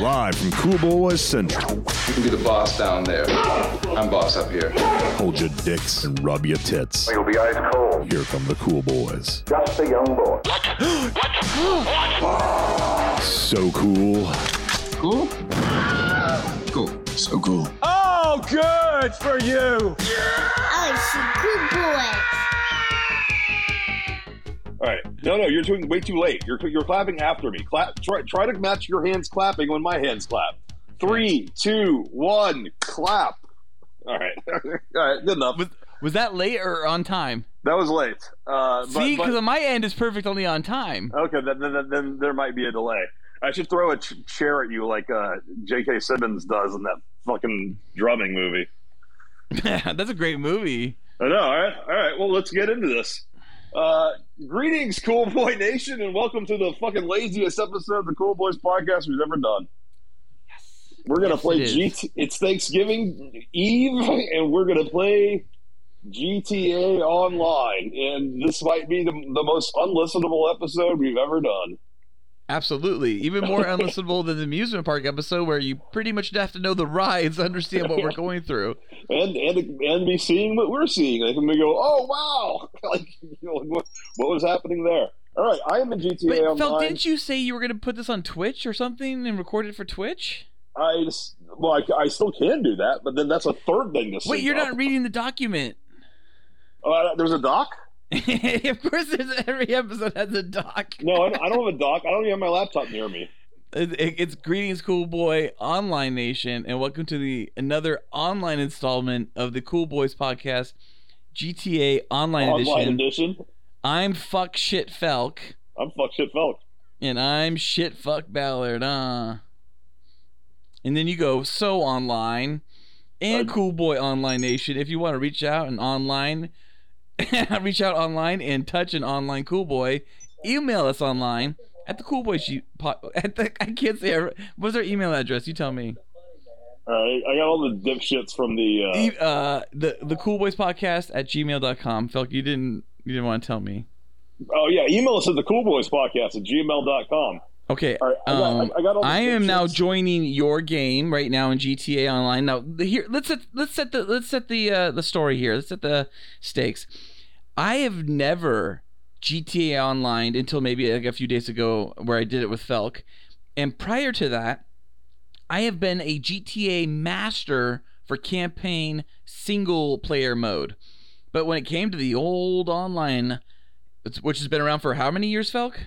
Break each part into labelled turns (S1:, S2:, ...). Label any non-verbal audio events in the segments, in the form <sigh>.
S1: Live from Cool Boys Central.
S2: You can be the boss down there. I'm boss up here.
S1: Hold your dicks and rub your tits.
S3: You'll be ice cold.
S1: Here come the Cool Boys.
S3: Just a young boy.
S4: Ah,
S1: So cool.
S2: Cool? Cool. So cool.
S5: Oh, good for you.
S6: Oh, it's a good boy.
S4: All right. No, no, you're doing way too late. You're you're clapping after me. Clap. Try try to match your hands clapping when my hands clap. Three, two, one, clap. All right. <laughs> All right. Good enough.
S7: Was, was that late or on time?
S4: That was late. Uh, but-
S7: See,
S4: but-
S7: because on my end is perfect only
S4: <laughs>
S7: on time. <laughs>
S4: okay. Then, then- then then there might be a delay. I should throw a ch- chair at you like uh, J.K. Simmons does in that fucking drumming movie.
S7: That's a great movie.
S4: I know. All right. All right. Well, let's get into this. Uh, greetings, Cool Boy Nation, and welcome to the fucking laziest episode of the Cool Boys podcast we've ever done. We're gonna
S7: Yes,
S4: play
S7: it is.
S4: GT. It's Thanksgiving Eve, and we're gonna play GTA Online. And this might be the, the most unlistenable episode we've ever done.
S7: Absolutely. Even more unlistenable than the amusement park episode where you pretty much have to know the rides to
S4: <laughs>
S7: understand what we're going through.
S4: and and and be seeing what we're seeing. Like, and we go, oh wow, <laughs> like you know, what, what was happening there? All right, I am in GTA
S7: But
S4: Online.
S7: Phil, didn't you say you were going to put this on Twitch or something and record it for Twitch?
S4: I just, well, I, I still can do that, but then that's a third thing to see.
S7: Wait, you're not reading the document. <laughs>
S4: Uh, there's a doc?
S7: of course, there's every episode has a doc.
S4: No, I don't, I don't have a doc. I don't even have my laptop near
S7: <laughs>
S4: me.
S7: It, it- it's greetings, cool boy, online nation, and welcome to the another online installment of the Cool Boys podcast, GTA Online,
S4: Online
S7: Edition.
S4: edition.
S7: I'm fuck shit Felk,
S4: I'm fuck shit felt.
S7: and I'm shit fuck Ballard, uh. And then you go so online, and
S4: Uh,
S7: cool boy online nation. If you want to reach out and online, <laughs> reach out online and touch an online cool boy, email us online at the cool boy she, po- at the I can't say our- what's our email address. You tell me.
S4: All right, I got all the dipshits from the. Uh,
S7: E- uh, the the cool boys podcast at gmail.com. Felk, you didn't you didn't want to tell me.
S4: oh yeah, email us at the Cool Boys Podcast at gmail.com.
S7: Okay,
S4: All right, I got,
S7: um,
S4: I, I got all. The
S7: I am now
S4: dipshits.
S7: joining your game right now in GTA Online. Now the, here, let's set, let's set the let's set the uh, the story here. Let's set the stakes. I have never GTA Online until maybe like a few days ago, where I did it with Felk, and prior to that, I have been a GTA master for campaign single player mode. But when it came to the old online, it's- which has been around for how many years, Felk?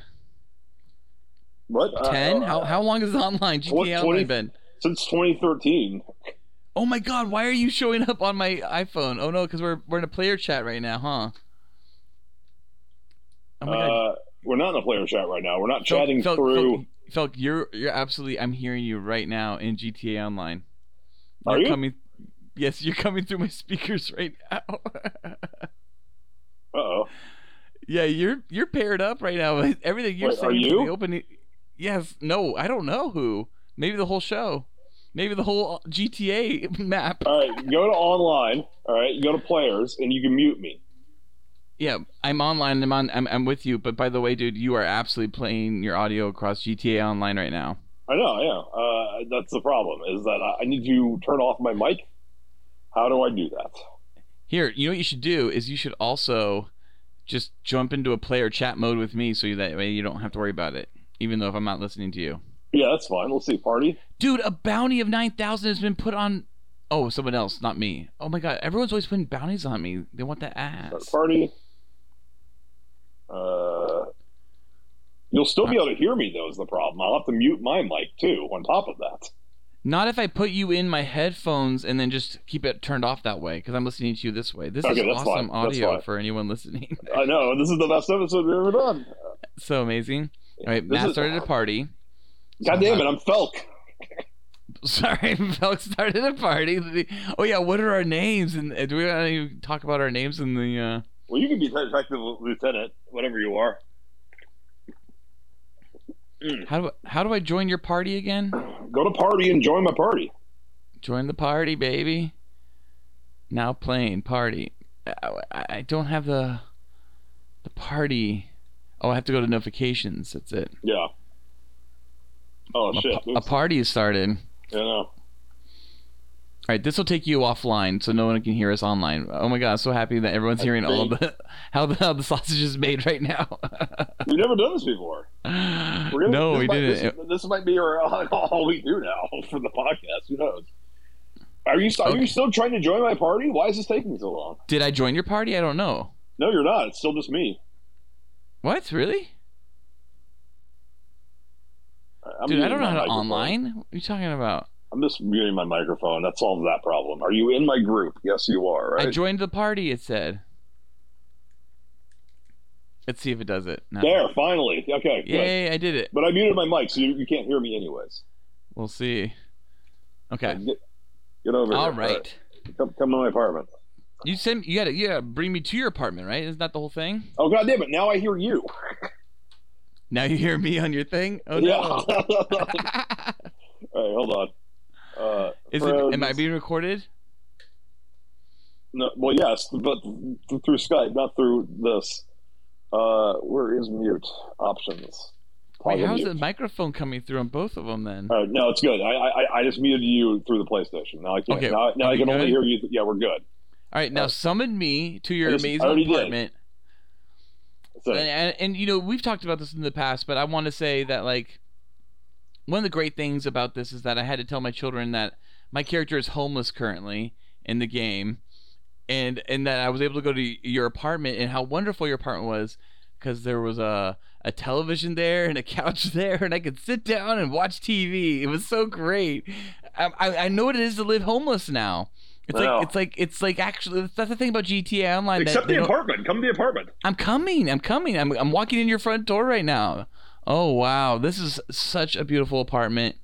S4: what Uh,
S7: Ten?
S4: uh,
S7: how how long has online GTA
S4: Twen- twenty-
S7: Online been?
S4: since 2013.
S7: Oh my God! Why are you showing up on my iPhone? Oh no, because we're we're in a player chat right now, huh? Oh my God!
S4: Uh, we're not in a player chat right now. We're not
S7: Felk-
S4: chatting
S7: Felk-
S4: through.
S7: Felk, Felk, you're you're absolutely. I'm hearing you right now in GTA Online.
S4: Are
S7: You're
S4: you?
S7: coming? Yes, you're coming through my speakers <laughs> right now.
S4: Uh oh.
S7: yeah, you're you're paired up right now. with Everything you're
S4: Wait, are
S7: saying is
S4: you?
S7: the opening. Yes. No, I don't know who. Maybe the whole show. Maybe the whole GTA <laughs> map.
S4: All right, go to online. All right, you go to players, and you can mute me.
S7: Yeah, I'm online. I'm on. I'm, I'm with you. But by the way, dude, you are absolutely playing your audio across GTA Online right now.
S4: I know. Yeah, uh, that's the problem. Is that I, I need to turn off my mic. How do I do that?
S7: Here, you know what you should do is you should also just jump into a player chat mode with me, so that way you don't have to worry about it. Even though if I'm not listening to you,
S4: Yeah, that's fine. Let's see. Party.
S7: dude, a bounty of nine thousand has been put on. Oh, someone else, not me. Oh my god, everyone's always putting bounties on me. They want that
S4: Start
S7: ass.
S4: party. Uh, you'll still be able to hear me though. Is the problem? I'll have to mute my mic too. On top of that.
S7: Not if I put you in my headphones and then just keep it turned off that way, because I'm listening to you this way. This
S4: Okay,
S7: is
S4: that's fine.
S7: awesome
S4: That's
S7: audio
S4: fine.
S7: for anyone listening.
S4: I know this is the best episode we've ever done.
S7: so amazing. All right,
S4: This
S7: Matt
S4: is-
S7: started a party. <laughs>
S4: God damn it! I'm Felk.
S7: Sorry, Felk started a party. The- Oh yeah, what are our names? And uh, do we want to talk about our names in the? Uh...
S4: Well, you can be detective lieutenant, whatever you are.
S7: How do I, how do I join your party again?
S4: Go to party and join my party.
S7: Join the party, baby. Now playing party. I, I- I don't have the the party. Oh, I have to go to notifications. That's it.
S4: Yeah. Oh
S7: A,
S4: shit!
S7: pa- a
S4: Oops.
S7: party has started.
S4: I know.
S7: All right, this will take you offline, so no one can hear us online. Oh my god, I'm so happy that everyone's hearing all
S4: think-
S7: the <laughs> how the how the sausage is made right now. <laughs>
S4: We've never done this before. We're gonna-
S7: no,
S4: this
S7: we
S4: might,
S7: didn't.
S4: This, this might be our, <laughs> all we do now for the podcast. Who knows? Are you are
S7: Okay.
S4: you still trying to join my party? Why is this taking so long?
S7: Did I join your party? I don't know.
S4: No, you're not. It's still just me.
S7: What really,
S4: I'm
S7: dude? I
S4: muting
S7: don't know
S4: my
S7: how to
S4: microphone.
S7: online. What are you talking about?
S4: I'm just muting my microphone. That solves that problem. Are you in my group? Yes, you are. Right.
S7: I joined the party. It said. Let's see if it does it. No.
S4: there, finally. Okay. good.
S7: Yay! I did it.
S4: But I muted my mic, so you, you can't hear me anyways.
S7: We'll see. Okay.
S4: Get, get over
S7: All
S4: here.
S7: right.
S4: Come, come to my apartment.
S7: You send. You gotta. You gotta bring me to your apartment, right? Isn't that the whole thing?
S4: Oh god damn it! Now I hear you.
S7: Now you hear me on your thing. Oh <laughs>
S4: yeah. <laughs>
S7: no.
S4: All right, hold on. Uh,
S7: Is it?
S4: friends-
S7: Am I being recorded?
S4: No, well, yes, but th- through Skype, not through this. Uh, where is mute options?
S7: Wait,
S4: Toggle
S7: how's the
S4: mute.
S7: microphone coming through on both of them then?
S4: All right, no, it's good. I, I I- I just muted you through the PlayStation. Now I can't.
S7: Okay,
S4: Now, now
S7: are
S4: I
S7: we
S4: can only
S7: good?
S4: hear you. Yeah, we're good.
S7: All right, now summon me to your
S4: uh, I just- I already
S7: amazing
S4: did.
S7: apartment.
S4: So,
S7: And, and, and you know, we've talked about this in the past, but I want to say that like one of the great things about this is that I had to tell my children that my character is homeless currently in the game, and and that I was able to go to your apartment and how wonderful your apartment was because there was a a television there and a couch <laughs> there and I could sit down and watch TV. It was so great. I I, I know what it is to live homeless now. It's
S4: Wow.
S7: like it's like it's like actually that's the thing about GTA Online. that
S4: Except
S7: they
S4: the
S7: don't-
S4: apartment. Come to the apartment.
S7: I'm coming. I'm coming. I'm, I'm walking in your front door right now. Oh wow, this is such a beautiful apartment.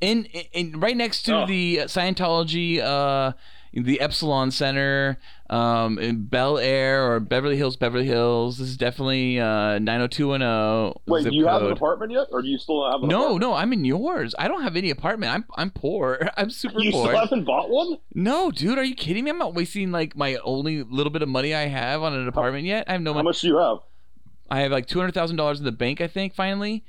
S7: In in, in- right next to
S4: Oh.
S7: the Scientology, uh, the Epsilon Center, um, in Bel Air or Beverly Hills, Beverly Hills. This is definitely uh 90210
S4: Wait,
S7: zip
S4: do you have an
S7: code.
S4: apartment yet, or do you still have an
S7: no,
S4: apartment?
S7: no, I'm in yours. I don't have any apartment. I'm I'm poor. <laughs> I'm super
S4: You
S7: poor.
S4: still haven't bought one?
S7: no, dude, are you kidding me? I'm not wasting like my only little bit of money I have on an apartment yet. I have no
S4: Oh. How
S7: money.
S4: much do you have?
S7: I have like two hundred thousand dollars in the bank. I think finally,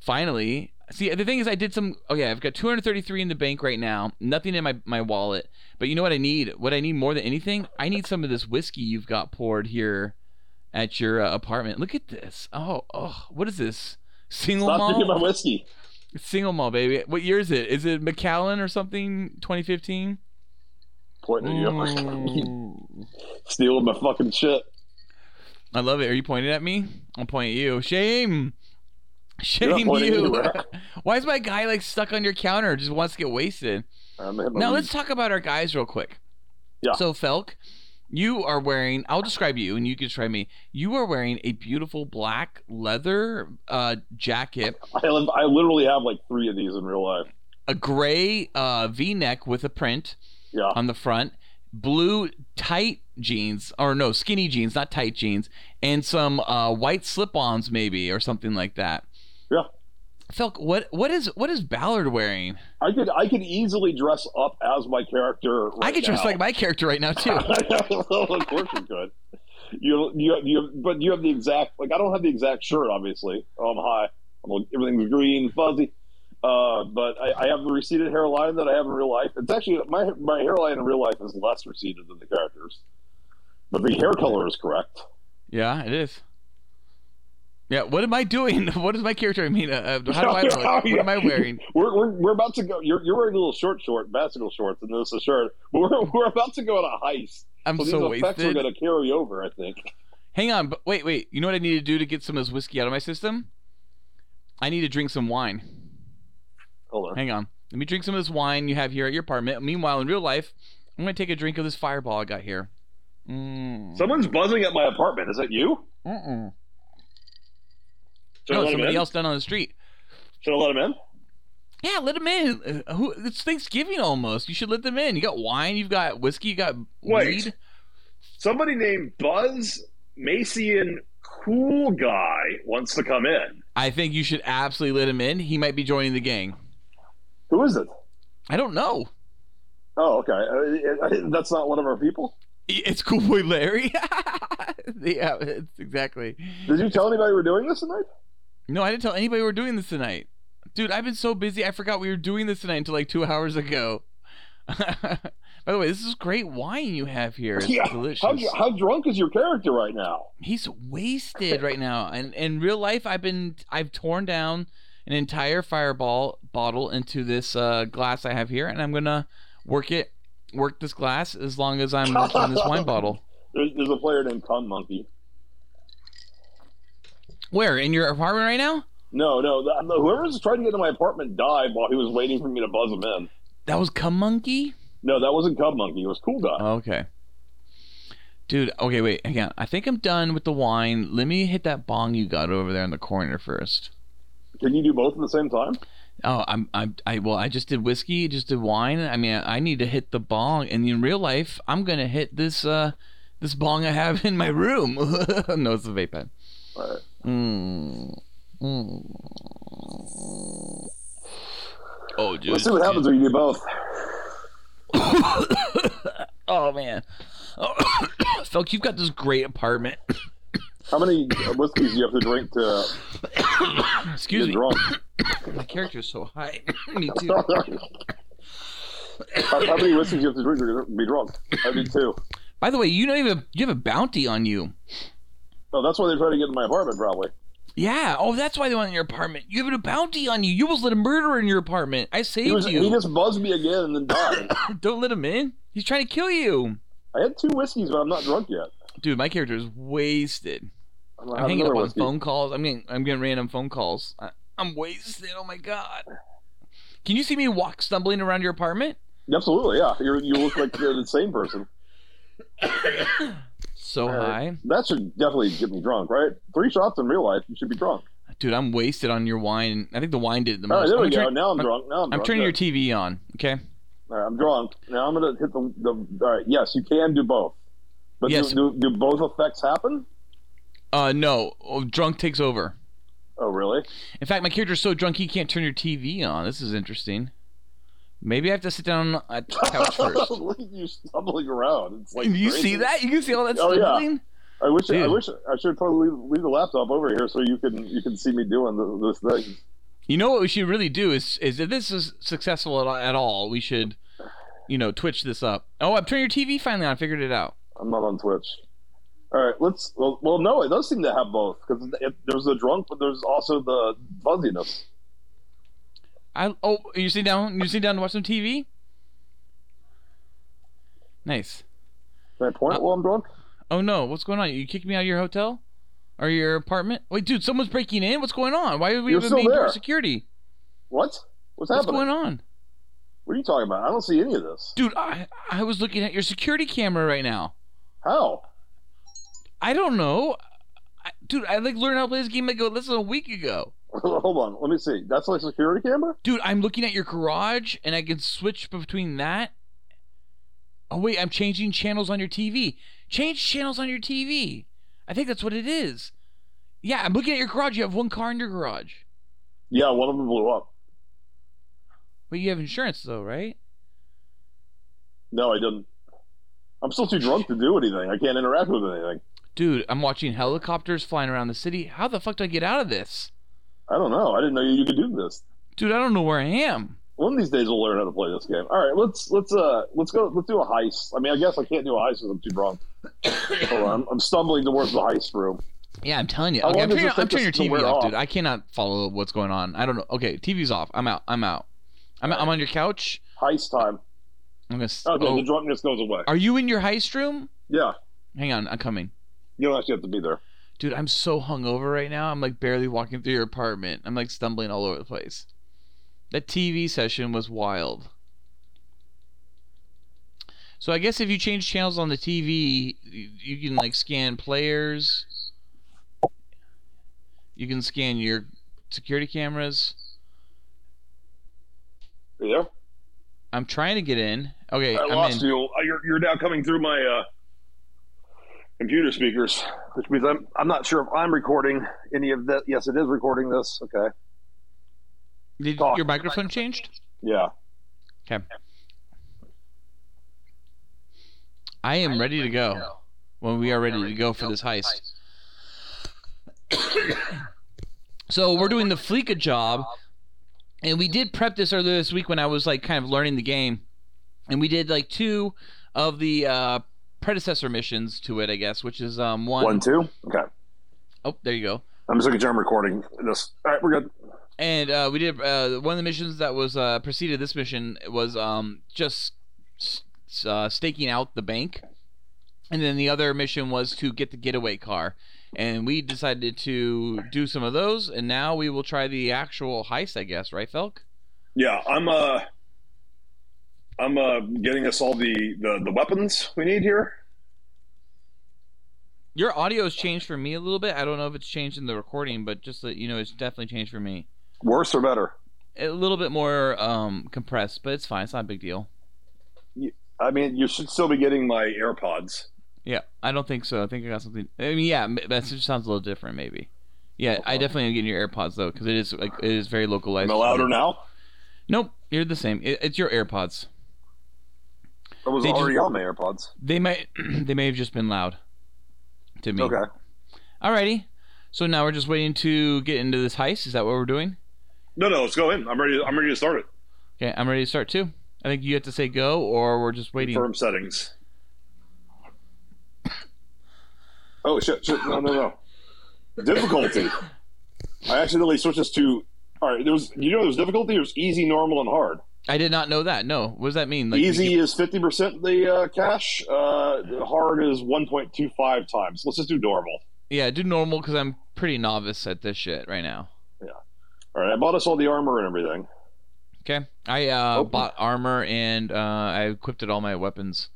S7: finally. See, the thing is, I did some. Oh yeah, I've got two hundred thirty-three in the bank right now. Nothing in my my wallet. But you know what I need? What I need more than anything, I need some of this whiskey you've got poured here at your uh, apartment. Look at this. Oh, oh, what is this? Single
S4: Stop drinking my
S7: malt.
S4: whiskey.
S7: It's Single malt, baby. What year is it? Is it McAllen or something? Twenty fifteen.
S4: Pointing at you. <laughs> Stealing my fucking shit.
S7: I love it. Are you pointing at me? I'm pointing at you. Shame.
S4: You're not
S7: Shame
S4: pointing
S7: you. <laughs>
S4: anywhere. <laughs>
S7: Why is my guy like stuck on your counter? Just wants to get wasted.
S4: I'm hitting my
S7: Now
S4: weed.
S7: let's talk about our guys real quick.
S4: Um, Yeah.
S7: So Felk, you are wearing. I'll describe you, and you can describe me. You are wearing a beautiful black leather uh, jacket,
S4: I, live, I literally have like three of these in real life.
S7: a gray uh, V-neck with a print
S4: Yeah.
S7: on the front, blue tight jeans, or no skinny jeans, not tight jeans, and some uh, white slip-ons maybe or something like that.
S4: Yeah.
S7: Felk, what what is what is Ballard wearing?
S4: I could I could easily dress up as my character. Right
S7: I could dress
S4: now.
S7: like my character right now
S4: <laughs>
S7: too.
S4: well, of course you could. You you you but you have the exact like I don't have the exact shirt obviously. Oh, I'm high. I'm, like, everything's green and fuzzy. Uh, but I, I have the receded hairline that I have in real life. It's actually my my hairline in real life is less receded than the characters, but the hair color is correct.
S7: <laughs> Yeah, it is. Yeah, what am I doing? <laughs> What is my character? I mean, uh, uh,
S4: <laughs>
S7: how do I look?
S4: How are
S7: What
S4: you?
S7: am I wearing?
S4: We're, we're, we're about to go. You're, you're wearing little short short basketball shorts, and this is a shirt. But we're, we're about to go on a heist.
S7: I'm
S4: So these
S7: so
S4: effects are
S7: wasted.
S4: going to carry over, I think.
S7: Hang on, but wait, wait. You know what I need to do to get some of this whiskey out of my system? I need to drink some wine.
S4: Hold on.
S7: Hang on. Let me drink some of this wine you have here at your apartment. Meanwhile, in real life, I'm gonna take a drink of this fireball I got here. Mm.
S4: Someone's buzzing at my apartment. Is that you?
S7: Mm-mm.
S4: Should I
S7: No,
S4: let him
S7: somebody
S4: in?
S7: else down on the street.
S4: Should I let him in?
S7: Yeah, let them in. Uh, Who, it's Thanksgiving almost. You should let them in. You got wine. You've got whiskey. You got
S4: Wait.
S7: weed.
S4: Somebody named Buzz Macian Cool Guy wants to come in.
S7: I think you should absolutely let him in. He might be joining the gang.
S4: Who is it?
S7: I don't know.
S4: Oh, okay. Uh, uh, uh, that's not one of our people.
S7: I- It's Cool Boy Larry. <laughs> yeah, it's exactly.
S4: Did you tell anybody we're doing this tonight?
S7: No, I didn't tell anybody we're doing this tonight. Dude, I've been so busy. I forgot we were doing this tonight until like two <laughs> hours ago. By the way, this is great wine you have here. It's delicious.
S4: How, how drunk is your character right now?
S7: He's wasted right now. And in real life, I've been I've torn down an entire fireball bottle into this uh, glass I have here, and I'm gonna work it, work this glass as long as I'm working this wine bottle.
S4: There's, there's a player named Con Monkey.
S7: Where in your apartment right now?
S4: No, no, the, the- whoever's trying to get into my apartment died while he was waiting for me to buzz him in.
S7: That was cum monkey.
S4: No, that wasn't Cub Monkey. It was Cool Guy.
S7: Okay. Dude, okay, wait, hang on. I think I'm done with the wine. Let me hit that bong you got over there in the corner first.
S4: Can you do both at the same time?
S7: Oh, I'm, I'm, I, well, I just did whiskey, just did wine. I mean, I need to hit the bong, and in real life, I'm gonna hit this, uh, this bong I have <laughs> in my room. no, it's a vape pen.
S4: All right.
S7: Mm. Mm. Oh, dude.
S4: Let's see what happens when you do both.
S7: <coughs> Oh man, <coughs> oh, Felk, you've got this great apartment. <coughs>
S4: How many whiskeys do you have to drink to
S7: Excuse
S4: get
S7: me.
S4: drunk?
S7: My character is so high. <coughs> me too.
S4: how, how many whiskeys do you have to drink to be drunk? I do two.
S7: By the way, you don't even you have a bounty on you.
S4: No, that's why they try to get into my apartment, probably.
S7: Yeah. Oh, that's why they want in your apartment. You have a bounty on you. You almost let a murderer in your apartment. I saved
S4: He, was,
S7: you.
S4: he just buzzed me again and then died.
S7: <laughs> Don't let him in. He's trying to kill you.
S4: I had two whiskeys, but I'm not drunk yet.
S7: Dude, my character is wasted.
S4: I'm, gonna
S7: I'm
S4: have
S7: hanging up
S4: another
S7: on
S4: whiskey.
S7: phone calls. I'm getting I'm getting random phone calls. I, I'm wasted. Oh my god. Can you see me walk stumbling around your apartment?
S4: Absolutely, yeah. You're, you look like you're the same person.
S7: So
S4: Uh,
S7: high.
S4: That should definitely get me drunk, right? Three shots in real life, you should be drunk.
S7: Dude, I'm wasted on your wine. I think the wine did it the most.
S4: All right, Oh, there
S7: I'm
S4: we
S7: gonna
S4: go.
S7: turn-
S4: Now I'm
S7: I'm-
S4: drunk. Now I'm,
S7: I'm
S4: drunk.
S7: turning
S4: Yeah.
S7: your TV on, okay?
S4: All right, I'm drunk. Now I'm gonna hit the, the. All right, yes, you can do both. But
S7: Yes.
S4: do, do, do both effects happen?
S7: Uh no, oh, drunk takes over.
S4: Oh, really?
S7: In fact, my character's so drunk he can't turn your TV on. This is interesting. Maybe I have to sit down at the
S4: <laughs>
S7: couch first.
S4: Look at you stumbling around. It's like
S7: you
S4: crazy.
S7: see that? You can see all that
S4: Oh, yeah.
S7: stumbling?
S4: I wish. I
S7: Dude.
S4: wish I should probably leave, leave the laptop over here so you can you can see me doing th this thing.
S7: You know what we should really do is is if this is successful at, at all, we should, you know, twitch this up. Oh, I'm turning your TV finally on. I figured it out.
S4: I'm not on Twitch. All right, let's. Well, well no, it does seem to have both because there's the drunk, but there's also the fuzziness.
S7: I oh, you sit down. You sit down to watch some TV. Nice.
S4: Can I point
S7: Uh,
S4: while I'm drunk?
S7: Oh no, what's going on? You kicked me out of your hotel or your apartment? Wait, dude, someone's breaking in. What's going on? Why are we
S4: You're
S7: even
S4: still
S7: being door
S4: there.
S7: security?
S4: What? What's
S7: What's
S4: happening?
S7: going on?
S4: What are you talking about? I don't see any of this.
S7: Dude, I I was looking at your security camera right now.
S4: How? <laughs>
S7: I don't know. I, dude, I like learned how to play this game like less than a week ago.
S4: Hold on, let me see. That's like security camera.
S7: Dude, I'm looking at your garage and I can switch between that. Oh wait, I'm changing channels on your TV. Change channels on your TV. I think that's what it is. Yeah, I'm looking at your garage. You have one car in your garage.
S4: Yeah, one of them blew up.
S7: But you have insurance though, right?
S4: No, I didn't. I'm still too drunk to do anything. I can't interact with anything.
S7: Dude, I'm watching helicopters flying around the city. How the fuck do I get out of this?
S4: I don't know. I didn't know you could do this.
S7: Dude, I don't know where I am.
S4: One of these days, we'll learn how to play this game. All right, let's let's uh let's go. Let's do a heist. I mean, I guess I can't do a heist because I'm too drunk. Hold on, I'm, I'm stumbling towards the heist room.
S7: Yeah, I'm telling you.
S4: How
S7: Okay,
S4: long
S7: I'm
S4: does
S7: turning,
S4: it take
S7: I'm turning your
S4: this to
S7: TV
S4: wear
S7: off,
S4: off?
S7: dude. I cannot follow what's going on. I don't know. Okay, TV's off. I'm out. I'm out. I'm, I'm on your couch.
S4: Heist time.
S7: I'm gonna. s-
S4: Okay,
S7: oh,
S4: the drunkenness goes away.
S7: are you in your heist room?
S4: Yeah,
S7: Hang on, I'm coming.
S4: you don't actually have to be there.
S7: Dude, I'm so hungover right now. I'm like barely walking through your apartment. I'm like stumbling all over the place. That TV session was wild. So I guess if you change channels on the TV, you, you can like scan players. You can scan your security cameras.
S4: Are you there?
S7: I'm trying to get in. Okay,
S4: I
S7: I'm
S4: lost
S7: in.
S4: you. Uh, You're, you're now coming through my uh, computer speakers, which means I'm I'm not sure if I'm recording any of that. Yes, it is recording this. Okay.
S7: Did
S4: Talk.
S7: your microphone changed?
S4: Yeah.
S7: Okay. I am ready to go when we are ready to go for this heist. So we're doing the Fleeka job. and we did prep this earlier this week when I was like kind of learning the game, and we did like two of the uh, predecessor missions to it, I guess, which is um one
S4: One, two. Okay.
S7: oh, there you go.
S4: I'm just looking at your recording. This. All right, we're good.
S7: And uh, we did uh, one of the missions that was uh, preceded this mission was um, just s- s- uh, staking out the bank, and then the other mission was to get the getaway car. And we decided to do some of those, and now we will try the actual heist, I guess, right, Felk?
S4: Yeah, I'm uh, I'm uh, getting us all the the, the weapons we need here.
S7: Your audio's changed for me a little bit. I don't know if it's changed in the recording, but just that you know, it's definitely changed for me.
S4: Worse or better?
S7: A little bit more um, compressed, but it's fine. It's not a big deal.
S4: I mean, you should still be getting my AirPods.
S7: Yeah, I don't think so. I think I got something. I mean, yeah, m- that just sounds a little different, maybe. Yeah, I definitely am getting your AirPods though, because it is like it is very localized.
S4: Oh, Am I louder now?
S7: Nope, you're the same. It, it's your AirPods.
S4: I was
S7: They just-
S4: already on my AirPods.
S7: They might <clears throat> they may have just been loud to me.
S4: Okay.
S7: Alrighty. So now we're just waiting to get into this heist. Is that what we're doing?
S4: No, no, let's go in. I'm ready. I'm ready to start it.
S7: Okay, I'm ready to start too. I think you have to say go, or we're just waiting.
S4: Firm settings. Oh shit! shit. No, no, no. difficulty. I accidentally switched this to. All right, there was. You know, there's difficulty. There's easy, normal, and hard.
S7: I did not know that. No, what does that mean? Like,
S4: Easy is fifty percent the uh, cash. Uh, hard is one point two five times. Let's just do normal.
S7: Yeah, do normal because I'm pretty novice at this shit right now.
S4: All right, I bought us all the armor and everything.
S7: Okay, I uh,
S4: Oh.
S7: bought armor and uh, I equipped it all my weapons.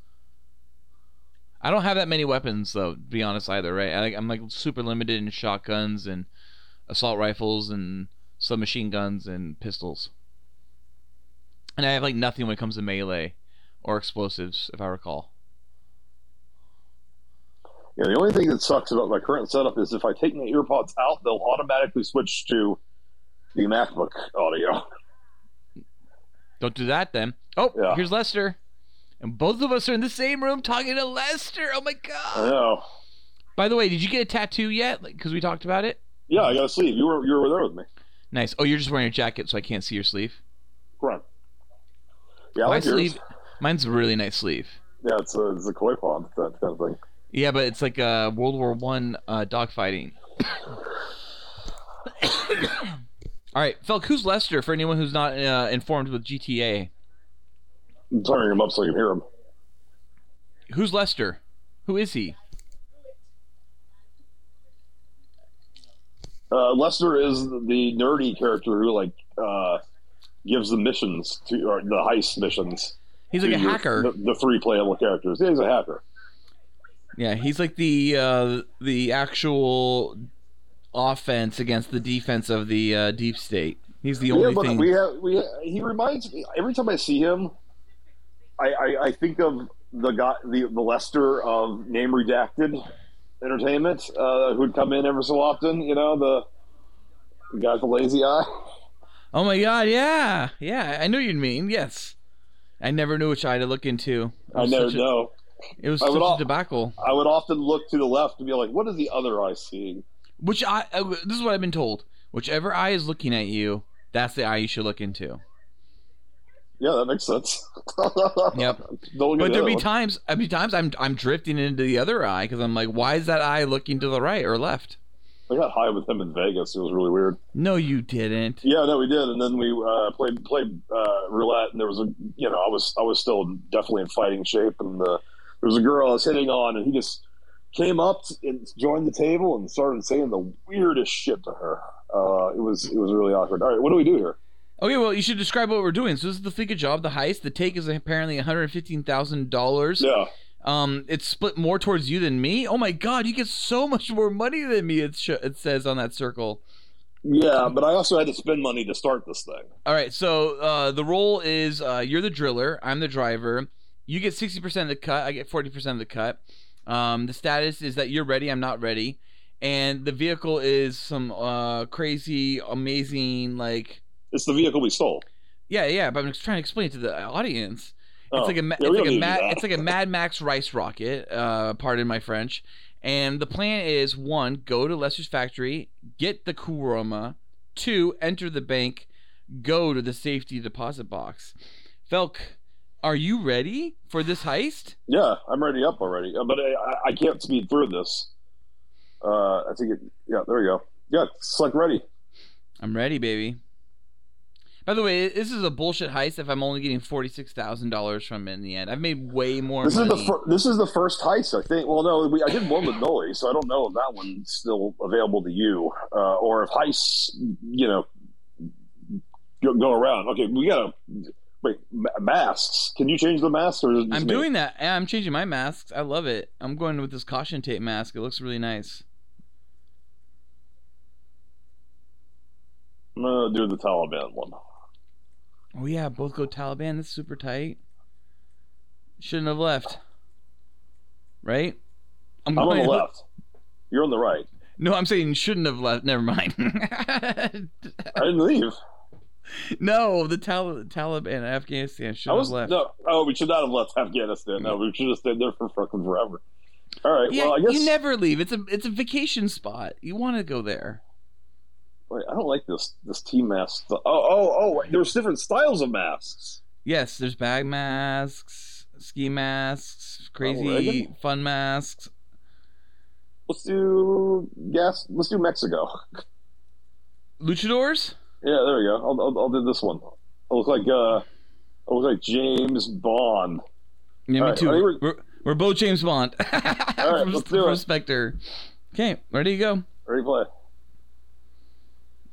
S7: I don't have that many weapons though, to be honest either. Right, I, like- I'm like super limited in shotguns and assault rifles and submachine guns and pistols, and I have like nothing when it comes to melee or explosives, if I recall.
S4: Yeah, the only thing that sucks about my current setup is if I take my earpods out, they'll automatically switch to the MacBook audio.
S7: Don't do that then. Oh,
S4: Yeah.
S7: here's Lester. And both of us are in the same room talking to Lester. Oh my god.
S4: I know.
S7: By the way, did you get a tattoo yet? Because we talked about it.
S4: Yeah, I got to sleep. You were you were there with me.
S7: Nice. Oh, you're just wearing a jacket, so I can't see your sleeve.
S4: Correct. Yeah, I
S7: My
S4: like yours.
S7: sleeve. Mine's a really nice sleeve.
S4: Yeah, it's a, it's a koi pond, that kind of thing.
S7: Yeah, but it's like uh, World War One uh, dogfighting. <coughs> All right, Felk. Who's Lester? For anyone who's not uh, informed with GTA,
S4: I'm turning him up so I can hear him.
S7: who's Lester? Who is he?
S4: Uh, Lester is the nerdy character who like uh, gives the missions to or the heist missions.
S7: He's like
S4: to
S7: a
S4: your-
S7: hacker.
S4: The, the three playable characters. Yeah, he's a hacker.
S7: Yeah, he's like the uh, the actual offense against the defense of the uh, deep state. He's the
S4: Yeah,
S7: only
S4: but
S7: thing.
S4: we have we he reminds me every time I see him, I, I, I think of the guy the, the Lester of Name Redacted Entertainment uh, who'd come in every so often. You know the, the guy with the lazy eye.
S7: Oh my god, yeah. Yeah, I knew you'd mean, yes. I never knew which eye to look into. It
S4: I
S7: was
S4: never
S7: such a-
S4: know.
S7: It was
S4: I
S7: such
S4: would
S7: a
S4: al-
S7: debacle.
S4: I would often look to the left and be like, "What is the other eye seeing?"
S7: Which I, I this is what I've been told. Whichever eye is looking at you, that's the eye you should look into.
S4: Yeah, that makes sense. <laughs> Don't look at
S7: Yep. But
S4: the
S7: there'll
S4: other
S7: be
S4: one.
S7: times, I mean, times I'm I'm drifting into the other eye because I'm like, why is that eye looking to the right or left?
S4: I got high with him in Vegas. It was really weird.
S7: No, you didn't.
S4: Yeah, no, we did, and then we uh, played played uh, roulette, and there was a you know I was I was still definitely in fighting shape, and uh there was a girl I was hitting on, and he just came up and joined the table and started saying the weirdest shit to her. Uh, it was it was really awkward. All right, what do we do here?
S7: Okay, well, you should describe what we're doing. So this is the Fika job, the heist. The take is apparently one hundred fifteen thousand dollars.
S4: Yeah,
S7: Um, it's split more towards you than me. Oh my god, you get so much more money than me. It, sh- it says on that circle.
S4: yeah, but I also had to spend money to start this thing.
S7: All right, so uh, the role is uh, you're the driller, I'm the driver. You get sixty percent of the cut. I get forty percent of the cut. Um, the status is that you're ready, I'm not ready, and the vehicle is some uh, crazy, amazing, like
S4: It's the vehicle we stole.
S7: yeah, yeah. But I'm just trying to explain it to the audience.
S4: Oh,
S7: It's like a ma-
S4: yeah,
S7: it's
S4: we
S7: like
S4: don't
S7: a
S4: need to
S7: ma-
S4: do that.
S7: it's like a Mad Max rice rocket. Uh, pardon my French. And the plan is one, go to Lester's factory, get the Kuroma. Two, enter the bank, go to the safety deposit box. Felk, are you ready for this heist?
S4: Yeah, I'm ready up already, uh, but I, I- I can't speed through this. Uh, I think it. Yeah, there we go. Yeah, select ready.
S7: I'm ready, baby. By the way, this is a bullshit heist if I'm only getting forty-six thousand dollars from it in the end. I've made way more
S4: This is the
S7: money.
S4: fir- this is the first heist, I think. Well, no, we, I did one with Noli, so I don't know if that one's still available to you, uh, or if heists, you know, go, go around. Okay, we gotta wait. ma- Masks? Can you change the masks? Or is it just
S7: I'm
S4: me?
S7: doing that. Yeah, I'm changing my masks. I love it. I'm going with this caution tape mask. It looks really nice.
S4: I'm gonna do the Taliban one.
S7: Oh yeah, both go Taliban. That's super tight. Shouldn't have left. Right?
S4: I'm
S7: I'm,
S4: on
S7: going
S4: the
S7: with-
S4: left. You're on the right.
S7: <laughs> No, I'm saying shouldn't have left. Never mind.
S4: I didn't leave.
S7: <laughs> no, the Tal- Taliban in Afghanistan should
S4: I was
S7: have left.
S4: no. Oh, we should not have left Afghanistan. No, we should have stayed there for fucking forever. All right.
S7: yeah,
S4: well, I guess
S7: you never leave. It's a it's a vacation spot. You want to go there.
S4: wait, I don't like this this team mask. Stuff. Oh, oh, oh! wait, There's different styles of masks.
S7: Yes, there's bag masks, ski
S4: Oh,
S7: masks, crazy
S4: Reagan?
S7: fun masks.
S4: Let's do gas. Let's do Mexico.
S7: Luchadors?
S4: Yeah, there we go. I'll, I'll, I'll do this one. I look like uh, I look like James Bond.
S7: Yeah, me
S4: All right,
S7: too.
S4: I think we're-
S7: We're, we're both James Bond. <laughs> All
S4: right, let's do it.
S7: Spectre. Okay, ready to go.
S4: Ready to play?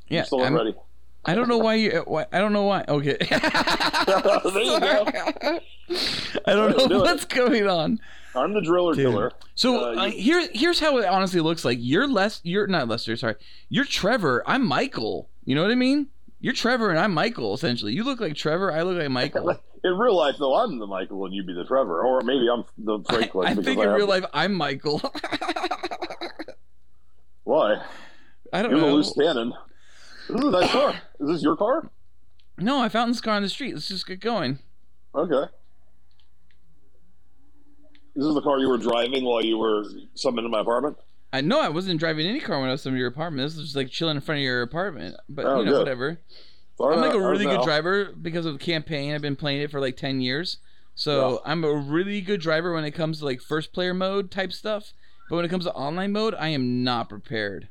S7: Yeah,
S4: Still
S7: I'm- <laughs>
S4: ready. <laughs>
S7: I don't know why you. Why, I don't know why. Okay.
S4: there
S7: <laughs>
S4: you go.
S7: I don't
S4: Let's
S7: know
S4: do it.
S7: what's going on.
S4: I'm the driller
S7: Dude.
S4: killer.
S7: So
S4: Uh,
S7: uh,
S4: you-
S7: here, here's how it honestly looks like. You're less. You're not Lester. Sorry. You're Trevor. I'm Michael. You know what I mean? You're Trevor and I'm Michael. Essentially, you look like Trevor. I look
S4: <laughs>
S7: like Michael.
S4: In real life, though, I'm the Michael and you be the Trevor, or maybe I'm the Franklin.
S7: I
S4: because
S7: think in
S4: have-
S7: real life I'm Michael. <laughs>
S4: Why?
S7: I don't
S4: You're the
S7: know.
S4: loose cannon. This is a nice car. Is this your car?
S7: No, I found this car on the street. Let's just get going.
S4: Okay. This is the car you were driving while you were summoned in my apartment.
S7: I know I wasn't driving any car when I was in your apartment. This was just like chilling in front of your apartment. But
S4: Oh,
S7: you know,
S4: good.
S7: whatever. I'm like a really good driver because of the campaign. I've been playing it for like ten years. So I'm a really good driver when it comes to like first player mode type stuff. But when it comes to online mode, I am not prepared.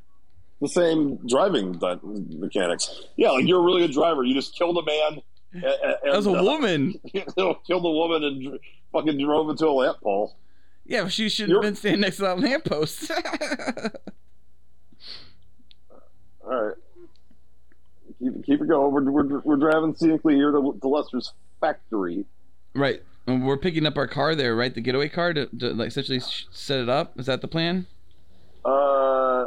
S4: the same driving dy- mechanics. Yeah, like you're a really good driver. You just killed a man. And, and,
S7: As a
S4: uh,
S7: woman.
S4: <laughs> killed a woman and dr- fucking drove into a lamp pole.
S7: Yeah, she shouldn't
S4: You're-
S7: have been standing next to that <laughs> lamppost.
S4: All right, keep, keep it going. We're, we're, we're driving scenically here to, to Lester's factory.
S7: right. And we're picking up our car there, right? The getaway car to, to like essentially sh- set it up. Is that the plan?
S4: Uh, I,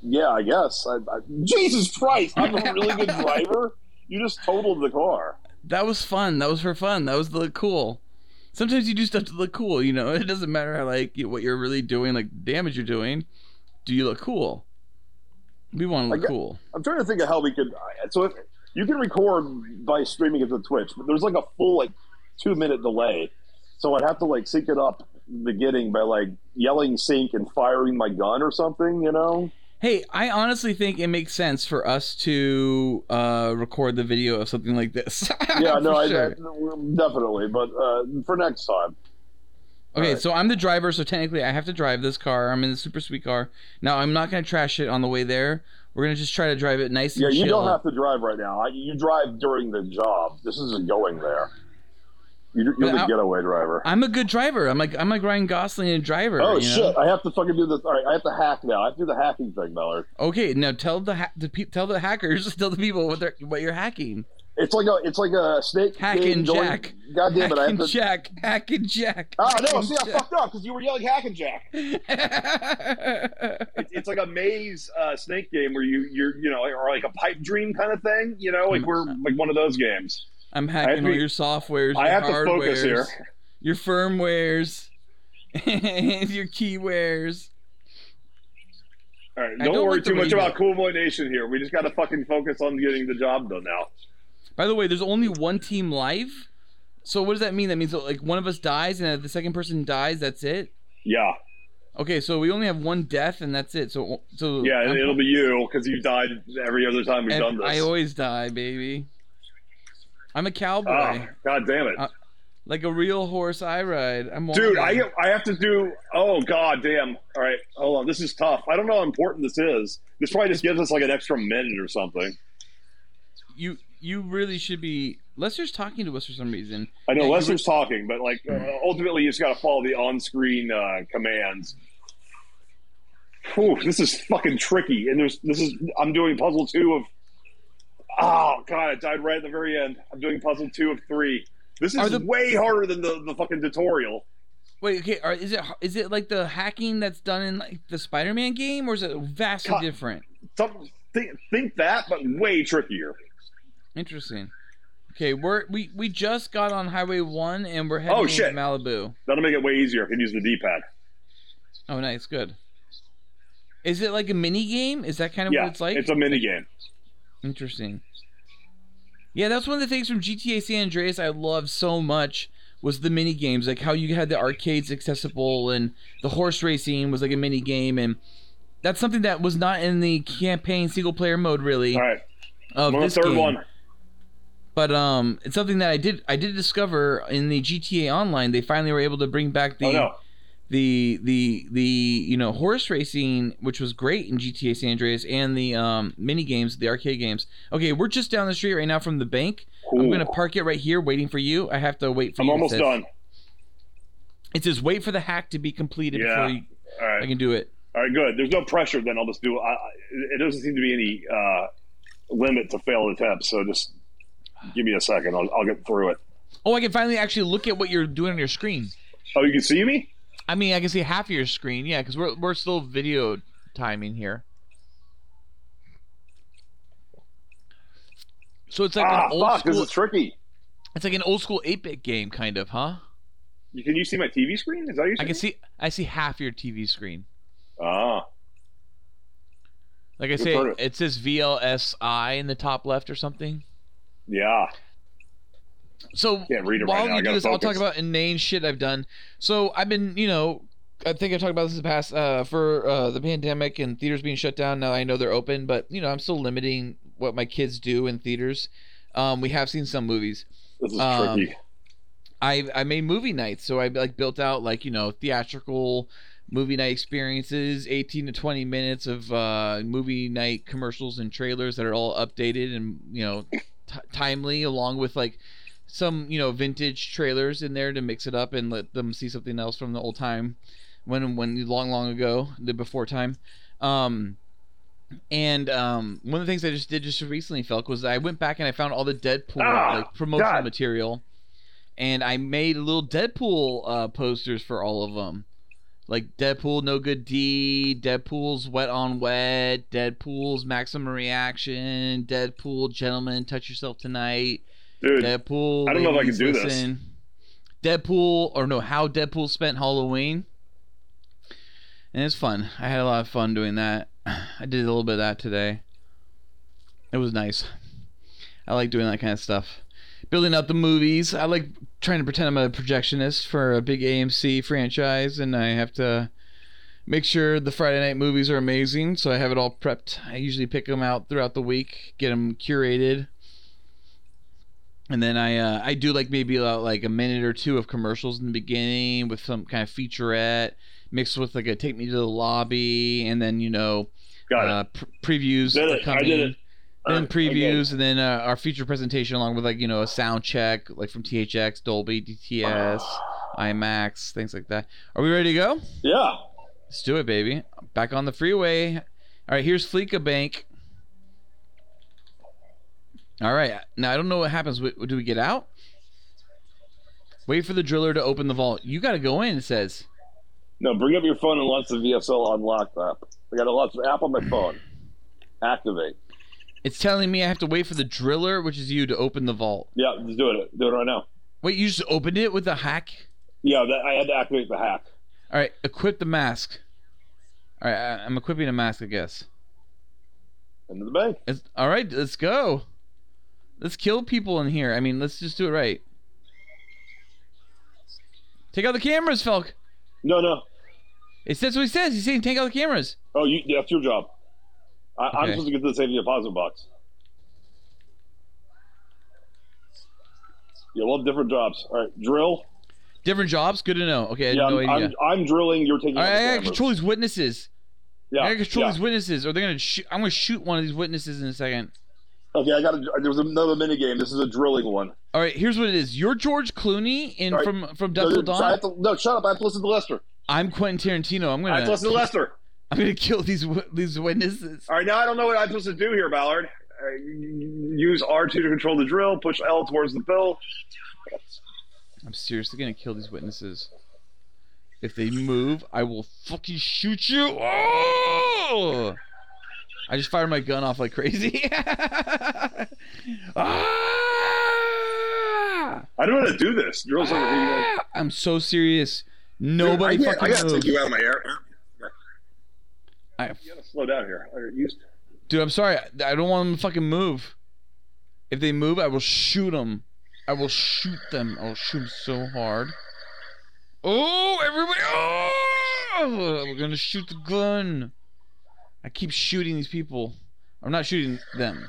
S4: yeah, I guess. I, I, Jesus Christ, I'm a really
S7: <laughs>
S4: good driver. You just totaled the car.
S7: That was fun. That was for fun. That was to look cool. Sometimes you do stuff to look cool. You know, <laughs> it doesn't matter how, like you- what you're really doing, like the damage you're doing. Do you look cool? We want to
S4: I
S7: look
S4: got-
S7: cool.
S4: I'm trying to think of how we could. I- So if you can record by streaming it to Twitch, but there's like a full like two minute delay, so I'd have to like sync it up in the beginning by like yelling sync and firing my gun or something, you know?
S7: Hey, I honestly think it makes sense for us to uh, record the video of something like this. <laughs>
S4: Yeah,
S7: <laughs> For
S4: no, I,
S7: sure.
S4: definitely. But uh, for next time,
S7: Okay,
S4: Alright.
S7: so I'm the driver, so technically I have to drive this car. I'm in the super sweet car. Now I'm not gonna trash it on the way there. We're gonna just try to drive it nice
S4: yeah,
S7: and
S4: you
S7: chill.
S4: don't have to drive right now. I, you drive during the job. This isn't going there. You're,
S7: But
S4: you're the
S7: I-
S4: getaway driver.
S7: I'm a good driver. I'm like I'm like Ryan Gosling and driver.
S4: Oh
S7: you know?
S4: shit! I have to fucking do this. All right, I have to hack now. I have to do the hacking thing, Mallard.
S7: Okay, now tell the ha- the pe- tell the hackers, <laughs> tell the people what they're what you're hacking.
S4: It's like a it's like a snake.
S7: Hack
S4: game
S7: and
S4: going-
S7: jack.
S4: God damn it! I have to
S7: Hacking Jack, hacking Jack. <laughs>
S4: Oh no! See, I fucked up because you were yelling hack and jack.
S7: Jack.
S4: It- It's like a maze uh, snake game where you you're you know or like a pipe dream kind of thing. You know,
S7: Mm.
S4: like we're like one of those games.
S7: I'm hacking
S4: to
S7: all
S4: be-
S7: your softwares, your
S4: I have to
S7: hardwares,
S4: focus here.
S7: your firmwares, <laughs> and your keywares.
S4: All right,
S7: I
S4: don't,
S7: don't
S4: worry
S7: like the
S4: too much
S7: radio.
S4: about Cool Boy Nation here. We just got to fucking focus on getting the job done now.
S7: By the way, there's only one team live. So what does that mean? That means like one of us dies, and if the second person dies, that's it.
S4: Yeah,
S7: Okay, so we only have one death, and that's it. So so
S4: yeah,
S7: I'm-
S4: and it'll be you because you died every other time we've
S7: and
S4: done this.
S7: I always die, baby.
S1: I'm a cowboy,
S4: Oh, God damn it.
S1: Uh, like a real horse I ride. I'm
S4: Dude, I,
S1: walking.
S4: have- I have to do. Oh god, damn! All right, hold on. This is tough. I don't know how important this is. This probably just gives us like an extra minute or something.
S1: you you really should be. Lester's talking to us for some reason.
S4: I know
S1: Yeah, Mm-hmm.
S4: Lester's talking, but like uh, ultimately, you just got to follow the on-screen uh, commands. Whew, this is fucking tricky, and there's this is I'm doing puzzle two of. Oh god, I died right at the very end. I'm doing puzzle two of three. This
S1: Are
S4: is
S1: the-
S4: way harder than the, the fucking tutorial.
S1: Wait, okay, are, is it is it like the hacking that's done in like the Spider-Man game, or is it vastly
S4: Cut.
S1: different?
S4: Some, think, think that, but way trickier.
S1: Interesting. Okay, we're we, we just got on Highway One and we're heading
S4: Oh,
S1: into
S4: shit.
S1: Malibu.
S4: That'll make it way easier. I can use the D-pad.
S1: Oh, nice, good. Is it like a mini game? Is that kind of
S4: yeah,
S1: what it's like?
S4: a mini game.
S1: Interesting. Yeah, that's one of the things from GTA San Andreas I loved so much was the mini games, like how you had the arcades accessible and the horse racing was like a mini game, and that's something that was not in the campaign single player mode really
S4: All right,
S1: of
S4: I'm on the
S1: this
S4: third
S1: game.
S4: one.
S1: But um, it's something that I did I did discover in the GTA Online. They finally were able to bring back the
S4: oh no,
S1: the the the you know horse racing, which was great in GTA San Andreas, and the um mini games, the arcade games. Okay, we're just down the street right now from the bank.
S4: Cool.
S1: I'm gonna park it right here, waiting for you. I have to wait for
S4: I'm
S1: you. it
S4: almost
S1: says.
S4: done.
S1: It says wait for the hack to be completed
S4: Yeah.
S1: before you,
S4: All right,
S1: I can do it.
S4: all right, good. There's no pressure. Then I'll just do. I, I- it doesn't seem to be any uh, limit to failed attempts. So just give me a second. I'll, I'll get through it.
S7: Oh, I can finally actually look at what you're doing on your screen.
S4: Oh, you can see me.
S7: I mean, I can see half of your screen, yeah, because we're we're still video timing here. So it's like
S4: ah,
S7: an old
S4: fuck! This
S7: school.
S4: is tricky.
S7: It's like an old school eight bit game, kind of, huh?
S4: You, can you see my TV screen? Is that you?
S7: I can see I see half your TV screen.
S4: Ah,
S7: Like I
S4: Good
S7: say,
S4: photo.
S7: it says VLSI in the top left or something.
S4: yeah.
S7: So
S4: Can't read it right
S7: while
S4: now. I
S7: you do
S4: gotta
S7: this, I'll talk
S4: focus.
S7: about inane shit I've done. So I've been, you know, I think I've talked about this in the past uh, for uh, the pandemic and theaters being shut down. Now I know they're open, but you know, I'm still limiting what my kids do in theaters. Um, we have seen some movies.
S4: This is
S7: Um,
S4: tricky.
S7: I I made movie nights, so I like built out like you know theatrical movie night experiences, eighteen to twenty minutes of uh, movie night commercials and trailers that are all updated and you know t- timely, along with like some you know vintage trailers in there to mix it up and let them see something else from the old time when when long long ago the before time. Um, and um, one of the things I just did just recently, Felk, was I went back and I found all the Deadpool
S4: Ah,
S7: like promotional
S4: God.
S7: material, and I made little Deadpool uh, posters for all of them, like Deadpool No Good Deed, Deadpool's Wet on Wet, Deadpool's Maximum Reaction, Deadpool Gentlemen Touch Yourself Tonight,
S4: Dude,
S7: Deadpool.
S4: I don't know if I
S7: Ladies
S4: can do this.
S7: listen. Deadpool, or no, how Deadpool spent Halloween, and it's fun. I had a lot of fun doing that. <sighs> I did a little bit of that today. It was nice. I like doing that kind of stuff. Building out the movies. I like trying to pretend I'm a projectionist for a big AMC franchise, and I have to make sure the Friday night movies are amazing. So I have it all prepped. I usually pick them out throughout the week, get them curated and then I uh, I do like maybe about like a minute or two of commercials in the beginning with some kind of featurette mixed with like a take me to the lobby and then you know
S4: got it.
S7: uh, pr- previews
S4: Did
S7: are
S4: it. I
S7: coming
S4: did it. All
S7: then
S4: right,
S7: previews and then uh, our feature presentation along with like you know a sound check like from THX Dolby DTS IMAX things like that are we ready to go
S4: Yeah.
S7: let's do it baby back on the freeway all right here's Fleeka Bank all right. Now I don't know what happens. W- Do we get out? Wait for the driller to open the vault. You got to go in. It says.
S4: No, bring up your phone and launch the VSL unlocked app. I got a lots of app on my phone. Activate.
S7: It's telling me I have to wait for the driller, which is you, to open the vault.
S4: Yeah, just do it. Do it right now.
S7: Wait, you just opened it with a hack.
S4: Yeah, that, I had to activate the hack.
S7: All right. Equip the mask. All right. I- I'm equipping a mask, I guess.
S4: Into the bank.
S7: It's, all right. Let's go. Let's kill people in here. I mean, let's just do it right. Take out the cameras, Felk.
S4: No, no.
S7: It says what he says. He's saying take out the cameras.
S4: Oh, you, yeah, that's your job. I, I'm
S7: Okay.
S4: supposed to get to the safety deposit box. Yeah, well, different jobs. All right, drill.
S7: Different jobs? Good to know. Okay, I had
S4: Yeah,
S7: no
S4: I'm,
S7: idea.
S4: I'm, I'm drilling. You're taking.
S7: All
S4: out
S7: right,
S4: the
S7: I gotta
S4: cameras.
S7: control these witnesses.
S4: Yeah,
S7: I gotta control
S4: yeah.
S7: these witnesses, or they're gonna shoot. I'm gonna shoot one of these witnesses in a second.
S4: Okay, I got. to There was another mini game. This is a drilling one.
S7: All right, here's what it is. You're George Clooney in
S4: All right.
S7: from from
S4: No,
S7: Dusk Till
S4: I
S7: Dawn.
S4: have to, no, shut up. I have to listen to Lester.
S7: I'm Quentin Tarantino. I'm
S4: I have
S7: gonna
S4: to listen to Lester.
S7: I'm gonna kill these wi- these witnesses.
S4: All right, now I don't know what I'm supposed to do here, Ballard. Uh, use R2 to control the drill. Push L towards the pill.
S7: I'm seriously gonna kill these witnesses. If they move, I will fucking shoot you. Oh! I just fired my gun off like crazy. <laughs> ah!
S4: I don't know how to do this. Drill's over here.
S7: I'm so serious. Nobody
S4: I can't- I
S7: fucking
S4: gotta
S7: moved.
S4: take you out of my air.
S7: I-
S4: You gotta slow down here. All right, use-
S7: dude, I'm sorry. I don't want them to fucking move. If they move, I will shoot them. I will shoot them. I will shoot them so hard. Oh, everybody! Oh, we're gonna shoot the gun. I keep shooting these people. I'm not shooting them.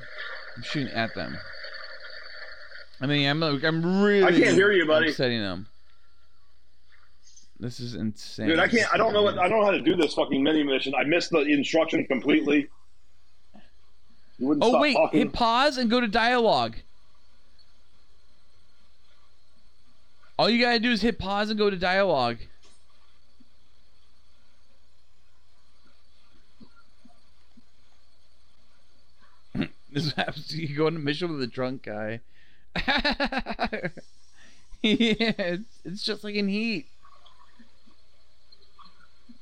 S7: I'm shooting at them. I mean, I'm I'm really.
S4: I can't hear you, buddy.
S7: Upsetting them. This is insane.
S4: Dude, I can't. I don't know. What, I don't know how to do this fucking mini mission. I missed the instructions completely. You wouldn't
S7: Oh
S4: stop
S7: wait,
S4: talking.
S7: hit pause and go to dialogue. All you gotta do is hit pause and go to dialogue. <laughs> this happens. You go on a mission with a drunk guy. <laughs> yeah, it's, it's just like in Heat.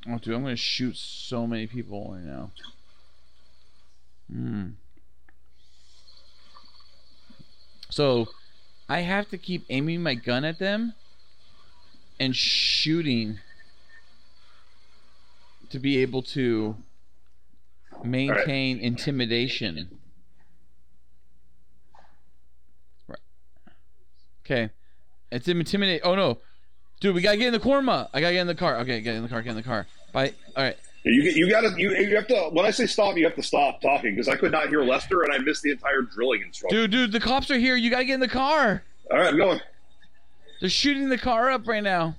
S7: Oh, dude, I'm gonna shoot so many people right now. Hmm. So I have to keep aiming my gun at them and shooting to be able to maintain intimidation. Right. Okay. It's intimidate. Oh no. Dude, we gotta get in the korma. I gotta get in the car. Okay, get in the car. Get in the car. Bye. All right.
S4: you get- you gotta you, you have to. When I say stop, you have to stop talking because I could not hear Lester and I missed the entire drilling instruction.
S7: Dude, dude, the cops are here. You gotta get in the car.
S4: All right, I'm going.
S7: They're shooting the car up right now.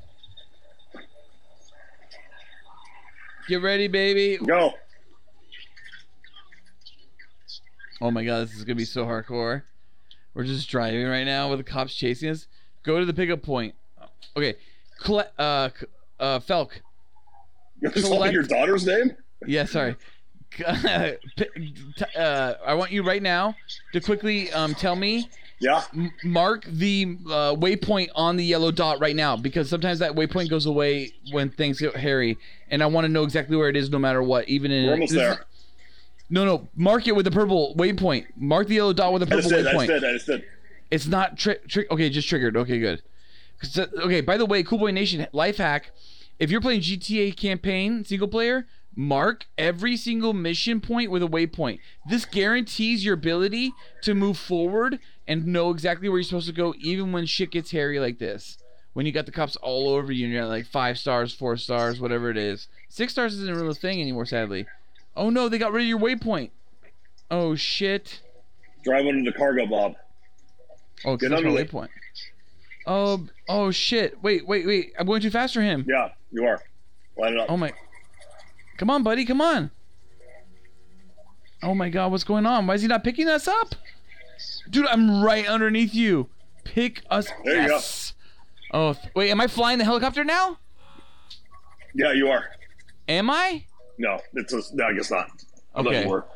S7: Get ready, baby.
S4: Go.
S7: Oh my god, this is gonna be so hardcore. We're just driving right now with the cops chasing us. Go to the pickup point. Okay, Cle- uh, c- uh, Felk.
S4: Is that your daughter's name?
S7: Yeah, sorry. <laughs> P- uh, I want you right now to quickly um, tell me
S4: Yeah.
S7: m- mark the uh, waypoint on the yellow dot right now because sometimes that waypoint goes away when things get hairy, and I want to know exactly where it is no matter what. Even in
S4: We're almost
S7: this is-
S4: there.
S7: No, no, mark it with the purple waypoint. Mark the yellow dot with the
S4: I
S7: purple
S4: just did. I
S7: waypoint.
S4: just did. I just did.
S7: It's not trick. Tri- okay, just triggered. Okay, good. 'Cause that- okay, by the way, Cool Boy Nation life hack: if you're playing GTA campaign single player, mark every single mission point with a waypoint. This guarantees your ability to move forward and know exactly where you're supposed to go, even when shit gets hairy like this. When you got the cops all over you and you're at like five stars, four stars, whatever it is. Six stars isn't really a thing anymore, sadly. Oh no, they got rid of your waypoint. Oh shit.
S4: Drive under the cargo bob.
S7: Oh, 'cause
S4: Get
S7: that's my
S4: under
S7: late
S4: it.
S7: point. Oh, oh shit! Wait, wait, wait! I'm going too fast for him.
S4: Yeah, you are. Line it up.
S7: Oh my! Come on, buddy! Come on! Oh my God! What's going on? Why is he not picking us up? Dude, I'm right underneath you. Pick us.
S4: There you go.
S7: yes. Oh th- wait, am I flying the helicopter now?
S4: Yeah, you are.
S7: Am I?
S4: No, it's a, no. I guess not. It doesn't
S7: Okay,
S4: work.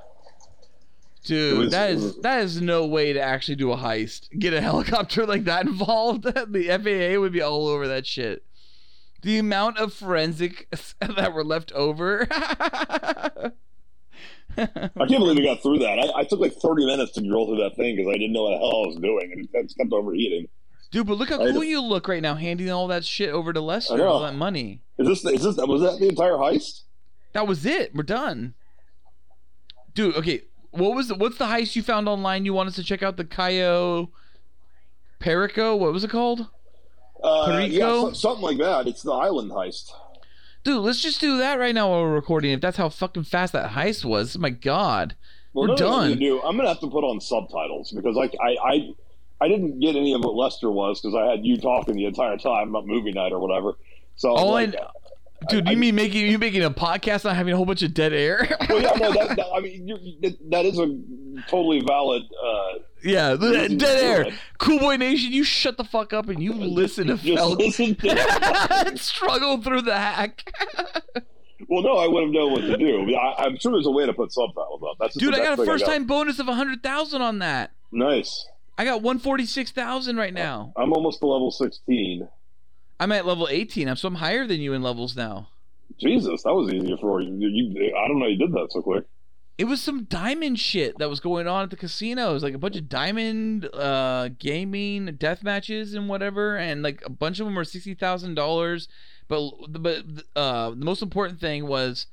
S7: dude,
S4: It was-
S7: that
S4: it
S7: is
S4: was-
S7: that is no way to actually do a heist. Get a <laughs> helicopter like that involved. <laughs> the FAA would be all over that shit. the amount of forensic <laughs> that were left over. <laughs>
S4: I can't believe we got through that. I, I took like 30 minutes to drill through that thing because I didn't know what the hell I was doing, and it just kept overheating.
S7: Dude, but look how
S4: I
S7: cool
S4: don't-
S7: you look right now, handing all that shit over to
S4: I
S7: Lester,
S4: know.
S7: all that money.
S4: Is this is this was that the entire heist?
S7: That was it. We're done. Dude, okay. What was the, what's the heist you found online? You want us to check out the Cayo Perico? What was it called?
S4: Uh,
S7: Perico?
S4: yeah, so- something like that. It's the island heist.
S7: Dude, let's just do that right now while we're recording. If that's how fucking fast that heist was, my god.
S4: Well,
S7: We're
S4: another thing
S7: done.
S4: to do- I'm gonna have to put on subtitles because like I, I I didn't get any of what Lester was because I had you talking the entire time about movie night or whatever. So I was
S7: Oh,
S4: like,
S7: and dude, you mean making you making a podcast not having a whole bunch of dead air? <laughs>
S4: well, yeah, no, that, that- I mean, you're, that, that is a totally valid. Uh,
S7: <laughs> yeah, the-
S4: Listen to
S7: dead air.
S4: it.
S7: Cool boy nation, you shut the fuck up and <laughs> you listen to
S4: just
S7: <laughs> Felk
S4: listen to-
S7: <laughs> struggle through the hack.
S4: well, no, I wouldn't know what to do. I, I'm sure there's a way to put subtitles up. That's just
S7: Dude,
S4: the
S7: I
S4: best
S7: got a
S4: thing
S7: first
S4: know.
S7: time bonus of hundred thousand on that.
S4: Nice.
S7: I got one forty six thousand right now.
S4: I'm almost to level 16.
S7: I'm at level eighteen. I'm so I'm higher than you in levels now.
S4: Jesus, that was easy for you. you. I don't know you did that so quick.
S7: It was some diamond shit that was going on at the casinos, like a bunch of diamond uh, gaming death matches and whatever, and like a bunch of them were sixty thousand dollars. But but uh, the most important thing was,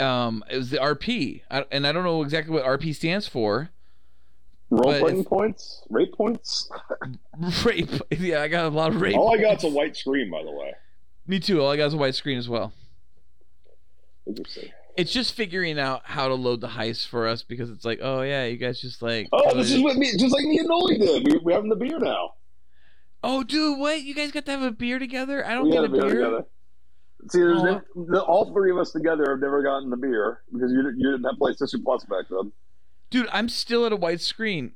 S7: um, it was the RP, I, and I don't know exactly what RP stands for. <laughs>
S4: Role
S7: But
S4: playing
S7: if-
S4: points? Rape points?
S7: Rape. Yeah, I got a lot of rape.
S4: All I got's a white screen, by the way.
S7: Me too. All I got is a white screen as well.
S4: Interesting.
S7: It's just figuring out how to load the heist for us because it's like, oh yeah, you guys just like
S4: Oh, this is what me, just like me and Noli did. We, we're having the beer now.
S7: Oh, dude, what? You guys got to have a beer together? I don't
S4: We
S7: get
S4: had
S7: a beer.
S4: together. See, there's
S7: Oh.
S4: never, the, all three of us together have never gotten the beer because you, didn't- you didn't have PlayStation Plus back then.
S7: Dude, I'm still at a white screen.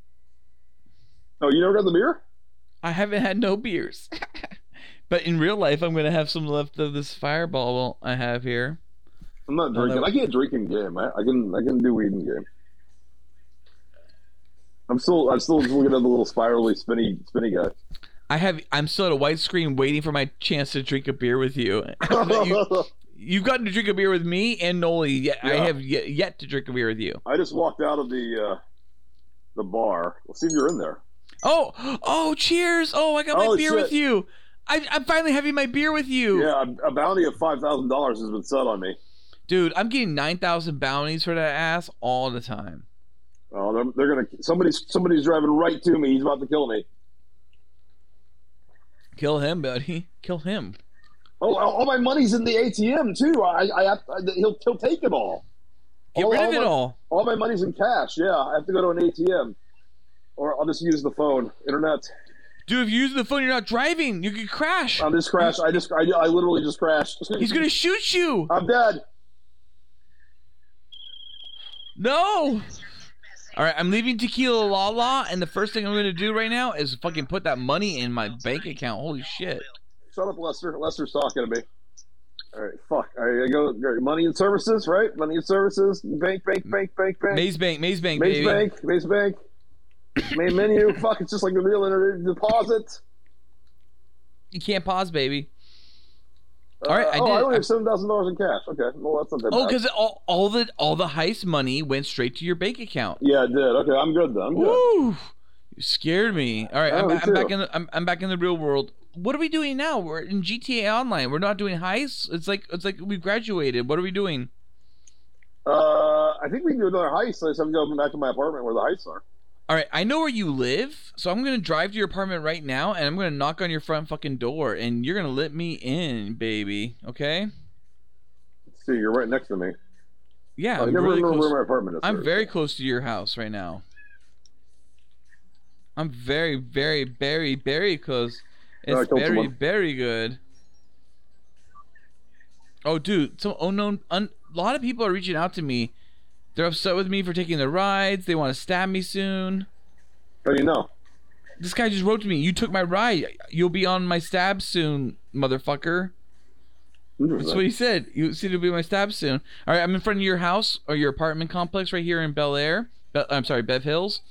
S4: Oh, you never got the beer?
S7: I haven't had no beers. <laughs> but in real life, I'm going to have some left of this fireball I have here.
S4: I'm not
S7: No,
S4: drinking.
S7: no.
S4: I can't drink in game. I, I can I can do weed in game. I'm still I'm still just looking at the little spirally spinny spinny guy.
S7: I have I'm still at a white screen waiting for my chance to drink a beer
S4: <laughs>
S7: with you. you you've gotten to drink a beer with me and Noli. Yet I
S4: Yeah.
S7: have yet, yet to drink a beer with you.
S4: I just walked out of the uh, the bar. Let's see if you're in there.
S7: Oh, oh, cheers. Oh, I got my
S4: Oh,
S7: beer
S4: shit.
S7: with you. I, I'm finally having my beer with you.
S4: Yeah, a, a bounty of five thousand dollars has been set on me.
S7: Dude, I'm getting 9,000 bounties for that ass all the time.
S4: Oh, they're, they're gonna somebody's somebody's driving right to me. He's about to kill me.
S7: Kill him, buddy. <laughs> Kill him.
S4: Oh, all all my money's in the ATM too. I, I, have, I he'll he'll take it all.
S7: Get
S4: All-
S7: rid of
S4: all
S7: it
S4: my-
S7: all.
S4: All my money's in cash. Yeah, I have to go to an ATM, or I'll just use the phone, internet.
S7: Dude, if you use the phone, you're not driving. You could crash.
S4: I just crashed. I just I, I literally just crashed. <laughs>
S7: He's going to shoot you.
S4: I'm dead.
S7: No. All right, I'm leaving Tequila La La, and the first thing I'm going to do right now is fucking put that money in my bank account. Holy shit.
S4: Shut up, Lester. Lester's talking to me. All right, fuck. All right, I go. all right, money and services, right? Money and services. Bank, bank, bank, bank, bank.
S7: Maze Bank, Maze Bank,
S4: Maze
S7: baby.
S4: bank, maze
S7: <coughs>
S4: bank. Main menu. Fuck, it's just like the meal and deposit.
S7: You can't pause, baby. All right, I
S4: oh,
S7: did.
S4: I only
S7: I-
S4: have seven thousand dollars in cash. Okay, well that's not that
S7: Oh,
S4: bad.
S7: because all, all the all the heist money went straight to your bank account.
S4: yeah, I did. Okay, I'm good then. I'm good.
S7: Woo! You scared me. All right,
S4: Oh,
S7: I'm,
S4: me
S7: ba- I'm back
S4: too.
S7: in. The, I'm, I'm back in the real world. What are we doing now? We're in GTA Online. We're not doing heists. It's like it's like we graduated. What are we doing?
S4: Uh, I think we can do another heist. I just have to go back to my apartment where the heists are.
S7: All right, I know where you live, so I'm gonna drive to your apartment right now, and I'm gonna knock on your front fucking door, and you're gonna let me in, baby. Okay?
S4: See, you're right next to me.
S7: Yeah,
S4: I
S7: I'm
S4: Oh, never
S7: really
S4: remember
S7: close.
S4: where my apartment is.
S7: I'm
S4: sir.
S7: very close to your house right now. I'm very, very, very, very close.
S4: No, I
S7: It's
S4: killed
S7: very,
S4: someone.
S7: very good. Oh, dude, some unknown. A lot of people are reaching out to me. They're upset with me for taking the rides. They want to stab me soon.
S4: How do Oh, you know?
S7: This guy just wrote to me. You took my ride. You'll be on my stab soon, motherfucker. That's what
S4: Interesting.
S7: he said. You said it'll be my stab soon. All right, I'm in front of your house or your apartment complex right here in Bel Air. Be- I'm sorry, Bev Hills.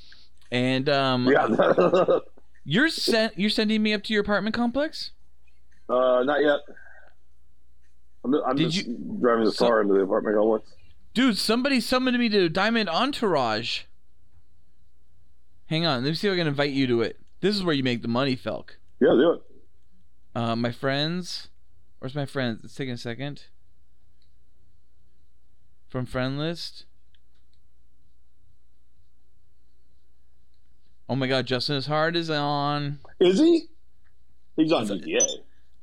S7: And
S4: <laughs>
S7: um,
S4: Yeah. <laughs>
S7: you're sent. You're sending me up to your apartment complex.
S4: uh, not yet. I'm, I'm
S7: Did
S4: just driving the
S7: So-
S4: car into the apartment complex.
S7: Dude, somebody summoned me to Diamond Entourage. Hang on, let me see if I can invite you to it. This is where you make the money, Felk.
S4: Yeah, do it.
S7: Uh, my friends, where's my friends? It's taking a second. From friend list. Oh my God, Justin is hard is on.
S4: Is he? He's on GTA.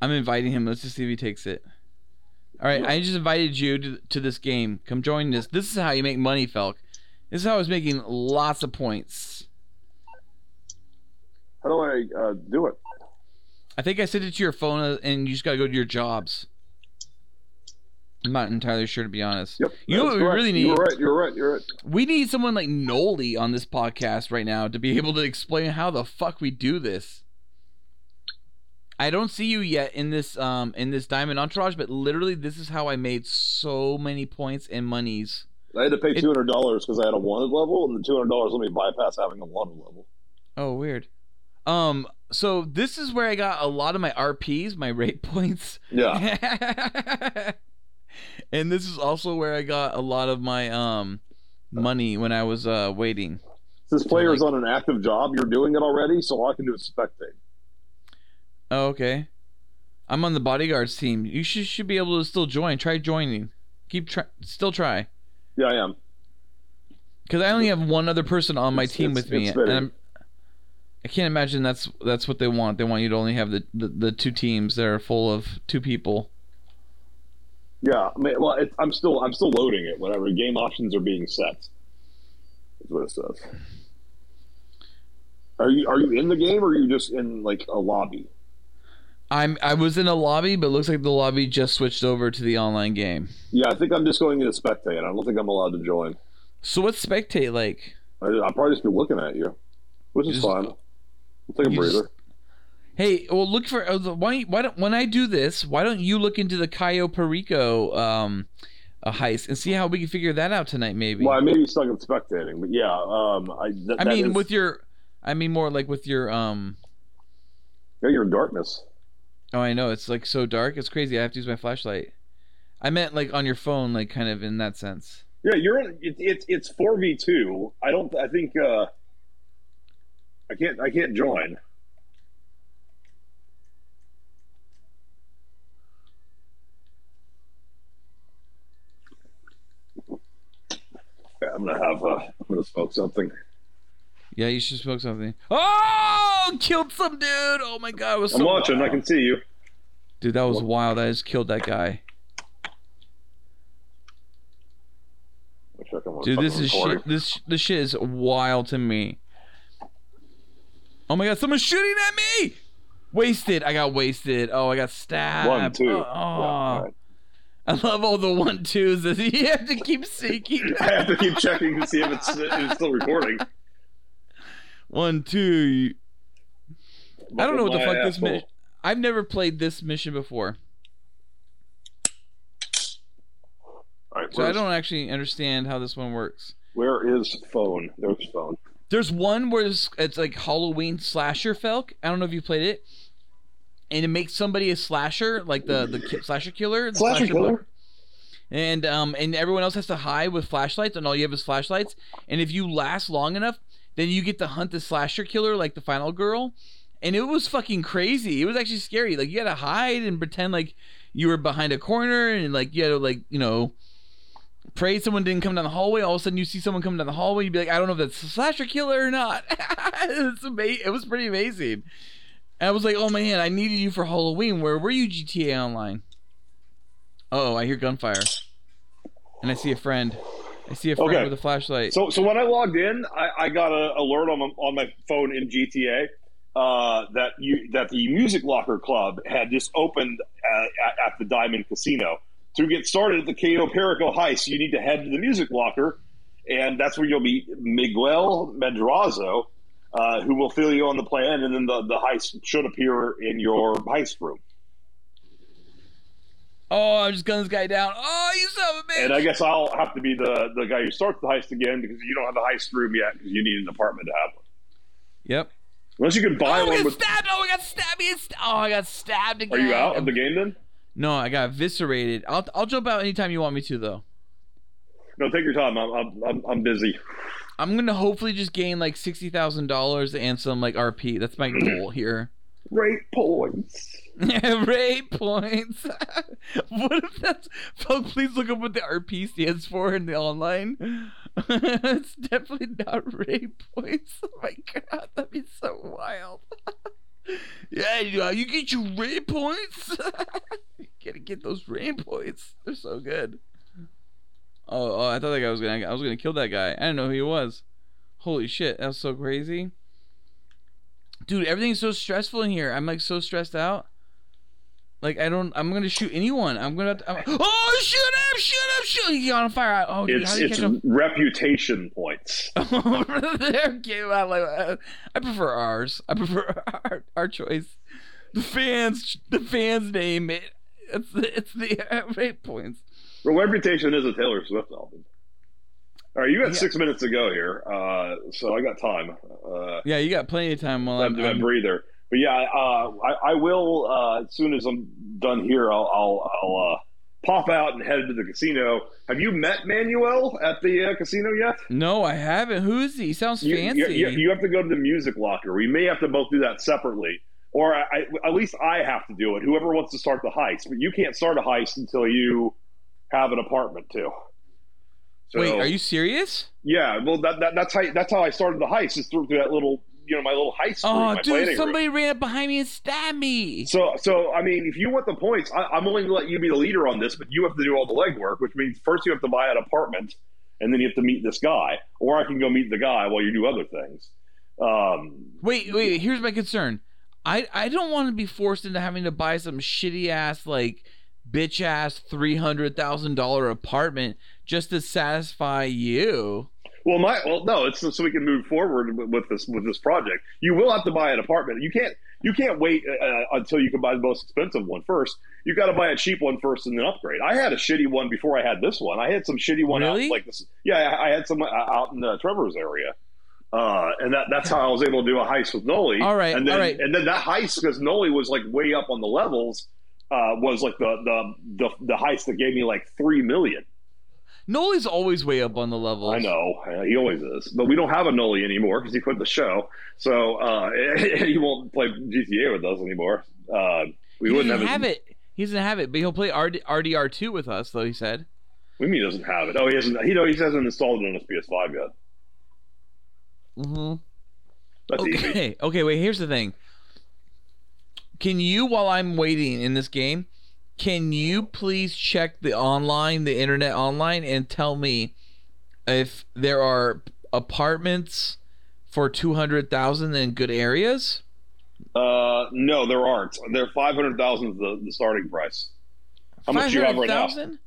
S7: I'm inviting him. Let's just see if he takes it. All right, I just invited you to, to this game. Come join this. This is how you make money, Felk. This is how I was making lots of points.
S4: How do I uh, do it?
S7: I think I sent it to your phone, uh, and you just gotta go to your jobs. I'm not entirely sure to be honest.
S4: Yep.
S7: You know
S4: that's
S7: what we
S4: correct.
S7: really
S4: You're
S7: need?
S4: right. You're right. You're right.
S7: We need someone like Noli on this podcast right now to be able to explain how the fuck we do this. I don't see you yet in this um in this diamond entourage, but literally this is how I made so many points and monies.
S4: I had to pay
S7: It-
S4: two hundred dollars because I had a wanted level, and the two hundred dollars let me bypass having a wanted level.
S7: Oh, weird. Um, so this is where I got a lot of my RPs, my rate <laughs> points.
S4: Yeah.
S7: and this is also where I got a lot of my um money when I was uh waiting.
S4: Since player's on an active job, you're doing it already, so all I can do is spectate.
S7: Oh, okay. I'm on the bodyguards team. You should should be able to still join. Try joining. Keep try still try.
S4: Yeah, I am.
S7: Cuz I only have one other person on my
S4: It's-
S7: team
S4: it's-
S7: with me
S4: it's
S7: and
S4: better.
S7: I'm I can't imagine that's that's what they want. They want you to only have the, the, the two teams that are full of two people.
S4: Yeah, I mean, well, it, I'm still I'm still loading it. Whatever game options are being set. Is what it says. Are you are you in the game or are you just in like a lobby?
S7: I'm I was in a lobby, but it looks like the lobby just switched over to the online game.
S4: Yeah, I think I'm just going in to spectate. I don't think I'm allowed to join.
S7: So what's spectate like?
S4: I, I'll probably just be looking at you, which is
S7: Just-
S4: fine. I'll take a
S7: you
S4: breather.
S7: just- Hey, well look for uh, the- why why don't when I do this, why don't you look into the Cayo Perico um uh heist and see how we can figure that out tonight maybe.
S4: Well, I may be stuck in spectating, but yeah, um, I. Th-
S7: I
S4: that
S7: mean,
S4: is-
S7: with your, I mean more like with your um.
S4: yeah, you're in darkness.
S7: Oh, I know it's like so dark. It's crazy. I have to use my flashlight. I meant like on your phone, like kind of in that sense.
S4: Yeah, you're in. It's it's it's four v two. I don't. I think. uh I can't. I can't join. Yeah, I'm gonna have. Uh, I'm gonna smoke something.
S7: Yeah, you should smoke something. Oh, killed some dude. Oh my god, it was so.
S4: I'm watching. I
S7: wild.
S4: can see you.
S7: Dude, that was wild. I just killed that guy.
S4: Wish I could-
S7: Dude, this
S4: fucking
S7: is
S4: recording.
S7: shit. This this shit is wild to me. Oh my god, someone's shooting at me. Wasted. I got wasted. Oh, I got stabbed.
S4: One, two.
S7: Oh.
S4: Yeah, all right.
S7: I love all the one twos <laughs> that you have to keep seeking.
S4: <laughs> I have to keep checking to see if it's, if it's still recording.
S7: One two. I don't know what the
S4: My
S7: fuck this
S4: asshole.
S7: mission. I've never played this mission before,
S4: All right,
S7: so I
S4: where's-
S7: don't actually understand how this one works.
S4: Where is phone? There's phone.
S7: There's one where it's, it's like Halloween slasher felk. I don't know if you played it, and it makes somebody a slasher, like the the ki- slasher killer. the
S4: Slasher killer?
S7: killer. And um and everyone else has to hide with flashlights, and all you have is flashlights. And if you last long enough, then you get to hunt the slasher killer, like the final girl. And it was fucking crazy. It was actually scary. Like you had to hide and pretend like you were behind a corner, and like you had to like you know pray someone didn't come down the hallway. All of a sudden, you see someone come down the hallway. You'd be like, I don't know if that's a slasher killer or not. <laughs> it's ama- It was pretty amazing. And I was like, oh man, I needed you for Halloween. Where were you, GTA Online? Oh, I hear gunfire, and I see a friend. I see a friend
S4: Okay.
S7: with a flashlight.
S4: So, so when I logged in, I, I got an alert on my, on my phone in GTA uh, that you that the Music Locker Club had just opened uh, at, at the Diamond Casino. To get started at the Cato Perico heist, you need to head to the Music Locker, and that's where you'll meet Miguel Medrazo, uh, who will fill you on the plan, and then the, the heist should appear in your heist room.
S7: oh, I'm just gunning this guy down. Oh, you son of a bitch!
S4: And I guess I'll have to be the, the guy who starts the heist again because you don't have the heist room yet because you need an apartment to have one.
S7: yep.
S4: Unless you can buy
S7: Oh,
S4: one
S7: I got
S4: with.
S7: stabbed! Oh, I got stabbed! Me and st- Oh, I got stabbed again.
S4: Are you out of the game then?
S7: No, I got eviscerated. I'll I'll jump out anytime you want me to, though.
S4: No, take your time. I'm I'm I'm, I'm busy.
S7: I'm gonna hopefully just gain like sixty thousand dollars and some like RP. That's my goal here.
S4: Great
S7: <laughs>
S4: points.
S7: Ray points. <laughs> what if that's? Folk, please look up what the RP stands for in the online. <laughs> it's definitely not Ray points. Oh my god, that'd be so wild. <laughs> yeah, you, you get your Ray points. <laughs> you gotta get those Ray points. They're so good. Oh, oh, I thought that guy was gonna. I was gonna kill that guy. I didn't know who he was. Holy shit, that was so crazy. dude, everything's so stressful in here. I'm like so stressed out. Like I don't. I'm gonna shoot anyone. I'm gonna. I'm, oh, shoot him! Shoot him! Shoot! He got on fire. I- Oh, dude, how
S4: It's
S7: do you
S4: it's
S7: catch him?
S4: reputation points.
S7: <laughs> There came out like uh, I prefer ours. I prefer <laughs> our, our choice. The fans, the fans name it. It's the, it's the uh, rate points.
S4: Well, reputation is a Taylor Swift album. All right, you got six minutes to go here, uh, so I got time. Uh,
S7: Yeah, you got plenty of time while
S4: I'm,
S7: I'm.
S4: I'm
S7: I'm
S4: breather. But yeah, uh, I, I will. Uh, as soon as I'm done here, I'll, I'll, I'll uh, pop out and head to the casino. Have you met Manuel at the uh, casino yet?
S7: no, I haven't. Who is he? He Sounds
S4: You,
S7: fancy.
S4: You, you, you have to go to the music locker. We may have to both do that separately, or I, I, at least I have to do it. Whoever wants to start the heist, but you can't start a heist until you have an apartment too. So,
S7: Wait, are you serious?
S4: Yeah, well, that, that, that's how that's how I started the heist is through, through that little you know my little heist. room,
S7: Oh,
S4: my planning
S7: dude,
S4: room.
S7: somebody ran up behind me and stabbed me.
S4: So, so I mean, if you want the points, I, I'm willing to let you be the leader on this, but you have to do all the legwork, which means first you have to buy an apartment, and then you have to meet this guy, or I can go meet the guy while you do other things. Um,
S7: Wait, wait. Here's my concern. I I don't want to be forced into having to buy some shitty ass like bitch ass three hundred thousand dollar apartment just to satisfy you.
S4: well, my well, no, it's so we can move forward with, with this with this project. You will have to buy an apartment. You can't you can't wait uh, until you can buy the most expensive one first. You got to buy a cheap one first and then upgrade. I had a shitty one before I had this one. I had some shitty one
S7: Really?
S4: out like this. Yeah, I, I had some uh, out in uh, Trevor's area. Uh, and that, that's how I was able to do a heist with Noli.
S7: All right,
S4: and then,
S7: all right.
S4: And then that heist, because Noli was like way up on the levels, uh, was like the, the the the heist that gave me like three million.
S7: Noli's always way up on the levels.
S4: I know uh, he always is, but we don't have a Noli anymore because he quit the show, so uh, <laughs> he won't play GTA with us anymore. Uh, we
S7: He
S4: wouldn't
S7: doesn't
S4: have,
S7: have
S4: his-
S7: it. He doesn't have it, but he'll play RD, RDR2 with us, though, he said.
S4: We mean he doesn't have it. Oh, he hasn't. He no, he hasn't installed it on his PS5 yet.
S7: Mm-hmm.
S4: <laughs> That's easy.
S7: Okay, okay, wait, here's the thing. Can you, while I'm waiting in this game, can you please check the online, the internet online, and tell me if there are apartments for 200,000 in good areas?
S4: Uh, no, there aren't. They're five hundred thousand the, the starting price. How much do you have right now?
S7: 500,000?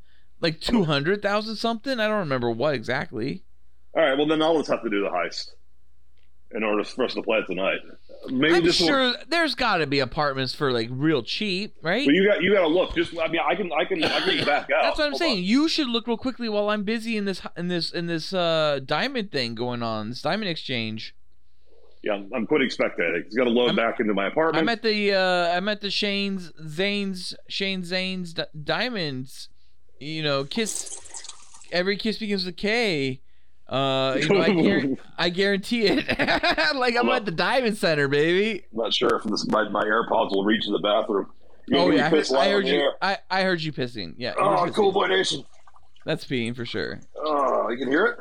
S7: Like 200,000 something? I don't remember what exactly.
S4: All right, well then I'll just have to do the heist in order for us to play it tonight. Maybe
S7: I'm
S4: this will-
S7: sure there's got to be apartments for like real cheap, right?
S4: But you got you got to look. Just I mean, I can I can I
S7: <laughs>
S4: can back out.
S7: That's what I'm
S4: Hold
S7: saying.
S4: on.
S7: You should look real quickly while I'm busy in this in this in this uh, diamond thing going on, this diamond exchange.
S4: Yeah, I'm, I'm quitting spectating. It's got to load
S7: I'm-
S4: back into my apartment.
S7: I'm at the uh, I'm at the Shane's Zane's Shane Zane's di- diamonds. You know, kiss. Every kiss begins with K. Uh, you know,
S4: <laughs>
S7: I, guar- I guarantee it. <laughs> like I'm
S4: Well-
S7: at the diamond center, baby.
S4: I'm not sure if this, my my AirPods will reach the bathroom. You
S7: Oh
S4: hear me
S7: yeah, I heard,
S4: piss loud
S7: I
S4: in
S7: heard
S4: the
S7: you.
S4: air.
S7: I, I heard you pissing. Yeah. I heard
S4: Oh,
S7: pissing.
S4: cool boy nation.
S7: That's peeing for sure.
S4: Oh, you can hear it.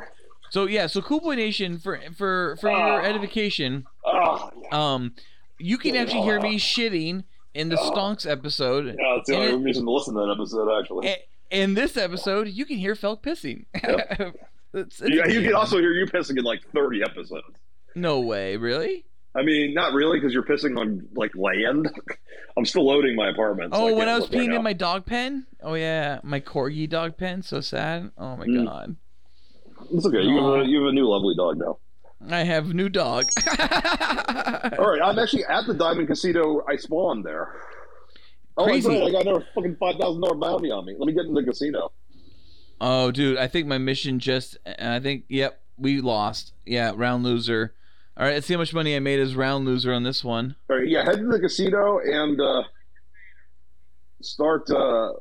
S7: So yeah, so Cool Boy Nation for for for
S4: Ah.
S7: your edification,
S4: Oh,
S7: um, you can actually hear me shitting in the Stonks episode.
S4: yeah, that's the
S7: And
S4: only
S7: it-
S4: reason to listen to that episode actually.
S7: A- In this episode, you can hear Felk pissing. <laughs> It's- it's
S4: yeah, you
S7: amazing.
S4: can also hear you pissing in like 30 episodes.
S7: No way, really?
S4: I mean, not really, because you're pissing on like land. <laughs> I'm still loading my apartment. so
S7: Oh, when
S4: can't
S7: I was
S4: look right
S7: peeing
S4: now.
S7: in my dog pen. Oh yeah, my corgi dog pen. So sad. Oh my
S4: Mm.
S7: god,
S4: It's okay. You have, a, you have a new lovely dog now.
S7: I have new dog. <laughs>
S4: All right, I'm actually at the Diamond Casino. I spawned there. Oh,
S7: Crazy.
S4: Great, I got another fucking five thousand dollar bounty on me. Let me get in the casino.
S7: Oh, dude, I think my mission just. I think, yep, we lost. Yeah, round loser. All right, let's see how much money I made as round loser on this one.
S4: All right, yeah, head to the casino and uh, start uh,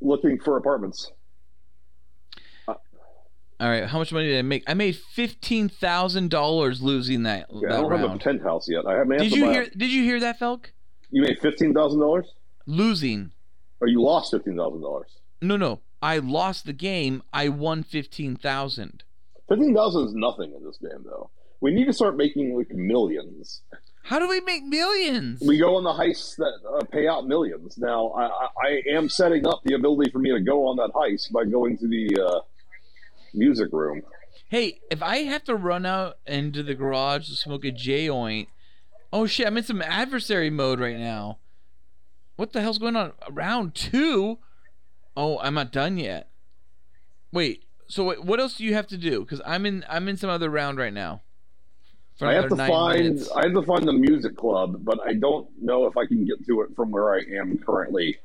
S4: looking for apartments.
S7: All right, how much money did I make? I made fifteen thousand dollars losing that,
S4: Yeah, I
S7: that
S4: don't have a
S7: round.
S4: penthouse yet. I haven't.
S7: Did you hear? Did you hear that, Felk?
S4: You made fifteen thousand dollars,
S7: Losing.
S4: or you lost fifteen thousand dollars?
S7: No, no, I lost the game. I won fifteen thousand.
S4: Fifteen thousand is nothing in this game, though. We need to start making like millions.
S7: How do we make millions?
S4: We go on the heists that uh, pay out millions. Now, I, I, I am setting up the ability for me to go on that heist by going to the uh, music room.
S7: hey, if I have to run out into the garage to smoke a J oint, Oh shit, I'm in some adversary mode right now. What the hell's going on? Round two? Oh, I'm not done yet. Wait. So wait, what else do you have to do? Because I'm in I'm in some other round right now. For
S4: I have
S7: another
S4: to
S7: nine
S4: find
S7: minutes.
S4: I have to find the music club, but I don't know if I can get to it from where I am currently.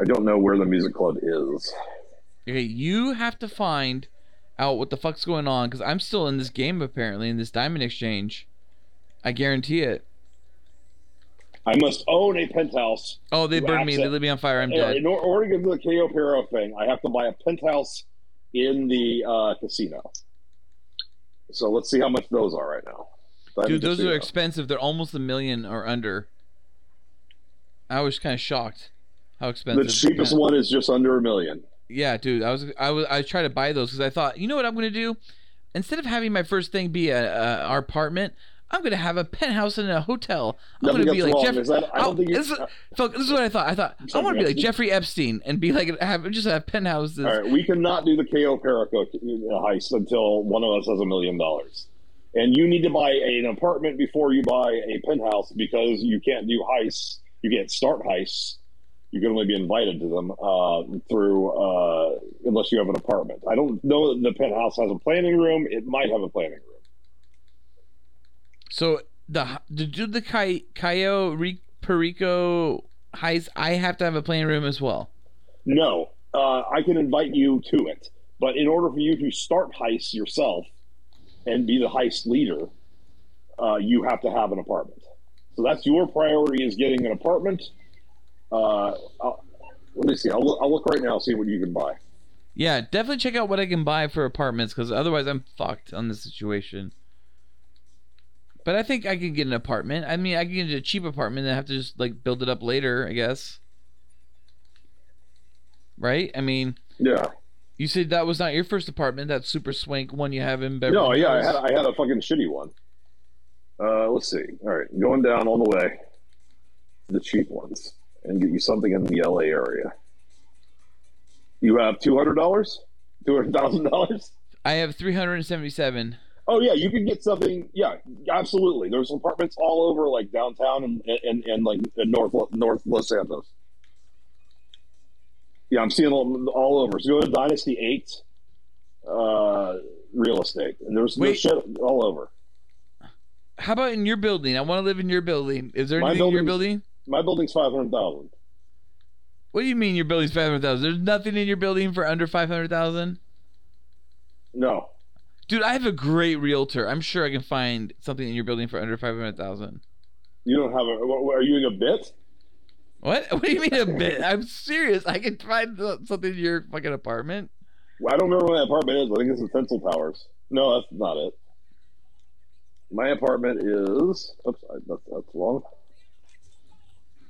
S4: I don't know where the music club is.
S7: Okay, you have to find out what the fuck's going on because I'm still in this game apparently in this diamond exchange. I guarantee it.
S4: I must own a penthouse.
S7: Oh, they
S4: You
S7: burned me.
S4: absent-
S7: They lit me on fire. I'm
S4: Yeah,
S7: dead.
S4: in or- order to get the KO Paro thing, I have to buy a penthouse in the uh, casino. So let's see how much those are right now. Diamond
S7: Dude, those are
S4: Casino.
S7: expensive. They're almost a million or under. I was kind of shocked how
S4: the
S7: expensive.
S4: cheapest
S7: yeah.
S4: one is just under a million.
S7: Yeah, dude. I was I was I tried to buy those because I thought, you know what I'm gonna do? Instead of having my first thing be a, a our apartment, I'm gonna have a penthouse in a hotel. I'm
S4: Nothing
S7: gonna be
S4: that's
S7: like
S4: wrong.
S7: Jeff.
S4: Is that- I don't
S7: Oh,
S4: think you-
S7: this, is, fuck, this is what I thought. I thought I want to be like Jeffrey Epstein and be like have just have penthouses.
S4: All right, we cannot do the KO Perico uh, heist until one of us has a million dollars. And you need to buy an apartment before you buy a penthouse because you can't do heists. You can't start heists. You can only be invited to them uh, through uh, unless you have an apartment. I don't know that the penthouse has a planning room. It might have a planning room.
S7: So the to do the Kai Cayo Re- Perico heist, I have to have a playing room as well.
S4: No, uh, I can invite you to it, but in order for you to start heists yourself and be the heist leader, uh, you have to have an apartment. So that's your priority is getting an apartment. Uh, I'll, let me see. I'll, look- I'll look right now. See what you can buy.
S7: Yeah, definitely check out what I can buy for apartments because otherwise I'm fucked on this situation. But I think I could get an apartment. I mean, I can get a cheap apartment and I have to just like build it up later, I guess. Right? I mean,
S4: Yeah.
S7: you said that was not your first apartment, that super swank one you have in Beverly.
S4: No. Yeah. I
S7: Hills.
S4: had, I had a fucking shitty one. Uh, let's see. All right, going down all the way to the cheap ones and get you something in the LA area. You have two hundred dollars, two hundred thousand dollars.
S7: I have 377.
S4: Oh yeah, you can get something. Yeah, absolutely. There's apartments all over, like downtown and and, and like in north north Los Santos. Yeah, I'm seeing all, all over. So go to Dynasty Eight uh, Real Estate, and there's, there's
S7: Wait.
S4: shit all over.
S7: How about in your building? I want to live in your building. Is there
S4: My
S7: anything in your
S4: building-
S7: building?
S4: My building's five hundred thousand.
S7: What do you mean your building's 500,000? There's nothing in your building for under 500,000?
S4: No,
S7: Dude, I have a great realtor. I'm sure I can find something in your building for under five hundred thousand.
S4: you don't have a. wh- wh- Are you in a bit?
S7: What? <laughs> What do you mean a bit? I'm serious. I can find something in your fucking apartment.
S4: I don't remember what my apartment is. I think it's in Tinsel Towers. No, that's not it. My apartment is. Oops, I, that's, that's wrong.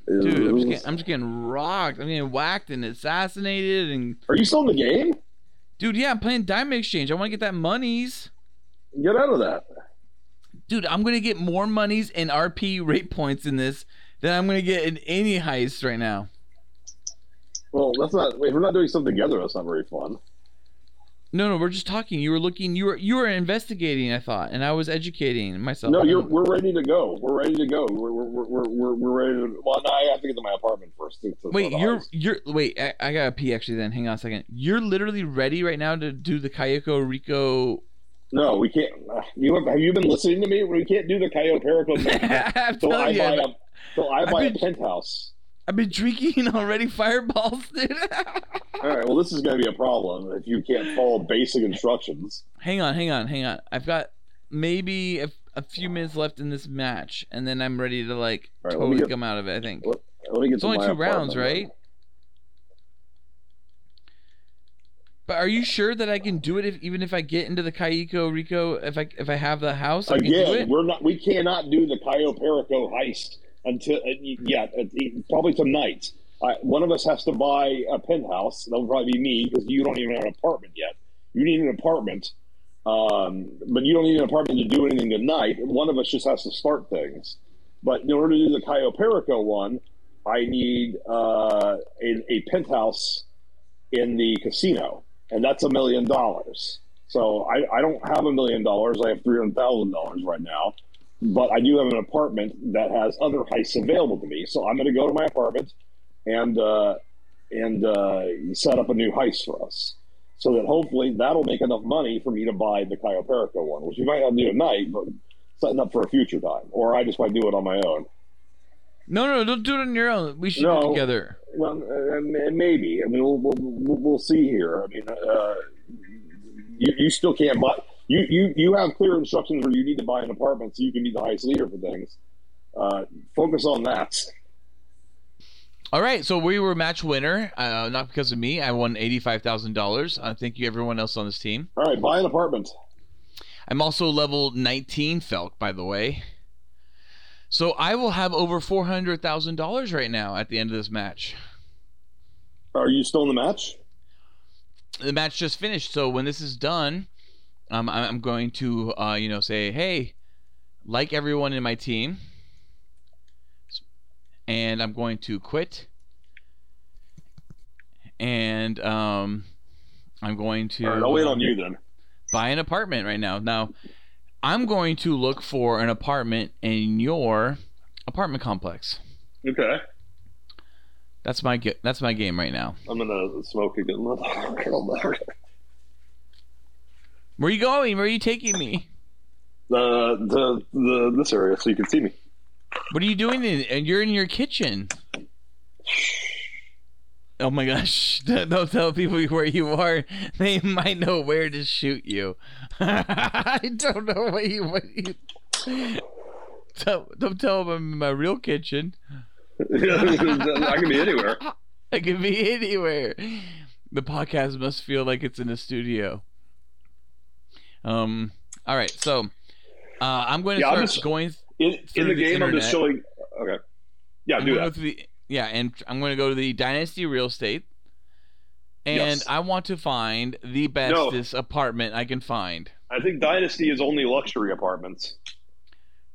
S7: Dude, I'm just,
S4: Is-
S7: getting, I'm just getting rocked. I'm getting whacked and assassinated. And
S4: Are you still in the game?
S7: dude, yeah, I'm playing Diamond Exchange. I want to get that monies.
S4: Get out of that.
S7: Dude, I'm gonna get more monies and RP rate points in this than I'm gonna get in any heist right now.
S4: Well, that's not. If we're not doing something together, that's not very fun.
S7: No, no, we're just talking. You were looking. You were you were investigating. I thought, and I was educating myself.
S4: No, you're. We're ready to go. We're ready to go. We're we're we're, we're, we're ready to. Well, no, I have to get to my apartment first. to- to-
S7: Wait,
S4: to-
S7: you're you're wait. I, I gotta pee actually. Then hang on a second. You're literally ready right now to do the
S4: <laughs>
S7: Kayako Rico. <laughs>
S4: No, we can't. You have, have you been listening to me? We can't do the Coyote Perico thing.
S7: I'm
S4: So I
S7: telling you,
S4: buy
S7: I've,
S4: a. So I
S7: I've
S4: buy
S7: been-
S4: a penthouse.
S7: I've been drinking <laughs> already fireballs, dude. <laughs>
S4: All right. Well, this is going to be a problem if you can't follow basic instructions.
S7: hang on, hang on, hang on. I've got maybe a, a few minutes left in this match, and then I'm ready to like
S4: All right, let me
S7: totally
S4: get-
S7: come out of it. I think
S4: Let- Let me get
S7: it's
S4: to
S7: only
S4: my
S7: two rounds,
S4: apartment.
S7: right? But are you sure that I can do it? If, even if I get into the Kayako Rico, if I if I have the house, I can do it.
S4: Again, we're not. We cannot do the Coyote Perico heist until uh, yeah, uh, probably tonight. I, one of us has to buy a penthouse. That'll probably be me because you don't even have an apartment yet. You need an apartment, um, but you don't need an apartment to do anything tonight. One of us just has to start things. But in order to do the Coyote Perico one, I need uh, a, a penthouse in the casino, and that's a million dollars. So I, I don't have a million dollars. I have three hundred thousand dollars right now. But I do have an apartment that has other heists available to me, so I'm going to go to my apartment and uh, and uh, set up a new heist for us, so that hopefully that'll make enough money for me to buy the Cayo Perico one, which we might not do tonight, but setting up for a future time, or I just might do it on my own.
S7: No, no, don't do it on your own. We should do
S4: No.
S7: it together.
S4: Well, uh, m- maybe. I mean, we'll, we'll, we'll we'll see here. I mean, uh, you, you still can't buy. You, you you have clear instructions where you need to buy an apartment so you can be the highest leader for things. Uh, focus on that.
S7: All right, so we were match winner, uh, not because of me. I won eighty-five thousand dollars. Uh, thank you, everyone else on this team.
S4: All right, buy an apartment.
S7: I'm also level nineteen, Felk, by the way. So I will have over four hundred thousand dollars right now at the end of this match.
S4: Are you still in the match?
S7: The match just finished, so when this is done, um, I- I'm going to, uh, you know, say, hey, like everyone in my team, and I'm going to quit, and um, I'm going to.
S4: All right, I'll wait on you then.
S7: buy an apartment right now. Now, I'm going to look for an apartment in your apartment complex.
S4: Okay.
S7: That's my ge- that's my game right now.
S4: I'm gonna smoke a good <laughs> little.
S7: Where are you going? Where are you taking me?
S4: The, the the this area so you can see me.
S7: What are you doing? In, and you're in your kitchen. Oh my gosh! <laughs> Don't don't tell people where you are. They might know where to shoot you. <laughs> I don't know what you. What you <laughs> tell, don't tell them I'm in my real kitchen.
S4: <laughs> I can be anywhere.
S7: I could be anywhere. The podcast must feel like it's in a studio. Um. All right. So, uh, I'm going to
S4: Yeah, I'm
S7: start
S4: just-
S7: going.
S4: In,
S7: Through
S4: in the
S7: the
S4: game, I'm
S7: internet.
S4: just showing. Okay. Yeah,
S7: I'm
S4: do
S7: gonna
S4: that.
S7: go through the- yeah, and tr- I'm going to go to the Dynasty Real Estate, and
S4: Yes.
S7: I want to find the bestest apartment I can find.
S4: I think Dynasty is only luxury apartments.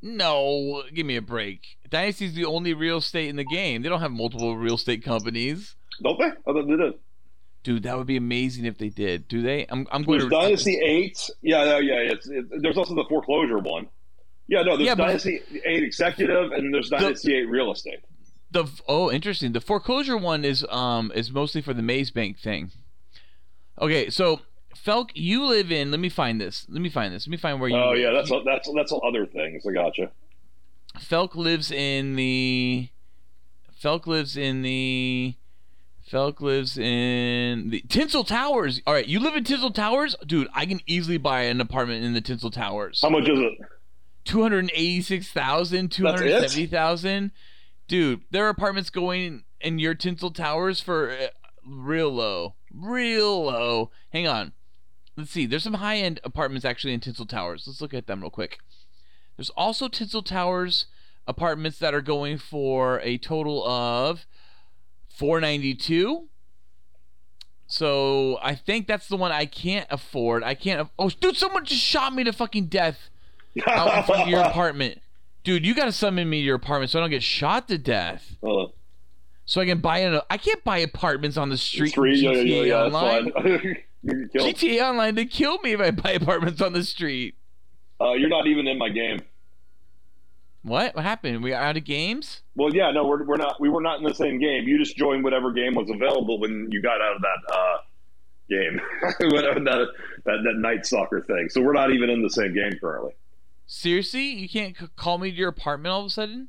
S7: No, give me a break. Dynasty's the only real estate in the game. They don't have multiple real estate companies.
S4: Don't they? Oh, they do.
S7: Dude, that would be amazing if they did. Do they? I'm, I'm going
S4: There's
S7: to
S4: Dynasty 8. Yeah, no, yeah, it's, it, there's also the foreclosure one. Yeah, no, there's
S7: Yeah, but-
S4: Dynasty 8 Executive and there's Dynasty 8 Real Estate.
S7: The oh, interesting. The foreclosure one is um is mostly for the Maze Bank thing. Okay, so Felk, you live in. Let me find this. Let me find this. Let me find where you.
S4: Oh,
S7: live.
S4: yeah, that's that's that's other things. I gotcha.
S7: Felk lives in the. Felk lives in the. Felk lives in the Tinsel Towers. All right, you live in Tinsel Towers, dude. I can easily buy an apartment in the Tinsel Towers.
S4: How much is it?
S7: Two hundred eighty-six thousand, two hundred seventy thousand. Dude, there are apartments going in your tinsel towers for uh, real low, real low. Hang on, let's see. There's some high-end apartments actually in tinsel towers. Let's look at them real quick. There's also tinsel towers apartments that are going for a total of four ninety-two. So I think that's the one I can't afford. I can't. aff- Oh, dude, someone just shot me to fucking death out in front
S4: <laughs>
S7: of your apartment. Dude, you gotta summon me to your apartment so I don't get shot to death.
S4: Oh,
S7: So I can buy an. I can't buy apartments on the street. in
S4: three. Yeah,
S7: GTA
S4: yeah, yeah, yeah.
S7: Online.
S4: That's fine. <laughs> you're, killed.
S7: GTA Online, they kill me if I <laughs> buy apartments on the street.
S4: Uh, you're not even in my game.
S7: What? What happened? We are out of games?
S4: Well, yeah, no, we're, we're not. We were not in the same game. You just joined whatever game was available when you got out of that uh, game, <laughs> whatever that, that that night soccer thing. So we're not even in the same game currently.
S7: Seriously? You can't c- call me to your apartment all of a sudden?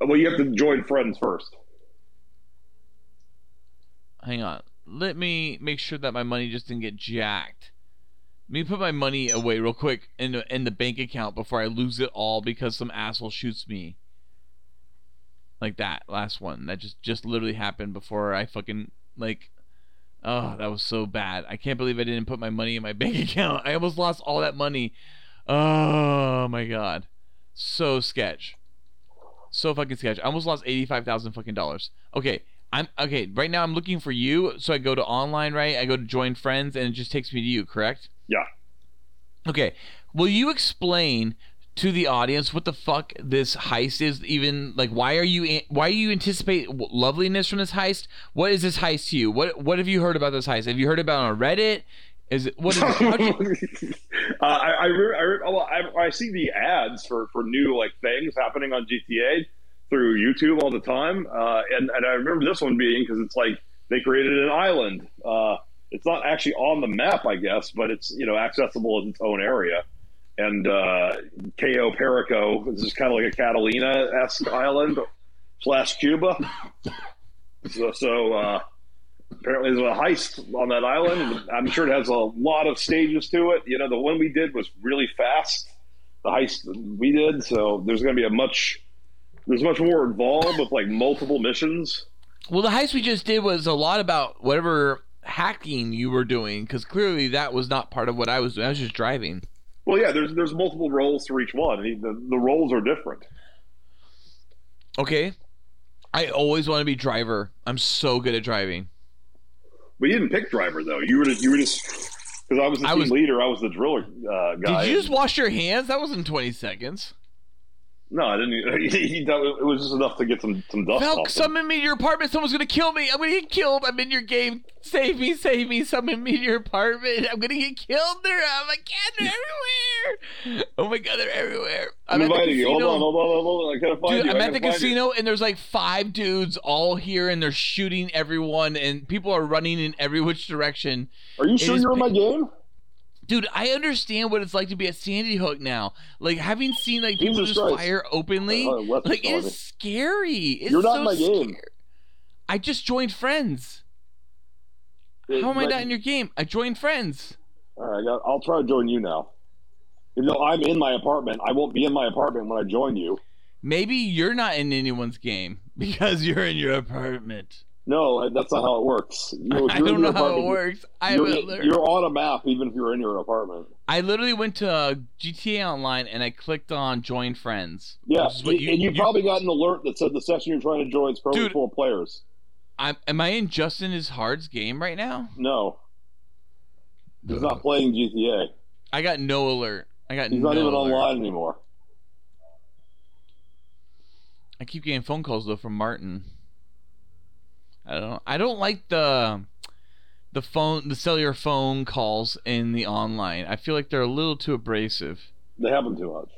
S4: Well, you have to join friends first.
S7: Hang on. Let me make sure that my money just didn't get jacked. Let me put my money away real quick in the, in the bank account before I lose it all because some asshole shoots me. Like that last one. That just just literally happened before I fucking like Oh, that was so bad. I can't believe I didn't put my money in my <laughs> bank account. I almost lost all that money. Oh my god. So sketch. So fucking sketch. I almost lost 85,000 fucking dollars. Okay. I'm okay. Right now, I'm looking for you. So I go to online, right? I go to join friends, and it just takes me to you. Correct?
S4: Yeah.
S7: Okay. Will you explain to the audience what the fuck this heist is? Even like, why are you why you anticipate w- loveliness from this heist? What is this heist to you? What What have you heard about this heist? Have you heard about it on Reddit?
S8: Is it what? Is it? How'd you-
S4: <laughs> uh, I I, re- I, re- oh, I I see the ads for for new like things happening on GTA through YouTube all the time, uh, and and I remember this one being because it's like they created an island. Uh, it's not actually on the map, I guess, but it's you know accessible as its own area. And uh, Ko Perico is just kind of like a Catalina esque island slash Cuba. <laughs> So, so uh, apparently there's a heist on that island. I'm sure it has a lot of stages to it. You know, the one we did was really fast. The heist we did, so there's going to be a much there's much more involved with like multiple missions.
S7: Well, the heist we just did was a lot about whatever hacking you were doing, because clearly that was not part of what I was doing. I was just driving.
S4: Well, yeah, there's there's multiple roles for each one. The, the, the roles are different.
S7: Okay. I always want to be driver. I'm so good at driving.
S4: We didn't pick driver though. You were just, you were just because I was the
S7: I
S4: team
S7: was-
S4: leader. I was the driller uh, guy.
S7: Did you just wash your hands? That wasn't 20 seconds.
S4: No, I didn't. <laughs> He, that was- it was just enough to get some some dust <laughs>
S7: Velk,
S4: off. him.
S7: summon me to your apartment. Someone's gonna kill me. I'm gonna get killed. I'm in your game. Save me, save me. Summon me to your apartment. I'm gonna get killed. They're on my cat. They're everywhere. Oh my god, they're everywhere.
S4: I'm,
S7: at the
S4: inviting you. Hold
S7: casino.
S4: on, hold on, hold on. I gotta find
S7: Dude,
S4: you. I
S7: I'm at
S4: gotta
S7: the
S4: find you.
S7: casino and there's like five dudes all here and they're shooting everyone and people are running in every which direction.
S4: Are you sure
S7: is
S4: you're in my game?
S7: Dude, I understand what it's like to be at Sandy Hook now. Like having seen like people
S4: Jesus
S7: just
S4: Christ.
S7: fire openly,
S4: Uh, left
S7: like
S4: on me.
S7: it's scary. It's
S4: You're not
S7: so
S4: in my game.
S7: scary. I just joined friends. How am I
S4: But-
S7: not in your game? I joined friends.
S4: All right, I got, I'll try to join you now. Even though I'm in my apartment, I won't be in my apartment when I join you.
S7: Maybe you're not in anyone's game <laughs> because you're in your apartment.
S4: No, uh, that's not how it works. You,
S7: <laughs> I
S4: you're in
S7: don't know
S4: your
S7: how it
S4: apartment,
S7: works. I
S4: You're,
S7: haven't learned.
S4: you're on a map, even if you're in your apartment.
S7: I literally went to uh, GTA Online and I clicked on Join Friends.
S4: Yeah,
S7: Which is what you-
S4: and you,
S7: you-
S4: probably got an alert that said the session you're trying to join is probably
S7: Dude.
S4: full of players.
S7: I'm, am I in Justin is Hard's game right now?
S4: No, he's not playing GTA.
S7: I got no alert. I got
S4: He's
S7: no
S4: not even
S7: alert.
S4: online anymore.
S7: I keep getting phone calls though from Martin. I don't. I don't like the the phone, the cellular phone calls in the online. I feel like they're a little too abrasive.
S4: They haven't too much.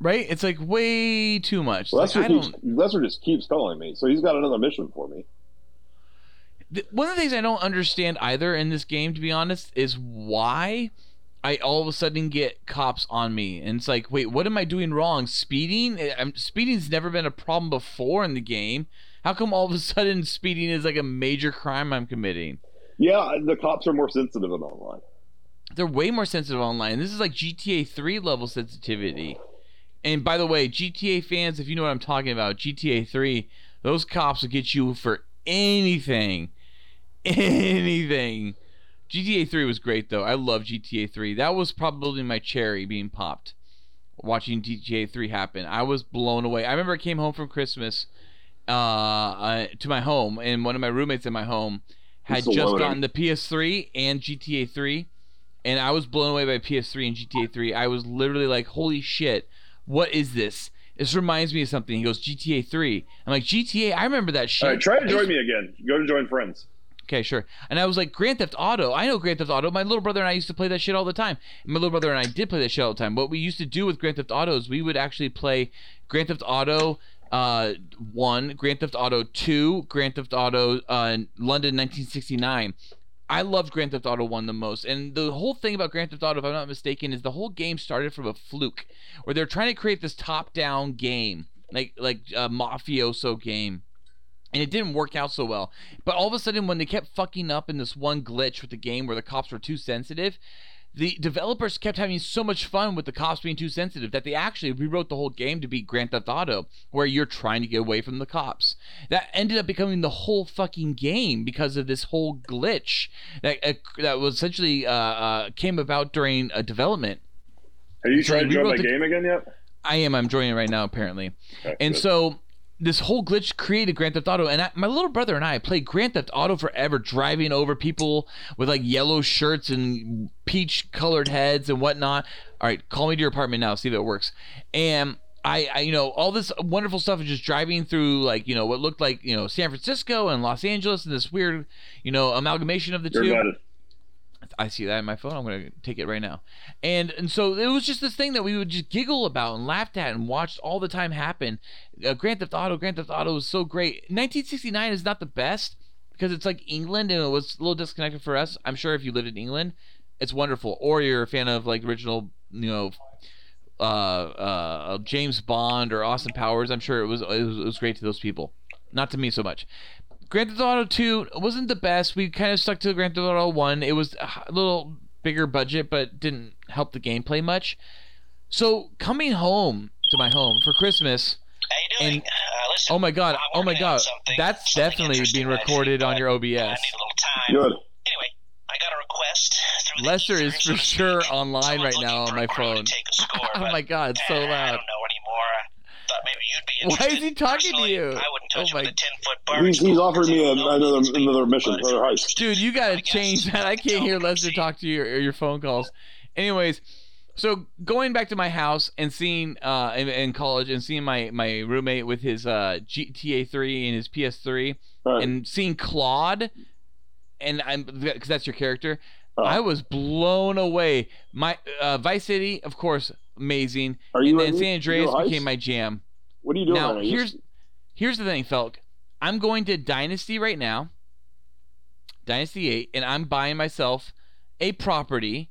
S7: Right? It's like way too much.
S4: Well,
S7: Like,
S4: that's what
S7: I
S4: keeps,
S7: don't.
S4: that's what just keeps calling me. So he's got another mission for me.
S7: th- one of the things I don't understand either in this game, to be honest, is why I all of a sudden get cops on me, and it's like, wait, what am I doing wrong? Speeding? I- I'm, speeding's never been a problem before in the game. How come all of a <laughs> sudden speeding is like a major crime I'm committing?
S4: Yeah, the cops are more sensitive than online.
S7: They're way more sensitive online. This is like GTA 3 level sensitivity. And by the way, GTA fans, if you know what I'm talking about, GTA 3, those cops will get you for anything. <laughs> Anything. GTA 3 was great though. I love GTA 3. That was probably my cherry being popped watching GTA 3 happen. I was blown away. I remember I came home from Christmas uh, uh to my home and one of my roommates in my home had
S4: It's a
S7: just
S4: loading.
S7: gotten the PS3 and GTA 3 and I was blown away by PS3 and GTA 3. I was literally like, "Holy shit, what is this?" This reminds me of something. He goes, "GTA 3." I'm like, "GTA, I remember that shit."
S4: All right, try to join me again. Go to join friends.
S7: Okay, sure. And I was like, Grand Theft Auto. I know Grand Theft Auto. My little brother and I used to play that shit all the time. And my little brother and I did play that shit all the time. What we used to do with Grand Theft Auto is we would actually play Grand Theft Auto uh, 1, Grand Theft Auto 2, Grand Theft Auto uh, London 1969. I loved Grand Theft Auto 1 the most. And the whole thing about Grand Theft Auto, if I'm not mistaken, is the whole game started from a fluke where they're trying to create this top down game, like, like a mafioso game and it didn't work out so well. But all of a sudden, when they kept fucking up in this one glitch with the game where the cops were too sensitive, the developers kept having so much fun with the cops being too sensitive that they actually rewrote the whole game to be Grand Theft Auto, where you're trying to get away from the cops. That ended up becoming the whole fucking game because of this whole glitch that that was essentially uh, uh, came about during uh, development.
S4: Have you
S7: So
S4: tried to
S7: we
S4: join my
S7: wrote the-
S4: game again yet?
S7: I am. I'm joining right now, apparently.
S4: Okay,
S7: and
S4: good.
S7: so this whole glitch created Grand Theft Auto, and I, my little brother and I played Grand Theft Auto forever, driving over people with like yellow shirts and peach colored heads and whatnot. All right, call me to your apartment now, see if it works. And I, I, you know, all this wonderful stuff is just driving through like you know what looked like you know San Francisco and Los Angeles and this weird you know amalgamation of the
S4: You're
S7: two.
S4: invited.
S7: I see that in my phone. I'm gonna take it right now. And and so it was just this thing that we would just giggle about and laughed at and watched all the time happen. Uh, Grand Theft Auto, Grand Theft Auto was so great. 1969 is not the best because it's like England and it was a little disconnected for us. I'm sure if you lived in England, it's wonderful. Or you're a fan of like original, you know, uh, uh, James Bond or Austin Powers. I'm sure it was, it was it was great to those people. Not to me so much. Grand Theft Auto 2 wasn't the best. We kind of stuck to Grand Theft Auto 1. It was a little bigger budget, but didn't help the gameplay much. So coming home to my home for Christmas,
S9: How you doing?
S7: And-
S9: uh, listen,
S7: oh my god,
S9: I'm
S7: oh my
S9: working on
S7: god,
S9: something-
S7: that's
S9: something
S7: definitely
S9: interesting
S7: being
S9: that I think,
S7: recorded on
S9: uh,
S7: your
S9: I
S7: OBS.
S9: need a little time.
S4: Good.
S9: Anyway, I got a request through the
S7: Lester
S9: ether,
S7: is
S9: so
S7: for
S9: to
S7: sure
S9: speak.
S7: online
S9: Someone's
S7: right now
S9: looking
S7: on
S9: for
S7: my
S9: a crew to
S7: phone.
S9: take a score,
S7: Oh
S9: but,
S7: my god, it's so
S9: uh, I
S7: loud.
S9: don't know anymore. I thought maybe you'd be
S7: Why is
S9: interested.
S7: he talking to
S9: Personally,
S7: you?
S9: I wouldn't
S7: Oh
S9: touch it
S7: my-
S9: with a ten foot bar.
S4: He's, he's offering me a, another another mission, another heist.
S7: Dude, you gotta change that. I can't hear Lester talk to you or your phone calls. Anyways, so going back to my house and seeing uh in, in college and seeing my my roommate with his uh GTA 3 and his PS3
S4: Right.
S7: and seeing Claude and I'm because that's your character.
S4: Oh.
S7: I was blown away. My uh, Vice City, of course, amazing.
S4: Are you
S7: and
S4: in-
S7: then San
S4: you
S7: Andreas
S4: a heist?
S7: became my jam.
S4: What are you doing?
S7: Now,
S4: right You-
S7: here's- Here's the thing, Felk. I'm going to Dynasty right now, Dynasty 8, and I'm buying myself a property,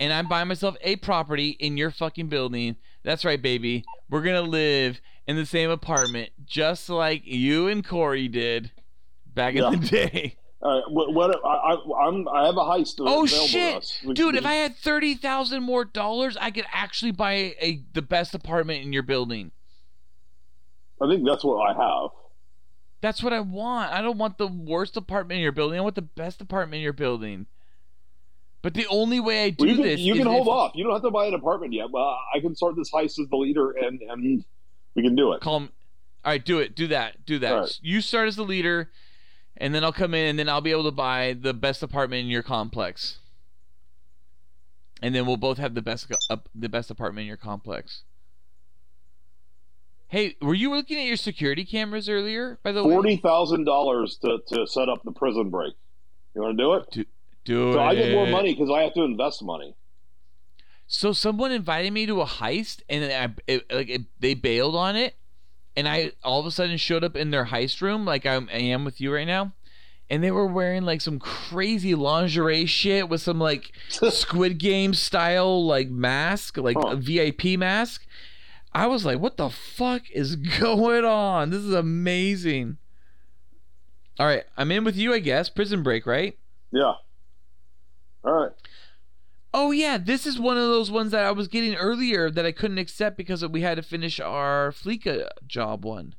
S7: and I'm buying myself a property in your fucking building. That's right, baby. We're going to live in the same apartment, just like you and Corey did back in
S4: Yeah.
S7: the
S4: <laughs>
S7: day.
S4: All right, what, what I, I, I'm, I have a heist.
S7: Oh
S4: available to
S7: shit,
S4: us. We-
S7: dude!
S4: we-
S7: If I had thirty thousand more dollars, I could actually buy a the best apartment in your building.
S4: I think that's what I have.
S7: That's what I want. I don't want the worst apartment in your building. I want the best apartment in your building. But the only way I do
S4: Well, you can,
S7: this,
S4: you
S7: is
S4: can hold
S7: if-
S4: off. You don't have to buy an apartment yet, but I can start this heist as the leader, and and we can do it.
S7: Call him. All right, do it. Do that. Do that.
S4: All right.
S7: You start as the leader, and then I'll come in, and then I'll be able to buy the best apartment in your complex. And then we'll both have the best go- up the best apartment in your complex. Hey, were you looking at your security cameras earlier? By the way,
S4: Forty thousand dollars to to set up the prison break. You want to do it?
S7: do
S4: So I
S7: it.
S4: get more money because I have to invest money.
S7: So someone invited me to a heist, and then I it, like it, they bailed on it, and I all of a sudden showed up in their heist room, like I'm, I am with you right now, and they were wearing like some crazy lingerie shit with some like Squid Game style like mask, like
S4: Huh.
S7: a VIP mask. I was like, what the fuck is <laughs> going on? This is amazing. All right, I'm in with you, I guess. Prison Break, right?
S4: Yeah. All right. <laughs>
S7: Oh yeah, this is one of those ones that I was getting earlier that I couldn't accept because we had to finish our Fleeka job one.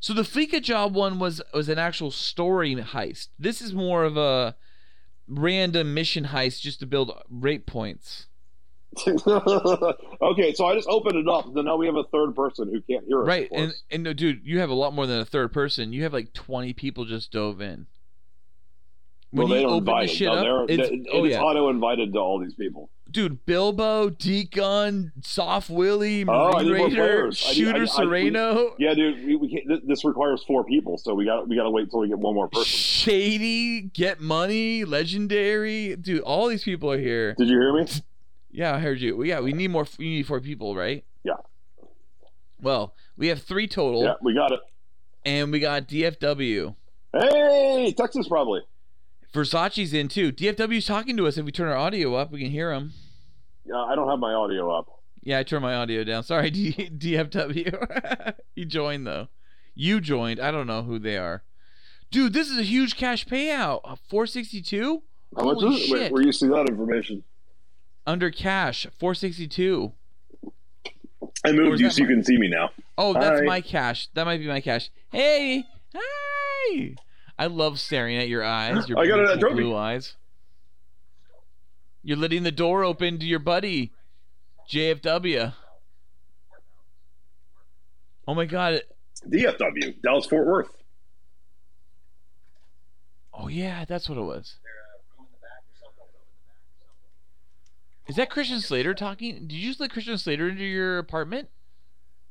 S7: So the Fleeka job one was was an actual story heist. This is more of a random mission heist just to build rate points.
S4: okay, so I just opened it up. Then now we have a third person who can't hear us.
S7: Right,
S4: of
S7: and
S4: course.
S7: and no, dude, you have a lot more than a third person. You have like twenty people just dove in. When
S4: well, they
S7: you
S4: don't
S7: open
S4: invite
S7: the
S4: them.
S7: shit
S4: No,
S7: up,
S4: they're-
S7: it's,
S4: they- it
S7: oh
S4: is
S7: yeah,
S4: auto invited to all these people.
S7: dude, Bilbo, Deacon, Soft Willie,
S4: Oh, I
S7: Marine
S4: need more
S7: Raider,
S4: players. I need- I
S7: Shooter
S4: need- I- we-
S7: Sereno,
S4: Yeah, dude, we, we can't, th- this requires four people, so we got we got to wait till we get one more person.
S7: Shady, Get Money, Legendary, dude, all these people are here.
S4: Did you hear me?
S7: Yeah, I heard you. Well, yeah, we need more. We need four people, right?
S4: Yeah.
S7: Well, we have three total,
S4: Yeah, we got it.
S7: and we got DFW.
S4: Hey, Texas probably.
S7: Versace's in too. DFW's talking to us. If we turn our audio up, we can hear him.
S4: Yeah, I don't have my audio up.
S7: Yeah, I turned my audio down. Sorry, <laughs> D- DFW. <laughs> he joined though. You joined. I don't know who they are. Dude, this is a huge cash payout. Uh, Four sixty two
S4: How much
S7: Holy
S4: is it? Wait,
S7: shit.
S4: where you see that information?
S7: under cash. Four sixty two.
S4: I
S7: Where's
S4: moved
S7: you that so you
S4: can see me now.
S7: Oh, that's
S4: Hi.
S7: my cash. That might be my cash. Hey, hi. I love staring at your
S4: <gasps>
S7: eyes. Your
S4: I got it at
S7: beautiful
S4: Adobe.
S7: blue eyes. You're letting the door open to your buddy, JFW. Oh my God.
S4: DFW, Dallas Fort Worth.
S7: Oh yeah, that's what it was.
S4: uh,
S7: Is that Christian Slater talking? Did you just let Christian Slater into your apartment?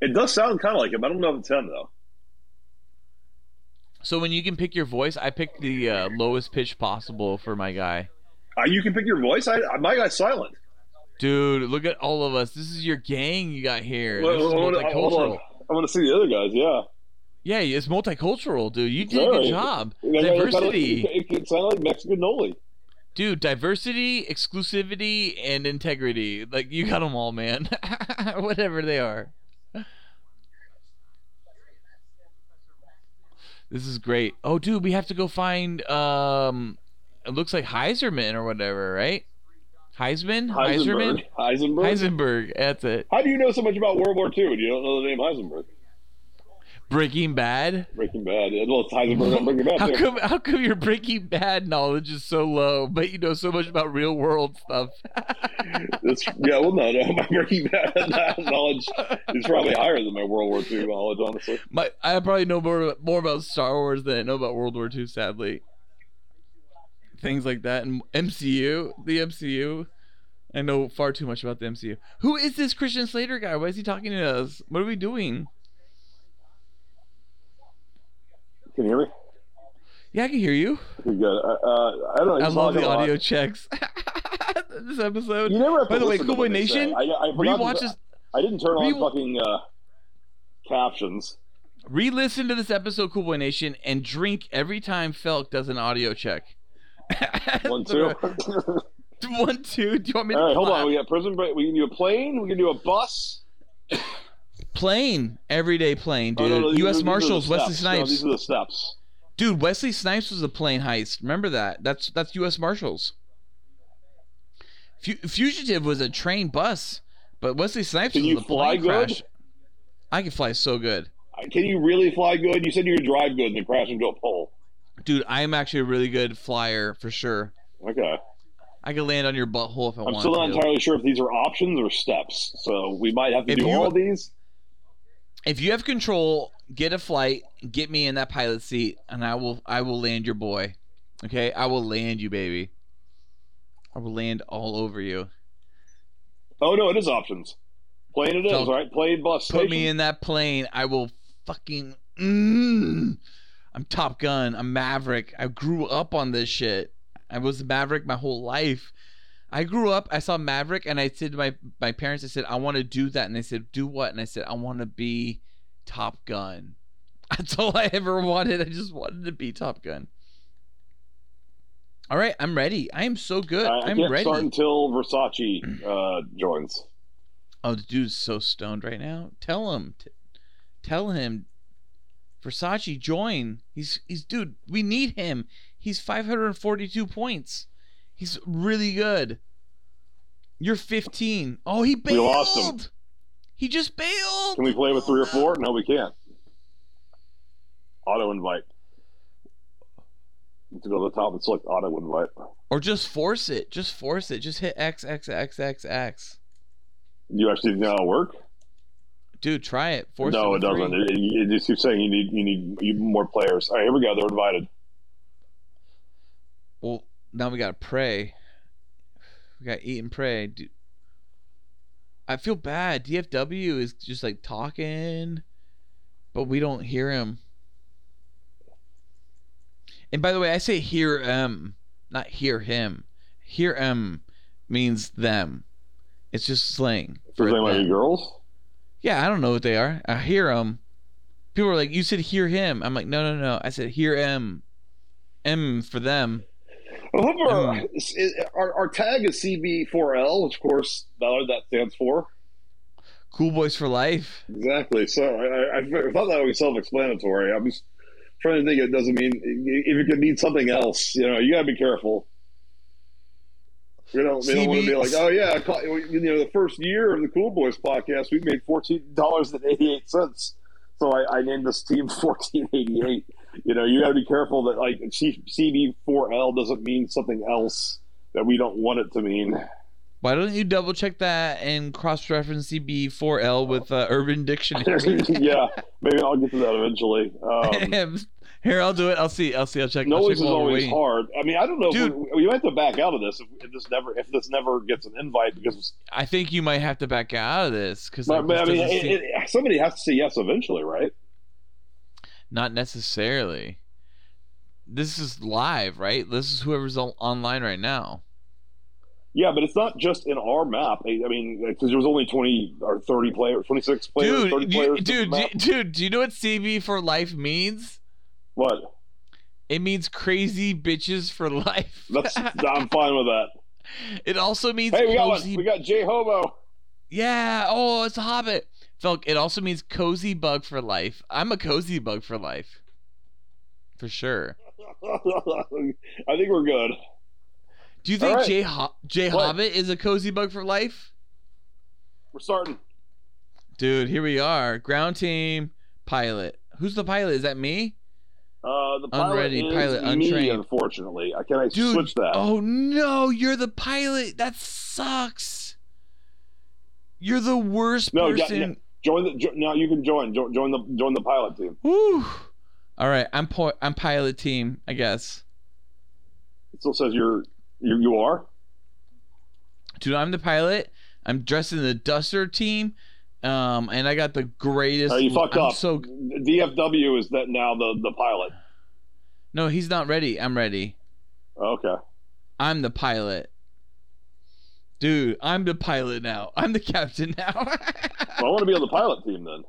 S4: It does sound kind of like him. I don't know if it's him though.
S7: So when you can pick your voice, I picked the uh, lowest pitch possible for my guy.
S4: Uh, you can pick your voice. I, I- my guy's silent.
S7: Dude, look at all of us. This is your gang you got here.
S4: Well,
S7: This is
S4: hold on, hold on.
S7: multicultural.
S4: I want to see the other guys. Yeah,
S7: Yeah, it's multicultural, dude. You did a
S4: Sorry.
S7: good job.
S4: That guy sounded like-
S7: Diversity.
S4: It, it sounded like Mexican Noli.
S7: Dude, diversity, exclusivity, and integrity. Like, you got them all, man. <laughs> Whatever they are. This is great. Oh, dude, we have to go find, um, it looks like Heiserman or whatever, right? Heisman?
S4: Heisenberg. Heisenberg.
S7: Heisenberg. That's it.
S4: How do you know so much about World War II and you don't know the name Heisenberg?
S7: Breaking Bad.
S4: Breaking Bad. Yeah, Well, it's Heisenberg on Breaking Bad.
S7: How
S4: too.
S7: come how come your Breaking Bad knowledge is so low, but you know so much about real world stuff? <laughs>
S4: That's, yeah, well, no, <laughs> no. My Breaking Bad knowledge is probably higher than my World War II knowledge, honestly.
S7: My I probably know more more about Star Wars than I know about World War II, sadly. Things like that and MCU, the MCU. I know far too much about the MCU. Who is this Christian Slater guy? Why is he talking to us? What are we doing?
S4: Can you hear me?
S7: Yeah, I can hear you.
S4: Pretty Good. Uh, uh, I don't know.
S7: I
S4: he's
S7: love the
S4: talking a lot.
S7: audio checks. <laughs> this episode.
S4: You never have to
S7: By the way,
S4: listen to
S7: Coolboy
S4: what they say.
S7: Nation,
S4: I, I forgot
S7: rewatch
S4: to-
S7: this
S4: I didn't turn on
S7: Rewa-
S4: fucking uh, captions.
S7: Re-listen to this episode, Cool Boy Nation, and drink every time Felk does an audio check. <laughs>
S4: One, two. <laughs> All
S7: One, two. Do you want me to
S4: right, hold
S7: clap?
S4: on. We got prison break. We can do a plane. We can do a bus.
S7: Plane. Everyday plane,
S4: Oh,
S7: dude.
S4: no, no, these are-
S7: U.S.
S4: these are the
S7: Marshals, Wesley
S4: steps. No,
S7: Snipes.
S4: these are the steps.
S7: Dude, Wesley Snipes was a plane heist. Remember that? That's that's U.S. Marshals. Fu- Fugitive was a train bus, but Wesley Snipes
S4: Can
S7: was
S4: you
S7: a
S4: fly
S7: plane
S4: good?
S7: crash. I can fly so good.
S4: Uh, Can you really fly good? You said you could drive good and then crash into a pole.
S7: Dude, I am actually a really good flyer for sure.
S4: Okay.
S7: I could land on your butthole if I
S4: I'm
S7: want
S4: still not
S7: to.
S4: entirely sure if these are options or steps. So we might have to
S7: If
S4: do
S7: you-
S4: all these.
S7: if you have control, get a flight, get me in that pilot seat, and I will I will land your boy. Okay? I will land you, baby. I will land all over you.
S4: Oh, no, it is options. Plane it is,
S7: So-
S4: right? Plane, bus,
S7: Put
S4: station.
S7: me in that plane. I will fucking mm, I'm Top Gun. I'm Maverick. I grew up on this shit. I was Maverick my whole life. I grew up, I saw Maverick and I said to my, my parents, I said, I want to do that. And they said, Do what? And I said, I want to be Top Gun. <laughs> That's all I ever wanted. I just wanted to be Top Gun. All right, I'm ready. I am so good.
S4: I, I
S7: I'm
S4: can't
S7: ready.
S4: start until Versace uh, joins.
S7: Oh, the dude's so stoned right now. Tell him, t- tell him, Versace join. He's he's dude. We need him. He's 542 points. He's really good. You're 15. Oh, he bailed.
S4: lost him.
S7: He just bailed.
S4: Can we play with three or four? No, we can't. Auto invite. You have To go to the top and select auto invite.
S7: or just force it. Just force it. Just hit X X X X X.
S4: You actually know how it work?
S7: Dude, try it. Force
S4: no, it
S7: it. with three.
S4: doesn't. It, it, it just keeps saying you need you need you- more players. All right, here we go. They're invited.
S7: Well, now we gotta pray. We gotta eat and pray. Do- I feel bad. DFW is just like talking, but we don't hear him. And by the way, I say hear him, not hear him. Hear him means them. It's just slang for
S4: Does anyone have
S7: them.
S4: any girls?
S7: Yeah, I don't know what they are. I hear them. People are like, "You said hear him." I'm like, "No, no, no." I said hear him. M for them.
S4: I hope our,
S7: Um,
S4: is- is- our, our tag is CB4L, which of course Ballard that stands for.
S7: Cool boys for life.
S4: Exactly. So I, I, I thought that was self-explanatory. I'm just trying to think. It doesn't mean if it could mean something else. You know, you gotta be careful. We don't, we don't want to be
S7: CB
S4: like, oh yeah, I caught, you know, the first year of the Cool Boys podcast, we made fourteen dollars and eighty-eight cents. So I, I named this team <laughs> fourteen eighty-eight. You know, you got to be careful that like C- CB4L doesn't mean something else that we don't want it to mean. <laughs>
S7: Why don't you double check that and cross reference CB4L with uh, Urban <laughs> Dictionary?
S4: yeah, maybe I'll get to that eventually. Um,
S7: Here, I'll do it. I'll see. I'll see. I'll check. I'll
S4: Noise
S7: check
S4: is
S7: while we're
S4: always
S7: waiting.
S4: hard. I mean, I don't know.
S7: Dude.
S4: If we, we might have to back out of this if, if this never if this never gets an invite because.
S7: I think you might have to back out of this because
S4: But, but, I mean, it, it, somebody has to say yes eventually, right?
S7: not necessarily. This is live, right? This is whoever's on- online right now.
S4: Yeah, but it's not just in our map. I, I mean, because there was only twenty or thirty players, twenty six players,
S7: Dude,
S4: thirty
S7: do you,
S4: players.
S7: dude,
S4: map.
S7: do, dude, do you know what CB for life means?
S4: what?
S7: It means crazy bitches for life.
S4: That's I'm fine with that.
S7: <laughs> it also means
S4: Hey, we got one.
S7: cozy.
S4: We got J Hobo.
S7: yeah. Oh, it's a hobbit. Felk, it also means cozy bug for life. I'm a cozy bug for life. For sure.
S4: <laughs> I think we're good.
S7: Do you
S4: All
S7: think
S4: right.
S7: Jay, Ho- Jay
S4: What?
S7: Hobbit is a cozy bug for life?
S4: We're starting.
S7: Dude, here we are. Ground team pilot. Who's the pilot? Is that me?
S4: Uh, the pilot
S7: Unready,
S4: is
S7: pilot
S4: me,
S7: untrained.
S4: unfortunately, I can't
S7: Dude.
S4: switch that.
S7: Oh no, you're the pilot. That sucks. You're the worst
S4: No, yeah,
S7: person.
S4: Join the jo- now. You can join. Jo- join the join the pilot team.
S7: Whew. All right, I'm po- I'm pilot team, I guess.
S4: It still says you're you, you are.
S7: Dude, I'm the pilot. I'm dressed in the duster team. Um, and I got the greatest.
S4: Uh, you fucked
S7: I'm
S4: up.
S7: So
S4: DFW is that now the the pilot.
S7: no, he's not ready. I'm ready.
S4: Okay.
S7: I'm the pilot. Dude, I'm the pilot now. <laughs> I'm the captain now. <laughs>
S4: Well, I want to be on the pilot team then.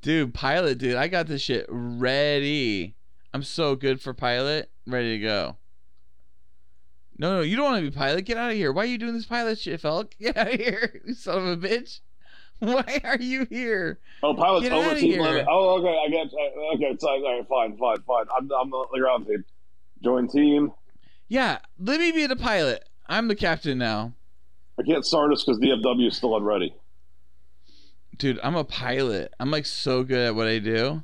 S7: dude, pilot, dude. I got this shit ready. I'm so good for pilot. Ready to go. No, no, you don't want to be pilot. Get out of here. Why are you doing this pilot shit, Felk? <laughs> Get out of here, you son of a bitch. <laughs> Why are you here?
S4: Oh, pilots
S7: Get
S4: over
S7: outta
S4: team
S7: here.
S4: limit. Oh, okay. I got. I- Okay, it's all right. Fine, fine, fine. I'm I'm on the ground team. Join team.
S7: Yeah, let me be the pilot. I'm the captain now.
S4: I can't start us because DFW is still <laughs> unready.
S7: Dude, I'm a pilot. I'm like so good at what I do.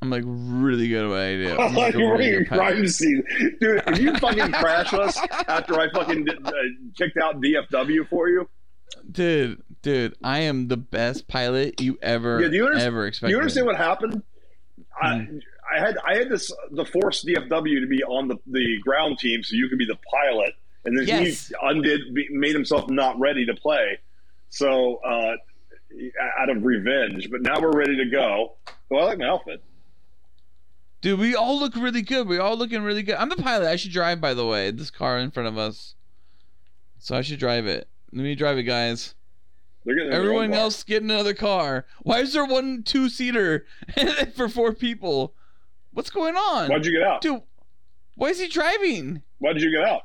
S7: I'm like really good at what I do.
S4: <laughs>
S7: I'm like, a
S4: you're
S7: really
S4: running
S7: good pilot.
S4: crime scene, dude. If you fucking crash us after I fucking uh, kicked out DFW for you,
S7: Dude, dude, I am the best pilot you ever
S4: Yeah, do you understand-
S7: ever
S4: do
S7: expected.
S4: you understand what happened? I,
S7: Hmm.
S4: I had I had this the force DFW to be on the the ground team so you could be the pilot, and then
S7: Yes.
S4: he undid be- made himself not ready to play. So uh, out of revenge, but now we're ready to go. Well, I like my outfit.
S7: Dude, we all look really good. We all looking really good. I'm the pilot. I should drive by the way. This car in front of us. So I should drive it. Let me drive it, guys.
S4: They're getting their own
S7: Everyone
S4: bar.
S7: else get in another car. Why is there one two seater <laughs> for four people? What's going on?
S4: Why'd you get out?
S7: Dude, why is he driving?
S4: Why'd you get out?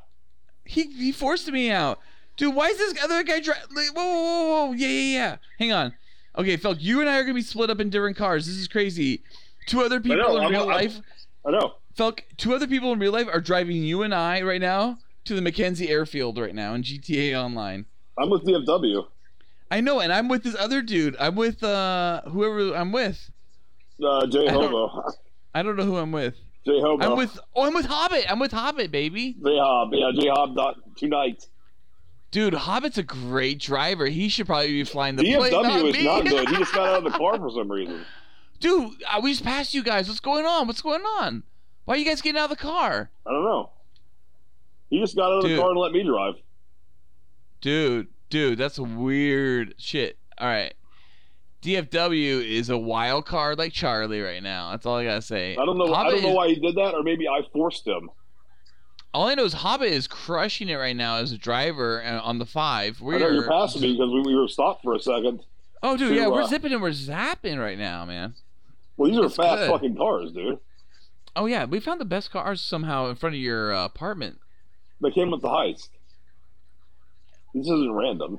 S7: He he forced me out. Dude, why is this other guy driving? Whoa, whoa, whoa, whoa. Yeah, yeah, yeah. Hang on. Okay, Felk, you and I are going to be split up in different cars. This is crazy. Two other people
S4: know,
S7: in
S4: I'm-
S7: real
S4: I'm-
S7: life.
S4: I know.
S7: Felk, two other people in real life are driving you and I right now to the Mackenzie Airfield right now in GTA Online.
S4: I'm with DFW.
S7: I know, and I'm with this other dude. I'm with uh whoever I'm with.
S4: Uh, Jay
S7: I don't-
S4: Hobo.
S7: I don't know who I'm with.
S4: Jay Hobo.
S7: I'm with oh, I'm with Hobbit. I'm with Hobbit, baby.
S4: Jay Hob. Yeah, Jay Hob. Not tonight.
S7: Dude, Hobbit's a great driver. He should probably be flying the plane.
S4: DFW is
S7: me.
S4: not good. He just got out of the car for some reason.
S7: <laughs> Dude, I, we just passed you guys. What's going on? What's going on? Why are you guys getting out of the car?
S4: I don't know. He just got out of the
S7: Dude.
S4: car and let me drive.
S7: Dude, dude, that's weird shit. All right. DFW is a wild card like Charlie right now. That's all I gotta say.
S4: I don't know. I
S7: Hobbit
S4: don't know
S7: is-
S4: why he did that, or maybe I forced him.
S7: All I know is Hobbit is crushing it right now as a driver uh, on the five. We're
S4: I know you're passing me because we, we were stopped for a second.
S7: oh, dude,
S4: to,
S7: yeah,
S4: uh,
S7: we're zipping and we're zapping right now, man.
S4: Well, these are
S7: That's
S4: fast
S7: good.
S4: fucking cars, dude.
S7: Oh yeah, we found the best cars somehow in front of your uh, apartment.
S4: They came with the heist. This isn't random.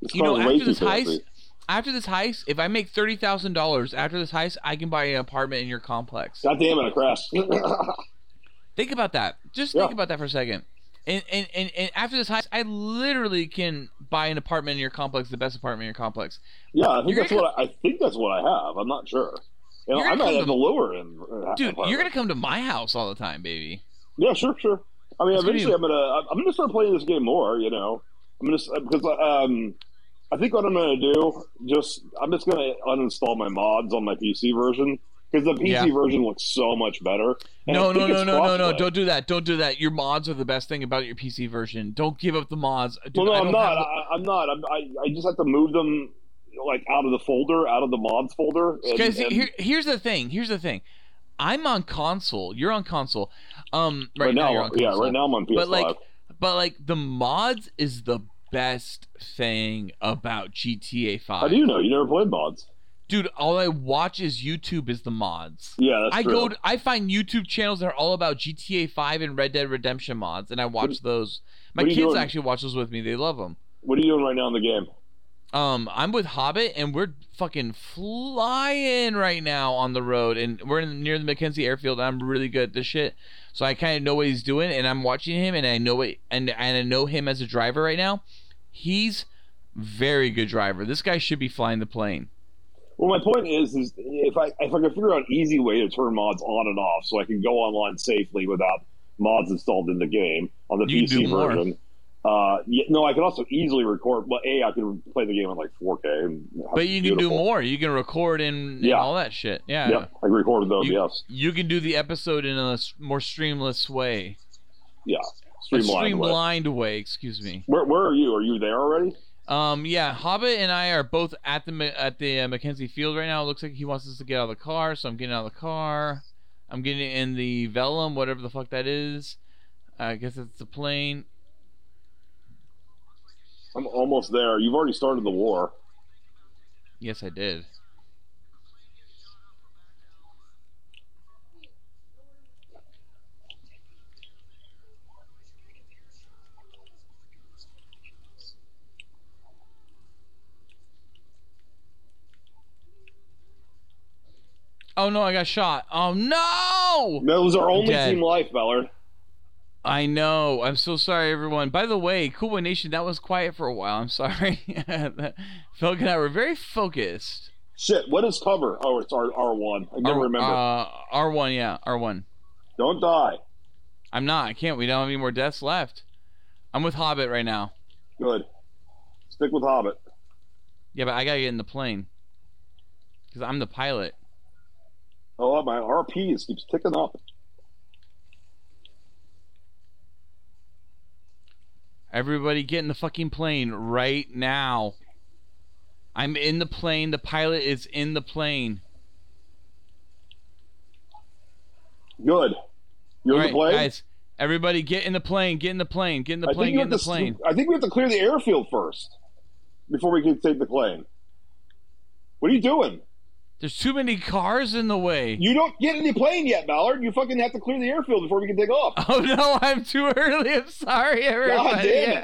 S4: This
S7: You know,
S4: car's way
S7: after
S4: too
S7: this heist,
S4: fancy.
S7: after this heist, if I make thirty thousand dollars after this heist, I can buy an apartment in your complex.
S4: God damn it! I crashed.
S7: Think about that. Just
S4: Yeah.
S7: think about that for a second. And and, and and after this heist, I literally can buy an apartment in your complex, the best apartment in your complex.
S4: Yeah, I think
S7: You're
S4: that's
S7: gonna
S4: what I, I think that's what I have. I'm not sure. You know,
S7: You're
S4: I might
S7: gonna come
S4: have
S7: to-
S4: the lower end. uh,
S7: Dude,
S4: apartment.
S7: you're gonna come to my house all the time, baby.
S4: Yeah, sure, sure. I mean,
S7: It's gonna be-
S4: eventually, I'm gonna I'm- I'm gonna start playing this game more. You know, I'm gonna s- because um, I think what I'm gonna do just I'm just gonna uninstall my mods on my PC version because the PC
S7: Yeah.
S4: version looks so much better. And I
S7: No, no,
S4: think
S7: no,
S4: it's
S7: no, no, no!
S4: crossplay.
S7: Don't do that! Don't do that! Your mods are the best thing about your PC version. Don't give up the mods. Dude,
S4: well, no,
S7: I
S4: I'm
S7: don't
S4: not.
S7: have the-
S4: I, I'm not. I'm, I I just have to move them like out of the folder, out of the mods folder. and-
S7: Because
S4: and-
S7: here, here's the thing. Here's the thing. I'm on console. You're on console. Um, right,
S4: right
S7: now,
S4: now,
S7: you're on
S4: yeah,
S7: console.
S4: right now I'm on PS5.
S7: But like, But like the mods is the best thing about GTA
S4: How
S7: Five.
S4: do you know? You never played mods.
S7: Dude, all I watch is YouTube is the mods.
S4: Yeah, that's
S7: I
S4: true.
S7: go to, I find YouTube channels that are all about GTA 5 and Red Dead Redemption mods and I watch those. My
S4: what are you
S7: kids
S4: doing?
S7: actually watch those with me. They love them.
S4: what are you doing right now in the game?
S7: Um I'm with Hobbit and we're fucking flying right now on the road and we're in, near the McKenzie airfield and I'm really good at this shit. So I kind of know what he's doing and I'm watching him and I know what and and I know him as a driver right now. He's very good driver. This guy should be flying the plane.
S4: Well, my point is, is if I if I can figure out an easy way to turn mods on and off, so I can go online safely without mods installed in the game on the
S7: You can do
S4: PC
S7: more.
S4: version. Uh, yeah, no, I can also easily record. Well, a I can play the game on like 4K. And have
S7: But you can do
S4: beautiful-
S7: more. You can record and,
S4: Yeah.
S7: and all that shit. Yeah.
S4: Yeah, I can record with
S7: You-
S4: OBS.
S7: You can do the episode in a s- more streamless way.
S4: Yeah,
S7: A
S4: streamlined. way.
S7: streamlined way, excuse me.
S4: Where where are you? Are you there already?
S7: Um, yeah, Hobbit and I are both at the Ma- at the uh, Mackenzie Field right now. It looks like he wants us to get out of the car, so I'm getting out of the car. I'm getting in the vellum, whatever the fuck that is. I guess it's the plane.
S4: I'm almost there. You've already started the war.
S7: Yes, I did. Oh no, I got shot. Oh no!
S4: That was our only
S7: Dead.
S4: team life, Ballard.
S7: I know. I'm so sorry, everyone. By the way, Cool Boy Nation, that was quiet for a while. I'm sorry. <laughs> Phil and I were very focused.
S4: Shit, what is cover? Oh, it's R R one. I never
S7: R-
S4: remember.
S7: Uh, R one, yeah, R one.
S4: Don't die.
S7: I'm not. I can't. We don't have any more deaths left. I'm with Hobbit right now.
S4: Good. Stick with Hobbit.
S7: Yeah, but I gotta get in the plane because I'm the pilot.
S4: Oh, my RPs keeps ticking up.
S7: Everybody, get in the fucking plane right now. I'm in the plane. The pilot is in the plane.
S4: Good. You're in the
S7: All right,
S4: plane.
S7: guys. Everybody, get in the plane. Get in the plane. Get in the
S4: I think
S7: plane.
S4: you
S7: Get
S4: have
S7: in the
S4: to-
S7: plane.
S4: I think we have to clear the airfield first before we can take the plane. What are you doing?
S7: There's too many cars in the way.
S4: You don't get in the plane yet, Ballard. You fucking have to clear the airfield before we can take
S7: <sighs>
S4: off.
S7: <laughs> Oh no, I'm too early. I'm sorry, everybody. <laughs>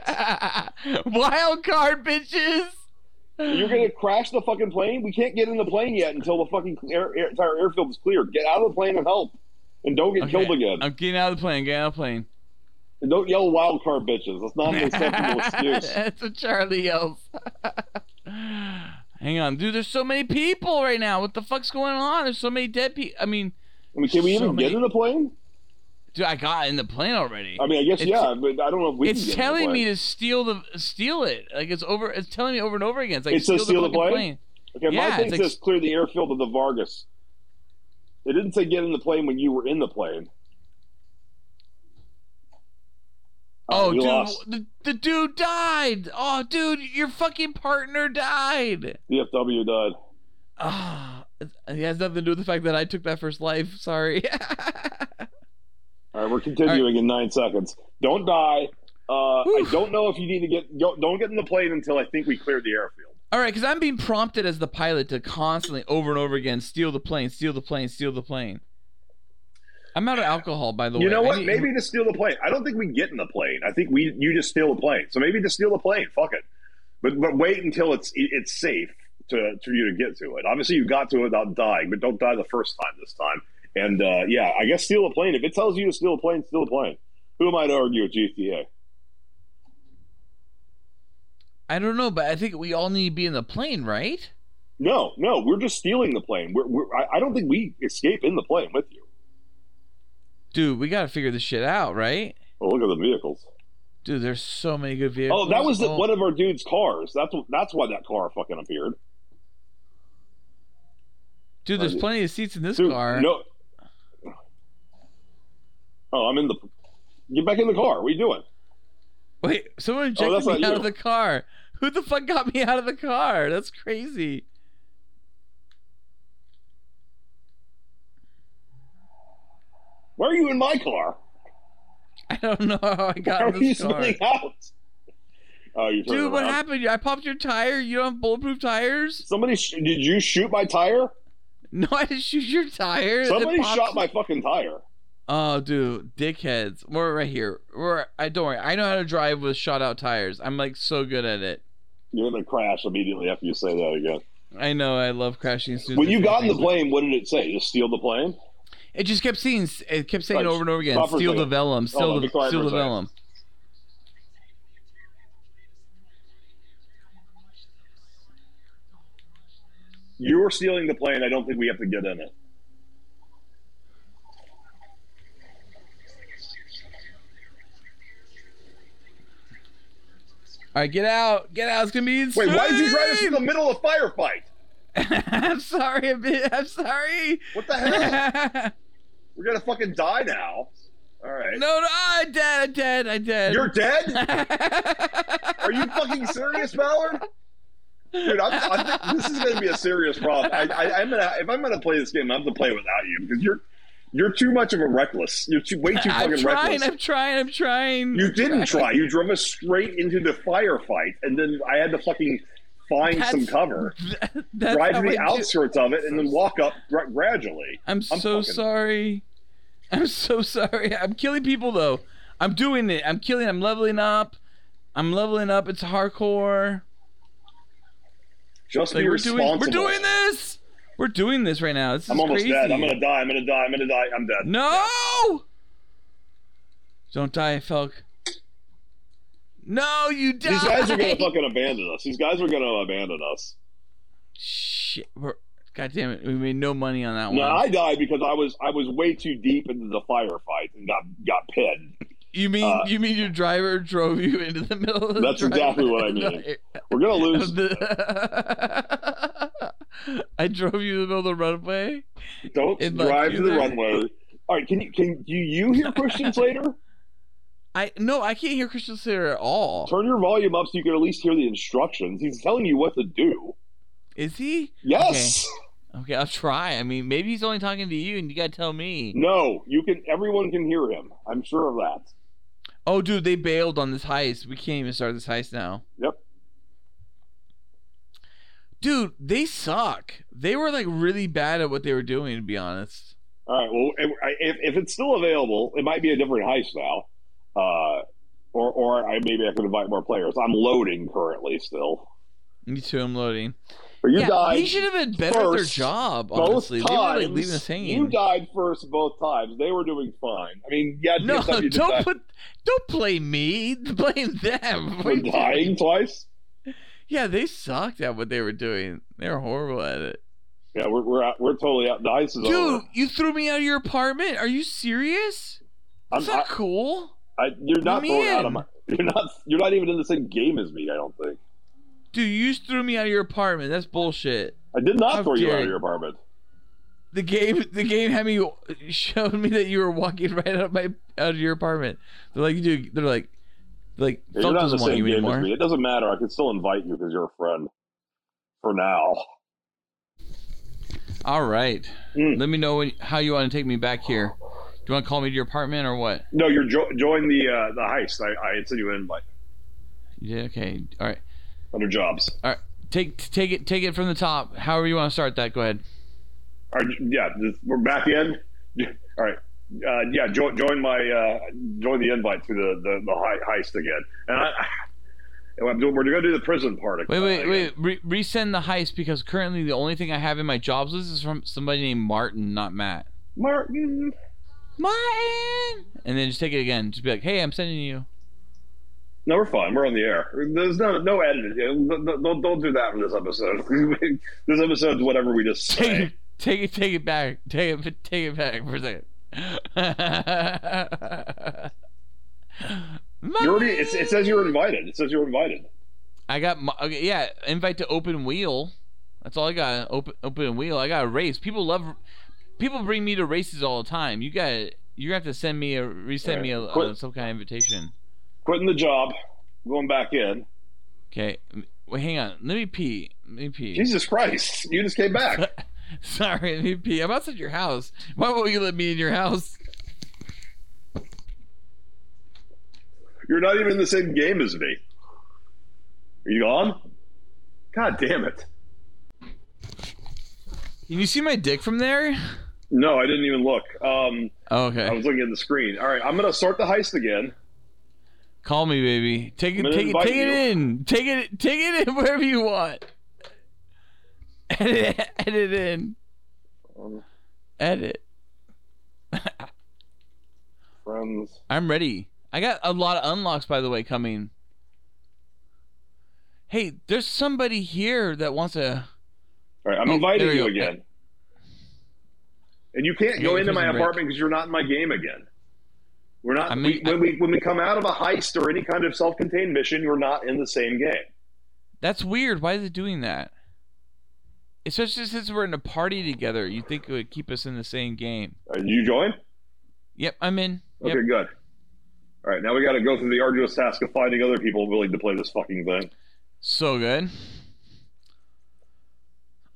S7: Wild card bitches.
S4: You're gonna crash the fucking plane. We can't get in the plane yet until the fucking air, air, entire airfield is cleared. Get out of the plane and help, and don't get
S7: Okay,
S4: killed again.
S7: I'm getting out of the plane. Getting out of the plane.
S4: And don't yell wild card bitches. That's not an
S7: <laughs>
S4: acceptable excuse.
S7: That's what Charlie yells. Hang on, dude. There's so many people right now. What the fuck's going on? There's so many dead people. I mean,
S4: I mean, can we
S7: So
S4: even
S7: many-
S4: get in the plane?
S7: dude, I got in the plane already.
S4: I mean, I guess
S7: It's-
S4: yeah, but I don't know if we.
S7: it's
S4: can get in the
S7: telling
S4: plane.
S7: me to steal the steal it. Like it's over. It's telling me over and over again. It's like
S4: It says steal the
S7: fucking
S4: plane? Okay,
S7: Yeah,
S4: my thing
S7: it's
S4: says
S7: ex-
S4: clear the airfield of the Vargas. It didn't say get in the plane when you were in the plane.
S7: Oh,
S4: we
S7: dude,
S4: lost.
S7: the, the dude died. Oh, dude, your fucking partner died.
S4: DFW died.
S7: Ah, it it has nothing to do with the fact that I took that first life. Sorry. <laughs>
S4: All right, we're continuing in nine seconds. Don't die. Uh, I don't know if you need to get. Don't, don't get in the plane until I think we cleared the airfield.
S7: All right, because I'm being prompted as the pilot to constantly, over and over again, steal the plane, steal the plane, steal the plane. I'm out of alcohol, by the way.
S4: You know
S7: I
S4: what?
S7: need-
S4: Maybe to steal the plane. I don't think we get in the plane. I think we you just steal the plane. So maybe to steal the plane. Fuck it. But but wait until it's it's safe to for you to get to it. Obviously, you got to it without dying, but don't die the first time this time. And uh, yeah, I guess steal a plane. If it tells you to steal a plane, steal a plane. Who am I to argue with GTA?
S7: I don't know, but I think we all need to be in the plane, right?
S4: No, no, we're just stealing the plane. We're, we're, I, I don't think we escape in the plane with you.
S7: Dude, we got to figure this shit out, right?
S4: Oh, look at the vehicles.
S7: Dude, there's so many good vehicles.
S4: Oh, that was the,
S7: Oh.
S4: one of our dude's cars. That's wh- that's why that car fucking appeared.
S7: Dude, there's plenty of seats in this
S4: Oh, Dude,
S7: car.
S4: No. Oh, I'm in the. Get back in the car. What are you doing?
S7: Wait, someone ejected
S4: Oh, that's
S7: me
S4: not
S7: out
S4: you.
S7: of the car. Who the fuck got me out of the car? That's crazy.
S4: Why are you in my car?
S7: I don't know how I
S4: How
S7: got
S4: are
S7: in
S4: you
S7: this car.
S4: spinning out? Oh, you
S7: Dude, what happened? I popped your tire. You don't have bulletproof tires?
S4: Somebody sh- did you shoot my tire?
S7: <laughs> No, I didn't shoot your tire. It
S4: Somebody
S7: popped-
S4: shot my fucking tire.
S7: Oh, dude, dickheads. We're right here. We're. I don't worry. I know how to drive with shot out tires. I'm like so good at it.
S4: You're gonna crash immediately after you say that again.
S7: I know. I love crashing. students.
S4: When you got in the plane, what did it say? Just steal the plane?
S7: It just kept seeing. It kept saying
S4: Right,
S7: over and over again.
S4: stop for a
S7: Steal the
S4: second.
S7: vellum.
S4: Hold
S7: Steal
S4: on,
S7: the
S4: be quiet
S7: steal
S4: for
S7: the
S4: a second.
S7: vellum.
S4: You're stealing the plane. I don't think we have to get in it.
S7: All right, get out. Get out. It's gonna be.
S4: Wait, why did you drive us in
S7: insane.
S4: the middle of a firefight?
S7: <laughs> I'm sorry. I'm, I'm
S4: <laughs>
S7: sorry.
S4: What the
S7: <laughs>
S4: hell?
S7: no,
S4: We're gonna fucking die now. All right.
S7: no, I'm dead. I'm dead. I'm dead.
S4: You're
S7: <laughs>
S4: dead? Are you fucking serious, Ballard? Dude, I'm, I think this is going to be a serious problem. I, I, I'm gonna if I'm going to play this game, I'm going to play without you because you're you're too much of a reckless. You're too way too fucking
S7: <laughs> I'm trying.
S4: reckless.
S7: I'm trying. I'm trying.
S4: You didn't try. You drove us straight into the firefight, and then I had to fucking find
S7: That's-
S4: some cover,
S7: <laughs> That's
S4: drive
S7: how
S4: to the
S7: I do-
S4: outskirts of it, and then walk up gra- gradually.
S7: I'm so
S4: fucking-
S7: sorry. I'm so <laughs> sorry. I'm killing people though. I'm doing it. I'm killing. I'm leveling up. I'm leveling up. It's hardcore.
S4: Just
S7: Like
S4: be
S7: we're doing.
S4: responsible.
S7: We're doing this. We're doing this right now. This is
S4: I'm almost
S7: crazy.
S4: dead. I'm gonna die. I'm gonna die. I'm gonna die. I'm dead.
S7: No! Don't die, Felk. No, you die.
S4: These guys are gonna fucking abandon us. These guys are gonna abandon us.
S7: Shit. We're, God damn it. We made no money on that
S4: No,
S7: one.
S4: I died because I was I was way too deep into the firefight and got got pinned.
S7: you mean
S4: uh,
S7: you mean your driver drove you <laughs> into the middle of the
S4: That's
S7: driveway?
S4: exactly what I mean. We're gonna lose.
S7: The- I drove you in the middle of the runway.
S4: Don't
S7: <laughs> It might
S4: drive
S7: be
S4: to the
S7: there.
S4: runway. All right, can you can you you hear Christian Slater?
S7: I no, I can't hear Christian Slater at all.
S4: Turn your volume up so you can at least hear the instructions. He's telling you what to do.
S7: Is he?
S4: Yes.
S7: Okay, I'll try. I mean, maybe he's only talking to you, and you gotta tell me.
S4: No. You can. Everyone can hear him. I'm sure of that.
S7: Oh, dude, they bailed on this heist. We can't even start this heist now.
S4: Yep.
S7: Dude, they suck. They were like really bad at what they were doing, to be honest.
S4: All right. Well, if, if- if it's still available, it might be a different heist now, uh, or or I, maybe I could invite more players. I'm loading currently still.
S7: Me too. I'm loading.
S4: But you
S7: yeah,
S4: died.
S7: they should have been better at their
S4: first,
S7: job.
S4: both
S7: Honestly,
S4: times.
S7: they were like leaving us hanging.
S4: You died first both times. They were doing fine. I mean, yeah,
S7: <laughs> no,
S4: DSW did
S7: don't
S4: that.
S7: put, don't blame me. <laughs> Blame
S4: <laughs>
S7: them.
S4: for dying twice.
S7: Yeah, they sucked at what they were doing. They were horrible at it.
S4: Yeah, we're we're out, we're totally out. The ice is
S7: Dude,
S4: over.
S7: you threw me out of your apartment. Are you serious?
S4: I'm,
S7: That's not cool.
S4: I, I, you're not
S7: me
S4: going out
S7: in.
S4: of my. You're not. You're not even in the same game as me. I don't think.
S7: Dude, you just threw me out of your apartment. That's bullshit.
S4: I did not
S7: How
S4: throw you
S7: dare
S4: out of
S7: you.
S4: your apartment.
S7: The game, the game had me showed me that you were walking <laughs> right out of my out of your apartment. They're like, dude, they're like, they're like,
S4: Yeah,
S7: Phil
S4: you're not in the
S7: doesn't want
S4: same
S7: you
S4: game
S7: anymore.
S4: as me. It doesn't matter. I can still invite you because you're a friend. For now.
S7: All right,
S4: Mm.
S7: let me know when, how you want to take me back here. Do you want to call me to your apartment or what?
S4: No, you're jo- join the uh, the heist. I, I sent you an invite
S7: Yeah, okay, all right.
S4: under jobs.
S7: Take take it take it from the top. However you want to start that. Go ahead.
S4: Are, yeah, this, we're back in. <laughs> All right. Uh, yeah, jo- join my uh, join the invite to the the, the hei- heist again. And I, <sighs> I, am doing, we're going to do the prison part.
S7: Wait, wait,
S4: again.
S7: wait. Re- resend the heist because currently the only thing I have in my jobs list is from somebody named Martin, not Matt.
S4: Martin.
S7: Martin! And then just take it again. Just be like, hey, I'm sending you.
S4: No, we're fine. We're on the air. There's no no editing. Yeah, Don't, don't, don't do that for this episode. <laughs> this episode's whatever we just
S7: Take it,
S4: say.
S7: <laughs> take it, take it back. Take it, take it back for a second. <laughs>
S4: You already, it's, it says you're invited. It says you're invited.
S7: I got my, okay, yeah. Invite to open wheel. That's all I got. Open open wheel. I got a race. People love. People bring me to races all the time. You got. You have to send me a resend me a,
S4: Quit.
S7: a- some kind of invitation.
S4: Quitting the job, going back in.
S7: Okay. Wait, hang on. Let me pee. Let me pee.
S4: Jesus Christ! You just came
S7: <laughs>
S4: back.
S7: Sorry, let me pee. I'm outside your house. Why won't you let me in your house?
S4: You're not even in the same game as me. Are you gone? God damn it.
S7: Can you see my dick from there? Oh,
S4: No, I didn't even look. Um, I
S7: Okay.
S4: was looking at the screen. All right, I'm going to start the heist again.
S7: Call me, baby. Take it,
S4: gonna
S7: take it,
S4: invite
S7: take it
S4: you.
S7: in. Take it, take it in <laughs> wherever you want. Edit, it- edit in.
S4: Um,
S7: Edit.
S4: Friends.
S7: I'm ready. I got a lot of unlocks, by the way, coming. Hey, there's somebody here that wants to.
S4: All right, I'm
S7: Oh,
S4: inviting
S7: there
S4: you
S7: you go.
S4: again. And you can't
S7: Yeah,
S4: go
S7: it
S4: into
S7: was
S4: my
S7: a break.
S4: apartment because you're not in my game again. We're not
S7: I mean,
S4: we, when we when we come out of a heist or any kind of self-contained mission, you're not in the same game.
S7: That's weird. Why is it doing that? Especially since we're in a party together. You'd think it would keep us in the same game.
S4: Uh, you join?
S7: Yep, I'm in. Yep.
S4: Okay, good. All right, now we got to go through the arduous task of finding other people willing to play this fucking thing.
S7: So good.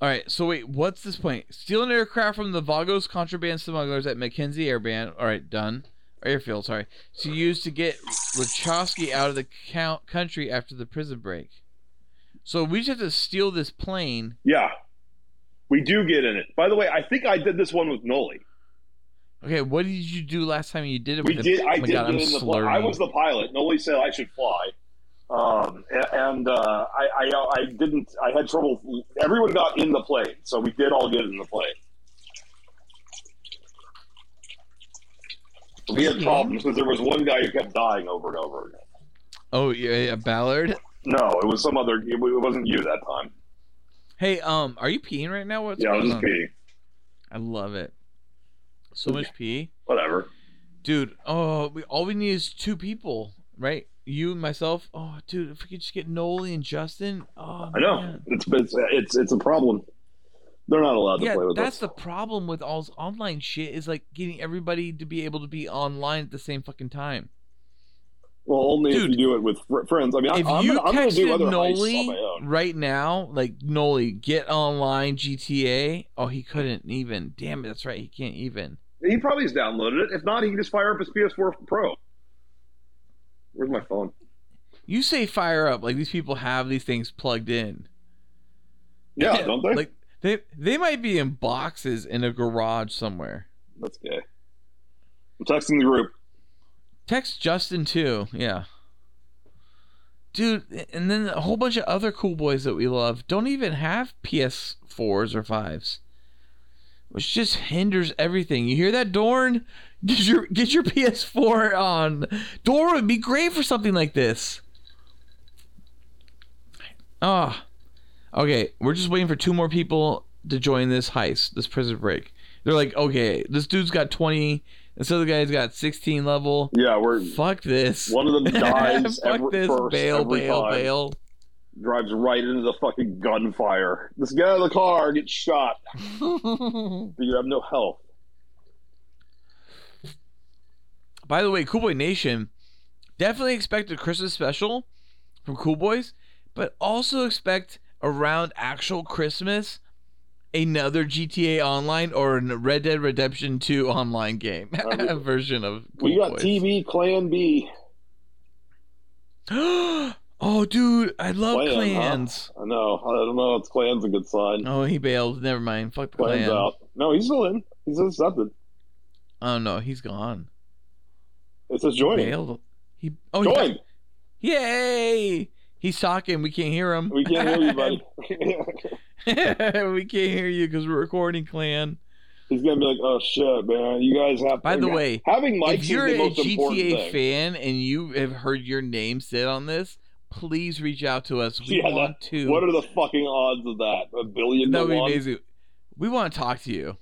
S7: All right. So wait, what's this point? Steal an aircraft from the Vagos contraband smugglers at Mackenzie Airband. All right, done. Airfield, sorry. To use to get Rachowski out of the count country after the prison break. So we just have to steal this plane.
S4: Yeah, we do get in it. By the way, I think I did this one with Noli.
S7: Okay, what did you do last time you did it?
S4: We
S7: with the-
S4: did.
S7: oh
S4: I
S7: my
S4: did
S7: God,
S4: get
S7: I'm
S4: in the. pl-
S7: slurring.
S4: I was the pilot. Noli said I should fly, um, a- and uh, I, I I didn't. I had trouble. Everyone got in the plane, so we did all get in the plane. We had problems because there was one guy who kept dying over and over again.
S7: Oh yeah, yeah, Ballard.
S4: No, it was some other. It wasn't you that time.
S7: Hey, um, are you peeing right now? What's
S4: yeah, I was
S7: going
S4: just
S7: on?
S4: being
S7: I love it. So much pee.
S4: whatever.
S7: dude. Oh, we all we need is two people, right? You and myself. Oh, dude, if we could just get Noli and Justin. Oh,
S4: I know
S7: man.
S4: it's it's it's it's a problem. They're not allowed to
S7: Yeah,
S4: play with
S7: that's
S4: us.
S7: the problem with all this online shit is like getting everybody to be able to be online at the same fucking time.
S4: well, only if
S7: Dude.
S4: you do it with fr- friends. I mean, I,
S7: If
S4: I'm,
S7: you
S4: gonna, I'm gonna do
S7: texted
S4: other heists on
S7: Noli
S4: my own.
S7: right now, like Noli, get online GTA. Oh, he couldn't even. Damn it, that's right, he can't even.
S4: He probably has downloaded it. If not, he can just fire up his PS4 Pro. Where's my phone?
S7: You say fire up, like these people have these things plugged in.
S4: Yeah, don't they?
S7: Like they they might be in boxes in a garage somewhere.
S4: That's gay. I'm texting the group.
S7: Text Justin too. Yeah. Dude, and then a whole bunch of other cool boys that we love don't even have PS4s or 5s. Which just hinders everything. You hear that, Dorn? <laughs> Get your get your PS4 on. Dorn would be great for something like this. Ah. Okay, we're just waiting for two more people to join this heist, this prison break. They're like, okay, this dude's got 20, this other guy's got 16 level.
S4: Yeah, we're
S7: Fuck this. <laughs>
S4: one of them dies
S7: Fuck
S4: every,
S7: this.
S4: first
S7: bail,
S4: every
S7: bail,
S4: time.
S7: bail.
S4: Drives right into the fucking gunfire. This guy in the car gets
S7: <laughs>
S4: shot. You have no health.
S7: By the way, Cool Boy Nation, definitely expect a Christmas special from Cool Boys, but also expect around actual Christmas another GTA Online or a Red Dead Redemption 2 online game
S4: we-
S7: <laughs> version of Cool
S4: We got
S7: Boys.
S4: TV Clan B.
S7: <gasps> oh, dude, I love
S4: Clan, huh?
S7: clans.
S4: I know. I don't know. It's Clan's a good sign.
S7: Oh, he bailed. Never mind. Fuck the
S4: Clan's
S7: clan.
S4: out. No, he's still in. He's accepted.
S7: Oh no, he's gone.
S4: It says join.
S7: Bailed. He oh he-
S4: Join.
S7: Yay! He's talking. We can't hear him. <laughs>
S4: We can't hear you, buddy. <laughs>
S7: we can't hear you because we're recording, clan.
S4: he's gonna be like, "Oh shit, man! You guys have."
S7: By the way,
S4: having mics
S7: if you're
S4: is the
S7: a
S4: most important
S7: GTA
S4: thing.
S7: fan and you have heard your name said on this, please reach out to us. We
S4: Yeah, that-
S7: want to.
S4: What are the fucking odds of that? A billion
S7: that
S4: to
S7: would be
S4: one.
S7: amazing. We want to talk to you.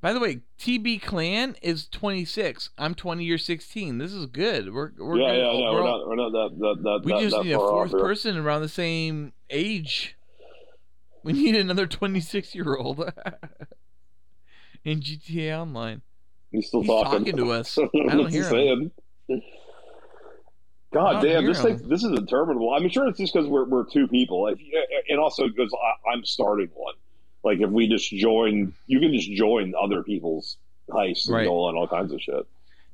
S7: By the way, TB Clan is 26. I'm 20. You're 16. This is good. We're we're
S4: yeah,
S7: good.
S4: yeah, yeah.
S7: We're
S4: We're
S7: all-
S4: not, we're not that that that.
S7: We
S4: that,
S7: just
S4: that
S7: need a
S4: far
S7: fourth
S4: off here.
S7: person around the same age. We need another 26 year old <laughs> in GTA Online.
S4: He's still
S7: He's
S4: talking.
S7: talking to
S4: <laughs>
S7: us.
S4: I
S7: I don't hear him.
S4: saying. God
S7: I don't
S4: damn,
S7: hear
S4: this
S7: him.
S4: thing, this is interminable. I'm sure it's just because we're, we're two people, If- and also because I, I'm starting one. Like if we just join, you can just join other people's heists and
S7: Right.
S4: go on all kinds of shit.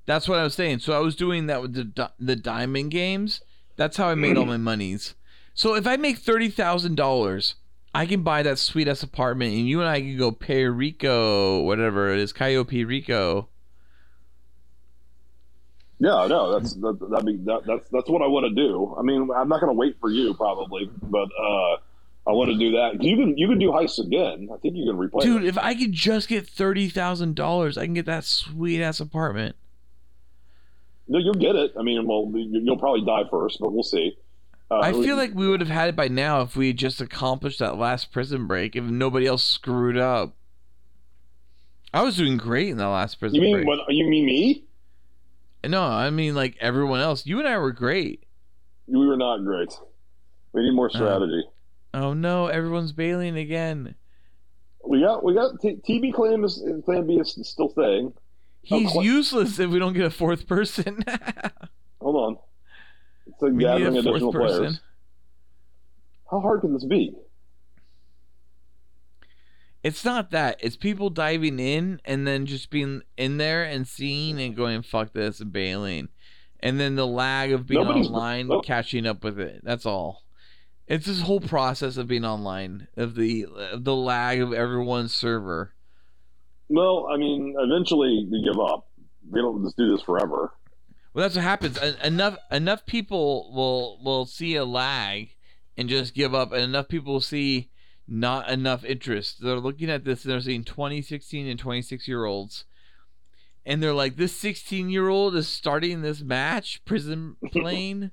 S7: That's what I was saying. So I was doing that with the di- the diamond games. That's how I made all
S4: <clears throat>
S7: my monies. So if I make thirty thousand dollars, I can buy that sweet ass apartment, and you and I can go pay Rico, whatever it is, Coyote Rico.
S4: Yeah, no, that's that, that, be, that that's that's what I want to do. I mean, I'm not going to wait for you probably, but uh, I want to do that. You can you can do heists again. I think you can replay.
S7: Dude,
S4: it.
S7: if I could just get thirty thousand dollars, I can get that sweet ass apartment.
S4: no, you'll get it. I mean, well, you- you'll probably die first, but we'll see. Uh,
S7: I feel like we would have had it by now if we had just accomplished that last prison break. If nobody else screwed up, I was doing great in that last prison
S4: you mean
S7: break.
S4: when, you mean me?
S7: No, I mean like everyone else. You and I were great.
S4: We were not great. We need
S7: Uh-huh.
S4: more strategy.
S7: Oh no, everyone's bailing again.
S4: We got we got T- TB claim is claim B is still staying.
S7: He's
S4: Cla-
S7: useless if we don't get a fourth person. <laughs>
S4: Hold on. It's like
S7: we need
S4: gathering
S7: a
S4: additional
S7: fourth person.
S4: players. How hard can this be?
S7: It's not that. It's people diving in and then just being in there and seeing and going fuck this and bailing. And then the lag of being
S4: Nobody's-
S7: online
S4: no-
S7: catching up with it. That's all. It's this whole process of being online of the of the lag of everyone's server.
S4: Well, I mean, eventually you give up. We don't just do this forever.
S7: Well, that's what happens. En- Enough enough people will will see a lag and just give up, and enough people will see not enough interest. They're looking at this and they're seeing 20, 16, and 26 year olds. And they're like, this 16 year old is starting this match, prison plane.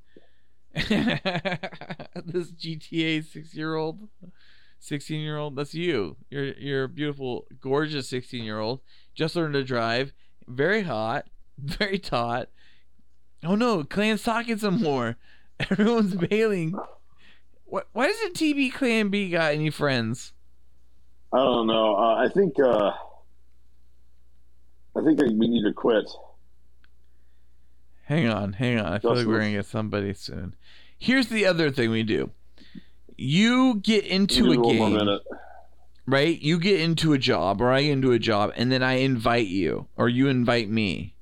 S7: <laughs> this GTA six year old, 16 year old, that's you. You're, you're a beautiful, gorgeous 16 year old. Just learned to drive, very hot, <laughs> very taut. Oh no, Clan Socket some more. <laughs> Everyone's bailing. What? Why doesn't TB Clan B got any friends?
S4: I don't know. Uh, I think uh, I think we need to quit.
S7: Hang on, hang on. I feel like
S4: Justin.
S7: we're gonna get somebody soon. Here's the other thing we do. You get
S4: We
S7: into
S4: need
S7: a
S4: one more
S7: game.
S4: minute.
S7: right? You get into a job, or I get into a job, and then I invite you, or you invite me.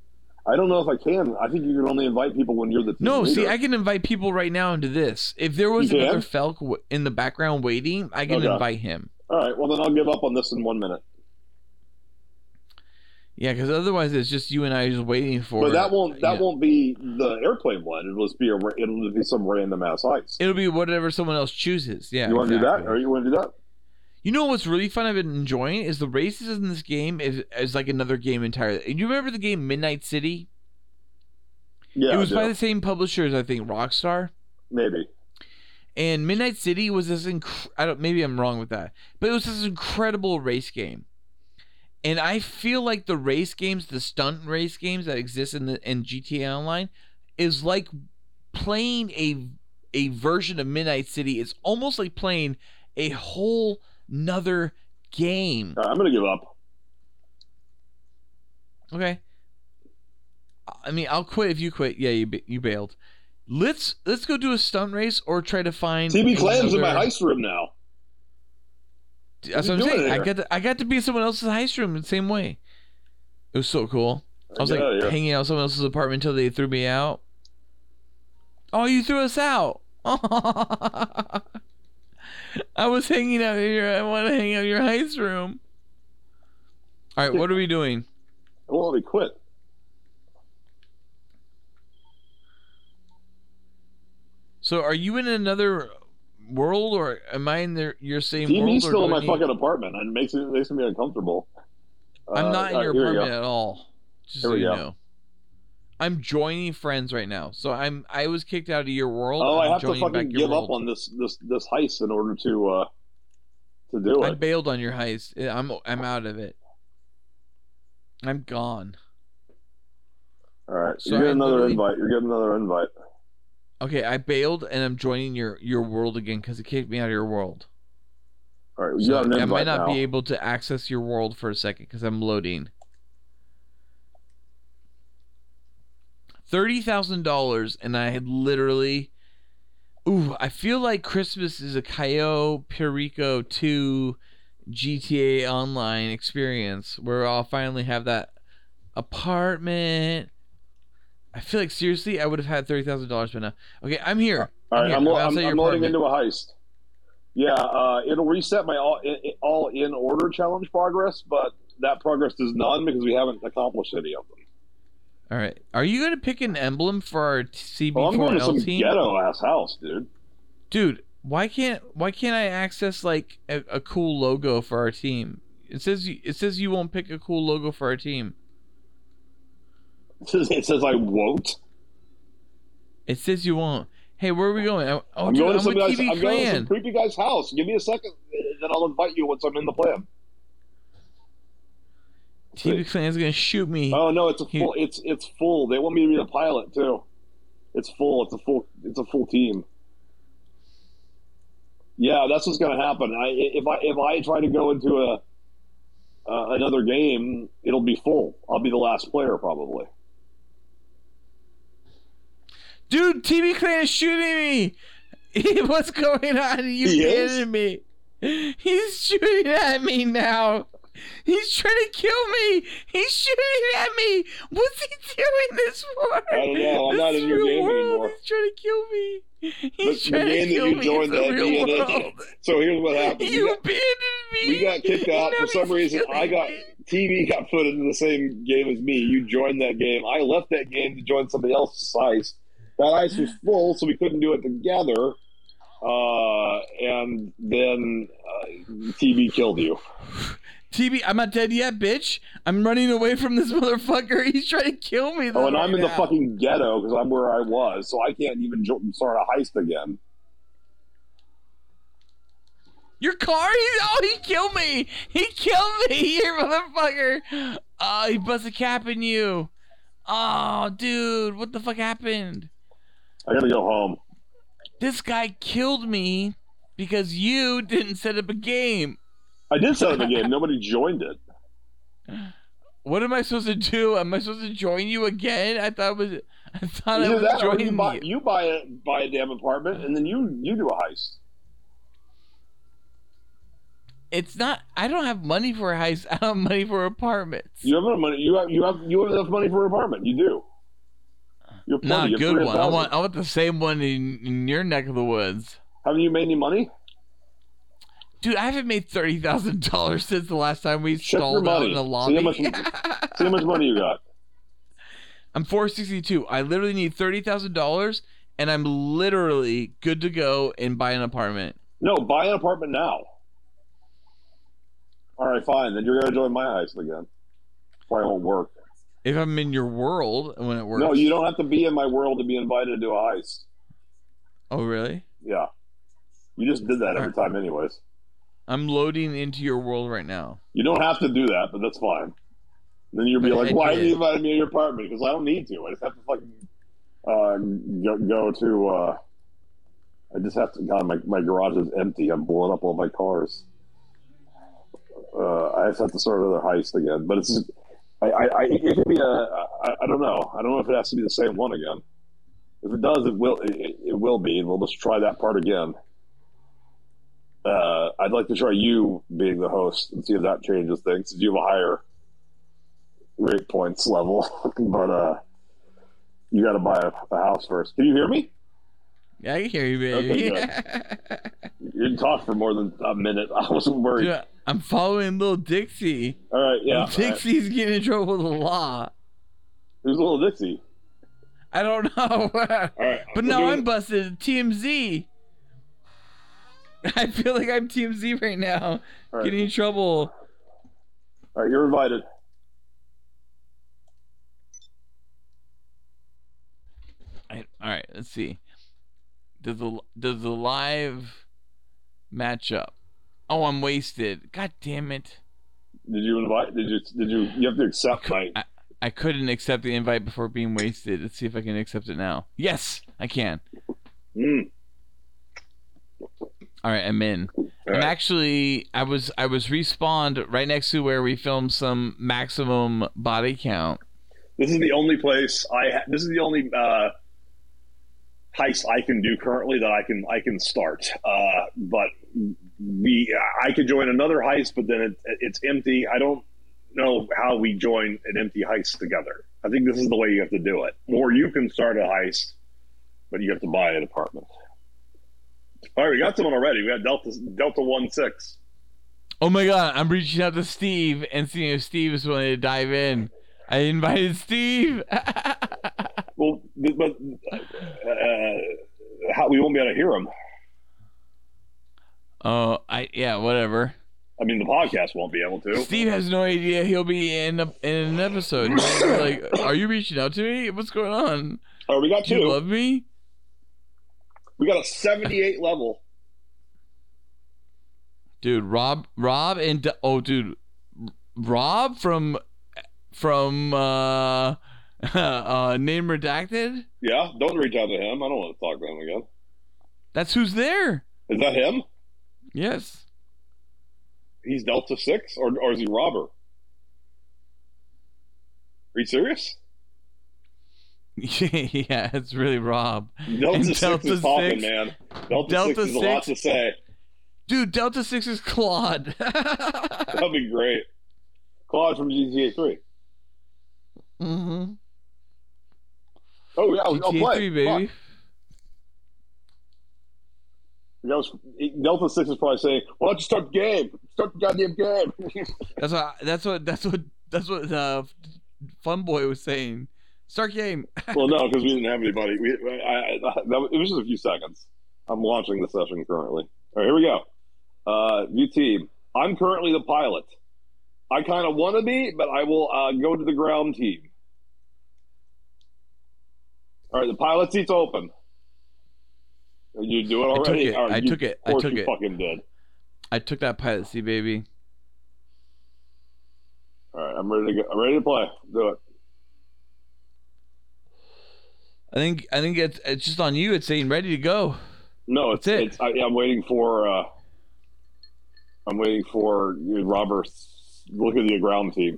S4: I don't know if I can. I think you can only invite people when you're the team
S7: No, see,
S4: leader.
S7: I can invite people right now into this. If there was
S4: You can?
S7: another Felk w- in the background waiting, I can
S4: Okay.
S7: invite him.
S4: All right. Well, then I'll give up on this in one minute.
S7: Yeah, because otherwise it's just you and I just waiting for.
S4: but that won't that
S7: yeah.
S4: won't be the airplane one. It'll just be a ra- it'll just be some random ass ice.
S7: It'll be whatever someone else chooses. Yeah.
S4: you want to do
S7: exactly.
S4: that? Or you want to do that?
S7: You know what's really fun? I've been enjoying is the races in this game is, is like another game entirely. You remember the game Midnight City?
S4: Yeah,
S7: it was
S4: I do.
S7: by the same publishers, I think, Rockstar.
S4: maybe.
S7: and Midnight City was this inc- I don't maybe I'm wrong with that, but it was this incredible race game. And I feel like the race games, the stunt race games that exist in the in GTA Online is like playing a a version of Midnight City. It's almost like playing a whole nother game.
S4: All right, Uh, I'm gonna give up.
S7: Okay. I mean, I'll quit if you quit. Yeah, you ba- you bailed. Let's let's go do a stunt race or try to find
S4: TB clams in my
S7: another-
S4: heist room now.
S7: That's
S4: What are
S7: what I'm
S4: you doing
S7: saying. I
S4: there?
S7: got to, I got to be in someone else's heist room the same way. It was so cool. I was
S4: Get outta
S7: like
S4: here.
S7: hanging out in someone else's apartment until they threw me out. Oh, you threw us out. <laughs> I was hanging out here. I want to hang out in your heist room. All right, what are we doing?
S4: It won't let me quit.
S7: So, are you in another world, or am I in the, your same world?
S4: TB's
S7: or
S4: still in
S7: do I
S4: my
S7: need-
S4: fucking apartment. and It makes it makes me uncomfortable. Uh,
S7: I'm not in your
S4: apartment.
S7: apartment at all. Just
S4: Here
S7: so
S4: we
S7: you
S4: go.
S7: know. I'm joining friends right now. So I'm I was kicked out of your world.
S4: Oh,
S7: I'm
S4: I have to
S7: joining
S4: fucking
S7: back your
S4: give up
S7: world.
S4: on this this this heist in order to uh to do
S7: I
S4: it.
S7: bailed on your heist. Yeah, I'm I'm out of it. I'm gone.
S4: All right,
S7: So
S4: you get
S7: I
S4: another
S7: literally-
S4: invite. You're getting another invite.
S7: Okay, I bailed and I'm joining your your world again because it kicked me out of your world.
S4: All right, you
S7: So
S4: got an
S7: I
S4: invite
S7: might not
S4: now.
S7: be able to access your world for a second because I'm loading. Thirty thousand dollars, and I had literally. Ooh, I feel like Christmas is a Cayo Perico two GTA Online experience where I'll finally have that apartment I feel like seriously, I would have had thirty thousand dollars by now. Okay, I'm here.
S4: All right,
S7: here.
S4: I'm,
S7: I'm
S4: lo-
S7: outside
S4: I'm,
S7: your
S4: I'm loading
S7: apartment.
S4: into a heist. Yeah, uh, it'll reset my all, i- i- all in order challenge progress, but that progress is none because we haven't accomplished any of them.
S7: All right, are you gonna pick an emblem for our CB4L
S4: Well, Oh, I'm going to some
S7: team,
S4: ghetto ass house, dude. <laughs>
S7: dude? Why can't why can't I access like a, a cool logo for our team? It says you, it says you won't pick a cool logo for our team.
S4: It says, it says I won't.
S7: It says you won't. Hey, where are we going? Oh,
S4: I'm
S7: dude,
S4: going
S7: I'm
S4: to
S7: with
S4: some guy's,
S7: TV
S4: I'm going to
S7: Clan.
S4: some creepy guy's house. Give me a second, then I'll invite you once I'm in the plan.
S7: TV Clan's gonna shoot me.
S4: Oh no, it's a
S7: He-
S4: full. It's it's full. They want me to be the pilot too. It's full. It's a full. It's a full team. Yeah, that's what's going to happen. I, if I if I try to go into a uh, another game, it'll be full. I'll be the last player probably.
S7: Dude, TV Clan is shooting me. <laughs> What's going on? You
S4: He is?
S7: kidding me? He's shooting at me now. He's trying to kill me. He's shooting at me. What's he doing this for? I
S4: don't know. I'm not in your game
S7: world.
S4: anymore.
S7: He's trying to kill me.
S4: The,
S7: He's
S4: the
S7: trying
S4: game
S7: to
S4: that
S7: kill
S4: you
S7: me.
S4: joined
S7: It's the
S4: that
S7: real
S4: DNA
S7: world.
S4: So here's what happened.
S7: <laughs> You
S4: We got,
S7: abandoned me.
S4: we got kicked
S7: <laughs> You
S4: out
S7: know
S4: for some
S7: he's
S4: reason.
S7: killing
S4: I got
S7: me.
S4: TV got put into the same game as me. You joined that game. I left that game to join somebody else's ice. That ice
S7: <gasps>
S4: was full, so we couldn't do it together. Uh, and then uh, TV killed you.
S7: TB, I'm not dead yet, bitch. I'm running away from this <laughs> motherfucker. He's trying to kill me.
S4: Oh, and
S7: right
S4: I'm in the
S7: now.
S4: fucking ghetto because I'm where I was, so I can't even jo- start a heist again.
S7: Your car? He, oh, he killed me! He killed me, <laughs> you motherfucker! Oh, he busted cap in you. Oh, dude, what the fuck happened?
S4: I gotta go home.
S7: This guy killed me because you didn't set up a game.
S4: I did set up a game. Nobody joined it.
S7: What am I supposed to do? Am I supposed to join you again? I thought it was <laughs> I thought <laughs> I
S4: Either
S7: was
S4: that or
S7: joining
S4: you buy,
S7: you.
S4: you buy a buy a damn apartment and then you you do a heist.
S7: It's not. I don't have money for a house. <laughs> I don't have money for apartments.
S4: You have enough money. You have you have you have enough money for an apartment. You do. You're plenty.
S7: Not a
S4: You're
S7: good one. I
S4: 300,000.
S7: want. I want the same one in, in your neck of the woods.
S4: Haven't you made any money?
S7: Dude, I haven't made thirty thousand dollars since the last time we
S4: Check your
S7: stalled out
S4: money.
S7: in a
S4: See
S7: lobby.
S4: how much- See how much money you got.
S7: <laughs> I'm four sixty two. I literally need thirty thousand dollars, and I'm literally good to go and buy an apartment.
S4: No, buy an apartment now. All right, fine. Then you're gonna join my heist again. Probably won't work.
S7: If I'm in your world when it works.
S4: No, you don't have to be in my world to be invited to a heist.
S7: Oh really?
S4: Yeah, you just did that every time, anyways.
S7: I'm loading into your world right now.
S4: You don't have to do that, but that's fine. Then you'll be
S7: But I
S4: like, "Why
S7: did.
S4: did you invite me to your apartment?" Because I don't need to. I just have to fucking uh, go, go to. Uh, I just have to. God, my my garage is empty. I'm blowing up all my cars. Uh, I just have to start another heist again. But it's. I, I, I it could be a. I, I don't know. I don't know if it has to be the same one again. If it does, it will. It, it will be, and we'll just try that part again. Uh, I'd like to try you being the host and see if that changes things. 'cause You have a higher rate points level, <laughs> but uh, you got to buy a, a house first. Can you hear me?
S7: Yeah, I can hear you, baby.
S4: Okay,
S7: <laughs>
S4: You didn't talk for more than a minute. <laughs> I wasn't worried.
S7: Dude, I'm following little Dixie.
S4: All right, yeah. all right.
S7: Dixie's getting in trouble with the law.
S4: Who's little Dixie?
S7: I don't <laughs> know.
S4: All right,
S7: But
S4: we're
S7: now
S4: doing-
S7: I'm busted. TMZ. <laughs> I feel like I'm TMZ right now.
S4: All right.
S7: Getting in trouble.
S4: All right, you're invited.
S7: I, all right, let's see. Does the does the live match up? Oh, I'm wasted. God damn it!
S4: Did you invite? Did you? Did you? You have to accept my.
S7: I, I couldn't accept the invite before being wasted. Let's see if I can accept it now. Yes, I can.
S4: Mm.
S7: All right, I'm in. I'm
S4: right.
S7: actually I was I was respawned right next to where we filmed some maximum body count.
S4: This is the only place I. Ha- this is the only uh, heist I can do currently that I can I can start. Uh, but we I could join another heist, but then it, it's empty. I don't know how we join an empty heist together. I think this is the way you have to do it. Or you can start a heist, but you have to buy an apartment. All right, we got someone already. We got Delta Delta One Six.
S7: Oh my god, I'm reaching out to Steve and seeing if Steve is willing to dive in. I invited Steve. <laughs>
S4: Well, th- but uh, how we won't be able to hear him.
S7: oh, I yeah, whatever.
S4: I mean, the podcast won't be able to.
S7: Steve has no idea he'll be in a, in an episode. He's like, are you reaching out to me? What's going on?
S4: All right, we got
S7: Do you
S4: two.
S7: love me?
S4: We got a seventy-eight level.
S7: dude rob rob and D- oh dude rob from from uh <laughs> uh name redacted
S4: Yeah, don't reach out to him. I don't want to talk to him again.
S7: that's who's there
S4: Is that him?
S7: yes <laughs>
S4: He's Delta Six, or or is he Robber? Are you
S7: <laughs>
S4: serious?
S7: yeah it's really rob
S4: Delta
S7: And
S4: Six
S7: Delta
S4: is talking,
S7: Six-
S4: man. Delta,
S7: Delta
S4: Six is a lot to
S7: Six-
S4: say.
S7: dude delta 6 is claude <laughs>
S4: That'd be great. Claude from GTA Three.
S7: mm-hmm.
S4: Oh yeah, I'll
S7: GTA
S4: play.
S7: 3 baby
S4: Fuck. That was, Delta Six is probably saying, "Why don't you start the game? Start the goddamn game." <laughs>
S7: that's what that's what that's what that's what uh fun boy was saying start game
S4: well, no, because we didn't have anybody. We, I, I, that, was- it was just a few seconds. I'm launching the session currently. All right, here we go. Uh, view team. I'm currently the pilot. I kind of want to be, but I will uh, go to the ground team. All right, the pilot seat's open. You do it
S7: took
S4: already.
S7: it.
S4: All right,
S7: I
S4: you-
S7: took it.
S4: Of
S7: I
S4: course
S7: took
S4: you
S7: it.
S4: fucking did.
S7: i took that pilot see baby
S4: All right, I'm ready to go. I'm ready to play. Do it.
S7: i think i think it's it's just on you it's saying ready to go
S4: No, it's,
S7: That's it.
S4: it's I, I'm waiting for. Uh, I'm waiting for Robert. Look at the ground team.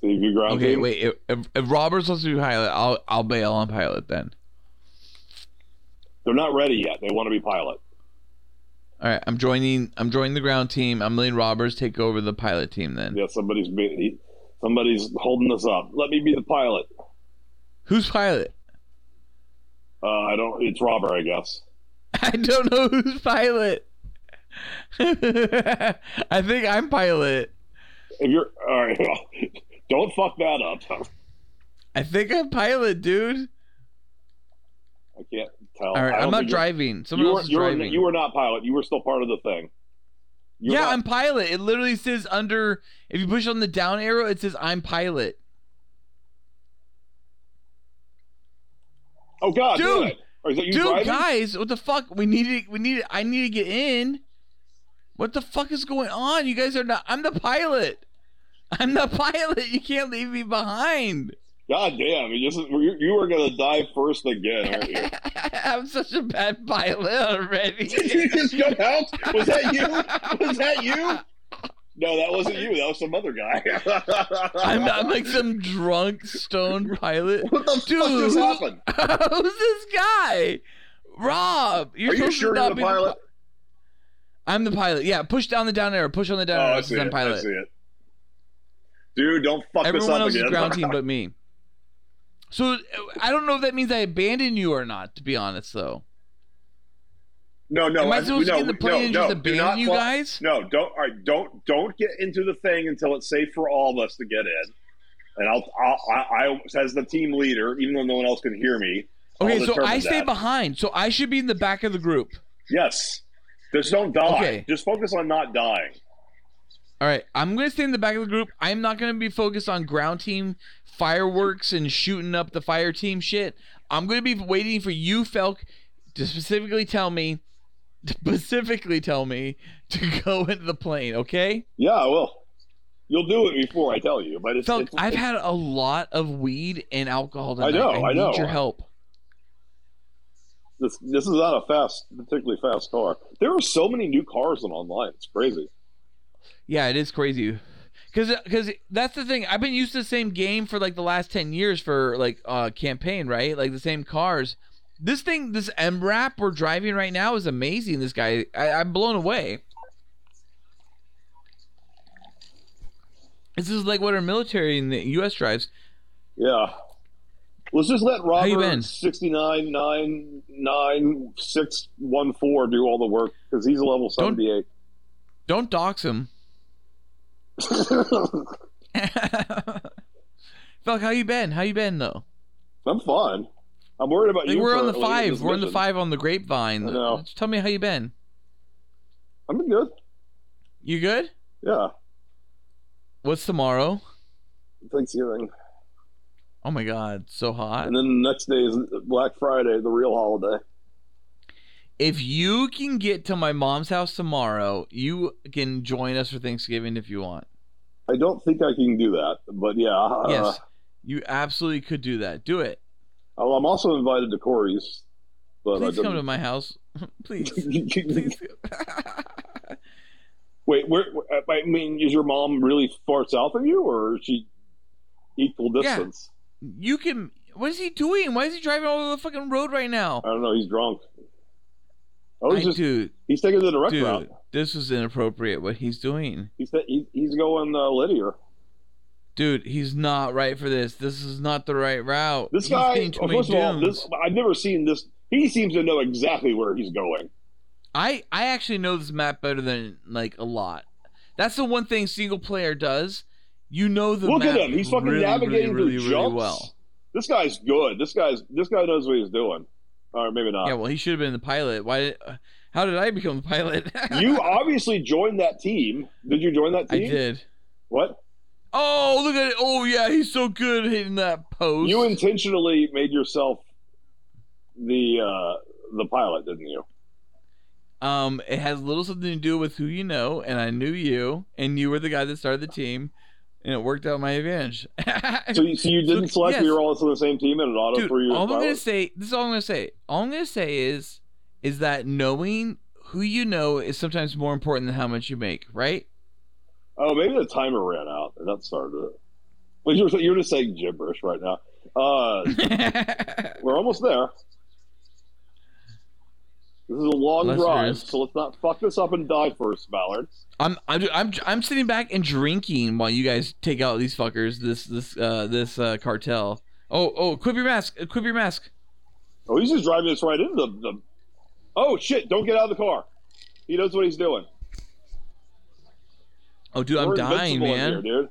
S4: See if you ground
S7: Okay,
S4: team.
S7: wait. If, if, if Robert's supposed to be pilot, I'll I'll bail on pilot then.
S4: They're not ready yet. They want to be pilot.
S7: All right, I'm joining. I'm joining the ground team. I'm letting Roberts take over the pilot team then.
S4: Yeah, somebody's be, he- somebody's holding us up. Let me be the pilot.
S7: Who's pilot? <laughs>
S4: Uh, I don't. It's Robert, I guess.
S7: I don't know who's pilot. <laughs> I think I'm pilot.
S4: If you're all right, <laughs> don't fuck that up. <laughs>
S7: I think I'm pilot, dude.
S4: I can't tell.
S7: All right,
S4: Oh, I
S7: I'm
S4: don't
S7: not
S4: think you're-
S7: driving. Someone
S4: You were,
S7: else is
S4: you, were,
S7: driving.
S4: you were not pilot. You were still part of the thing. You're
S7: yeah,
S4: not-
S7: I'm pilot. It literally says under. If you push on the down arrow, it says I'm pilot.
S4: Oh God, do
S7: Dude!
S4: it. Or is that you
S7: Dude,
S4: driving?
S7: guys, what the fuck? We need to, we need to, I need to get in. What the fuck is going on? You guys are not. I'm the pilot. I'm the <laughs> pilot. You can't leave me behind. <laughs>
S4: God damn, you just you, you were gonna die first again, aren't you?
S7: I'm such a bad
S4: <laughs> <laughs>
S7: pilot
S4: Did
S7: already.
S4: you just jump out? Was that you? Was that you? No, that wasn't you. That was some other guy.
S7: <laughs> I'm, I'm like some drunk stone pilot.
S4: what the fuck
S7: Dude.
S4: just happened?
S7: <laughs> Who's this guy? Rob, you're
S4: Are you
S7: supposed
S4: sure
S7: to
S4: you're
S7: not
S4: the
S7: be the
S4: pilot?
S7: pi- I'm the pilot. Yeah, push down the down arrow. Push on the down
S4: oh,
S7: arrow.
S4: I
S7: it says
S4: see
S7: I'm
S4: it. I
S7: pilot.
S4: see it. Dude, don't fuck this
S7: Everyone
S4: up
S7: else
S4: again. <laughs>
S7: is ground team but me. So uh, I don't know if that means I abandon you or not. To be honest, though,
S4: no, no,
S7: am I
S4: I-
S7: supposed
S4: no,
S7: to get in the
S4: we-
S7: plane
S4: no,
S7: and
S4: no,
S7: just
S4: do not
S7: abandon you
S4: fuck-
S7: guys?
S4: No, don't. All right, don't don't get into the thing until it's safe for all of us to get in. And I'll, I'll I, I as the team leader, even though no one else can hear me. I'll
S7: Okay, so
S4: determine
S7: I stay
S4: that.
S7: behind. So I should be in the back of the group.
S4: Yes. Just don't die.
S7: Okay.
S4: Just focus on not dying.
S7: All right, I'm gonna stay in the back of the group. I'm not gonna be focused on ground team fireworks and shooting up the fire team shit. I'm gonna be waiting for you, Felk, to specifically tell me, <laughs> to specifically tell me to go <laughs> into the plane. Okay.
S4: Yeah, I will. You'll do it before I tell you, but it's,
S7: Felk,
S4: it's-
S7: I've had a lot of weed and alcohol tonight.
S4: I know, I
S7: need
S4: know.
S7: your help.
S4: this. This is not a fast, particularly fast car. There are so many new cars on online. It's crazy.
S7: Yeah, it is crazy. Cause, Cause, that's the thing. I've been used to the same game for like the last ten years for like uh campaign, right? Like the same cars. This thing, this M wrap we're driving right now is amazing. This guy, I, I'm blown away. This is like what our military in the U.S. drives.
S4: Yeah. Let's just let
S7: you
S4: Robert
S7: been?
S4: sixty nine nine nine six one four do all the work because he's level
S7: Don't-
S4: seventy eight.
S7: Don't dox him. <laughs> Felk, how you been? How you been though?
S4: <laughs> I'm fine. I'm worried about you.
S7: Like, we're on the
S4: currently in
S7: five.
S4: this
S7: We're on the
S4: mission.
S7: five on the grapevine.
S4: I know.
S7: Just tell me how you been.
S4: I'm good.
S7: You good?
S4: Yeah.
S7: What's tomorrow?
S4: Thanksgiving,
S7: Oh my god, so hot.
S4: and then the next day is Black Friday, the real holiday.
S7: If you can get to my mom's house tomorrow, you can join us for Thanksgiving if you want.
S4: I don't think I can do that, but yeah. uh,
S7: yes. You absolutely could do that. Do it.
S4: I'm I'm also invited to Corey's, but
S7: Please
S4: I
S7: come to
S4: didn't. <laughs>
S7: my house. <laughs> Please. Please. <laughs>
S4: Wait, where, where- I mean, is your mom really far south of you, or is she equal
S7: Yeah.
S4: distance?
S7: you can what is he doing? Why is he driving over the fucking road right now?
S4: I don't know. He's drunk. Oh, he's
S7: I-
S4: just
S7: dude,
S4: he's taking the direct route.
S7: dude, this is inappropriate what he's doing.
S4: He's he, he's going uh, Lydia.
S7: Dude, he's not right for this. This is not the right route.
S4: This
S7: He's
S4: guy,
S7: getting too
S4: oh,
S7: many
S4: first of all,
S7: dooms.
S4: this I've never seen this. He seems to know exactly where he's going.
S7: I I actually know this map better than like a lot. That's the one thing single player does. You know the
S4: Look
S7: map
S4: at him. He's fucking
S7: really,
S4: navigating
S7: really, really,
S4: through
S7: really
S4: jumps.
S7: well.
S4: This guy's good. This guy's this guy knows what he's doing, or maybe not.
S7: Yeah, well, he should have been the pilot. Why? uh, How did I become the pilot? <laughs>
S4: you obviously joined that team. Did you join that
S7: I
S4: team?
S7: did.
S4: What?
S7: Oh, look at it. Oh yeah, he's so good hitting that post.
S4: You intentionally made yourself the uh, the pilot, didn't you?
S7: Um, it has little something to do with who you know, and I knew you, and you were the guy that started the team, and it worked out my advantage. <laughs>
S4: So you, so you didn't
S7: So,
S4: select. We
S7: yes.
S4: were all on the same team, and an auto
S7: Dude,
S4: threw you.
S7: all
S4: as
S7: I'm
S4: pilot.
S7: gonna say, this is all I'm gonna say. All I'm gonna say is, is that knowing who you know is sometimes more important than how much you make, right? <laughs>
S4: Oh, maybe the timer ran out, and that started it. Well, you're, you're just saying gibberish right now. Uh, we're almost there. This is a long
S7: Unless there
S4: drive,
S7: is-
S4: so let's not fuck this up and die first, Ballard.
S7: I'm, I'm, I'm, I'm sitting back and drinking while you guys take out these fuckers. This, this, uh, this uh, cartel. Oh, oh, equip your mask. Equip your mask.
S4: Oh, he's just driving us right into the, the. Oh shit! Don't get out of the car. He knows what he's doing.
S7: Oh, dude, I'm
S4: We're
S7: dying,
S4: invincible in
S7: man.
S4: Here, dude.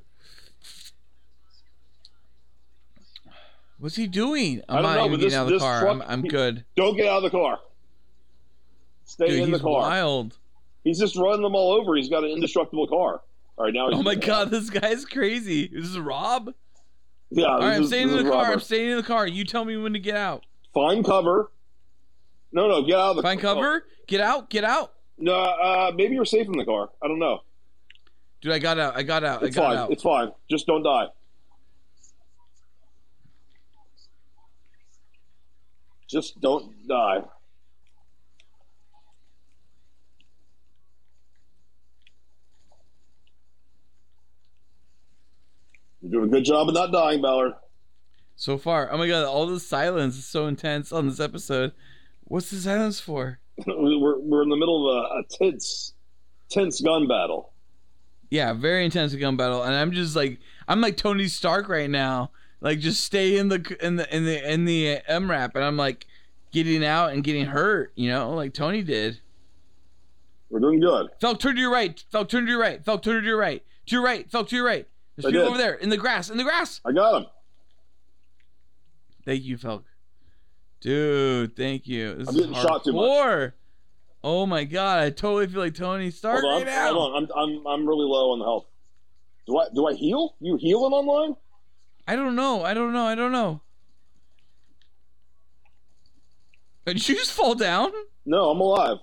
S7: What's he doing?
S4: I don't
S7: I'm not
S4: know,
S7: even
S4: but
S7: getting
S4: this-
S7: out of the
S4: this
S7: car.
S4: truck-
S7: I'm, I'm good.
S4: Don't get out of the car. Stay
S7: Dude,
S4: in the
S7: he's
S4: car. <laughs>
S7: wild.
S4: He's just running them all over. He's got an indestructible car. All right, now. He's
S7: Oh my god, this guy is crazy. This is Rob.
S4: Yeah.
S7: All right, I'm
S4: is,
S7: staying
S4: this
S7: in the
S4: is
S7: car. I'm
S4: Robert.
S7: staying in the car. You tell me when to get out.
S4: Find cover. No, no, get out of the
S7: Find cover. Get out. Get out.
S4: No, uh, maybe you're safe in the car. I don't know.
S7: Dude, I got out. I got out.
S4: It's
S7: I got
S4: fine.
S7: out.
S4: It's fine. Just don't die. Just don't die. You're doing a good job of not dying, Ballard. <laughs>
S7: So far. Oh my god, all the silence is so intense on this episode. What's the silence for?
S4: We're, we're in the middle of a, a tense, tense gun battle.
S7: Yeah, very intense gun battle, and I'm just like I'm like Tony Stark right now. Like just stay in the in the in the in the MRAP, and I'm like getting out and getting hurt. You know, like Tony did.
S4: We're doing good.
S7: Felk, turn to your right. Felk, turn to your right. Felk, turn to your right. To your right. Felk, to your right. There's
S4: I
S7: people
S4: did.
S7: over there in the grass. In the grass.
S4: I got him.
S7: Thank you, Felk. Dude, thank you. This
S4: I'm
S7: is
S4: getting shot too much.
S7: hardcore. Oh my god, I totally feel like Tony Stark
S4: Hold on,
S7: right now.
S4: hold on. I'm, I'm, I'm really low on the health. Do I do I heal? You healing online?
S7: I don't know. I don't know. I don't know. Did you just fall down?
S4: No, I'm alive.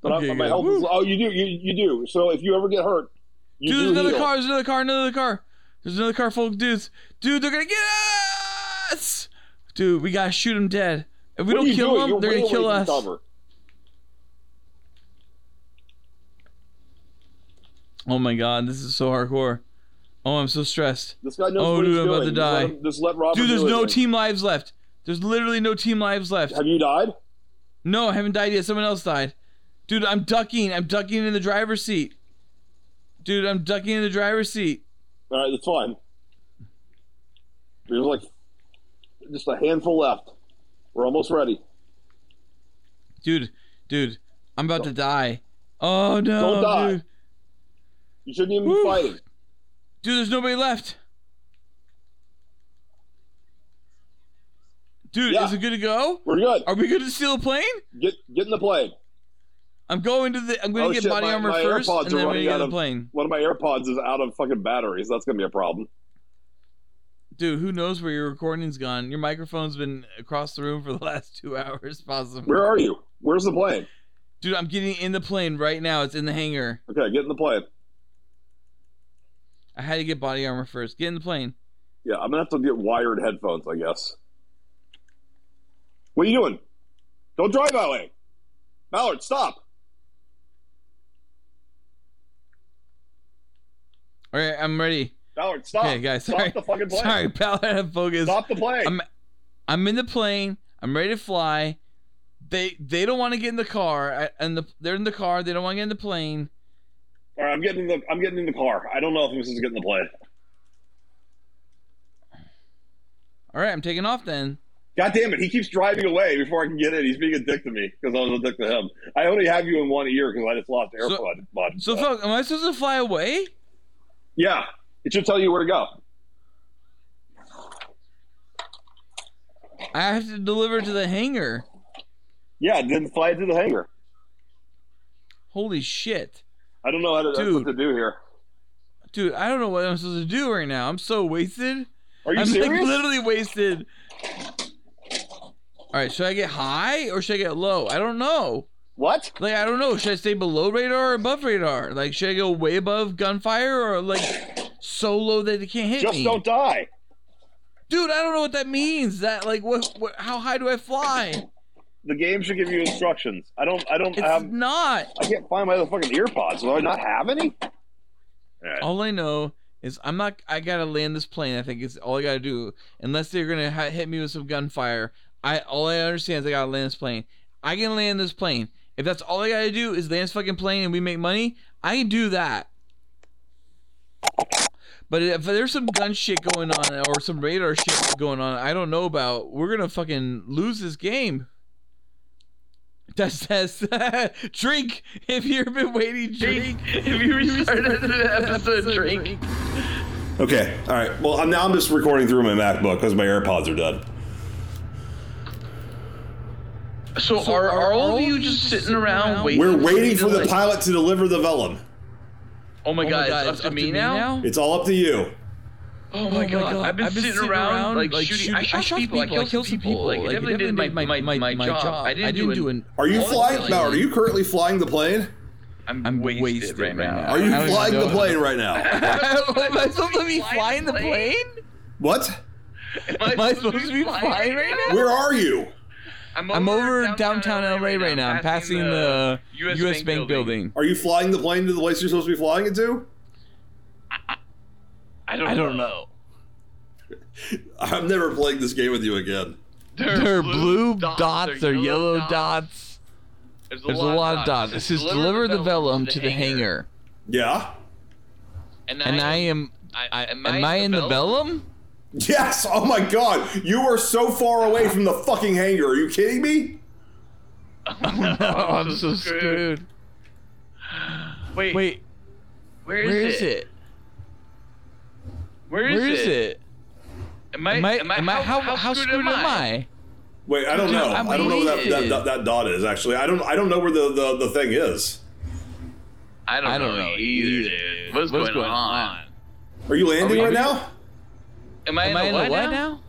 S4: But
S7: Okay,
S4: I'm, my
S7: good.
S4: health is.
S7: Woo.
S4: Oh, you do. You, you do. So if you ever get hurt, you
S7: Dude,
S4: do
S7: there's another
S4: heal.
S7: car. There's another car. Another car. There's another car full of dudes. Dude, they're gonna get us. Dude, we gotta shoot them dead. If we
S4: What are
S7: don't
S4: you
S7: kill
S4: doing?
S7: them,
S4: You're
S7: they're
S4: way
S7: gonna kill
S4: away
S7: us.
S4: from cover.
S7: Oh my god, this is so hardcore. Oh, I'm so stressed.
S4: This guy knows
S7: Oh,
S4: what
S7: dude,
S4: he's
S7: I'm about
S4: doing.
S7: to
S4: Just
S7: die.
S4: let him- Just let Robert.
S7: Dude, there's
S4: do
S7: no
S4: his thing.
S7: team lives left. There's literally no team lives left.
S4: Have you died?
S7: No, I haven't died yet. Someone else died. Dude, I'm ducking. I'm ducking in the driver's seat. Dude, I'm ducking in the driver's seat.
S4: All right, that's fine. There's like just a handful left. We're almost ready.
S7: dude, dude, I'm about to die. Oh no,
S4: Don't die.
S7: dude,
S4: You shouldn't even
S7: Woo.
S4: be fighting.
S7: dude, there's nobody left. Dude,
S4: Yeah.
S7: is it good to go?
S4: We're good.
S7: Are we good to steal a plane?
S4: Get get in the plane.
S7: I'm going to the. I'm going
S4: Oh,
S7: to get
S4: shit,
S7: body
S4: my-
S7: armor
S4: my
S7: first,
S4: AirPods
S7: and
S4: are
S7: then we
S4: running
S7: get
S4: out
S7: the
S4: of-
S7: plane.
S4: One of my AirPods is out of fucking batteries. That's gonna be a problem.
S7: Dude, who knows where your recording's gone? Your microphone's been across the room for the <laughs> last two hours, possibly.
S4: Where are you? Where's the plane?
S7: Dude, I'm getting in the plane right now. It's in the hangar.
S4: Okay, get in the plane.
S7: I had to get body armor first. Get in the plane.
S4: Yeah, I'm gonna have to get wired headphones, I guess. What are you doing? Don't drive that way. Mallard, stop.
S7: All right, I'm ready.
S4: Mallard, stop.
S7: Okay, guys, sorry.
S4: Stop the fucking plane.
S7: Sorry, pal. <laughs> I had to focus.
S4: Stop the plane.
S7: I'm- I'm in the plane. I'm ready to fly. They they don't want to get in the car, I- and the, they're in the car. They don't want to get in the plane.
S4: All right, I'm getting in the I'm getting in the car. I don't know if I'm supposed to get in the plane.
S7: All right, I'm taking off then.
S4: God damn it! He keeps driving away before I can get in. He's being a dick to me because I was a dick to him. I only have you in one ear because I just lost
S7: So-
S4: AirPod. pod.
S7: So, fuck, am I supposed to fly away?
S4: yeah, it should tell you where to go.
S7: I have to deliver to the hangar.
S4: Yeah, then fly to the hangar.
S7: Holy shit,
S4: I don't know how to,
S7: Dude.
S4: what to do here.
S7: dude! I don't know what I'm supposed to do right now. I'm so wasted.
S4: Are you
S7: I'm
S4: serious?
S7: like literally wasted. All right, should I get high or should I get low? I don't know.
S4: what?
S7: Like I don't know. Should I stay below radar or above radar? Like should I go way above gunfire or like so low that they can't hit
S4: Just
S7: me?
S4: don't die.
S7: Dude, I don't know what that means. That like what, what how high do I fly?
S4: The game should give you instructions. I don't. I don't
S7: It's
S4: have.
S7: not.
S4: I can't find my other fucking ear pods. Do I not have any?
S7: All I know is I'm not. I gotta land this plane. I think is all I gotta do. Unless they're gonna ha- hit me with some gunfire. I all I understand is I gotta land this plane. I can land this plane. If that's all I gotta do is land this fucking plane and we make money, I can do that. But if there's some gun shit going on or some radar shit going on, I don't know about. We're gonna fucking lose this game. <laughs> Test test. <laughs> drink if you've been waiting. Drink if you restarted the episode. Drink.
S10: Okay. All right. Well, I'm, now I'm just recording through my MacBook because my AirPods are done.
S11: So, are, are all of you just sitting around waiting?
S10: We're waiting for the
S11: like-
S10: pilot to deliver the vellum.
S11: Oh my god, it's up to me now?
S10: It's all up to you.
S11: Oh my god, I've been sitting around like shooting. I shot people, I killed some people. Like, I definitely did my my my my job. I didn't do an.
S10: Are you
S11: All
S10: flying?
S11: right.
S10: Now, are you currently flying the plane?
S11: I'm wasted right now.
S10: Are you
S7: I don't even
S10: flying the
S7: know.
S10: plane right now?
S7: Am I supposed to be flying the plane?
S10: What?
S7: Am I supposed to be flying right now?
S10: Where are you?
S7: I'm over downtown LA right now. I'm passing the US Bank building.
S10: Are you flying the plane to the place you're supposed to be flying it to?
S11: I don't, I don't know.
S10: I'm never playing this game with you again.
S7: There are blue dots or yellow dots.
S11: There's
S7: There's a lot of dots. It says deliver the vellum to the hangar.
S10: Yeah. <laughs>
S7: And I am. I, am I in the vellum?
S10: Yes. Oh my God. You are so far away from the fucking hangar. Are you kidding me?
S7: Oh, I'm so screwed.
S11: Wait,
S7: Wait,
S11: where
S7: where is it? Where is it?
S11: Am I,
S7: Am I, am I, how, how screwed am I?
S10: Wait, I don't know.
S7: I'm
S10: I don't know where that, that,
S7: wasted.
S10: that, that dot is actually. I don't. I don't know where the, the, the thing is.
S11: I don't,
S7: I don't know
S11: know either, dude. What's, going, on?
S10: Are you landing
S11: Are
S10: right
S11: we-
S10: now?
S11: Am I
S7: Am I in the what now?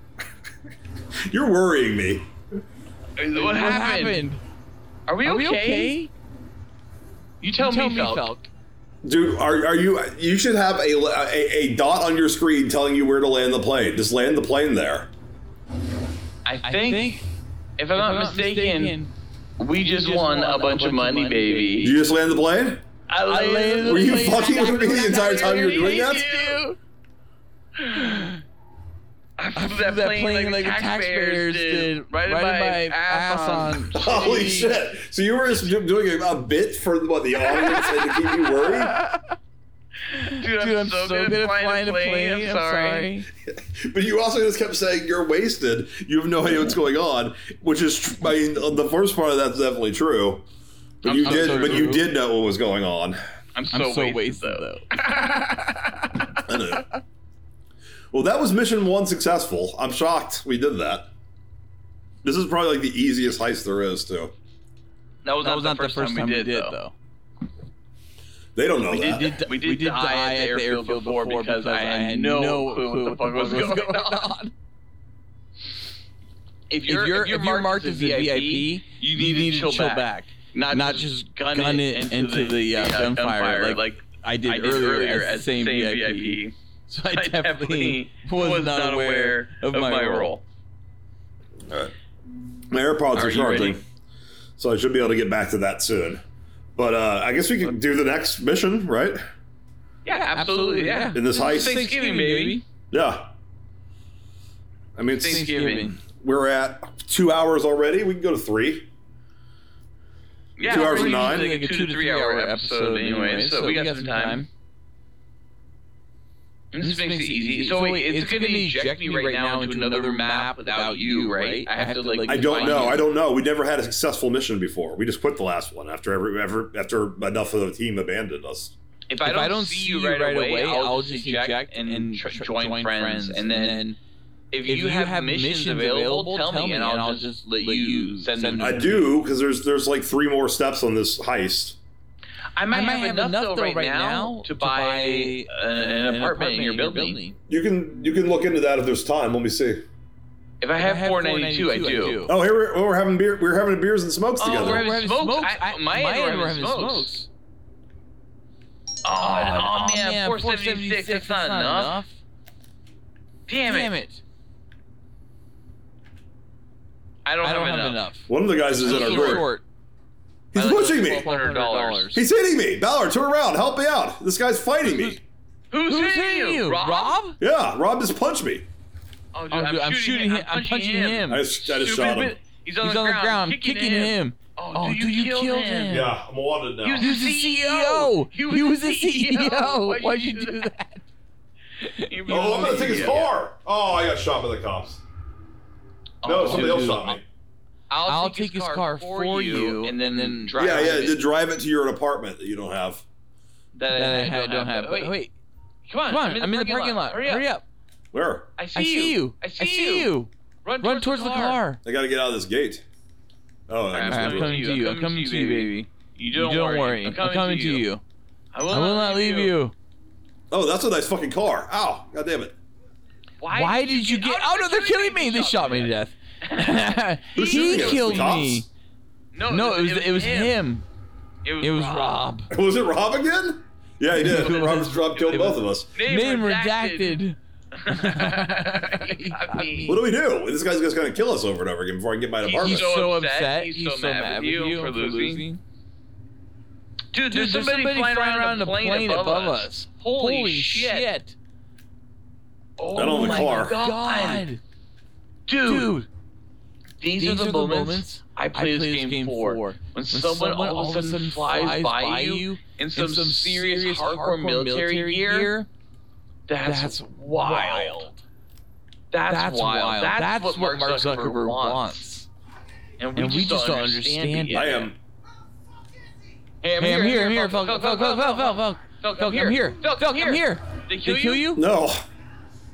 S10: You're worrying me.
S11: What,
S7: What
S11: happened?
S7: happened?
S11: Are we okay?
S7: Are we okay?
S11: You tell,
S7: Tell
S11: me,
S7: me,
S11: Falk.
S7: Falk.
S10: Dude, are, are you? You should have a, a a dot on your screen telling you where to land the plane. Just land the plane there.
S11: I think, if I'm not mistaken, we just won, a bunch of money,
S10: Did
S11: baby.
S10: you just land the plane?
S11: I landed
S10: Were you fucking with me the entire time you were doing that?
S11: I flew
S7: that plane, like, the taxpayers did, right in my ass on.
S10: Holy shit! So you were just do- doing a, a bit for what the audience and to keep you worried?
S11: Dude,
S12: I'm,
S7: Dude, I'm
S12: so,
S7: so
S12: good, at flying, a plane. I'm, sorry.
S4: But you also just kept saying you're wasted. You have no idea what's going on, which is tr- I mean the first part of that's definitely true. But
S12: I'm
S4: you
S12: so
S4: did,
S12: sorry.
S4: but you did know what was going on.
S12: I'm so,
S7: I'm so
S12: wasted,
S7: wasted,
S12: though.
S4: I
S12: <laughs>
S4: know. well, that was mission one successful. I'm shocked we did that. This is probably like the easiest heist there is too.
S12: that was
S7: That was
S12: not the first time we did, though.
S4: They don't know
S7: We
S4: that.
S7: did, did,
S12: We did,
S7: we did
S12: die, at the airfield, before because, I had no, clue what the fuck was going, on.
S7: If you're, if you're, marked as a VIP, you
S12: you
S7: need, to chill, back,
S12: Not,
S7: not
S12: just,
S7: just
S12: gun,
S7: gun
S12: it into, the, uh, gunfire, like,
S7: I did,
S12: I did
S7: earlier,
S12: earlier
S7: as
S12: as
S7: the same, VIP. So I,
S12: I definitely was not aware of my role.
S4: My AirPods
S12: Are
S4: are,
S12: you
S4: charging,
S12: ready?
S4: so I should be able to get back to that soon. But uh, I guess we can do the next mission, right?
S12: Yeah, absolutely. Yeah.
S4: In this
S12: This is
S4: heist,
S12: Thanksgiving, baby.
S4: yeah. I mean, it's-
S12: Thanksgiving.
S4: we're at two hours already. We can go to three.
S12: Yeah,
S4: Two hours
S12: we're
S4: and
S12: usually
S4: nine?
S12: Like a two to three hour episode, anyway. So we got some time. And This makes it easy. So wait, it's gonna eject me right now into another map without you, right? I have to like.
S4: I don't
S12: find
S4: know.
S12: you.
S4: I don't know. We never had a successful mission before. We just quit the last one after every ever after enough of the team abandoned us.
S12: If I don't see you right away, I'll just eject and tr- join friends, and then if you have missions available, tell me, and I'll just let you send them.
S4: I do because there's there's like three more steps on this heist.
S12: I might
S7: I might
S12: have enough though right now to buy an an apartment in your building.
S4: You can you can look into that if there's time. Let me see.
S12: If I have 492, I do.
S4: Oh, here we're, oh, we're having beer. We're having beers and smokes
S12: Oh,
S4: together.
S12: we're having smokes. I- my end, we're having smokes. Oh, oh, man, 476, that's not enough. Damn it.
S7: Damn it.
S12: I don't,
S7: I don't
S12: have, enough.
S4: One of the guys is in our
S12: He's
S4: group.
S7: Short.
S4: He's
S12: I like
S4: pushing me.
S12: $1,200.
S4: He's hitting me. Ballard, turn around. Help me out. This guy's fighting me.
S12: <laughs> Who's,
S7: Who's
S12: hitting you? Rob?
S4: Yeah, Rob just punched me.
S12: Oh, dude,
S7: Oh, dude,
S12: I'm shooting him. I'm punching him.
S4: I just, I just
S12: Stupid
S4: shot him.
S12: bit- He's on,
S7: He's
S12: the,
S7: on the
S12: ground,
S7: ground,
S12: kicking,
S7: kicking him.
S12: Oh, dude, you, killed, him.
S4: Yeah, I'm wanted now.
S12: He was the CEO.
S7: He was the CEO. Why'd you do that?
S12: He was
S4: Oh, I'm
S12: the
S4: gonna take his
S12: CEO.
S4: car. Oh, I got shot by the cops. No,
S12: Oh,
S4: somebody
S12: dude,
S4: else shot me.
S12: I'll,
S7: I'll
S12: take, his, car for you, and then, then drive.
S4: Yeah, yeah,
S12: it.
S4: to drive it to your apartment that you don't have.
S12: that,
S7: That
S12: I, don't, have.
S7: Wait,
S12: Wait,
S7: wait,
S12: come on,
S7: come on. I'm in the parking lot.
S12: Hurry up.
S4: Where?
S12: I see,
S7: I see you.
S12: I see, you. Run,
S7: Run towards the car.
S4: I gotta get out of this gate. Oh, I
S12: I'm
S4: guess
S12: coming
S4: we
S7: I'm
S4: do it.
S7: coming to you. I'm coming to you, baby.
S12: You
S7: You
S12: don't,
S7: don't worry.
S12: I'm coming, to you. I
S7: I will not leave you.
S4: Oh, that's a nice fucking car. Ow, god damn it. <laughs>
S12: Why,
S7: Why did you get? Oh no, they're killing me. They shot me to
S4: <laughs>
S7: death.
S4: Who's shooting
S7: <laughs>
S4: at
S7: He
S4: us? The
S7: killed
S4: cops?
S7: me.
S12: Oh,
S7: No, it was it was him.
S12: It
S7: It was Rob.
S4: Was it Rob again? Yeah, he
S12: <laughs>
S4: did. Rob's Rob killed
S7: It
S4: both of us.
S7: Name redacted.
S12: redacted.
S7: <laughs>
S12: I mean,
S4: What do we do? This guy's just gonna kill us over and over again before I can get my
S12: He's
S4: apartment.
S7: He's so upset.
S12: He's
S7: He's so mad with you for losing.
S12: Dude,
S7: Dude,
S12: there's somebody, flying around
S7: a plane above us.
S12: Holy, shit. Oh
S4: Not on the
S12: my
S4: car.
S12: God.
S7: God.
S12: Dude,
S7: Dude,
S12: these, are the moments, I play this game, for. When, someone, all of a sudden flies, by, you in some, serious hardcore, military, gear, that's,
S7: that's
S12: wild.
S7: wild.
S12: That's,
S7: That's
S12: wild. That's, what Mark Zuckerberg, wants.
S7: wants.
S12: And we, just, don't understand, it.
S4: I am.
S12: Hey,
S7: Hey, I'm here, I'm here, Falk, Falk, Falk, Falk, Falk, Falk,
S12: Falk,
S7: Falk, I'm here, Falk, I'm here.
S12: They
S7: They kill you?
S4: No. <laughs>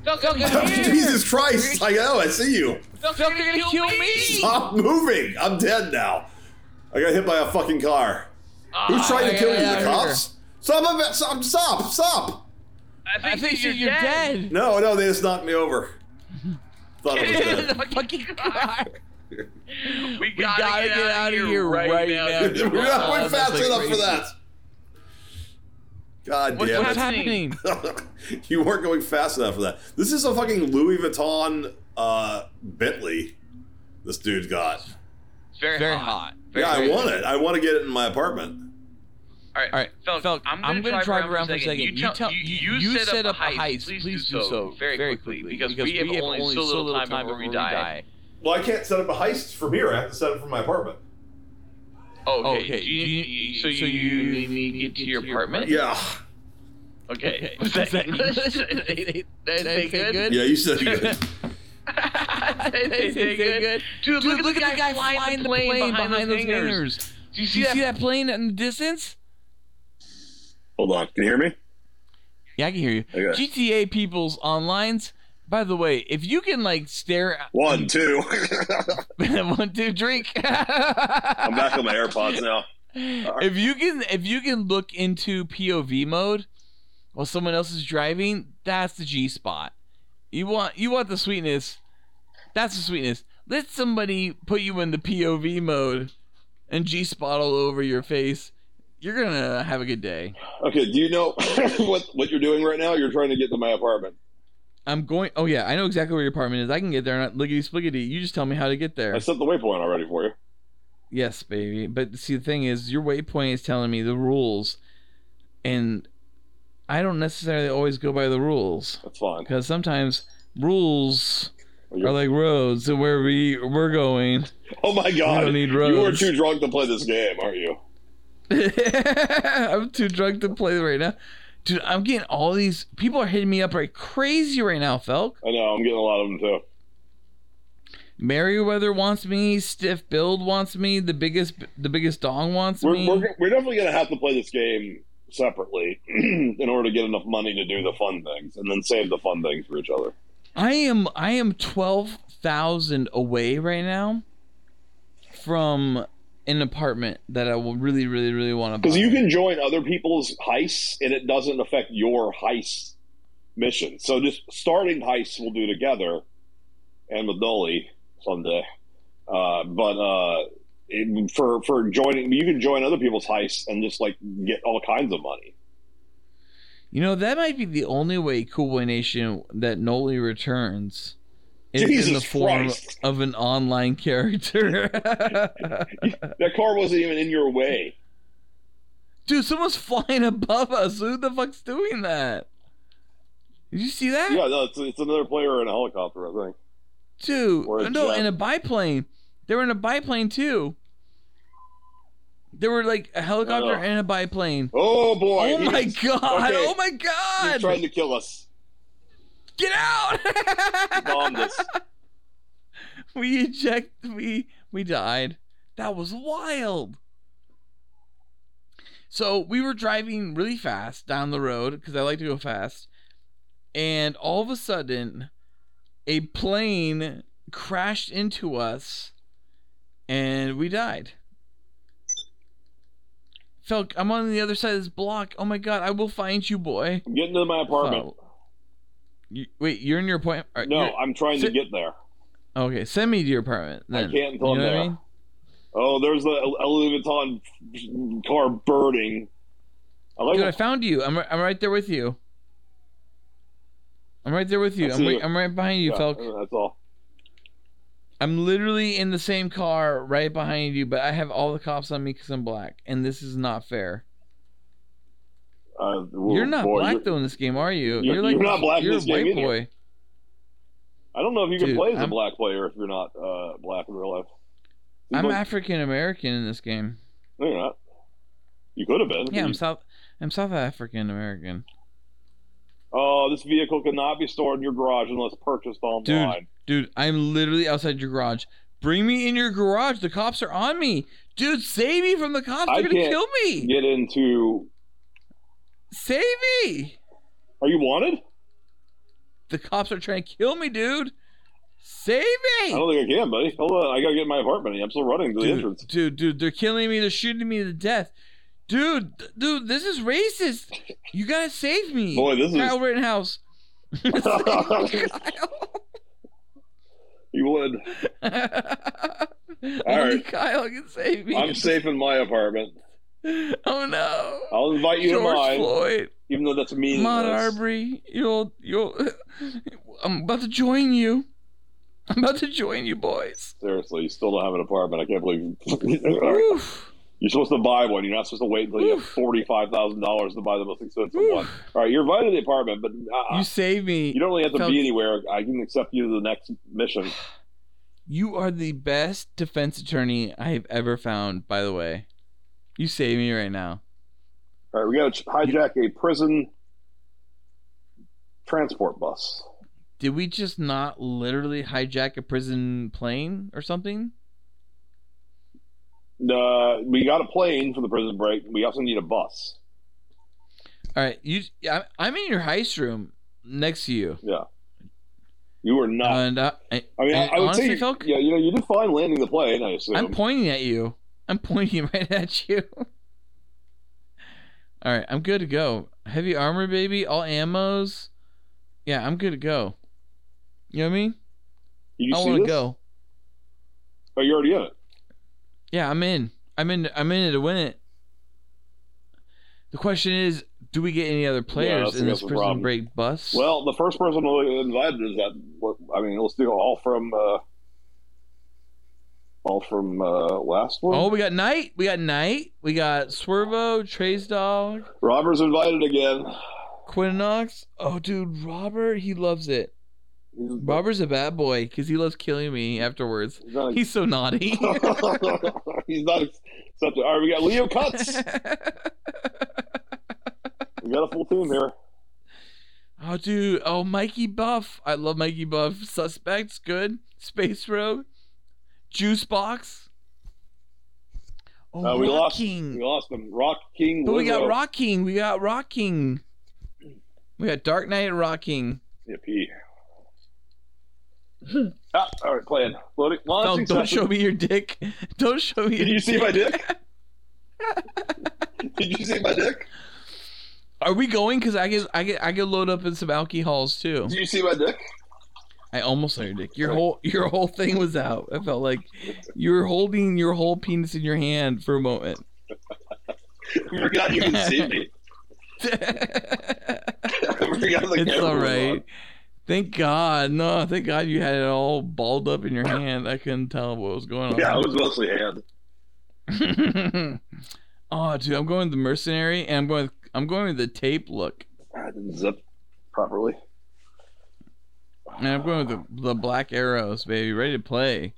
S12: Falk, I'm
S4: Jesus Christ. I know, I see you.
S12: Falk, they're gonna kill me.
S4: Stop moving. I'm dead now. I got hit by a fucking car. Who's trying to
S7: Ah, yeah,
S4: kill you?
S7: yeah,
S4: The
S7: yeah.
S4: cops? Stop, it, stop, stop, stop.
S12: I
S7: I
S12: think
S7: think you're dead.
S4: No, no, they just knocked me
S7: <laughs>
S4: over. Thought I was dead.
S7: Fucking car.
S12: We gotta,
S7: gotta
S12: get,
S7: get
S12: out
S7: outta
S12: of
S7: here
S12: here right,
S7: right
S12: now.
S4: <laughs>
S7: now.
S4: We're not
S7: Oh,
S4: we're
S7: that's
S4: fast
S7: like
S4: enough for
S7: crazy.
S4: that. God
S12: What's-
S4: damn
S12: what's
S4: it.
S7: What's happening?
S4: <laughs> you weren't going fast enough for that. This is a fucking Louis Vuitton uh, Bentley. This dude's got.
S12: Very,
S7: Very hot.
S12: hot.
S4: yeah, I want it. I want to get it in my apartment.
S12: All right,
S7: All right,
S12: Felk,
S7: Felk,
S12: I'm gonna, drive, around, for a second.
S7: You tell-
S12: you, you, set, up a heist. Please, do so very quickly because, we have only so little time before we die.
S4: Well, I can't set up a heist from here. I have to set it from my apartment.
S12: Okay.
S7: Okay,
S12: do you-
S7: do you-
S12: so you,
S7: so you
S12: need to get to your apartment.
S4: Yeah.
S12: Okay. Was that English? They- they- They good?
S10: Yeah, you said good.
S7: <laughs>
S12: They- They they good? Dude, look at the guy flying the plane behind those hangers. Do
S7: Do
S12: you see
S7: you see
S12: that?
S7: that plane in the distance?
S4: <laughs> Hold on. Can you hear me?
S7: Yeah, I can hear you.
S4: Okay.
S7: GTA people's online's. By the way, if you can like stare at
S4: One, two. <laughs>
S7: <laughs> one, two, drink.
S4: I'm back on my AirPods now.
S7: if you can, if you can look into POV mode while someone else is driving, that's the G spot. You want, you want the sweetness. That's the sweetness. Let somebody put you in the POV mode and G spot all over your face. You're gonna have a good day.
S4: Okay. Do you know <laughs> what what you're doing right now? You're trying to get to my apartment.
S7: I'm going. Oh yeah, I know exactly where your apartment is. I can get there. Not liggity spliggity. You just tell me how to get there.
S4: I set the waypoint already for you.
S7: Yes, baby. But see, the thing is, your waypoint is telling me the rules, and I don't necessarily always go by the rules
S4: That's fine.
S7: because sometimes rules
S4: You're-
S7: are like roads to where we we're going. <laughs>
S4: Oh my god!
S7: don't need
S4: you are
S7: roads.
S4: too drunk to play this game, aren't you?
S7: I'm too drunk to play right now, dude. I'm getting all these people are hitting me up like crazy right now, Felk.
S4: I know. I'm getting a lot of them too.
S7: Merriweather wants me. Stiff build wants me. The biggest, the biggest dong wants
S4: We're,
S7: me.
S4: we're, we're definitely going to have to play this game separately <clears throat> in order to get enough money to do the fun things and then save the fun things for each other.
S7: I am I am twelve thousand away right now from an apartment that I will really really really want to buy.
S4: Because you can join other people's heists and it doesn't affect your heist mission. So just starting heists we'll do together and with Dolly someday. Uh, but uh, it, for for joining, you can join other people's heists and just like get all kinds of money.
S7: You know that might be the only way Cool Boy Nation that Noli returns is in the
S4: Jesus
S7: form
S4: Christ.
S7: of an
S4: <laughs>
S7: online character.
S4: That car wasn't even in your way.
S7: Dude, someone's flying above us. Who the fuck's doing that? Did you see that?
S4: Yeah, no, it's, it's another player in a helicopter, I think.
S7: Dude,
S4: Or a
S7: no,
S4: jet.
S7: in a biplane. They were in a biplane too. There were like a helicopter
S4: Oh.
S7: and a biplane.
S4: Oh boy!
S7: Oh
S4: He
S7: my
S4: is-
S7: god!
S4: Okay,
S7: Oh my
S4: He's
S7: god!
S4: trying to kill us.
S7: Get
S4: Bomb
S7: out! <laughs>
S4: this.
S7: we eject. We we died. That was wild. So we were driving really fast down the road because I like to go fast, and all of a sudden, a plane crashed into us, and we died. Felk, I'm on the other side of this block. Oh my god, I will find you, boy.
S4: I'm getting to my apartment.
S7: Oh. You, wait, you're in your point. are-
S4: no,
S7: you're-
S4: I'm trying to
S7: sit-
S4: get there.
S7: Okay, send me to your apartment.
S4: I
S7: Then.
S4: can't until
S7: You
S4: I'm
S7: know what I
S4: there.
S7: mean?
S4: Oh, there's the Louis Vuitton car burning. I like
S7: Dude, I
S4: it.
S7: found you. I'm, ri- I'm right there with you. I'm right there with you.
S4: I
S7: I'm
S4: see
S7: right,
S4: you.
S7: I'm right behind you,
S4: Yeah,
S7: Felk.
S4: That's all.
S7: I'm literally in the same car right behind you, but I have all the cops on me because I'm black, and this is not fair.
S4: Uh,
S7: you're not
S4: boy,
S7: black
S4: you're-
S7: though in this game, are you?
S4: you're-
S7: like
S4: you're not black in
S7: You're
S4: this
S7: a white
S4: game either.
S7: boy.
S4: I don't know if you can
S7: Dude,
S4: play as a
S7: I'm-
S4: black player if you're not uh, black in real life.
S7: I'm
S4: Like-
S7: African American in this game.
S4: no, you're not. You could have been.
S7: Yeah, I'm South. I'm South African American.
S4: Oh, this vehicle cannot be stored in your garage unless purchased online.
S7: Dude, I'm literally outside your garage. Bring me in your garage. The cops are on me. Dude, save me from the cops.
S4: I
S7: They're going to
S4: can't
S7: kill me.
S4: Get into.
S7: Save me.
S4: Are you wanted?
S7: The cops are trying to kill me, dude. Save
S4: I
S7: me.
S4: don't think I can, buddy. Hold on, I gotta get in my apartment. I'm still running to the entrance.
S7: dude, dude, dude, they're killing me. They're shooting me to death. Dude, th- dude, this is racist. You got to save me.
S4: Boy, this is-
S7: Kyle Rittenhouse.
S4: <laughs>
S7: <laughs>
S4: You would.
S7: Only
S4: right.
S7: Kyle can save me.
S4: I'm safe in my apartment.
S7: oh, no.
S4: I'll invite you
S7: George
S4: to mine,
S7: Floyd,
S4: even though that's meaningless.
S7: Maude Arbery, you'll you'll. <laughs> I'm about to join you. I'm about to join you, boys.
S4: Seriously, you still don't have an apartment. I can't believe <laughs> you.
S7: Oof.
S4: You're supposed to buy one. You're not supposed to wait until you have
S7: Oof.
S4: forty-five thousand dollars to buy the most expensive
S7: Oof.
S4: one. All right, you're invited to the apartment, but uh,
S7: You
S4: you,
S7: save me. You,
S4: don't really have to
S7: Tell-
S4: be anywhere. I can accept you to the next mission.
S7: are the best defense attorney I have ever found. By the way, you save me right now.
S4: All right, we got to hijack a prison transport bus.
S7: Did we just not literally hijack a prison plane or something?
S4: Uh, we got a plane for the prison break. We also need a bus.
S7: All right, you. I- I'm in your heist room next to you,
S4: Yeah. You are not.
S7: and uh, I,
S4: I mean, I,
S7: and
S4: I would
S7: honestly,
S4: say,
S7: Felk,
S4: yeah, you know, you did fine landing the plane. I assume.
S7: I'm pointing at you. I'm <laughs> pointing right at you. All right, I'm good to go. Heavy armor, baby. All ammos. Yeah, I'm good to go. You know what I mean?
S4: Did you
S7: I
S4: see
S7: want to
S4: this?
S7: go.
S4: Oh, you're already in it.
S7: Yeah, I'm in. I'm in. I'm in it to win it. The question is, do we get any other players
S4: that's the-
S7: in this
S4: that's the
S7: prison
S4: problem.
S7: break bus?
S4: Well, the first person really invited is that. I mean, let's do all from. Uh, all from uh, last one.
S7: oh, we got Knight. We got Knight. We got Swervo, Trey's dog,
S4: Robert's invited again.
S7: Quinox. Oh, dude, Robert, he loves it.
S4: He's-
S7: Robert's a bad boy because he loves killing me afterwards.
S4: he's not-
S7: He's <laughs> so naughty.
S4: <laughs> He's not accepted. All right, we got Leo Cuts. we got a full team here.
S7: oh, dude. Oh, Mikey Buff. I love Mikey Buff. Suspects, good. Space Rogue, Juice Box. Oh,
S4: Uh, we
S7: Rock
S4: lost.
S7: King.
S4: We lost them. Rock King.
S7: But we got
S4: Lizzo.
S7: Rocking. We got Rocking. We got Dark Knight and Rocking.
S4: Yippee. ah, all right, playing. Loading.
S7: Oh,
S4: Launching
S7: don't
S4: session.
S7: show me your dick. <laughs> Don't show me.
S4: Did
S7: your
S4: you see my dick? Did you see my dick?
S7: Are we going? Because I get, I get, I get load up in some alcohols too.
S4: Did you see my dick?
S7: I almost saw your dick. Your whole, your whole thing was out. I felt like you were holding your whole penis in your hand for a moment. <laughs>
S4: I forgot you could see me.
S7: it's
S4: I forgot the camera
S7: all
S4: was
S7: right.
S4: on.
S7: Thank God. No, thank God you had it all balled up in your hand. I couldn't tell what was going on.
S4: Yeah, it was mostly hand.
S7: <laughs> oh, dude, I'm going with the mercenary, and I'm going. With, I'm going with the tape look,
S4: I didn't zip properly.
S7: and I'm going with the, the black arrows, baby. Ready to play.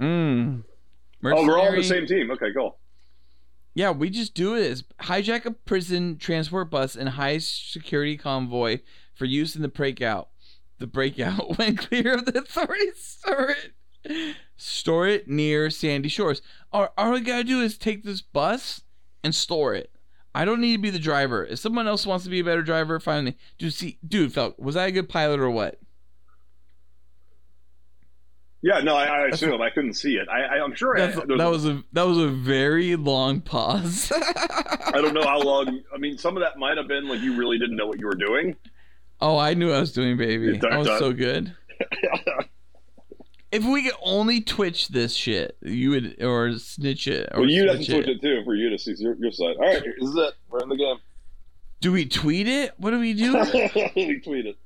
S7: Mm.
S4: Oh, we're all on
S7: Mercenary-
S4: the same team. Okay, cool.
S7: Yeah, we just do this. Hijack a prison transport bus and high security convoy for use in the breakout. The breakout <laughs> when clear of the authorities, store it. Store it near Sandy Shores. All, all we gotta do is take this bus and store it. I don't need to be the driver. If someone else wants to be a better driver, finally, dude. See, dude, felt was I a good pilot or what?
S4: Yeah, no, I, I assume I couldn't see it. I, I, I'm sure I,
S7: That's,
S4: there
S7: that was a that was a very long pause. <laughs>
S4: I don't know how long. I mean, some of that might have been like you really didn't know what you were doing.
S7: Oh, I knew I was doing baby.
S4: Dark
S7: I was
S4: Dot. <laughs>
S7: so good. if we could only Twitch this shit, you would or snitch it or
S4: Well, you have to
S7: switch
S4: switch
S7: it.
S4: it too for you to see your, your side. All right, this is it. We're in the
S7: Do we tweet it? What do
S4: <laughs>
S7: we do?
S4: game.
S7: <laughs>
S4: we tweet it.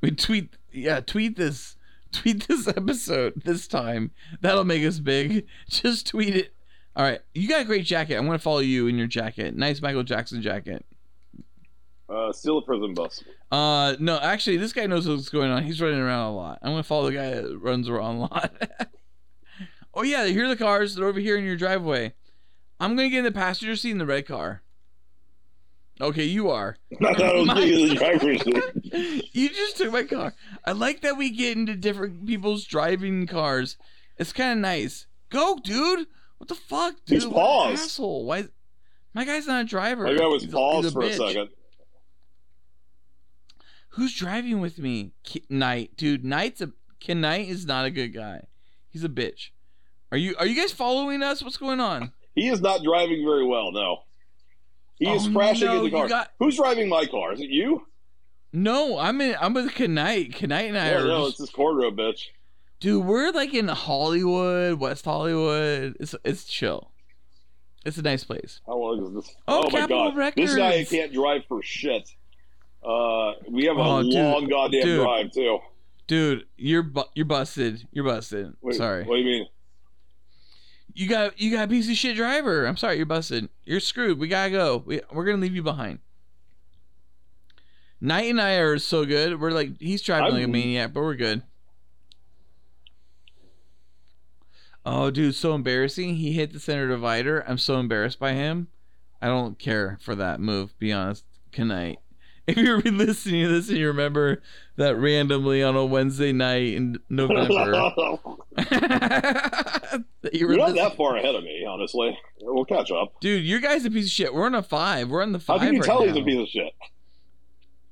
S7: we tweet. Yeah, tweet this. Tweet this <laughs> episode this time. That'll make us big. <laughs> Just tweet it. All right, you got a great jacket. I'm gonna follow you in your jacket. Nice Michael Jackson jacket.
S4: Uh, steal a prison bus. <laughs>
S7: <laughs> Uh, no, actually, this guy knows what's going on. He's running around a lot. I'm gonna follow the guy that runs around a lot. <laughs> oh yeah, here are the cars. They're over here in your driveway. I'm gonna get in the passenger seat in the red car. Okay, you are. <laughs>
S4: Not that I was thinking of the driver's seat.
S7: you just took my car. I like that we get into different people's driving cars. It's kind of nice. Go, dude. What the fuck, dude?
S4: He's
S7: What an
S4: paused.
S7: Asshole. Why? My guy's not a driver.
S4: Maybe I was
S7: He's a-
S4: paused
S7: he's
S4: for a
S7: bitch.
S4: second.
S7: Who's driving with me? Ki Knight, dude. Knight's a Ken Knight is not a good guy. He's a bitch. Are you Are you guys following us? What's going on?
S4: He is not driving very well. No, he is
S7: Oh,
S4: crashing
S7: no,
S4: into
S7: you
S4: cars.
S7: got-
S4: Who's driving my car? Is it you?
S7: No, I'm in. I'm with Ken Knight. Ken Knight and I
S4: No,
S7: are.
S4: no,
S7: just-
S4: it's this corduroy bitch.
S7: dude, we're like in Hollywood, West Hollywood. It's It's chill. It's a nice place.
S4: How long is this?
S7: Oh,
S4: my
S7: Capitol
S4: god, this guy
S7: Records.
S4: can't drive for shit. Uh, we have a
S7: Oh, dude,
S4: long goddamn
S7: dude.
S4: drive too.
S7: Dude, you're bu- you're busted. You're busted.
S4: Wait,
S7: sorry.
S4: What do you mean?
S7: You got you got a piece of shit driver. I'm sorry, you're busted. You're screwed. We gotta go. We we're gonna leave you behind. Knight and I are so good. We're like he's driving like a
S4: I'm-
S7: maniac, but we're good. Oh, dude, so embarrassing. He hit the center divider. I'm so embarrassed by him. I don't care for that move. Be honest, Knight. <laughs> if you're listening to this and you remember that randomly on a Wednesday night in
S4: <laughs>
S7: November, <laughs> that you were
S4: You're not
S7: listening-
S4: that far ahead of me, honestly. We'll catch up.
S7: dude, your guy's a piece of shit. We're on a five. We're on the
S4: How
S7: five.
S4: can you
S7: right
S4: tell
S7: now.
S4: he's a piece of shit?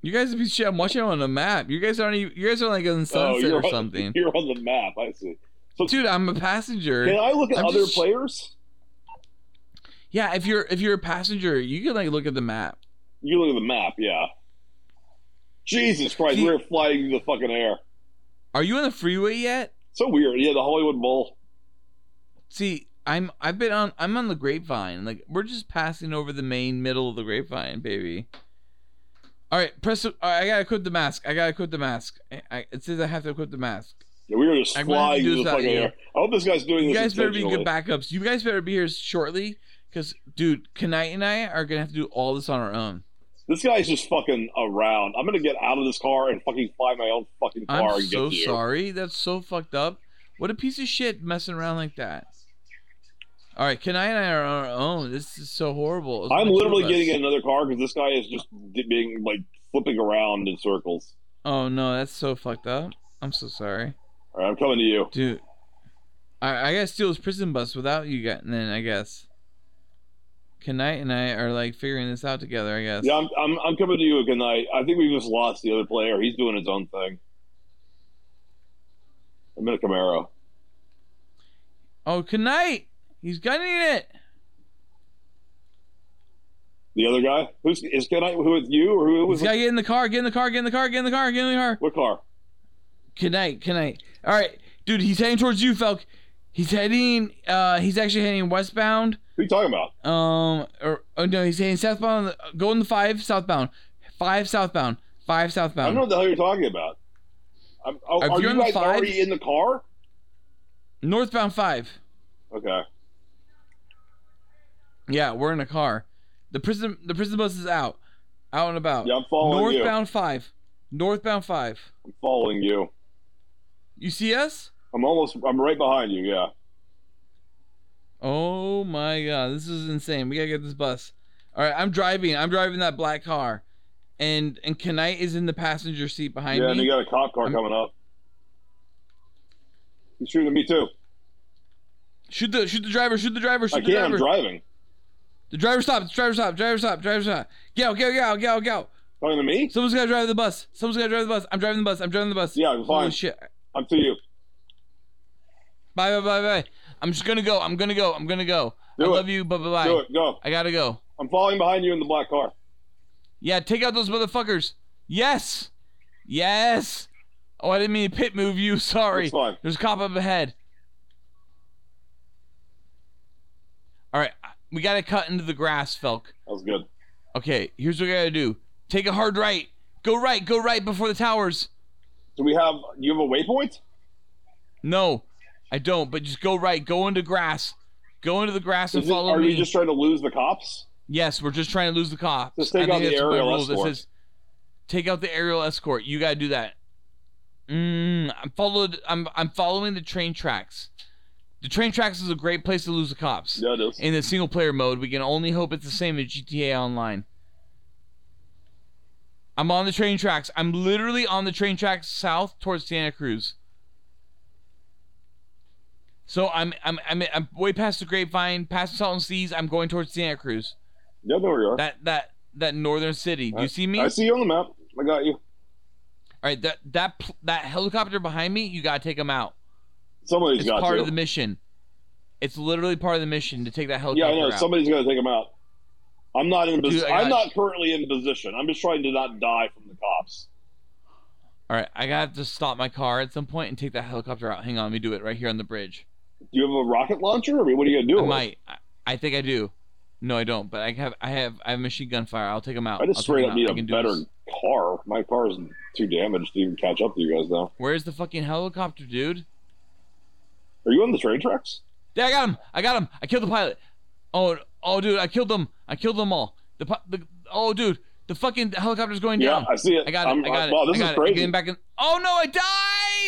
S7: You guys are a piece of shit. I'm watching it on a map. You guys aren't. Even, you guys are like in
S4: oh,
S7: sunset
S4: you're
S7: or
S4: on,
S7: something.
S4: <laughs> You're on the map. I see.
S7: Dude, I'm a passenger.
S4: Can I look at
S7: I'm
S4: other
S7: just-
S4: players?
S7: Yeah, if you're if you're a passenger, you can like look at the map.
S4: You look at the map. Yeah. Jesus Christ,
S7: He-
S4: we're flying through the fucking air.
S7: Are you on the freeway yet?
S4: So weird. Yeah, the Hollywood Bowl.
S7: See, I'm I've been on I'm on the grapevine. Like we're just passing over the main middle of the grapevine, baby. All right, press. the- all right, I gotta equip the mask. I gotta equip the mask. I, I, it says I have to equip the mask.
S4: Yeah, we were just
S7: I'm gonna have to
S4: flying
S7: do
S4: through the
S7: this out
S4: fucking
S7: here.
S4: air. I hope this guy's doing
S7: You
S4: this.
S7: guys better be good
S4: intentionally.
S7: backups. You guys better be here shortly, because dude, Kanai and I are gonna have to do all this on our own.
S4: This guy's just fucking around. I'm gonna get out of this car and fucking fly my own fucking
S7: I'm
S4: car and
S7: so
S4: get to you.
S7: sorry. That's so fucked up. What a piece of shit messing around like that. All right, Kanai and I are on our own. This is so horrible. It's
S4: I'm
S7: only two
S4: literally
S7: of us.
S4: getting in another car because this guy is just di- being like flipping around in circles.
S7: Oh no, that's so fucked up. I'm so sorry,
S4: All right, I'm coming to you.
S7: dude. I I gotta steal this prison bus without you getting in. I guess. Kanai and I are like figuring this out together. I guess.
S4: Yeah, I'm, I'm, I'm coming to you. Good night. I think we just lost the other player. He's doing his own thing. I'm in a Camaro.
S7: Oh, Kanai, he's gunning it.
S4: The other guy? Who's is can I? Who is you or who
S7: He's
S4: was?
S7: gotta get in the car. Get in the car. Get in the car. Get in the car. Get in the car.
S4: What car?
S7: Good night. Good night. All right, dude. He's heading towards you, Falk. He's heading. Uh, he's actually heading westbound.
S4: Who you talking about?
S7: Um, or oh no, he's heading southbound. Go in the five southbound. Five southbound. Five
S4: I don't
S7: southbound.
S4: know what the hell you're talking about. I'm, are,
S7: If
S4: are
S7: you're in
S4: you
S7: the
S4: guys
S7: five-
S4: already in the car?
S7: Northbound five.
S4: Okay.
S7: Yeah, we're in a car. The prison. The prison bus is out. Out and about.
S4: Yeah, I'm following you.
S7: Northbound five. Northbound five.
S4: I'm following you.
S7: You see us?
S4: I'm almost. I'm right behind you. Yeah.
S7: Oh my god, this is insane. We gotta get this bus. All right, I'm driving. I'm driving that black car, and and Knight is in the passenger seat behind
S4: yeah, and
S7: me.
S4: you got a cop car
S7: I'm-
S4: coming up. He's shooting at me too.
S7: shoot the shoot the driver. Shoot the driver. Shoot
S4: I
S7: the
S4: can't.
S7: driver.
S4: I'm driving.
S7: the driver stops. Driver stop. Driver stop. Driver stop. Get out. Get out. Get out. Get out. Get out.
S4: Talking to me?
S7: Someone's gotta drive the bus. Someone's gotta drive the bus. I'm driving the bus. I'm driving the bus.
S4: Yeah, I'm
S7: Holy
S4: fine.
S7: shit.
S4: I'm to you.
S7: Bye bye bye bye. I'm just gonna go. I'm gonna go. I'm gonna go.
S4: Do
S7: I
S4: it.
S7: love you. Bye bye bye.
S4: Do it. Go.
S7: I gotta go.
S4: I'm following behind you in the black car.
S7: Yeah, take out those motherfuckers. Yes. Yes. Oh, I didn't mean to pit move you. <laughs> Sorry.
S4: It's fine.
S7: There's a cop up ahead. All right, we got to cut into the grass, Felk.
S4: That was good.
S7: Okay, here's what we got to do. Take a hard right. Go right, go right before the towers.
S4: Do we have? You have a waypoint?
S7: No, I don't, but just go right. Go into grass. Go into the grass and
S4: Is it-
S7: follow
S4: are
S7: me.
S4: you just trying to lose the cops?
S7: Yes, we're just trying to lose the cops.
S4: Just take
S7: I think
S4: out the
S7: that's by
S4: aerial
S7: rules. It
S4: escort.
S7: says, take out the aerial escort. You gotta do that. Mm, I'm followed. I'm I'm following the train tracks. The train tracks is a great place to lose the cops.
S4: Yeah, it is.
S7: In the single player mode, we can only hope it's the same as GTA Online. I'm on the train tracks. I'm literally on the train tracks south towards Santa Cruz. So I'm I'm I'm, I'm way past the Grapevine, past the Salton Seas. I'm going towards Santa Cruz.
S4: Yeah, there we are.
S7: That that that northern city. Do you see me?
S4: I see you on the map. I got you.
S7: All right, that that pl- that helicopter behind me, you gotta take him out.
S4: Somebody's
S7: It's
S4: got
S7: part
S4: to.
S7: of the mission. It's literally part of the mission to take that
S4: yeah,
S7: helicopter
S4: I know.
S7: out.
S4: Somebody's got to take him out. I'm not in. Pos-
S7: Dude, I got-
S4: I'm not currently in position. I'm just trying to not die from the cops.
S7: All right, I gotta have to stop my car at some point and take that helicopter out. Hang on, let me do it right here on the bridge.
S4: Do you have a rocket launcher? I mean, what are you gonna do?
S7: I
S4: with it?
S7: might. I, I think I do. No, I don't. But I have. I have. I have machine gun fire. I'll take him out.
S4: I just
S7: I'll take
S4: straight
S7: 'em
S4: up
S7: out.
S4: need
S7: I
S4: a
S7: can do
S4: better
S7: this.
S4: car. My car's too damaged to even catch up to you guys now.
S7: Where's the fucking helicopter, dude?
S4: Are you on the train tracks?
S7: There, I got him. I got him. I killed the pilot. Oh, oh, dude, I killed them. I killed them all. The, pi- the oh, dude, the fucking helicopter's going
S4: Yeah,
S7: down.
S4: I see it.
S7: I got it.
S4: I'm-
S7: I got it.
S4: Wow,
S7: I
S4: this
S7: got
S4: is
S7: it. I'm
S4: crazy.
S7: getting back in. Oh no, I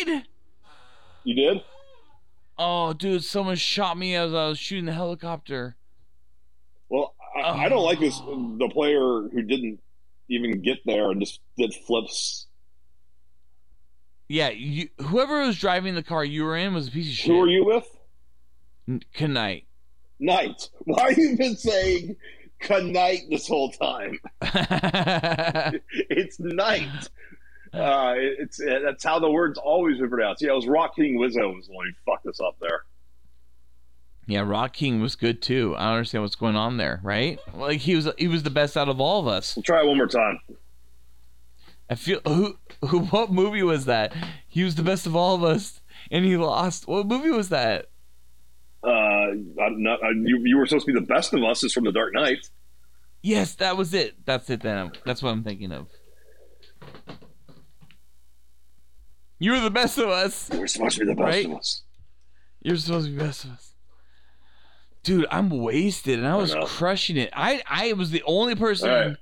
S7: died.
S4: You did?
S7: Oh, dude, someone shot me as I was shooting the helicopter. Oh.
S4: Well, I, I don't like this. The player who didn't even get there and just did flips.
S7: Yeah, you, whoever was driving the car you were in was a piece of shit.
S4: Who are you with?
S7: Good night. <laughs>
S4: Knight. <laughs> Why have you been saying night this whole time? <laughs> it's
S7: <sighs>
S4: night. Uh, it's uh that's how the words always been pronounced. Yeah, it was Rock King Wizzo was the one who fucked us up there.
S7: yeah, Rock King was good too. I don't understand what's going on there, right? Like he was he was the best out of all of us.
S4: We'll try it one more time.
S7: I feel who who what movie was that? He was the best of all of us and he lost. What movie was that?
S4: Uh, I'm not, I, you, you were supposed to be the best of us. Is from the Dark Knight.
S7: Yes, that was it. That's it then. That's what I'm thinking of. You were the best of us.
S4: You were supposed to be the best
S7: Right?
S4: of us.
S7: You're supposed to be best of us. Dude, I'm wasted and I was
S4: know.
S7: crushing it. I I was the only person
S4: All right.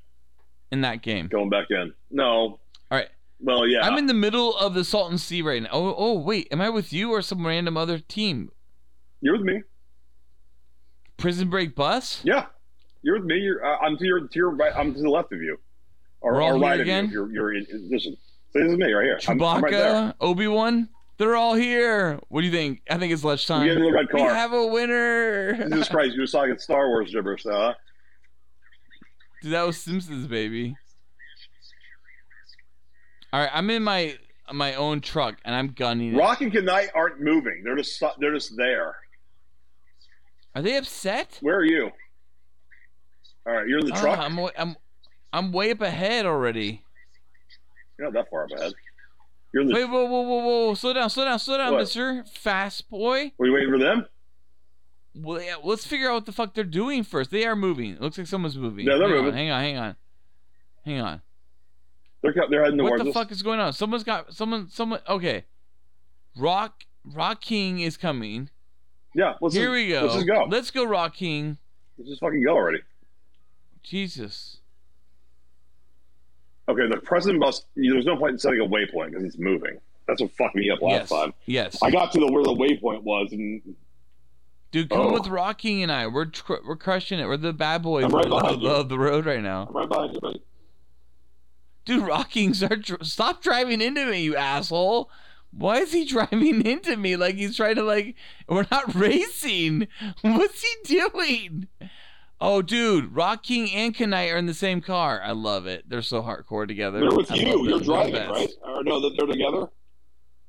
S7: in that game.
S4: Going back in. No.
S7: All right.
S4: Well, yeah.
S7: I'm in the middle of the Salton Sea right now. Oh, oh wait, am I with you or some random other team?
S4: You're with me.
S7: Prison Break bus?
S4: Yeah, you're with me. You're, uh, I'm to your, to your right. I'm to the left of you, or,
S7: We're all
S4: or
S7: here
S4: right
S7: again?
S4: of you. You're, you're in, listen. So this is me right here. I'm- I'm right there.
S7: Chewbacca, Obi Wan, they're all here. What do you think? I think it's lunchtime.
S4: We get in the red
S7: We
S4: car.
S7: have a winner. <laughs>
S4: Jesus Christ, you were talking Star Wars gibberish, now, huh?
S7: Dude, that was Simpsons, baby. All right, I'm in my my own truck and I'm gunning. it.
S4: Rock and Goodnight aren't moving. They're just stu- they're just there.
S7: Are they upset?
S4: Where are you? All right, you're in the
S7: Ah,
S4: truck.
S7: I'm wa- I'm I'm way up ahead already.
S4: You're not that far ahead. You're in the.
S7: Wait, whoa, whoa, whoa, whoa! Slow down, slow down, slow down,
S4: What?
S7: Mister Fast Boy.
S4: Were you waiting for them?
S7: Well, yeah, let's figure out what the fuck they're doing first. They are moving. It looks like someone's moving.
S4: Yeah, they're
S7: hang
S4: moving.
S7: On, hang on, hang on, hang on.
S4: They're co- they're heading
S7: what
S4: towards
S7: the
S4: us.
S7: fuck is going on? Someone's got someone. Someone. Okay. Rock. Rock King is coming.
S4: Yeah, let's
S7: Here
S4: just,
S7: we go.
S4: Let's just go. Let's,
S7: Let's go, Rock King.
S4: just fucking go already.
S7: Jesus.
S4: Okay, the president bus. There's no point in setting a waypoint because it's moving. That's what fucked me up last
S7: yes.
S4: time.
S7: Yes.
S4: I got to the where the waypoint was, and
S7: Dude, come
S4: Oh.
S7: with Rock King and I. We're tr- we're crushing it. We're the bad boys
S4: I'm right
S7: of,
S4: behind you.
S7: of the road right now.
S4: I'm right behind you, buddy.
S7: Dude, Rock King's are dr- stop driving into me, you asshole. Why is he <laughs> driving into me like he's trying to like we're not <laughs> racing? What's he doing? Oh, dude, Rock King and Kanai are in the same car. I love it. They're so hardcore together.
S4: They're with
S7: I love
S4: you.
S7: them.
S4: You're
S7: They're
S4: driving,
S7: the best.
S4: right? Or no, that they're together.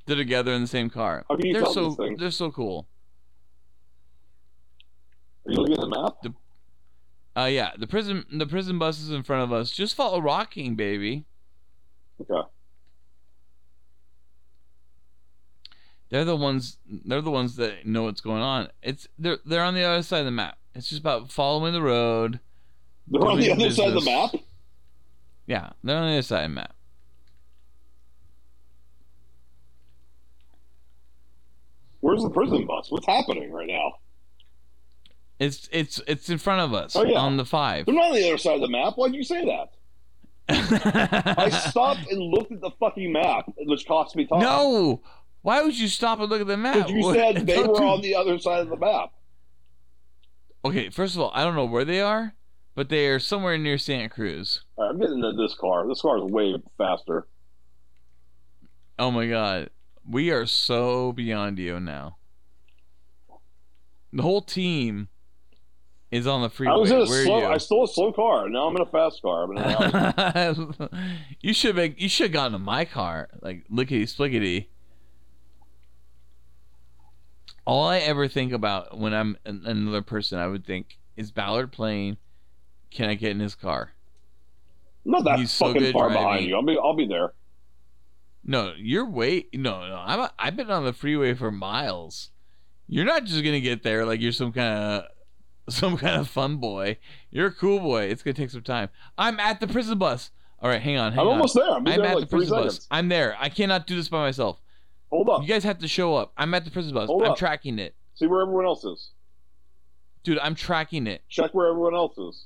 S7: They're together in the same car.
S4: How can you
S7: they're
S4: tell
S7: so
S4: these things?
S7: they're so cool.
S4: Are you looking at the map?
S7: Uh, yeah, the prison the prison bus is in front of us. Just follow Rock King, baby.
S4: Okay.
S7: They're the ones. They're the ones that know what's going on. It's they're they're on the other side of the map. It's just about following the road.
S4: They're on the
S7: Doing
S4: other side of the
S7: business.
S4: map.
S7: Yeah, they're on the other side of the map.
S4: Where's the prison bus? What's happening right now?
S7: It's it's it's in front of us
S4: Oh, yeah.
S7: on the five.
S4: They're not on the other side of the map. Why'd you say that?
S7: <laughs>
S4: I stopped and looked at the fucking map, which cost me time.
S7: no, why would you stop and look at the map?
S4: because you
S7: What- <laughs>
S4: said they
S7: Don't
S4: were
S7: do-
S4: on the other side of the map.
S7: Okay, first of all, I don't know where they are, but they are somewhere near Santa Cruz.
S4: All right, I'm getting into this car. This car is way faster.
S7: Oh my god. We are so beyond you now. The whole team is on the freeway.
S4: I was in a
S7: Where
S4: slow. I
S7: are
S4: stole a slow car. Now I'm in a fast car. I'm
S7: <laughs>
S4: in an Audi.
S7: you? <laughs> you should make you should have gotten in my car. Like lickety splickety. All I ever think about when I'm an- another person I would think is Ballard playing can I get in his car?
S4: I'm not that
S7: He's so
S4: fucking
S7: good
S4: far
S7: driving.
S4: behind you. I'll be. I'll be there.
S7: No, you're way no, no. I'm I've been on the freeway for miles. You're not just gonna get there like you're some kind of <laughs> some kind of fun boy. You're a cool boy. It's gonna take some time. I'm at the prison bus. All right, hang on. Hang
S4: I'm
S7: on.
S4: almost there. I'm, there
S7: I'm at
S4: in
S7: the
S4: like three
S7: prison
S4: seconds.
S7: bus. I'm there. I cannot do this by myself.
S4: Hold up.
S7: You guys have to show up. I'm at the prison bus.
S4: Hold
S7: I'm
S4: up.
S7: tracking it,
S4: See where everyone else is.
S7: dude. I'm tracking it.
S4: Check where everyone else is.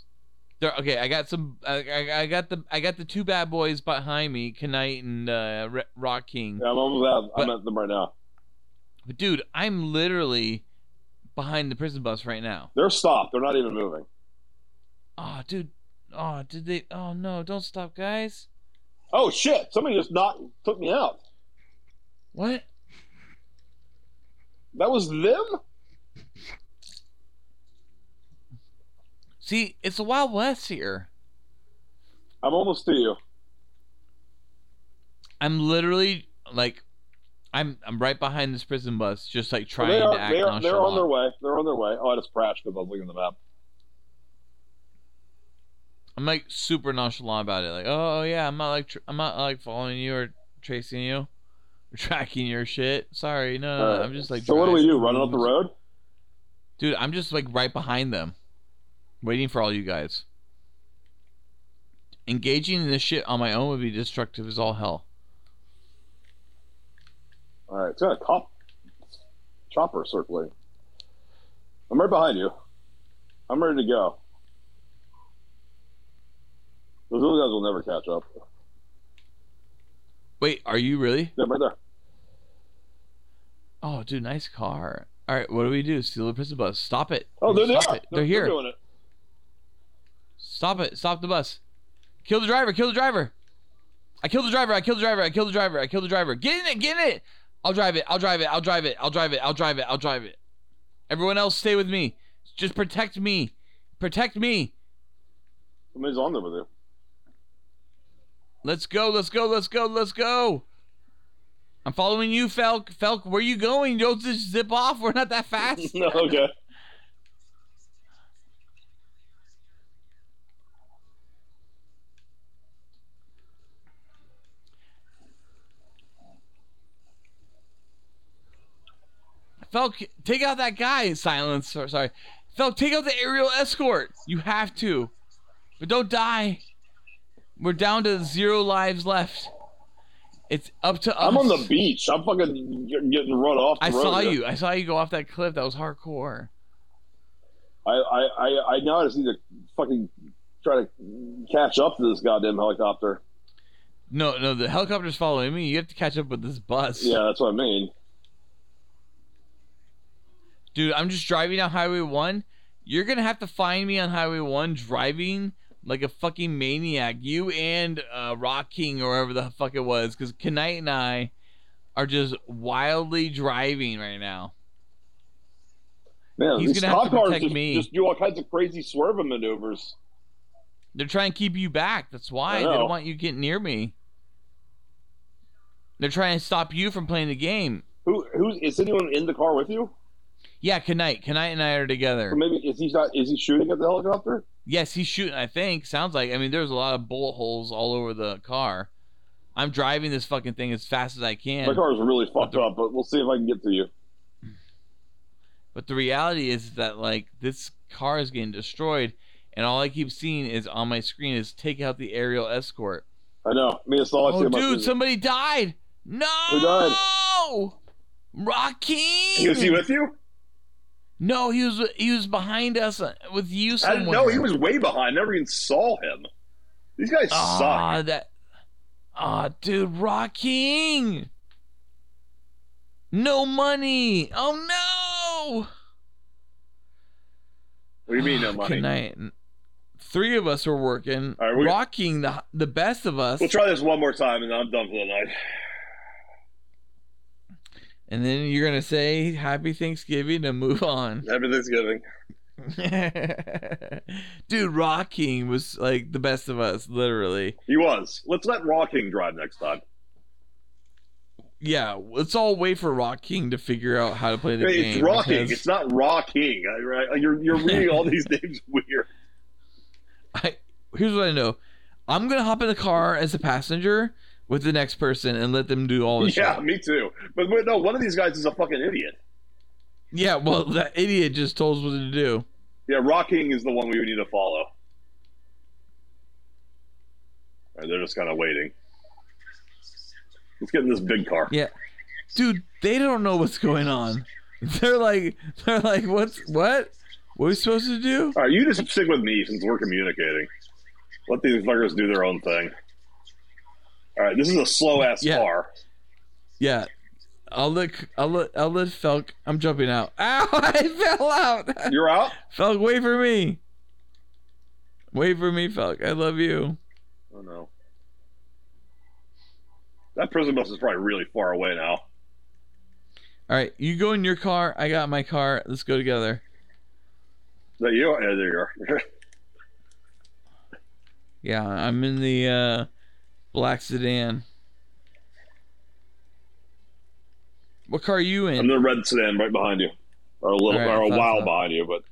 S7: There, okay, I got some. I, I, I got the. I got the two bad boys behind me, Knight and uh, Re- Rock King.
S4: Yeah, I'm almost at, I'm
S7: But-
S4: at them right now.
S7: But dude, I'm literally behind the prison bus right now.
S4: They're stopped. They're not even moving.
S7: Oh, dude,
S13: Oh, did they? Oh no! Don't stop, guys.
S4: Oh shit! Somebody just knocked, took me out.
S13: What?
S4: That was them.
S7: See, it's the Wild West here.
S4: I'm almost to you.
S7: I'm literally like, I'm I'm right behind this prison bus, just like trying
S4: they are,
S7: to act
S4: they are,
S7: nonchalant.
S4: they're on their way. They're on their way. Oh, I just crashed because I was looking at the map.
S7: I'm like super nonchalant about it. Like, oh yeah, I'm not like tr- I'm not like following you or tracing you, or <laughs> tracking your shit. Sorry, no, no, no,
S4: Uh,
S7: I'm just like.
S4: so what do we do?
S7: driving.
S4: Running up the road?
S7: dude? I'm just like right behind them, waiting for all you guys. Engaging in this shit on my own would be destructive as all hell.
S4: All right, it's got a cop chopper circling. I'm right behind you. I'm ready to go. Those little guys will never catch up.
S7: Wait, are you really?
S4: Yeah, right there.
S7: Oh, dude, nice car. All right, what do we do? Steal the prison bus? Stop it!
S4: Oh, there they are.
S7: Stop it. They're, here.
S4: doing it.
S7: Stop it. Stop the bus. Kill the driver. Kill the driver. I killed the driver. I killed the driver. I killed the driver. I killed the driver. Get in it. Get in it. I'll drive it. I'll drive it. I'll drive it. I'll drive it. I'll drive it. I'll drive it. Everyone else, stay with me. Just protect me. Protect me.
S4: Somebody's on there with you.
S7: Let's go. Let's go. Let's go. Let's go. I'm following you, Felk. Felk, where you going? Don't just zip off. We're not that
S4: <laughs>
S7: fast. <laughs>
S4: no, okay.
S7: Felk, take out that guy in silence. Or, sorry. Felk, take out the aerial escort. You have to. But don't die. We're down to zero lives left. It's up to us.
S4: I'm on the beach. I'm fucking get- getting run off. The
S7: I
S4: road
S7: saw
S4: here.
S7: you. I saw you go off that cliff. That was hardcore.
S4: I, I, I, I now I just need to fucking try to catch up to this goddamn helicopter.
S7: No, no, the helicopter's following me. You have to catch up with this bus.
S4: Yeah, that's what I mean.
S7: Dude, I'm just driving down Highway 1. You're going to have to find me on Highway 1 driving like a fucking maniac. You and uh, Rock King or wherever the fuck it was. Because Knight and I are just wildly driving right now.
S4: Man,
S7: He's
S4: these
S7: gonna have
S4: cop
S7: to
S4: cars
S7: protect
S4: just,
S7: me.
S4: just do all kinds of crazy swerving maneuvers.
S7: They're trying to keep you back. That's why.
S4: I
S7: They
S4: know.
S7: don't want you getting near me. They're trying to stop you from playing the game.
S4: Who, who is anyone in the car with you?
S7: Yeah, Knight. Knight and I are together.
S4: Or maybe is he not? Is he shooting at the helicopter?
S7: Yes, he's shooting. I think sounds like. I mean, there's a lot of bullet holes all over the car. I'm driving this fucking thing as fast as I
S4: My
S7: can.
S4: car is really fucked up, but we'll see if I can get to you.
S7: But the reality is that like this car is getting destroyed, and all I keep seeing is on my screen is take out the aerial escort.
S4: I know. Me, it's all I see.
S7: Oh,
S4: on my
S7: dude,
S4: screen.
S7: somebody died. No.
S4: Who died?
S7: Rocky.
S4: Is he with you?
S7: No, he was he was behind us uh, with you
S4: I
S7: somewhere.
S4: didn't know he was way behind. Never even saw him. These guys
S7: Ah, that. Ah, dude, rocking. No money. Oh no.
S4: suck. What do you mean no money?
S7: <sighs> Good night. Three of us were working,
S4: All right, we-
S7: rocking the the best of us,
S4: We'll try this one more time, and I'm done for the night. <laughs>
S7: and then you're gonna say Happy Thanksgiving and move on.
S4: <laughs> Happy Thanksgiving.
S7: dude, rocking was like the best of us, literally.
S4: He was. Let's let Rocking drive next time.
S7: Yeah, let's all wait for Rock King to figure out how to play the
S4: Hey,
S7: game.
S4: it's Rocking.
S7: because
S4: It's not Rocking. I- right? You're you're reading all these <laughs> names weird.
S7: I, here's what I know: I'm gonna hop in the car as a passenger with the next person and let them do all the
S4: yeah,
S7: shit.
S4: me too. But wait, no, one of these guys is a fucking idiot.
S7: Yeah, well, that idiot just told us what to do.
S4: Yeah, Rocking is the one we would need to follow. All right, they're just kind of waiting. Let's get in this big car.
S7: Yeah, dude, they don't know what's going on. <laughs> They're like, they're like, what's what? What are we supposed to do?
S4: All right, you just stick with me since we're communicating. Let these fuckers do their own thing. All right, this is a slow ass
S7: Yeah. <laughs>
S4: car.
S7: Yeah, I'll let, I'll let, I'll let Felk. I'm jumping <laughs> out. <laughs> Ow! I fell out.
S4: You're out.
S7: Felk, wait for me. Wait for me, Falk. I love you.
S4: Oh no. That prison bus is probably really far away now.
S7: All right, you go in your car. I got my car. Let's go together.
S4: That you? Yeah, there you are. <laughs>
S7: Yeah, I'm in the uh, black sedan. What car are you in?
S4: I'm the red sedan right behind you, or a little,
S7: Alright,
S4: or a
S7: thought
S4: while
S7: so.
S4: behind you. But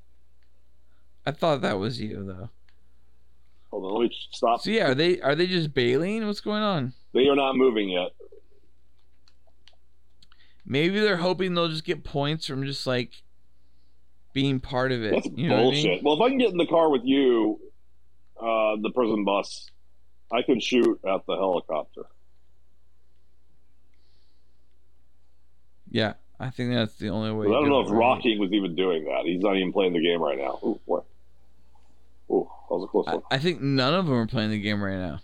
S7: I thought that was you though.
S4: hold on, let me stop.
S7: So yeah, are they are they just bailing? What's going on?
S4: They are not moving yet.
S7: Maybe they're hoping they'll just get points from just like being part of it.
S4: That's
S7: you know what I mean?
S4: bullshit. Well, if I can get in the car with you, uh, the prison bus, I can shoot at the helicopter.
S7: Yeah, I think that's the only way.
S4: But I don't
S7: to do
S4: know
S7: it,
S4: if
S7: right?
S4: Rocky was even doing that. He's not even playing the game right now. Ooh, what? Ooh, that was a close
S7: I,
S4: one.
S7: I think none of them are playing the game right now.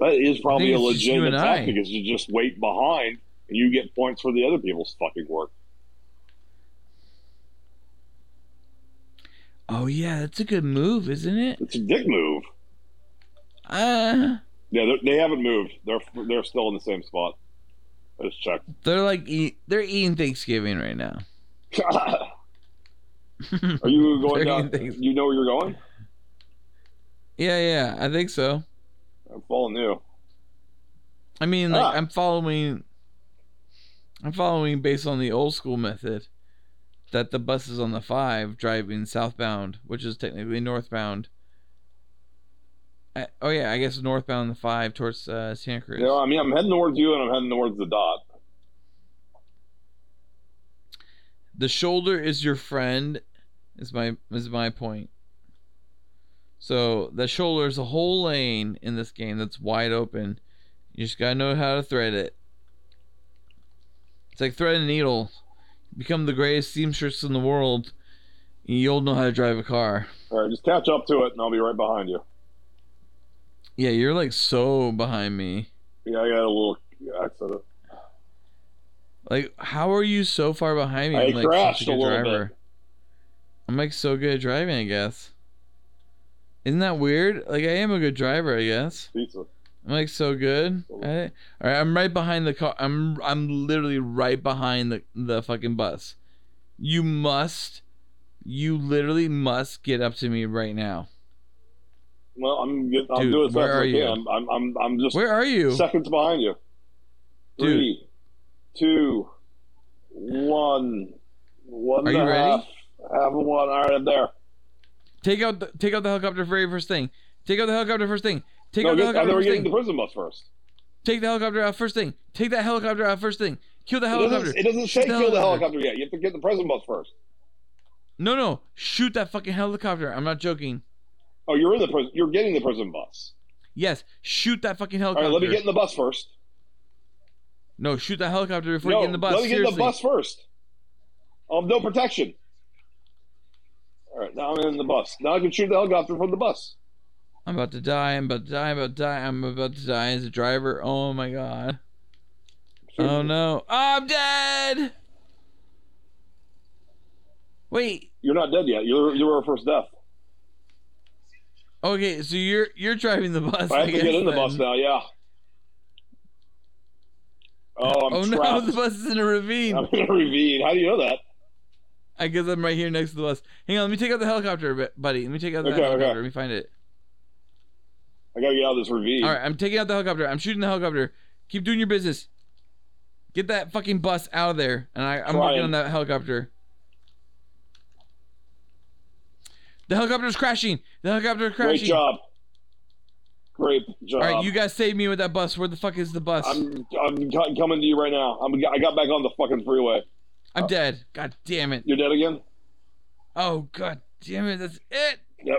S4: That is probably a
S7: it's just you
S4: legitimate
S7: and I.
S4: tactic. Is you just wait behind and you get points for the other people's fucking work.
S7: Oh yeah, that's a good move, isn't it?
S4: It's a dick move.
S7: Uh
S4: Yeah, they're- they haven't moved. They're they're still in the same spot. I just checked. <laughs>
S7: they're like eat, they're eating Thanksgiving right now. <laughs>
S4: Are
S7: <laughs>
S4: you going down?
S7: Thirty things.
S4: You know where you're going?
S7: Yeah, yeah, I think so.
S4: I'm following you.
S7: I mean, like
S4: Ah.
S7: I'm following, I'm following based on the old school method, that the bus is on the five driving southbound, which is technically northbound. I, oh yeah, I guess northbound the five towards uh, Santa Cruz.
S4: Yeah, I mean, I'm heading towards you, and I'm heading towards the dot.
S7: The shoulder is your friend, is my is my point. So the shoulder is a whole lane in this game that's wide open. You just gotta know how to thread it. It's like thread a needle. Become the greatest seamstress in the world, and you'll know how to drive a car.
S4: All right, just catch up to it, and I'll be right behind you.
S7: Yeah, you're like so behind me.
S4: Yeah, I got a little accident.
S7: Like, how are you so far behind me?
S4: I
S7: like, such
S4: crashed a little bit.
S7: I'm like so good at driving, I guess. Isn't that weird? Like, I am a good driver, I guess.
S4: Pizza.
S7: I'm like so good. I, all right, I'm right behind the car. I'm I'm literally right behind the the fucking bus. You must, you literally must get up to me right now.
S4: Well, I'm get, I'm
S7: Dude,
S4: doing as
S7: where
S4: fast as
S7: are
S4: I
S7: you?
S4: can. I'm I'm I'm just
S7: Where are you?
S4: seconds behind you.
S7: Dude.
S4: Three, two, one, one
S7: Are
S4: and
S7: you
S4: a
S7: ready?
S4: half. Half a one. All right, I'm there.
S7: Take out the take out the helicopter very first thing. Take out the helicopter first thing. Take
S4: no,
S7: out the
S4: get, I
S7: helicopter
S4: know we're
S7: first
S4: getting
S7: thing.
S4: the prison bus first.
S7: Take the helicopter out first thing. Take that helicopter out first thing. Kill the
S4: It
S7: helicopter.
S4: doesn't, it doesn't
S7: Shoot
S4: say kill the helicopter yet. You have to get the prison bus first.
S7: No, no. Shoot that fucking helicopter. I'm not joking.
S4: Oh, you're in the prison. You're getting the prison bus.
S7: Yes, shoot that fucking
S4: All
S7: helicopter.
S4: right, let me get in the bus first.
S7: no, shoot that helicopter before
S4: no,
S7: you get in the bus.
S4: let me get in
S7: Seriously.
S4: the bus first. Um, no protection. All right, now I'm in the bus. Now I can shoot the helicopter from the bus.
S7: I'm about to die. I'm about to die. I'm about to die. I'm about to die as a driver. Oh my god. Oh no. I'm dead. Wait.
S4: You're not dead yet. You're you're our first
S7: <laughs>
S4: death.
S7: Okay, so you're you're driving the bus.
S4: I have to
S7: guess,
S4: get in the
S7: then.
S4: bus now. Yeah. Oh, I'm
S7: Oh
S4: trapped.
S7: no, <laughs> the bus is in a ravine.
S4: I'm in a ravine. How do you know that?
S7: I guess I'm right here next to the bus. Hang on, let me take out the helicopter, bu- buddy. Let me take out the
S4: Okay, okay.
S7: helicopter. Let me find it.
S4: I gotta get out of this ravine.
S7: All right, I'm taking out the helicopter. I'm shooting the helicopter. Keep doing your business. Get that fucking bus out of there, and I, I'm working
S4: Trying.
S7: on that helicopter. The helicopter's crashing. The helicopter's crashing.
S4: Great job. Great job.
S7: All right, you guys saved me with that bus. Where the fuck is the bus? I'm,
S4: I'm I'm co- coming to you right now. I'm I got back on the fucking freeway.
S7: dead. God damn it.
S4: You're dead again.
S7: Oh god damn it. That's it.
S4: Yep.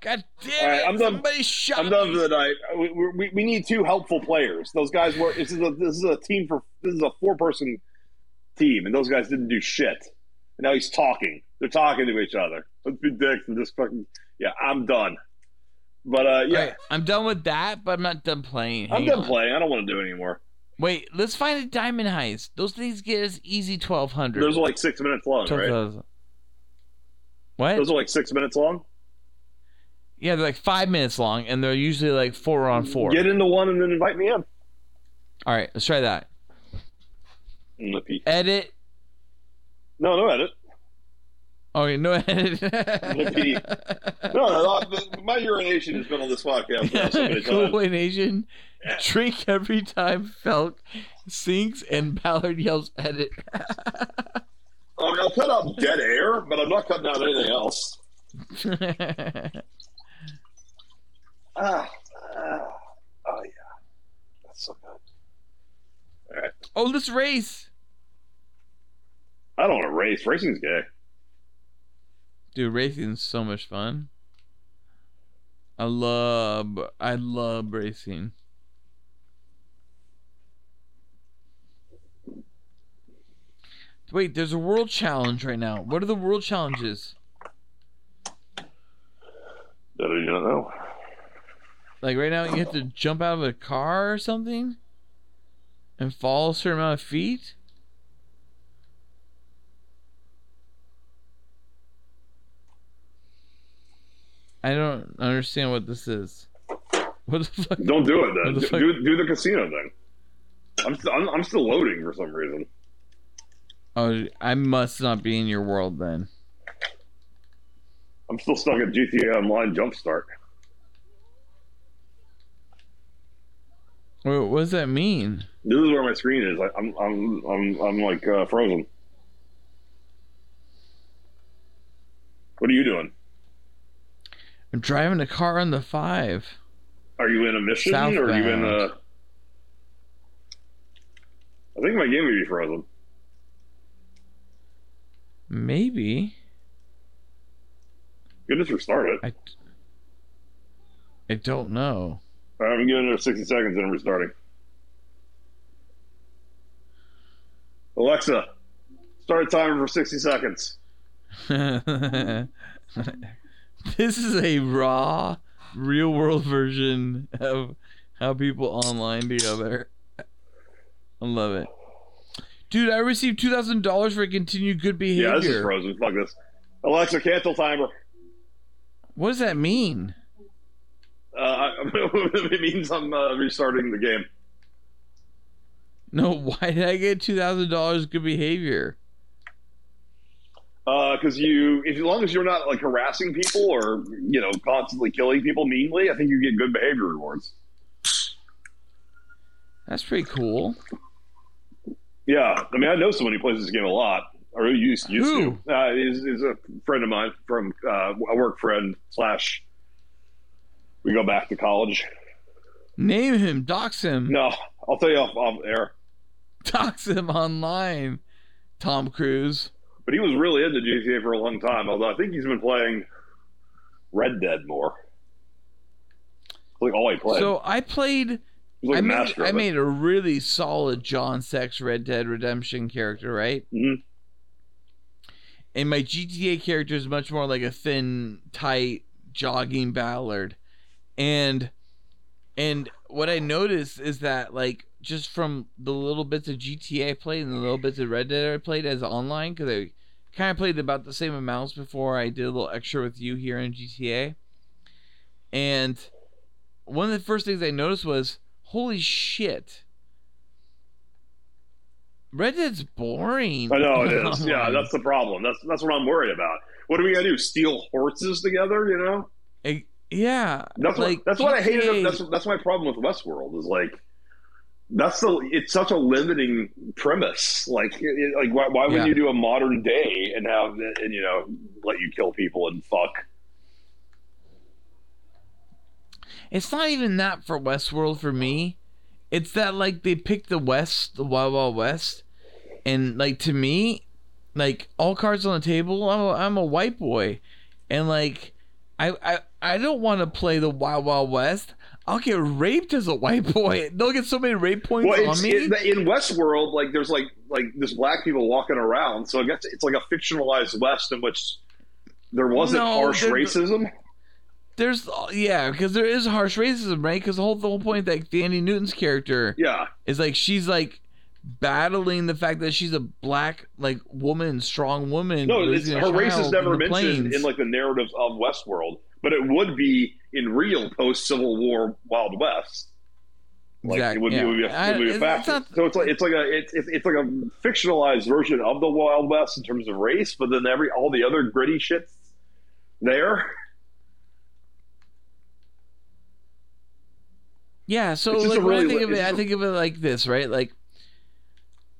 S7: God
S4: All
S7: damn
S4: right,
S7: it.
S4: I'm done.
S7: Somebody shot
S4: I'm done for the night. We, we, we need two helpful players. Those guys were. This is a this is a team for this is a four person team, and those guys didn't do shit. And now he's talking. They're talking to each other. Let's be dicks and just fucking. Yeah, I'm done. But uh, yeah,
S7: All right, I'm done with that, but I'm not done playing.
S4: I'm
S7: Hang
S4: done
S7: on.
S4: playing. I don't want to do it anymore.
S7: Wait, let's find a diamond heist. Those things get us easy twelve hundred.
S4: There's like six minutes left, right?
S7: Twelve thousand. What?
S4: Those are like six minutes long.
S7: Yeah, they're like five minutes long, and they're usually like four on four.
S4: Get into one and then invite me in.
S7: All right, let's try that.
S4: Lippy.
S7: Edit.
S4: No, no edit.
S7: Okay, no <laughs> edit.
S4: Lippy. No, no, no, my urination has been on this podcast now so
S7: <laughs>
S4: many
S7: cool
S4: times.
S7: in Asian. Drink every time Felk sings and Ballard yells edit. <laughs>
S4: I mean, Um, I'll cut out dead air, but I'm not cutting out anything else. Ah, ah, oh yeah, that's so good.
S7: oh, let's race.
S4: I don't want to race. Racing's gay.
S7: Dude, racing's so much fun. I love I love racing. Wait, there's a world challenge right now. What are the world challenges?
S4: That I do not know.
S7: Like right now you have to jump out of a car or something? And fall a certain amount of feet? I don't understand what this is. What the fuck?
S4: Don't do it
S7: What
S4: then.
S7: the
S4: Do,
S7: fuck?
S4: do, do the casino thing. I'm, st- I'm, I'm still loading for some reason.
S7: Oh, I must not be in your world then.
S4: I'm still stuck at GTA Online Jumpstart.
S7: Wait, what does that mean?
S4: This is where my screen is. I, I'm, I'm, I'm, I'm like uh, frozen. What are you doing?
S7: I'm driving a car on the five.
S4: Are you in a mission or are you in a?
S7: Southbound.
S4: I think my game may be frozen.
S7: Maybe.
S4: You can just restart it.
S7: I, I don't know.
S4: All right, I'm giving it 60 seconds and I'm restarting. Alexa, start timer for 60 seconds.
S7: <laughs> this is a raw, real world version of how people online together. I love it. Dude, I received $2,000 for continued good behavior.
S4: Yeah, this is frozen. Fuck this. Alexa, cancel timer.
S7: what does that mean?
S4: Uh, <laughs> I- it means I'm uh, restarting the game.
S7: No, <laughs> why did I get two thousand dollars good behavior?
S4: because Uh, you, if, as long as you're not like harassing people or you know constantly killing people meanly, I think you get good behavior rewards.
S7: That's pretty cool.
S4: Yeah, I mean, I know someone who plays this game a lot, or who used used
S7: Who?
S4: to. Uh, is is a friend of mine from uh, a work friend slash. We go back to college.
S7: Name him, dox him,
S4: No, I'll tell you off, off air.
S7: <laughs> dox him online. Tom Cruise.
S4: But he was really into GTA for a long time. Although I think he's been playing Red Dead more. It's like all he played.
S7: So I played.
S4: He's like
S7: I
S4: a
S7: made,
S4: master of
S7: I
S4: it.
S7: made a really solid John Sex Red Dead Redemption character, right?
S4: Mhm.
S7: And my GTA character is much more like a thin, tight, jogging Ballard. And and what I noticed is that like just from the little bits of GTA I played and the little bits of Red Dead I played as online, because I kind of played about the same amounts before I did a little extra with you here in GTA. And one of the first things I noticed was, holy shit. Red Dead's boring.
S4: I know
S7: <laughs>
S4: it is. Yeah, that's the problem. That's that's what I'm worried about. What are we gonna do? Steal horses together? You know?
S7: I- yeah.
S4: That's
S7: like,
S4: what that's what I
S7: GTA
S4: hated. That's that's my problem with Westworld is like that's the it's such a limiting premise. Like it- it- like why, why would
S7: Yeah.
S4: you do a modern day and have the- and you know let you kill people and fuck?
S7: It's not even that for Westworld for me. It's that like they picked the West, the Wild Wild West, and like to me, like all cards on the table. I'm a, I'm a white boy, and like I I, I don't want to play the Wild Wild West. I'll get raped as a white <laughs> boy. They'll get so many rape points
S4: Well,
S7: on
S4: it's,
S7: me.
S4: it, in Westworld, like there's like like there's black people walking around, so I guess it's like a fictionalized West in which there wasn't
S7: No,
S4: harsh
S7: there-
S4: racism.
S7: There's yeah, because there is harsh racism, right? Because the whole the whole point that Danny Newton's character
S4: Yeah,
S7: is like she's like battling the fact that she's a black like woman, strong woman.
S4: No, it's,
S7: raising a
S4: her race is
S7: child
S4: never
S7: in the
S4: mentioned
S7: plains.
S4: in like the narratives of Westworld, but it would be in real post Civil War Wild West. Like
S7: Exact-
S4: it would,
S7: yeah.
S4: be, it would be
S7: I-
S4: a, it would be a
S7: it's
S4: factor.
S7: not-
S4: so it's like it's like a it's, it's it's like a fictionalized version of the Wild West in terms of race, but then every all the other gritty shits there.
S7: yeah. So
S4: It's just
S7: like
S4: a
S7: when I
S4: really-
S7: think of it,
S4: it's
S7: I
S4: just a-
S7: think of it like this, right? Like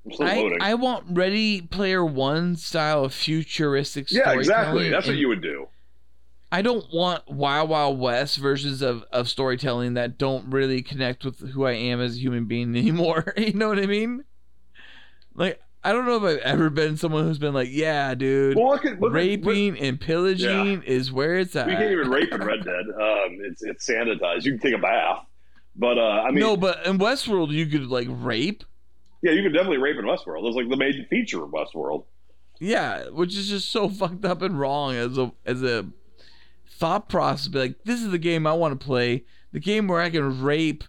S4: I'm still
S7: I,
S4: loading.
S7: I want Ready Player One style of futuristic
S4: yeah,
S7: storytelling.
S4: exactly. That's what
S7: and
S4: you would do.
S7: I don't want Wild Wild West versions of, of storytelling that don't really connect with who I am as a human being <laughs> anymore. you know what I mean? Like, I don't know if I've ever been someone who's been like, yeah, dude,
S4: Well, look at look at-
S7: raping and pillaging is where it's at.
S4: We can't even
S7: <laughs>
S4: rape in Red Dead. Um, it's it's sanitized. You can take a bath, but uh, I mean,
S7: no, but in Westworld, you could, like, rape.
S4: yeah, you can definitely rape in Westworld. It's like the main feature of Westworld.
S7: Yeah, which is just so <laughs> fucked up and wrong as a as a thought process. Be like, this is the game I want to play. The game where I can rape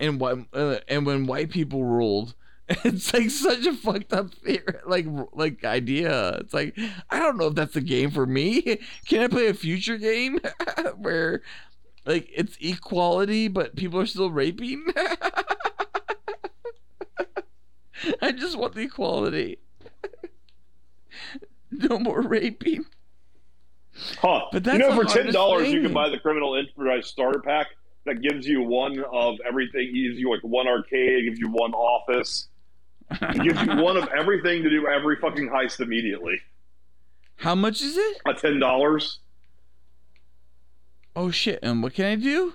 S7: and what uh, and when white people ruled. <laughs> It's like such a fucked up theory, <laughs> like like idea. It's like I don't know if that's the game for me. <laughs> Can I play a future game <laughs> where like it's equality but people are still raping? <laughs> I just want the equality. No more raping.
S4: Huh.
S7: But
S4: you
S7: that's
S4: know,
S7: the
S4: for ten
S7: hardest
S4: dollars, you
S7: thing.
S4: can buy the Criminal Enterprise Starter Pack that gives you one of everything. Gives you like one arcade, gives you one office, it gives you one of everything to do every fucking heist immediately.
S7: How much is it?
S4: At ten dollars,
S7: Oh shit! And what can I do?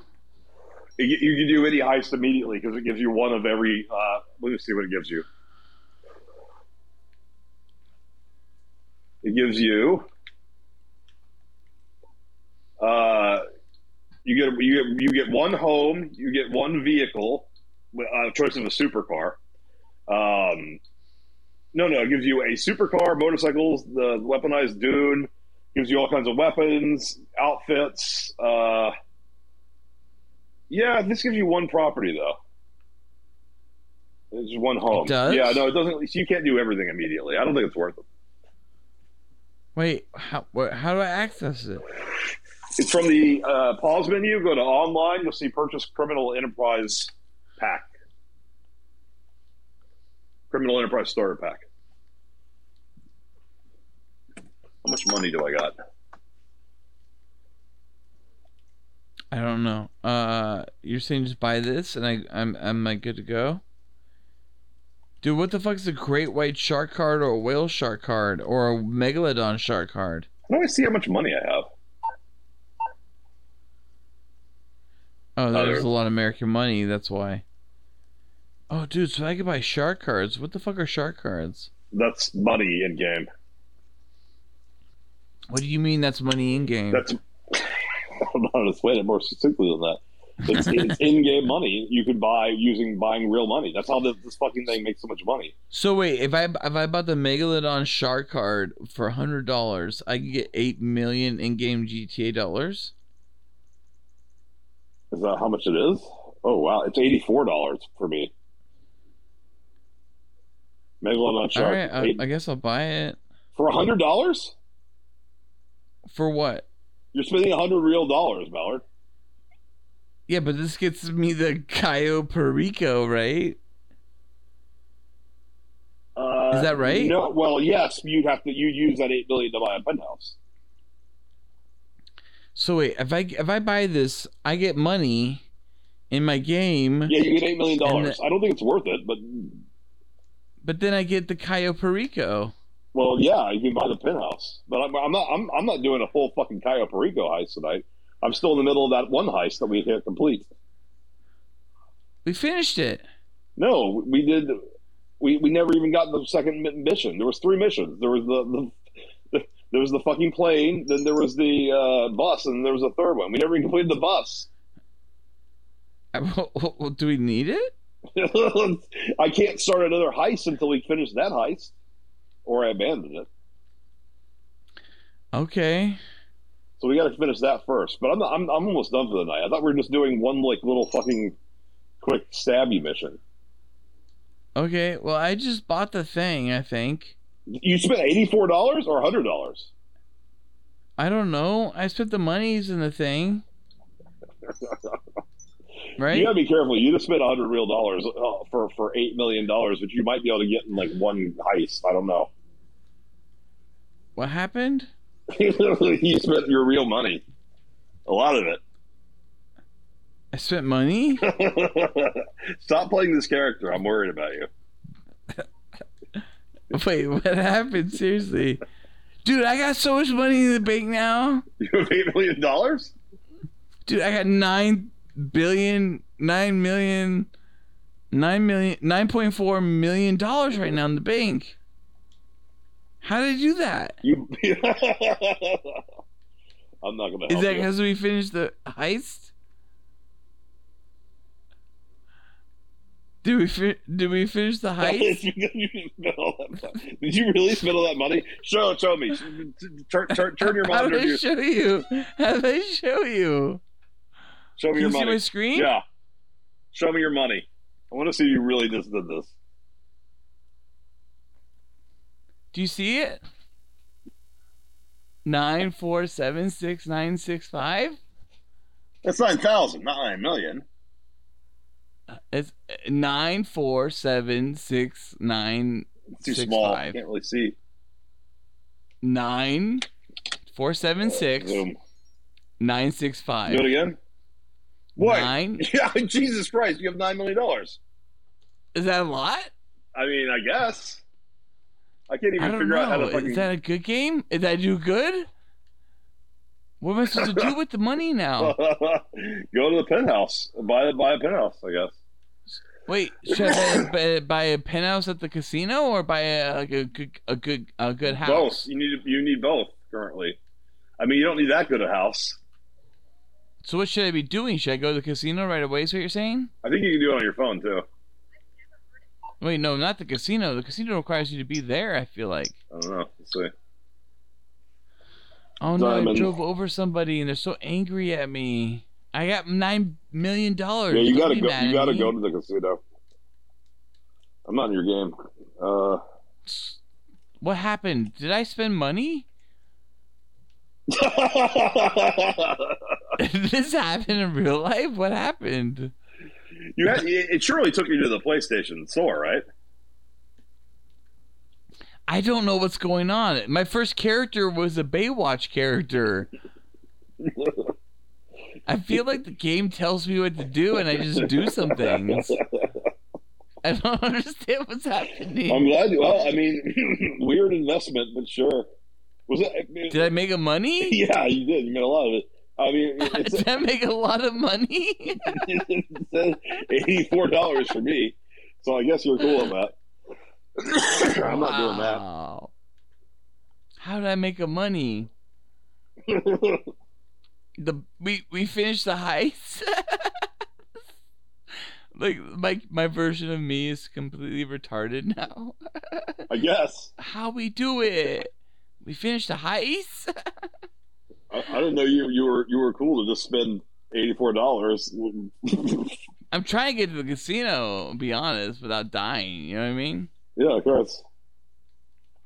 S4: you you can do any heist immediately because it gives you one of every. Uh, let me see what it gives you. It gives you. Uh, you get you get you get one home, you get one vehicle, a choice of a supercar. Um, no, no, it gives you a supercar, motorcycles, the weaponized dune, gives you all kinds of weapons, outfits. Uh, yeah, this gives you one property though. It's one home.
S7: It does?
S4: Yeah, no, it doesn't. You can't do everything immediately. I don't think it's worth it.
S7: Wait, how wha- how do I access it?
S4: It's from the uh, pause menu. Go to online. You'll see purchase criminal enterprise pack. Criminal enterprise starter pack. How much money do I got?
S7: I don't know. Uh, you're saying just buy this, and I I'm am I good to go? Dude, what the fuck is a great white shark card or a whale shark card or a megalodon shark card?
S4: How do I see how much money I have?
S7: Oh, there's
S4: there-
S7: a lot of American money. That's why. Oh, dude, so I could buy shark cards. What the fuck are shark cards?
S4: That's money in game.
S7: What do you mean that's money in game?
S4: That's. <laughs> I'm not going to explain it more succinctly than that. It's, it's in-game money you could buy using buying real money. That's how this, this fucking thing makes so much money.
S7: So wait, if I if I bought the Megalodon Shark card for hundred dollars, I could get eight million in-game GTA dollars.
S4: Is that how much it is? Oh wow, it's eighty four dollars for me. Megalodon
S7: All
S4: shark
S7: right, I,
S4: Eight-
S7: I guess I'll buy it
S4: for hundred dollars.
S7: for what?
S4: You're spending hundred real dollars, Ballard.
S7: Yeah, but this gets me the Cayo Perico, right?
S4: Uh,
S7: Is that right?
S4: No. Well, yes, you'd have to. You use that eight million to buy a penthouse.
S7: So wait, if I if I buy this, I get money in my game,
S4: Yeah, you get eight million
S7: And
S4: dollars. I don't think it's worth it, but
S7: but then I get the Cayo Perico.
S4: well, yeah, you can buy the penthouse. But I'm, I'm not. I'm, I'm not doing a full fucking Cayo Perico heist tonight. I'm still in the middle of that one heist that we can't complete.
S7: We finished it. <laughs>
S4: No, we did. We, we never even got the second mi- mission. There was three missions. There was the, the, there was the fucking plane. Then there was the uh, bus, and there was a third one. We never even completed the bus. <laughs>
S7: I- Do we need it?
S4: I can't start another heist until we finish that heist, or I abandon it.
S7: Okay.
S4: So we got to finish that first. But I'm, not, I'm I'm almost done for the night. I thought we were just doing one like little fucking quick stabby mission.
S7: Okay, well, I just bought the thing, I think.
S4: You spent eighty-four dollars or hundred dollars.
S7: I don't know. I spent the monies in the thing. Right?
S4: You gotta be careful. You just spent hundred real dollars uh, for for eight million dollars, which you might be able to get in like one heist. I don't know. <laughs>
S7: What happened?
S4: you spent your real money, a lot of it.
S7: I spent
S4: <laughs>
S7: money? <laughs>
S4: Stop playing this character. I'm worried about you. <laughs>
S7: Wait, what happened? Seriously. Dude, I got so much money in the bank now.
S4: You have eight million dollars.
S7: Dude, I got nine billion, nine million, nine million, nine point four million dollars right now in the bank. How did you do that?
S4: You. <laughs> I'm not gonna. Help
S7: Is that
S4: you.
S7: because we finished the heist? Did we fi- did we
S4: <laughs>
S7: finish the
S4: It's
S7: heist?
S4: because you spent all that money. Did you really spend all that money? Show, show me. Turn, turn, turn your
S7: <laughs> <laughs> How
S4: monitor.
S7: did I
S4: To,
S7: show you? <laughs> How did I show you?
S4: show me
S7: Can
S4: your
S7: you see my
S4: money.
S7: screen?
S4: Yeah. Show me your money. I want to see you really just did this.
S7: Do you see it? Nine four seven six nine six five.
S4: That's nine thousand, not nine million.
S7: It's uh, nine four seven six nine
S4: It's too
S7: Six,
S4: small.
S7: five.
S4: Can't really see.
S7: nine four seven six
S4: Boom.
S7: nine six five.
S4: Do it again. What?
S7: Nine?
S4: <laughs> Yeah, Jesus Christ! You have nine million dollars.
S7: Is that a lot?
S4: I mean, I guess. I can't even
S7: I don't
S4: figure out how
S7: know.
S4: to fucking. <laughs>
S7: Is that a good game? Did I do good? What am I supposed to do with the money now?
S4: Go to the penthouse. Buy buy a penthouse. I guess. <laughs>
S7: Wait, should I buy, buy, buy a penthouse at the casino or buy a, like a good a good a good
S4: Both.
S7: house?
S4: You need you need both currently. I mean, you don't need that good a house.
S7: So what should I be doing? Should I go to the casino right away? Is what you're saying?
S4: I think you can do it on your phone too.
S7: Wait, no, not the casino. The casino requires you to be there. I feel like.
S4: I don't know. Let's see.
S7: Oh no! I
S4: Diamond.
S7: drove over somebody, and they're so angry at me. I got nine million dollars.
S4: Yeah, you
S7: Don't
S4: gotta
S7: be
S4: go.
S7: mad
S4: You
S7: at
S4: gotta
S7: me.
S4: go to the casino. I'm not in your game. Uh,
S7: What happened? Did I spend money? <laughs> Did this happen in real life? What happened?
S4: <laughs> you had, it it surely took you to the PlayStation store, <laughs> right?
S7: I don't know what's going on. My first character was a Baywatch character. I feel like the game tells me what to do, and I just do some things. I don't <laughs> understand what's happening.
S4: I'm glad. you. Well, I mean, <clears throat> weird investment, but sure. Was it?
S7: Did I make a money?
S4: <laughs> Yeah, you did. You made a lot of it. I mean, it <laughs>
S7: Did <laughs> I make a lot of money?
S4: it says eighty-four dollars for me, so I guess you're cool on that.
S7: <laughs>
S4: I'm not doing that.
S7: Wow. How did I make a money? the we we finished the heist. <laughs> like my my version of me is completely retarded <laughs> now.
S4: <laughs> I guess
S7: How we do it? We finished the heist. <laughs>
S4: I, I didn't know you you were you were cool to just spend eighty-four dollars. <laughs>
S7: I'm trying to get to the casino. Be honest, without dying. You know what I mean?
S4: yeah, of course.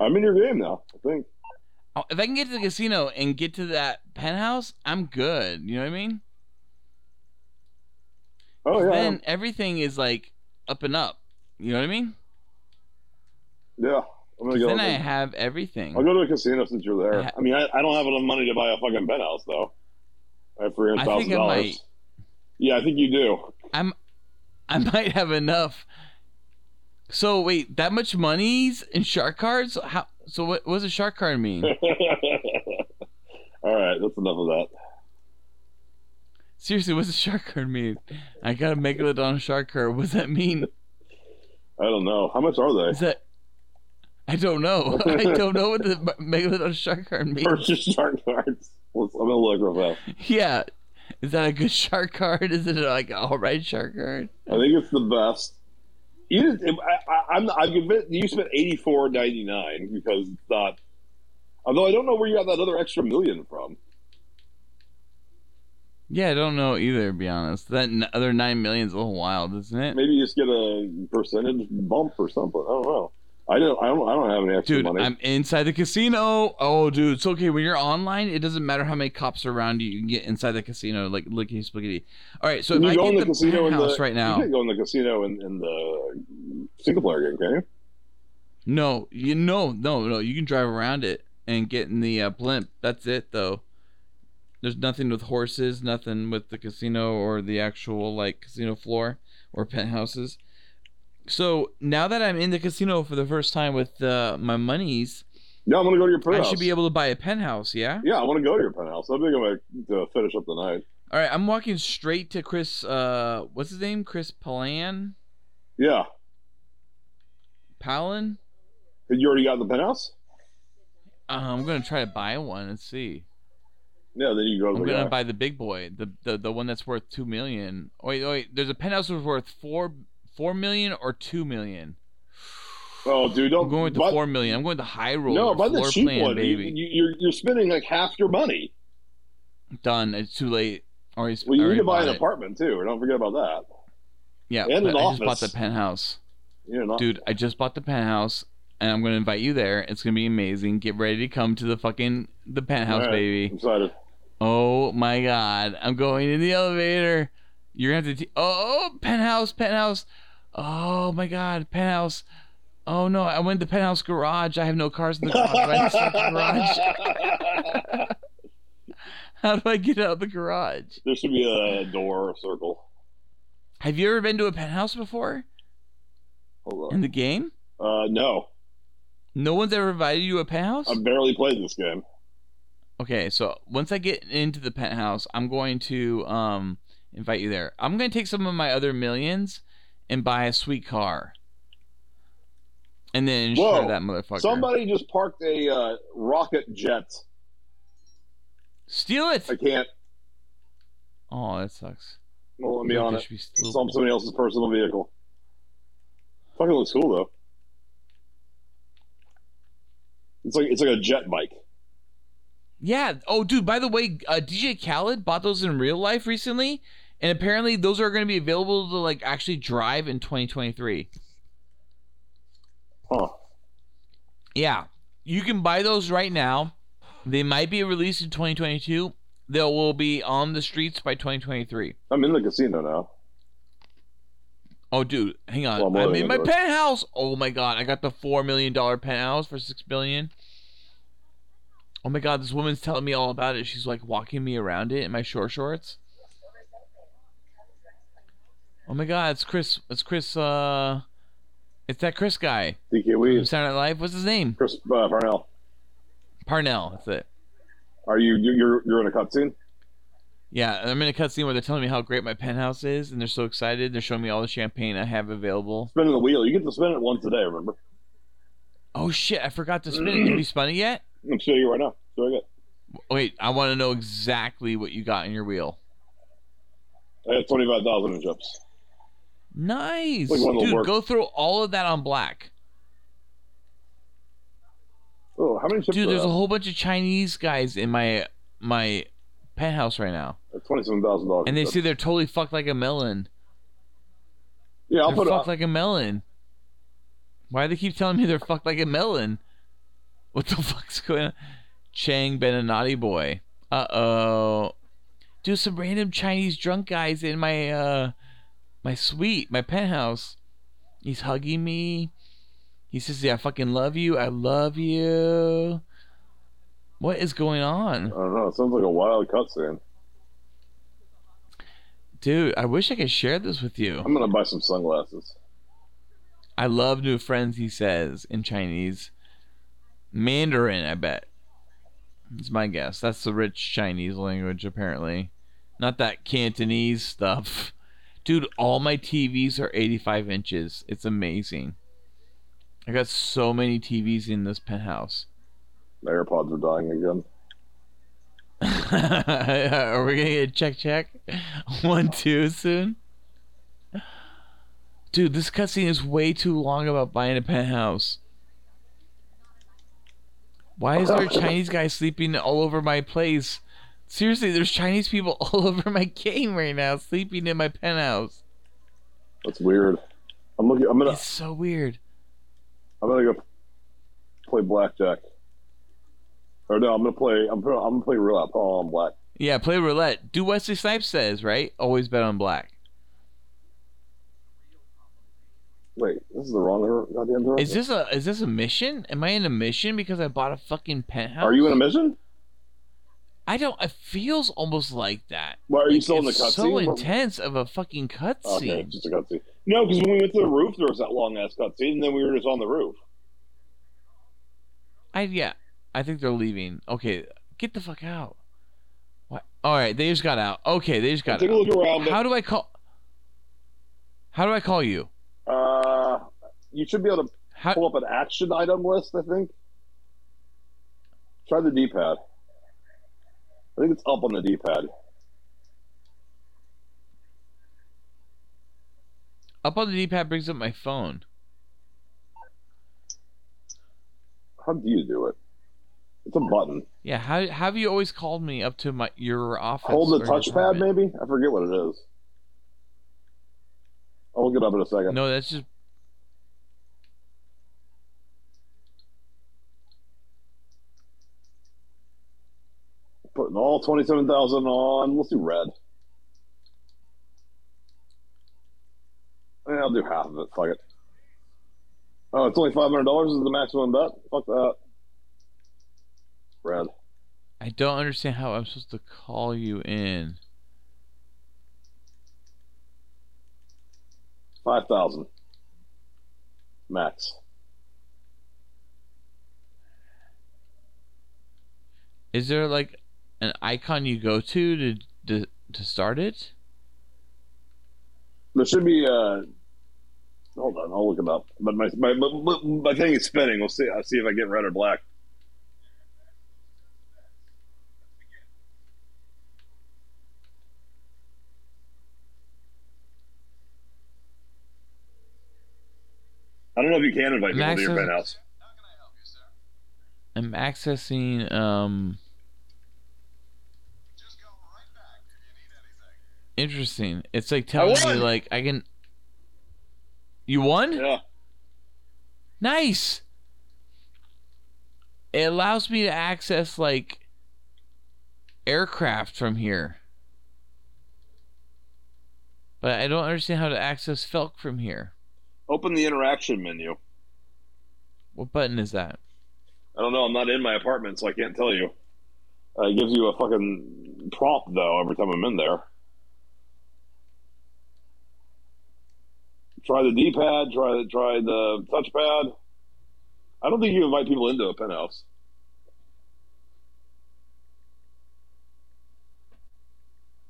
S4: I'm in your game now. I think.
S7: Oh, If I can get to the casino and get to that penthouse, I'm good. You know what I mean?
S4: Oh yeah,
S7: Then everything is like up and up. You know what I mean?
S4: Oh, yeah. Oh, I'm gonna go.
S7: then I
S4: with it.
S7: have everything.
S4: I'll go to a casino since you're there.
S7: I ha-
S4: I mean, I, I don't have enough money to buy a fucking penthouse though. I have three hundred
S7: I think
S4: thousand
S7: I
S4: dollars.
S7: might.
S4: Yeah, I think you do. <laughs>
S7: I might have enough. So wait, that much money's in shark cards? How? So what? What does a shark
S4: <laughs>
S7: card mean?
S4: All right, that's enough of that.
S7: Seriously, what's a shark card mean? I gotta make it on a shark card. What does that mean?
S4: I don't know. How much are
S7: Is
S4: they?
S7: that? I don't know. <laughs> I don't know what the megalodon shark card
S4: <laughs>
S7: means.
S4: Purchase shark cards. Let's, I'm gonna look real fast.
S7: Yeah, is that a good shark card? Is it like an all right shark card?
S4: I think it's the best. You didn't, if- I, I, I'm I'm convinced you spent eighty four ninety nine because it's not. Although I don't know where you got that other extra million from.
S7: Yeah, I don't know either. To be honest, that n- other nine million's a little wild, isn't it?
S4: Maybe you just get a percentage bump or something. I don't know. I don't. I don't. I don't have any extra
S7: Dude,
S4: money.
S7: I'm inside the casino. Oh, dude, it's okay. When you're online, it doesn't matter how many cops are around you. You can get inside the casino like lickety splickety. All right, so if
S4: you
S7: I
S4: go
S7: get
S4: in
S7: the,
S4: the, casino in
S7: penthouse
S4: the,
S7: right now,
S4: <laughs> You can't go in the casino in, in the single player game, can you?
S7: no, you no, no, no. You can drive around it and get in the uh, blimp. That's it, though. There's nothing with horses, nothing with the casino or the actual like casino floor or penthouses. So now that I'm in the casino for the first time with uh, my monies,
S4: Yeah, I'm gonna go to your penthouse.
S7: I should be able to buy a penthouse. Yeah.
S4: Yeah, I want to go to your penthouse. I'm gonna uh, finish up the night.
S7: All right, I'm walking straight to Chris. Uh, what's his name? Chris Palan.
S4: Yeah,
S7: Palin.
S4: you already got the penthouse.
S7: Uh, I'm gonna try to buy one and see.
S4: Yeah, then you go. To
S7: I'm
S4: the
S7: gonna
S4: guy.
S7: buy the big boy, the, the the one that's worth two million. Oh, Wait, oh, wait. There's a penthouse that's worth four four million or two million.
S4: Oh, dude, don't
S7: I'm going with the
S4: buy-
S7: four million. I'm going with the high roll.
S4: No, buy the
S7: floor
S4: cheap
S7: plan,
S4: one. You-
S7: baby.
S4: You, you're you're spending like half your money.
S7: Done. It's too late. Already.
S4: Well, you need
S7: already
S4: to buy
S7: bought
S4: an
S7: it.
S4: apartment too. Don't forget about that.
S7: Yeah,
S4: and
S7: but
S4: an
S7: I just bought
S4: office.
S7: the penthouse.
S4: You're not.
S7: dude i just bought the penthouse and i'm gonna invite you there it's gonna be amazing get ready to come to the fucking the penthouse
S4: All right. I'm
S7: baby
S4: excited.
S7: oh my god i'm going in the elevator you're gonna have to t- oh penthouse penthouse oh my god penthouse oh no i went to penthouse garage i have no cars in the garage, but I have to start the
S4: <laughs>
S7: garage. how do i get out of the garage
S4: there should be a door or a circle.
S7: have you ever been to a penthouse before
S4: Hold
S7: in
S4: on.
S7: the game
S4: Uh, no,
S7: no one's ever invited you to a penthouse
S4: I barely played this game.
S7: Okay, so once I get into the penthouse, I'm going to um invite you there. I'm going to take some of my other millions and buy a sweet car. And then insure
S4: Whoa,
S7: that motherfucker.
S4: Somebody just parked a uh, rocket jet.
S7: steal it.
S4: I can't.
S7: Oh, that sucks.
S4: Well, let me
S7: That
S4: on it.
S7: should be
S4: It's
S7: still-
S4: on somebody else's personal vehicle. Fucking looks cool though. It's like it's like a jet bike.
S7: Yeah. Oh, dude. By the way, uh, DJ Khaled bought those in real life recently, and apparently those are going to be available to like actually drive in 2023.
S4: Huh.
S7: Yeah. You can buy those right now. They might be released in 2022. They will be on the streets by 2023.
S4: I'm in the casino now.
S7: Oh, dude, hang on.
S4: Well, I'm
S7: I'm
S4: already
S7: in my
S4: into it.
S7: penthouse. Oh my god, I got the four million dollar penthouse for six billion. Oh my god, this woman's telling me all about it. She's like walking me around it in my short shorts. Oh my god, it's Chris. It's Chris. Uh, it's that Chris guy
S4: DK
S7: from
S4: Weaves,
S7: Saturday Night Live. What's his name?
S4: Chris uh, Parnell.
S7: Parnell. That's it.
S4: Are you you- you're you're in a cutscene?
S7: Yeah, and I'm in a cutscene where they're telling me how great my penthouse is, and they're so excited. They're showing me all the champagne I have available.
S4: Spinning the wheel. You get to spin it once a day. Remember?
S7: Oh shit, I forgot to spin it.
S4: Mm.
S7: Have you spun it yet?
S4: I'm showing you right now. So I got
S7: Wait, I want to know exactly what you got in your wheel.
S4: I got twenty five thousand in chips.
S7: Nice,
S4: Like one that'll
S7: dude.
S4: work.
S7: Go through all of that on black,
S4: Oh, how many chips?
S7: dude.
S4: do I
S7: There's a
S4: have?
S7: whole bunch of Chinese guys in my my penthouse right now,
S4: twenty seven thousand dollars.
S7: and they say they're totally fucked like a melon.
S4: yeah, I'll
S7: They're
S4: put it.
S7: fucked like a melon. Why do they keep telling me they're fucked like a melon? What the <laughs> fuck's going on? Chang been a naughty boy. Uh oh. Dude, some random Chinese drunk guys in my uh my suite, my penthouse. He's hugging me. He says, Yeah, I fucking love you. I love you. What is going on?
S4: I don't know. It sounds like a wild cutscene.
S7: Dude, I wish I could share this with you.
S4: I'm gonna buy some sunglasses.
S7: I love new friends, he says in Chinese. Mandarin, I bet. It's my guess. That's the rich Chinese language, apparently. Not that Cantonese stuff. Dude, all my TVs are 85 inches. It's amazing. I got so many TVs in this penthouse.
S4: My AirPods are dying again.
S7: <laughs> are we gonna get a check check? <laughs> One two soon? Dude, this cutscene is way too long about buying a penthouse.
S4: <laughs>
S7: Why is there a Chinese guy sleeping all over my place? Seriously, there's Chinese people <laughs> all over my game right now, sleeping in my penthouse.
S4: That's weird. I'm looking. I'm gonna.
S7: It's so weird.
S4: I'm gonna go play blackjack. Or no, I'm gonna play. I'm gonna, I'm gonna play roulette. Oh, I'm black.
S7: Yeah, play roulette. Do Wesley Snipes says, right? Always bet on black.
S4: Wait, this is the wrong her- goddamn direction.
S7: Is this a is this a mission? Am I in a mission because I bought a fucking penthouse?
S4: Are you in a mission?
S7: I don't. It feels almost like that.
S4: Why are you
S7: Like,
S4: still in the
S7: it's
S4: cutscene?
S7: So intense of a fucking cutscene.
S4: Okay, just a cutscene. No, because when we went to the roof, there was that long ass cutscene, and then we were just on the roof.
S7: I yeah. I think they're leaving. Okay, get the fuck out. What? All right, they just got out. Okay, they just got
S4: Take a
S7: out.
S4: look around.
S7: How do I call? How do I call you?
S4: Uh, you should be able to
S7: How?
S4: pull up an action item list. I think. Try the D-pad. I think it's up on the D-pad.
S7: Up on the D-pad brings up my phone.
S4: How do you do it? It's a button.
S7: Yeah. How how have you always called me up to my your office?
S4: Hold
S7: or
S4: the
S7: your
S4: touchpad,
S7: apartment?
S4: maybe. I forget what it is. I'll look it up in a second.
S7: No, that's just.
S4: Putting all twenty-seven thousand on. Let's do red. Eh, I'll do half of it. Fuck it. Oh, it's only five hundred dollars is the maximum bet. Fuck that. Red.
S7: I don't understand how I'm supposed to call you in.
S4: Five thousand. Max.
S7: Is there like an icon you go to to to, to start it?
S4: There should be. Uh, hold on, I'll look it up. But my my, my, my thing is spinning. We'll see. I'll see if I get red or black. I don't know if you can invite people to your
S7: Maximum-
S4: penthouse.
S7: I'm accessing um. Interesting. It's like telling me
S4: won!
S7: like I can. You won.
S4: Yeah.
S7: Nice. It allows me to access like aircraft from here. But I don't understand how to access Felk from here.
S4: Open the interaction menu.
S7: What button is that?
S4: I don't know. I'm not in my apartment, so I can't tell you. Uh, it gives you a fucking prompt though every time I'm in there. Try the D-pad. Try the try the touchpad. I don't think you invite people into a penthouse.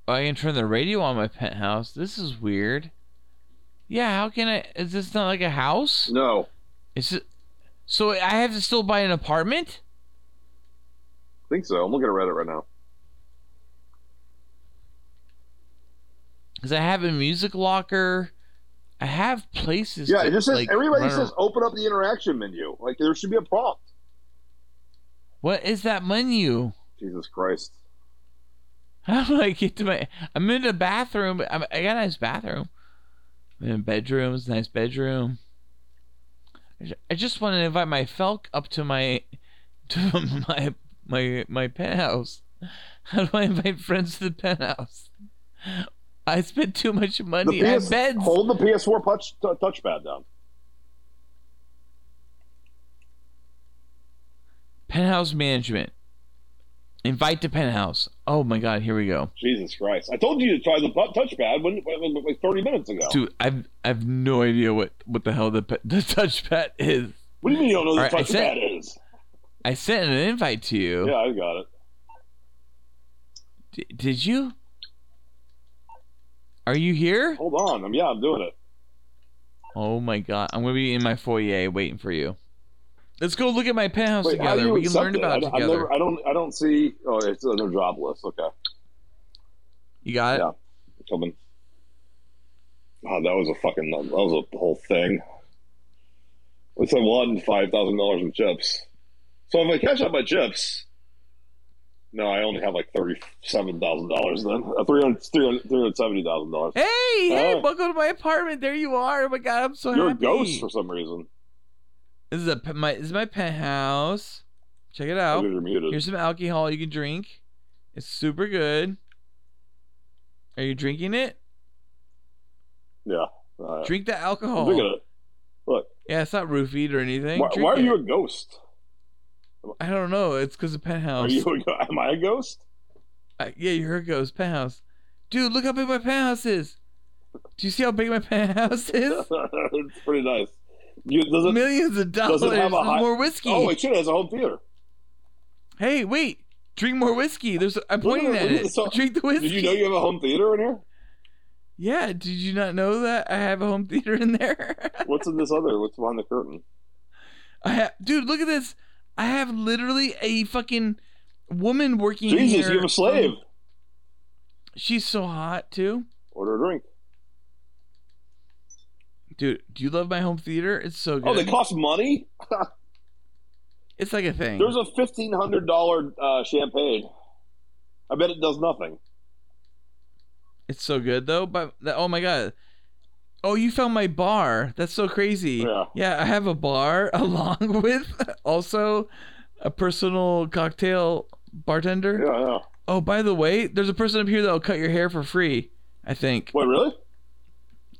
S7: Oh, I can turn the radio on my penthouse. This is weird. Yeah, how can I? Is this not like a house?
S4: No,
S7: Is it? So I have to still buy an apartment?
S4: I think so. I'm looking at Reddit right now.
S7: Because I have a music locker. I have places.
S4: Yeah,
S7: to,
S4: it just says
S7: like,
S4: everybody
S7: run ar-
S4: says open up the interaction menu. Like there should be a prompt.
S7: What is that menu?
S4: Jesus Christ.
S7: <laughs> How do I get to my? I'm in a bathroom. but I'm, I got a nice bathroom. I'm in a bedroom. It's a nice bedroom. I ju- I just want to invite my Felk up to my, <laughs> to my my my penthouse. <laughs> How do I invite friends to the penthouse? I spent too much
S4: The
S7: money
S4: PS
S7: on beds.
S4: Hold the PS4 touch, t- touchpad down.
S7: penthouse management. Invite to penthouse. Oh my god, here we go.
S4: Jesus Christ! I told you to try the bu- touchpad when, when, when- like thirty minutes ago.
S7: Dude, I've I've no idea what what the hell the pe- <laughs> the touchpad is.
S4: What do you mean you don't know what
S7: Alright,
S4: the
S7: I
S4: touchpad
S7: said- Oh.
S4: is?
S7: I sent an invite to you.
S4: Yeah, I got it.
S7: D- did you? Are you here?
S4: Hold on. I'm, yeah, I'm doing it.
S7: Oh my god, I'm gonna be in my foyer waiting for you. Let's go look at my penthouse
S4: Wait, how do
S7: together.
S4: you
S7: We can
S4: accept
S7: learn
S4: it?
S7: about it
S4: I, I've
S7: together.
S4: never, I don't. I don't see. Oh, it's under job list. Okay,
S7: You got it.
S4: Yeah. coming. Oh, that was a fucking. That was a whole thing. It's a one five thousand dollars in chips. So if I cash out my chips, No, I only have like thirty-seven thousand dollars then. Uh, three hundred, three hundred, three hundred seventy thousand dollars.
S7: Hey, hey,
S4: Oh.
S7: welcome to my apartment. There you are. Oh my god, I'm so
S4: You're a
S7: happy.
S4: ghost for some reason.
S7: This is a pe- my this is my penthouse. Check it
S4: Oh,
S7: out.
S4: you're muted.
S7: Here's some alcohol you can drink. It's super good. Are you drinking it?
S4: yeah. Uh,
S7: Drink the alcohol.
S4: look at it. Look.
S7: Yeah, it's not roofied or anything.
S4: Why,
S7: Drink
S4: why are
S7: it.
S4: you a ghost?
S7: I don't know. It's because of
S4: Are
S7: penthouse.
S4: you? <laughs> A, go- am I a ghost?
S7: I- yeah, you're a ghost penthouse. Dude, look how big my penthouse is. Do you see how big my <laughs> penthouse is?
S4: it's pretty nice. You, does it,
S7: Millions of dollars.
S4: does it have a
S7: There's
S4: high-
S7: more whiskey.
S4: oh, it should. It has a home theater.
S7: hey, wait. Drink more whiskey. There's. I'm
S4: Look at
S7: pointing
S4: it,
S7: at
S4: look at
S7: it.
S4: this- so-
S7: Drink the whiskey.
S4: Did you know you have a home theater in here?
S7: Yeah. Did you not know that I have a home theater in there? <laughs>
S4: What's in this other? What's behind the curtain?
S7: I have, dude, look at this. I have literally a fucking woman working
S4: Jesus,
S7: here.
S4: you have a slave.
S7: She's so hot too,
S4: Order a drink.
S7: dude. Do you love my home theater? It's so good.
S4: Oh, they cost money.
S7: it's like a thing.
S4: There's a fifteen hundred dollar uh, champagne. I bet it does nothing.
S7: It's so good though. But that, oh my god. Oh, you found my bar. That's so crazy.
S4: Yeah.
S7: I have a bar <laughs> along with also a personal cocktail bartender.
S4: Yeah, yeah.
S7: Oh, by the way, there's a person up here that'll cut your hair for free. I think.
S4: Wait, really?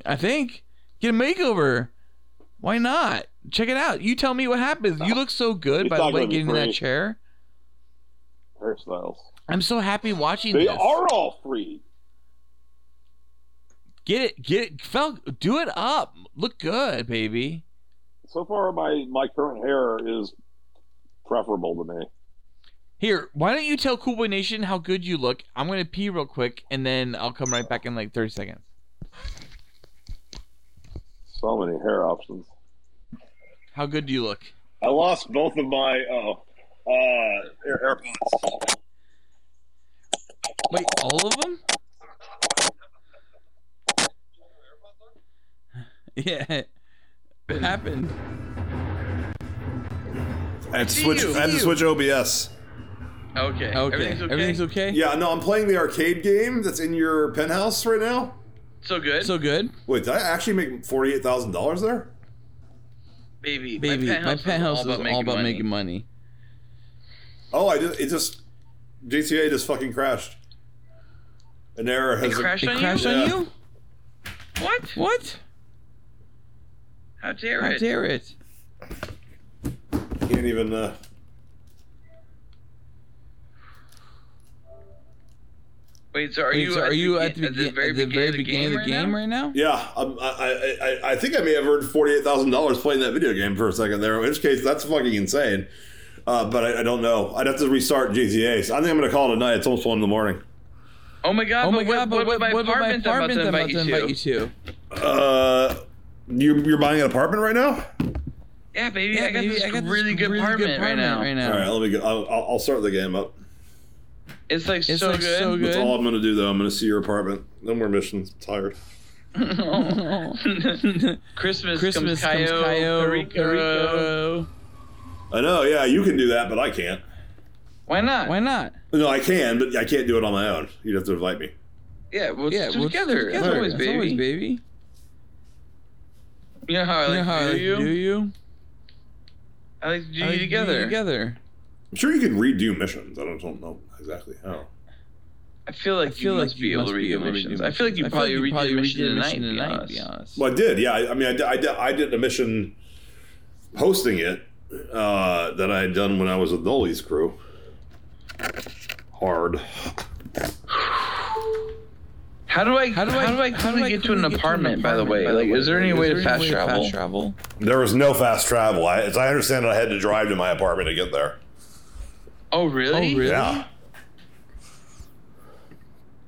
S7: I think. Get a makeover. Why not? Check it out. You tell me what happens. You look so good,
S4: It's
S7: by the
S4: not
S7: way,
S4: gonna be
S7: getting in that
S4: free.
S7: chair.
S4: Hairstyles.
S7: I'm so happy watching
S4: They
S7: this.
S4: are all free.
S7: Get it, get it, Fel- do it up. Look good, baby.
S4: So far, my my current hair is preferable to me.
S7: Here, why don't you tell Cool Boy Nation how good you look? I'm gonna pee real quick, and then I'll come right back in like 30 seconds.
S4: So many hair options.
S7: How good do you look?
S4: I lost both of my oh, uh, Air- AirPods.
S7: Wait, all of them? <laughs> yeah, it happened.
S10: I had to switch. I had to switch OBS.
S12: Okay.
S7: Okay,
S12: Everything's okay.
S7: Everything's okay?
S10: Yeah, no, I'm playing the arcade game that's in your penthouse right now.
S12: so good.
S7: So good.
S10: Wait, did I actually make forty eight thousand dollars there?
S12: baby,
S7: Baby,
S12: my
S7: my
S12: penthouse,
S7: penthouse
S12: is all about, making, money.
S7: making money.
S10: Oh, I just it just GTA just fucking crashed. An error
S12: It
S10: has.
S12: crashed
S7: It
S12: on
S7: crashed
S12: you?
S7: on
S10: Yeah.
S7: you?
S12: What?
S7: What?
S12: How dare
S7: How
S12: it?
S7: dare it?
S10: can't even. Uh,
S12: Wait, so are
S7: Wait,
S12: you
S7: so
S12: at
S7: are
S12: the
S7: you
S12: begin-
S7: at the, begin-
S12: very
S7: at the very beginning of the game
S12: now?
S7: right now?
S10: yeah, I'm, I, I I I think I may have earned forty eight thousand dollars playing that video game for a second there. In which case, that's fucking insane. Uh, but I, I don't know. I'd have to restart GTA. So I think I'm gonna call it a night. It's almost one in the morning.
S12: Oh my god,
S7: Oh my
S12: but
S7: god! But what,
S12: what, what,
S7: what
S12: what
S7: about my
S12: apartment
S7: apartment I'm
S12: I'm about to invite you to?
S7: you to?
S10: Uh, you you're buying an apartment right now?
S12: Yeah, baby, I got
S7: baby,
S12: this really good apartment right now.
S7: Right now.
S10: All right, let me go. I'll, I'll I'll start the game up.
S12: It's like
S7: It's
S12: so
S7: like
S12: good.
S7: so
S10: That's
S7: Good.
S10: all I'm gonna do though. I'm gonna see your apartment. No more missions. I'm tired.
S12: Christmas,
S7: Christmas
S12: comes Cayo,
S7: comes Cayo,
S12: Perico.
S7: Perico.
S10: I know. Yeah, you can do that, but I can't.
S12: Why not?
S7: Why not?
S10: No, I can, but I can't do it on my own. You'd have to invite me.
S12: Yeah, we'll
S7: Yeah,
S12: do
S7: we'll do
S12: together.
S7: it
S12: As
S7: together.
S12: always,
S7: As
S12: baby.
S7: always, baby.
S12: You know how I
S7: You
S12: like
S7: know how I
S12: to
S7: like
S12: do you?
S7: to do you?
S12: I like to do
S7: I like to
S12: you together.
S7: Together.
S10: I'm sure you can redo missions. I don't, don't know exactly how.
S12: I feel like
S7: I feel
S12: you
S7: like
S12: must be able to read
S7: redo
S12: missions. I feel like you
S7: I
S12: probably read
S7: probably
S12: the mission
S7: redid
S12: tonight.
S7: mission
S12: to be
S7: tonight,
S12: honest.
S7: be honest.
S10: Well, I did. Yeah. I, I mean, I, di- I, di- I did a mission hosting it uh, that I had done when I was with Nolly's crew. Hard.
S12: How do I? How do I? How do I
S7: how do I
S12: quickly get to an
S7: quickly get to an
S12: apartment? By the
S7: apartment,
S12: way,
S7: by the
S12: like,
S7: way?
S12: is there any
S7: Like,
S12: way
S7: is there
S12: to
S7: any
S12: fast
S7: way to
S12: travel?
S7: fast travel?
S10: There was no fast travel. I, as I understand it, I had to drive to my apartment to get there.
S12: Oh really?
S7: Oh, really?
S10: Yeah.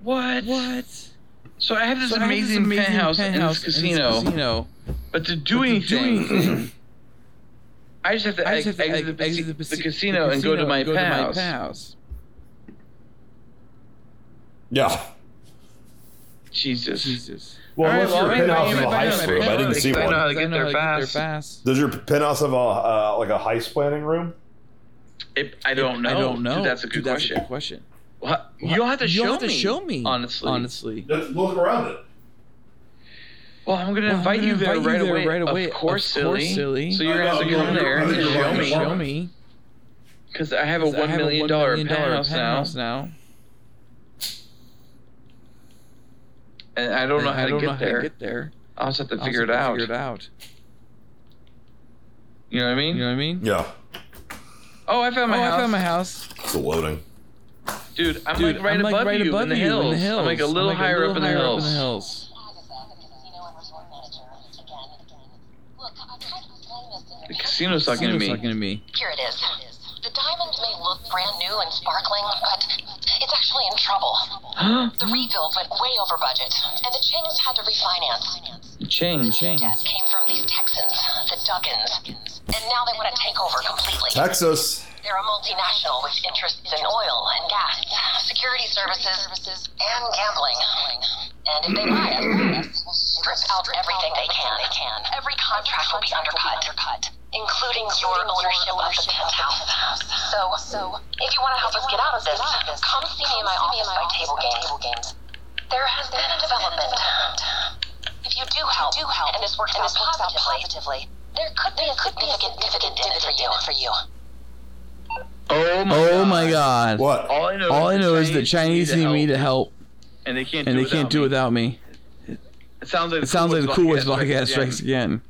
S12: What?
S7: What?
S12: So I have this
S7: So I have this
S12: amazing,
S7: penthouse
S12: penthouse, and this casino,
S7: casino.
S12: but to do anything, I just have to,
S7: I just have to
S12: exit,
S7: exit,
S12: the,
S7: exit the,
S12: pas- the
S7: pas-
S12: casino and go to my penthouse.
S10: Yeah.
S12: Jesus.
S7: Jesus.
S10: Well,
S12: All right,
S10: unless
S12: well,
S10: your
S12: maybe
S10: penthouse
S12: I-
S10: is a
S12: maybe I-
S10: heist
S12: maybe
S10: room. I
S12: I-
S10: didn't see
S12: maybe I-
S10: one.
S12: how to get there
S7: I know how to get there
S12: fast.
S7: fast.
S10: Does your penthouse have a uh, like a heist planning room?
S12: It, I don't know.
S7: I don't know.
S12: Dude, that's a good
S7: Dude, that's
S12: question.
S7: good question.
S12: Well, you'll have to show
S7: You'll have
S12: me.
S7: to show me.
S12: Honestly.
S7: honestly.
S14: Let's look around it.
S12: Well, I'm gonna
S7: Well, I'm
S12: invite
S7: gonna
S12: you there
S7: invite you
S12: right
S7: there
S12: away.
S7: right away.
S12: Of
S7: Of course,
S12: course, silly.
S7: silly.
S12: So you're gonna have to
S14: Oh,
S12: go
S14: no,
S12: in
S14: no,
S12: there
S14: no,
S12: and
S14: no, no,
S12: show
S14: no,
S12: me
S14: no.
S7: Show me.
S12: because I have a
S7: 'Cause I
S12: one
S7: have
S12: million
S7: $1
S12: dollar
S7: million penthouse
S12: penthouse now,
S7: now.
S12: and I don't know
S7: And I
S12: how to
S7: don't know
S12: get
S7: how to
S12: there.
S7: get there.
S12: I'll just have to
S7: I'll
S12: figure it
S7: have to
S12: out.
S7: Figure it out.
S12: You know what I
S7: You know
S12: mean?
S7: what I mean?
S14: Yeah,
S12: Oh, I found my
S7: oh, I found my
S12: house,
S7: house.
S14: it's loading.
S12: dude. I'm
S7: Dude,
S12: like right
S7: I'm like
S12: above
S7: right
S12: you
S7: above
S12: in the
S7: you in
S12: hills.
S7: the hills.
S12: I'm like a little
S7: I'm like
S12: higher up in the
S7: higher up in the
S12: hills.
S7: hills.
S12: The casino's talking to
S7: Someone's
S12: me.
S7: talking to me.
S9: Here it is. The diamond may look brand new and sparkling, but it's actually in trouble. The rebuild went way over budget, and the Chings had to refinance. The
S12: Change.
S9: new debt came from these Texans, the Duggins, and now they want to take over completely.
S14: Texas.
S9: They're a multinational with interests in oil and gas, security services, and gambling. And if they buy us, we'll strip out everything they can. Every contract will be undercut, including your ownership of the penthouse. So, so if you want to help us get out of this, come see me in my office by table games. There has been a development. If you do help, and this works out positively, there could be a significant dividend in it for you.
S12: Oh my.
S7: Oh my god.
S14: What?
S12: All I know,
S7: All I know
S12: the
S7: is the Chinese need me to help,
S12: and they can't.
S7: and
S12: do
S7: they can't do
S12: me.
S7: without me.
S12: It sounds like
S7: It sounds like the Cool West podcast
S12: again.
S7: strikes again.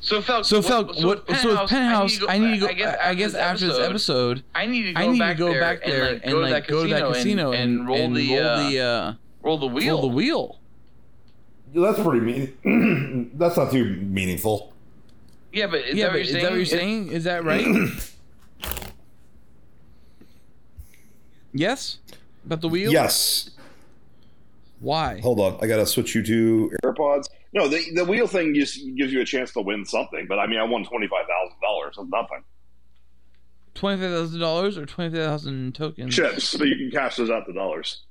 S12: So Felk.
S7: So,
S12: what-
S7: Felk, what? So with Penthouse, I need to go. I guess after this episode,
S12: I need to go,
S7: I need to
S12: back,
S7: go
S12: there
S7: back there
S12: and like, go, to that
S7: go to that
S12: casino
S7: casino
S12: and, roll the uh,
S7: roll the uh,
S12: roll the wheel.
S7: roll the wheel.
S14: Yeah, that's pretty
S4: <clears throat>
S14: mean. that's not too meaningful.
S12: Yeah, but is
S7: Yeah, but
S12: that what
S7: is
S12: you're
S7: that what you're
S12: saying?
S7: saying? Is that right?
S12: <coughs>
S7: yes. About the wheel.
S14: Yes.
S7: Why?
S14: Hold on, I gotta switch you to
S4: AirPods. No, the, the wheel thing just gives you a chance to win something. But I mean, I won twenty five thousand dollars. That's nothing.
S7: Twenty five thousand dollars or twenty five thousand tokens?
S4: Chips, but you can cash those out to dollars.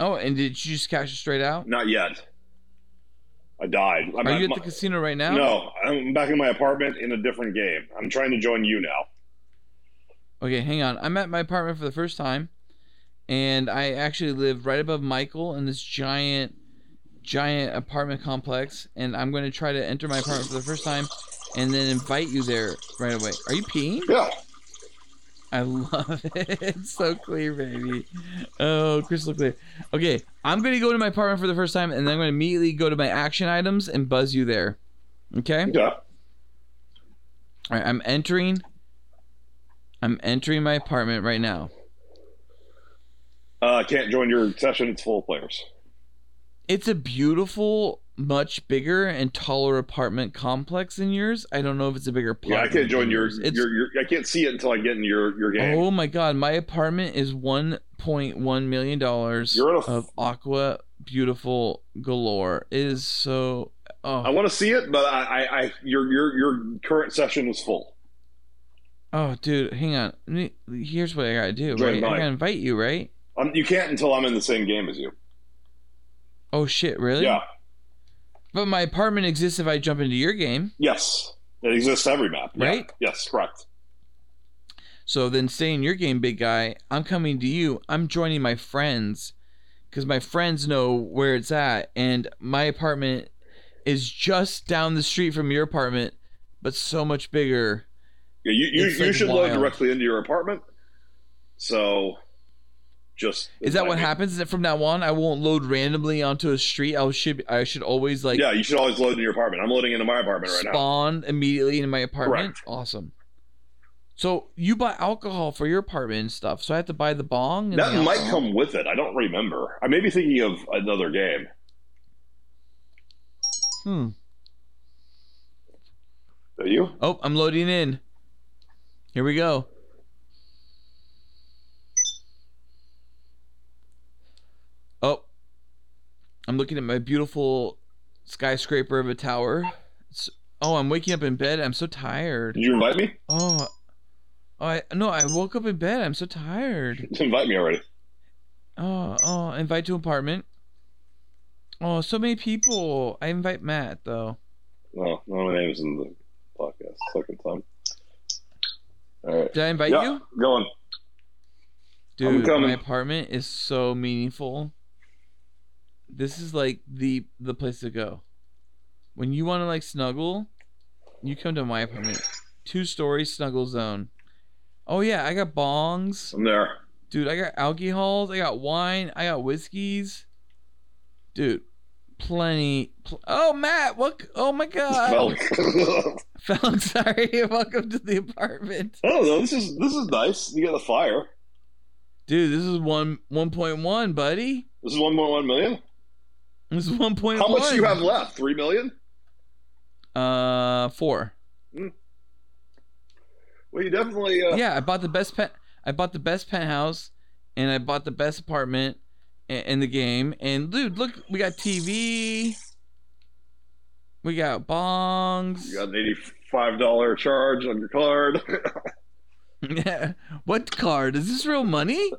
S7: Oh, and did you just cash it straight out?
S4: Not yet. I died. I'm
S7: Are
S4: at
S7: you at
S4: my-
S7: the casino right now?
S4: No, I'm back in my apartment in a different game. I'm trying to join you now.
S7: Okay, hang on. I'm at my apartment for the first time, and I actually live right above Michael in this giant, giant apartment complex. And I'm going to try to enter my apartment for the first time, and then invite you there right away. Are you peeing?
S4: Yeah.
S7: I <laughs> love it. It's so clear, baby. Oh, crystal clear. Okay, I'm going to go to my apartment for the first time, and then I'm going to immediately go to my action items and buzz you there. Okay.
S4: Yeah.
S7: All right, I'm entering. I'm entering my apartment right now.
S4: Uh, can't join your session. It's full of players.
S7: It's a beautiful, much bigger and taller apartment complex than yours. I don't know if it's a bigger.
S4: Yeah, I
S7: apartment
S4: can't join
S7: than
S4: your,
S7: It's,
S4: your, your. I can't see it until I get in your your game.
S7: oh my god, my apartment is one point one million dollars
S4: You're in a-
S7: of aqua beautiful galore. It is so. Oh,
S4: I want to see it, but I, I, I your your your current session is full.
S7: oh, dude, hang on. Let me- Here's what I gotta do.
S4: Join
S7: Right, I
S4: mine.
S7: gotta invite you, right?
S4: Um, you can't until I'm in the same game as you.
S7: Oh shit, really?
S4: Yeah.
S7: But my apartment exists if I jump into your game.
S4: Yes. It exists every map. Yeah.
S7: Right?
S4: Yes. Correct.
S7: So then stay in your game, big guy. I'm coming to you. I'm joining my friends because my friends know where it's at. And my apartment is just down the street from your apartment, but so much bigger.
S4: Yeah, you you,
S7: It's,
S4: you
S7: like,
S4: should
S7: wild.
S4: load directly into your apartment. So, just
S7: Is that what
S4: I mean,
S7: happens? Is that from now on I won't load randomly onto a street? I should I should always like
S4: yeah, you should always load in your apartment. I'm loading into my apartment right now.
S7: spawn immediately in my apartment.
S4: Correct.
S7: Awesome. So you buy alcohol for your apartment and stuff. So I have to buy the bong. And the
S4: That might
S7: alcohol?
S4: come with it. I don't remember. I may be thinking of another game.
S7: Hmm.
S4: Are you?
S7: Oh, I'm loading in. Here we go. Oh, I'm looking at my beautiful skyscraper of a tower. It's, oh, I'm waking up in bed. I'm so tired.
S4: Did you invite me? <laughs>
S7: Oh, oh, I no, I woke up in bed. I'm so tired.
S4: invite me already.
S7: Oh, oh, invite to apartment. Oh, so many people. I invite Matt though.
S4: No, no, my name's in the podcast. Second time. All right.
S7: Did I invite
S4: Yeah,
S7: you?
S4: Going.
S7: Dude,
S4: coming.
S7: my apartment is so meaningful. This is like the the place to go. When you want to like snuggle, you come to my apartment. Two story snuggle zone. Oh yeah, I got bongs.
S4: I'm there.
S7: Dude, I got alcohols, I got wine, I got whiskeys. Dude, plenty pl- Oh, Matt, what Oh my god. <laughs>
S4: Well, <laughs> I
S7: Felk, sorry. <laughs> Welcome to the apartment.
S4: don't know. This is this is nice. You got a fire.
S7: Dude, this is one 1.1, buddy.
S4: This is one point one million.
S7: This is 1.1.
S4: How much do you have left? Three million.
S7: Uh, four.
S4: Well, you definitely. Uh,
S7: Yeah, I bought the best pet. I bought the best penthouse, and I bought the best apartment i- in the game. And dude, look, we got TV. We got bongs.
S4: You got an eighty-five dollar charge on your card.
S7: <laughs> Yeah. what card? Is this real money?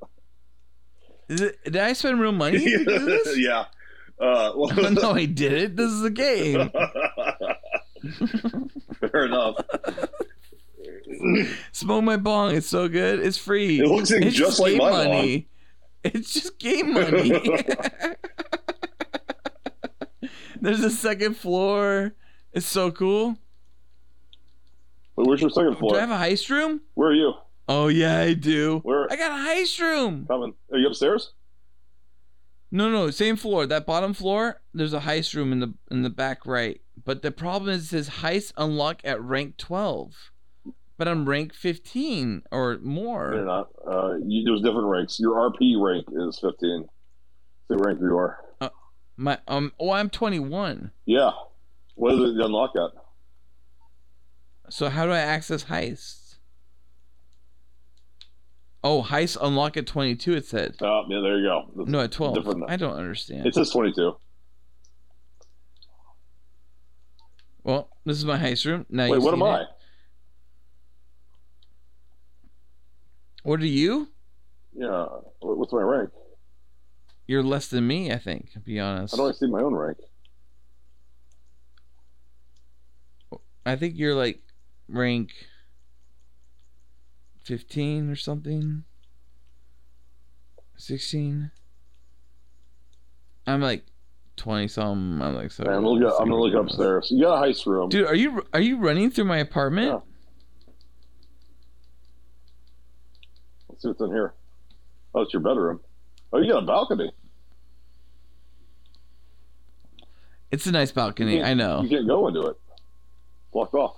S7: Is it, did I spend real
S4: <laughs>
S7: money? to do this?
S4: yeah. Uh, <laughs> well,
S7: <laughs> no, I did it. This is a game.
S4: <laughs> Fair enough.
S7: Smoke my bong. It's so good. It's free.
S4: It looks
S7: it's
S4: just like
S7: game
S4: my
S7: money. <laughs> It's just game money. <laughs> There's a second floor. It's so cool.
S4: Wait, where's your second
S7: Do I
S4: floor?
S7: have a heist room?
S4: Where are you?
S7: Oh yeah, I do.
S4: Where
S7: I got a heist room.
S4: coming? Are you upstairs?
S7: No, no, same floor. That bottom floor. There's a heist room in the in the back right. But the problem is, it says heist unlock at rank 12, but I'm rank 15 or more.
S4: You're not. Uh, you, there's different ranks. Your RP rank is fifteen. The rank you are.
S7: My um. Oh, I'm 21.
S4: Yeah. What is it you unlock at?
S7: So how do I access heists? Oh, heist unlock at 22. It said
S4: Oh, yeah, there you go.
S7: no at 12.
S4: Different.
S7: I don't understand.
S4: It says twenty-two.
S7: well, this is my heist room. Now
S4: Wait,
S7: you've
S4: what am
S7: seen
S4: I?
S7: it. What are you?
S4: Yeah. What- What's my rank?
S7: You're less than me, I think. To be honest,
S4: How do I see my own rank?
S7: I think you're like rank 15 or something. 16. I'm like 20 something. I'm like so.
S4: Man, I'm gonna look, I'm gonna look upstairs. You got a heist room.
S7: Dude, are you are you running through my apartment?
S4: Yeah. Let's see what's in here. Oh, it's your bedroom. Oh, you got a balcony.
S7: It's a nice balcony. I know.
S4: You can't go into it. Blocked off.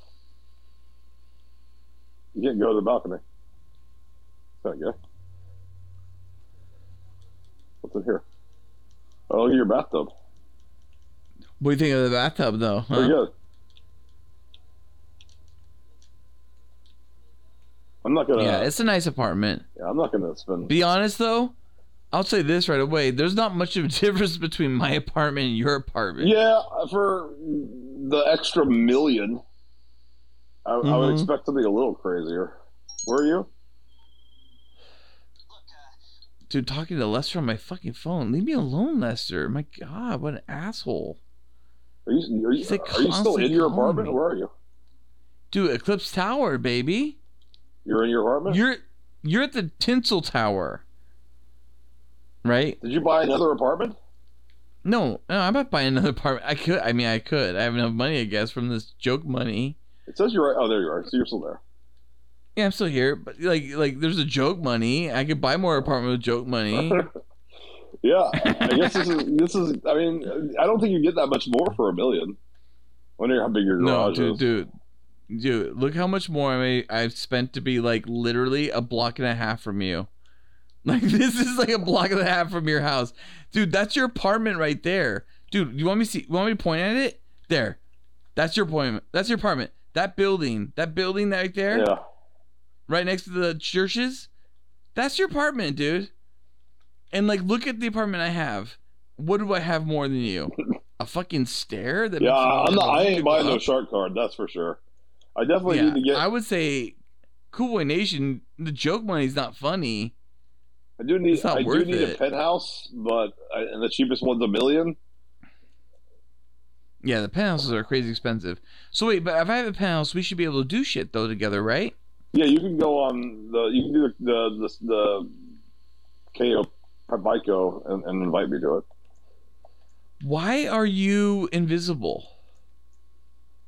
S4: You can't go to the balcony. There you go. What's in here? Oh, look at your bathtub.
S7: What do you think of the bathtub though? huh?
S4: Pretty good. I'm not gonna.
S7: Yeah, it's a nice apartment.
S4: yeah, I'm not gonna spend.
S7: Be honest though, I'll say this right away. There's not much of a <laughs> difference between my apartment and your apartment.
S4: Yeah, for the extra million, I, I would
S7: Mhm.
S4: expect something a little crazier. Where are you?
S7: Dude, talking to Lester on my fucking phone. Leave me alone, Lester. My God, what an asshole.
S4: Are you, are you,
S7: He's, like,
S4: are you still in
S7: constantly
S4: your
S7: calling
S4: apartment?
S7: me.
S4: Where are you?
S7: Dude, Eclipse Tower, baby.
S4: You're in your apartment?
S7: You're you're at the Tinsel Tower. Right?
S4: Did you buy another apartment?
S7: No, no, I'm not buying another apartment. I could I mean I could. I have enough money, I guess, from this joke money.
S4: It says you're right. Oh, there you are. So you're still there.
S7: Yeah, I'm still here, but like like there's a joke money. I could buy more apartment with joke money.
S4: Yeah, I guess this is this is. I mean, I don't think you get that much more for a million. Wonder how big your
S7: no,
S4: garage
S7: dude,
S4: is.
S7: dude. Dude, look how much more I may, I've spent to be like literally a block and a half from you. <laughs> Like this is like a block and a half from your house. Dude, that's your apartment right there. Dude, you want me to see you want me to point at it? There. That's your appointment. That's your apartment. That building. That building right there,
S4: Yeah,
S7: right next to the churches. That's your apartment, dude. And like look at the apartment I have. What do I have more
S4: <laughs>
S7: than you? A fucking stair that
S4: yeah.
S7: makes you
S4: I'm not. I
S7: wanna
S4: ain't buying no
S7: up?
S4: shark card. That's for sure. I definitely need to get.
S7: I would say Cool Boy Nation, the joke money's not funny.
S4: I do need.
S7: It's not
S4: I do
S7: worth
S4: need a
S7: it.
S4: penthouse, but I, and the cheapest one's a million.
S7: Yeah, the penthouses are crazy expensive. So wait, but if I have a penthouse, we should be able to do shit though together, right?
S4: Yeah, you can go on the you can do the the the, the KO Bico and, and invite me to it.
S7: Why are you invisible?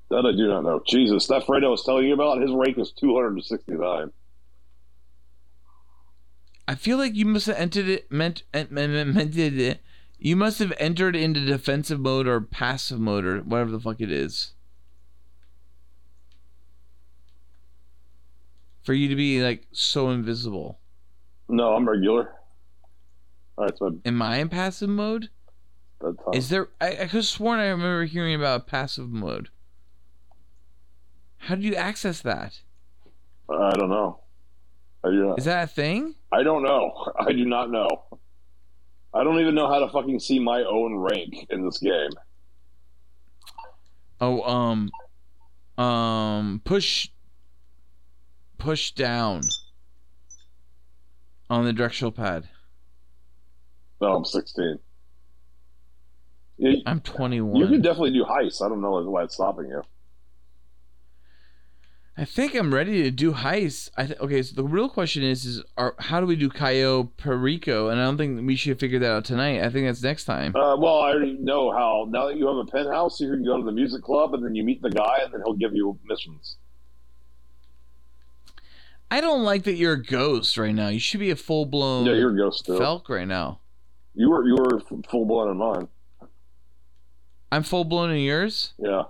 S4: That I do not know. Jesus, that Fredo I was telling you about, his rank is 269.
S7: I feel like you must have entered it, meant, eh, meant, meant, meant it. You must have entered into defensive mode or passive mode or whatever the fuck it is. For you to be like so invisible.
S4: No, I'm regular. All right, so
S7: Am I in passive mode?
S4: bedtime.
S7: Is there? I, I could have sworn I remember hearing about passive mode. How do you access that?
S4: I don't know. I do not.
S7: Is that a thing?
S4: I don't know. <laughs> I do not know. I don't even know how to fucking see my own rank in this game.
S7: Oh, um, um, push, push down on the directional pad.
S4: No, I'm 16. You,
S7: I'm
S4: you can
S7: 21.
S4: definitely do heists. I don't know why it's stopping you.
S7: I think I'm ready to do heists. I th- okay. So the real question is, is are, how do we do Cayo Perico? And I don't think we should figure that out tonight. I think that's next time.
S4: Uh, well, I already know how. Now that you have a penthouse, you can go to the music club and then you meet the guy and then he'll give you missions.
S7: I don't like that you're a ghost right now. You should be a full blown
S4: Yeah, you're a ghost still.
S7: Felk right now.
S4: You were you were full blown in mine.
S7: I'm full blown in yours.
S4: Yeah.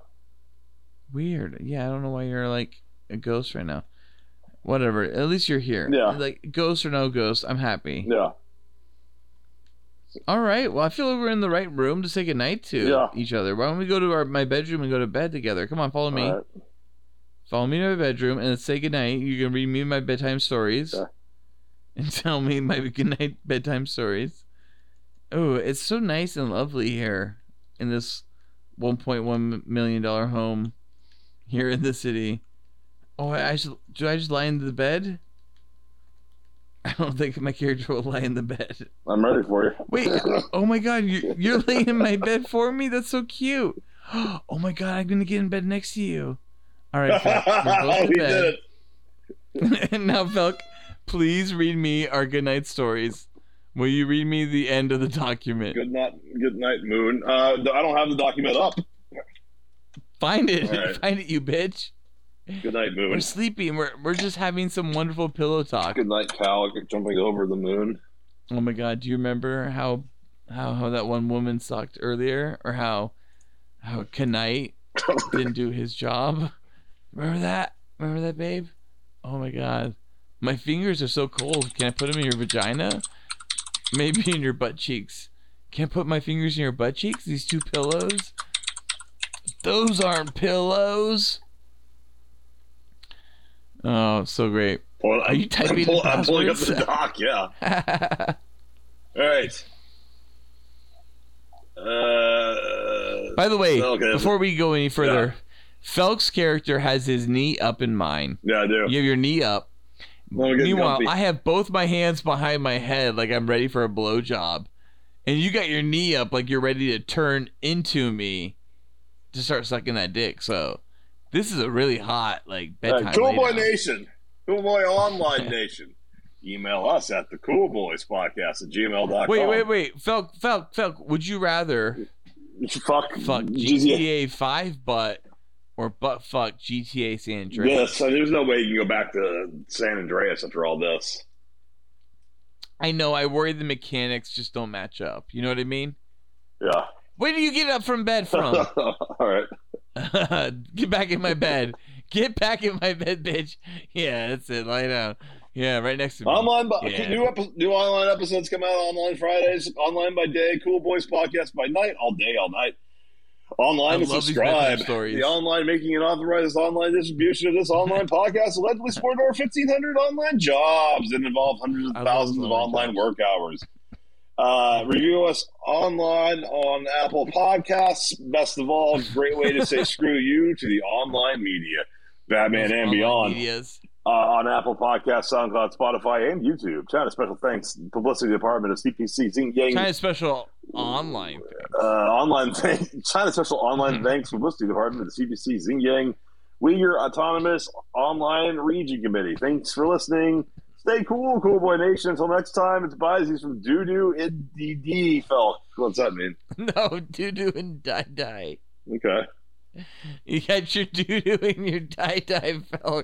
S7: Weird. Yeah, I don't know why you're like a ghost right now. Whatever. At least you're here.
S4: Yeah.
S7: Like ghost or no ghost, I'm happy.
S4: Yeah.
S7: All right. Well, I feel like we're in the right room to say goodnight to
S4: Yeah.
S7: each other. Why don't we go to our my bedroom and go to bed together? Come on, follow me.
S4: All right.
S7: Follow me to my bedroom and let's say goodnight. You can read me my bedtime stories.
S4: Okay.
S7: <laughs> And tell me my goodnight bedtime stories. Oh, it's so nice and lovely here in this 1.1 million dollar home here in the city. Oh, I I should do I just lie in the bed? <laughs> I don't think my character will lie in the bed.
S4: I'm ready for you. <laughs>
S7: Wait, oh my god, you you're laying in my bed for me? That's so cute. <gasps> Oh my god, I'm gonna get in bed next to you. All
S4: <laughs>
S7: right, Felk, we're both in
S4: we
S7: bed.
S4: did it.
S7: and <laughs> now, Felk, please read me our goodnight stories. Will you read me the end of the document?
S4: Good night, good night, Moon. Uh, I don't have the document up.
S7: Find it,
S4: All right.
S7: <laughs> find it, you bitch.
S4: Good night, Moon.
S7: We're sleepy and we're we're just having some wonderful pillow talk.
S4: Good night, Cal. Jumping over the moon.
S7: Oh my god, do you remember how how, how that one woman sucked earlier, or how how Knight didn't do his job? Remember that? Remember that, babe? Oh my god, my fingers are so cold. Can I put them in your vagina? Maybe in your butt cheeks. Can't put my fingers in your butt cheeks. These two pillows. Those aren't pillows. Oh, so great. <laughs>
S4: Well,
S7: Are you typing
S4: I'm, pull-
S7: the
S4: I'm pulling up the
S7: passwords?
S4: doc. Yeah. All right. Uh,
S7: By the way,
S4: Okay.
S7: before we go any further, Felk's character has his knee up in mine.
S4: yeah, I do.
S7: You have your knee up.
S4: Well, I'm getting
S7: Meanwhile,
S4: comfy.
S7: I have both my hands behind my head like I'm ready for a blowjob. And you got your knee up like you're ready to turn into me to start sucking that dick. So this is a really hot like
S4: All
S7: bedtime.
S4: right, Cool Boy
S7: laydown.
S4: Nation, Cool Boy Online Nation. Email us at the Cool Boys Podcast at gmail.com.
S7: Wait, wait, wait. Felk, Felk, Felk, would you rather
S4: Fuck,
S7: fuck GTA 5 butt or butt fuck GTA San Andreas?
S4: Yes, so there's no way you can go back to San Andreas after all this.
S7: I know. I worry the mechanics just don't match up. You know what I mean?
S4: Yeah.
S7: Where do you get up from bed
S4: <laughs>
S7: from? <laughs>
S4: all right.
S7: get back in my bed. Get back in my bed, bitch. Yeah, that's it. Lie down. Yeah, right next to me.
S4: Online, by,
S7: Yeah.
S4: new, epi- new online episodes come out online Fridays, online by day, Cool Boys Podcast by night, all day, all night.
S7: I
S4: Online and
S7: love these
S4: subscribe.
S7: bedtime stories.
S4: The online making an authorized online distribution of this
S7: <laughs>
S4: online podcast allegedly spurred over 1,500 online jobs and involved hundreds
S7: I
S4: of
S7: love
S4: thousands of
S7: online
S4: online work hours. Uh, review us online on Apple Podcasts. Best of all, great way to
S7: <laughs>
S4: say screw you to the online media, Batman
S7: Those
S4: and
S7: online
S4: beyond
S7: medias.
S4: uh, on Apple Podcasts, SoundCloud, Spotify, and YouTube. China special thanks to publicity department of CPC Zing Yang
S7: Kind of special online. <laughs>
S4: <laughs> uh, online thanks China special online thanks publicity department of CPC Zing Yang Uyghur Autonomous Online Region Committee. Thanks for listening. Stay cool, cool boy nation. Until next time, it's Bizees from Doo Doo and DD Felk. What's that mean?
S7: No, Doo Doo and Die Die.
S4: Okay.
S7: You got your <laughs> Doo Doo and your Die Die Felk.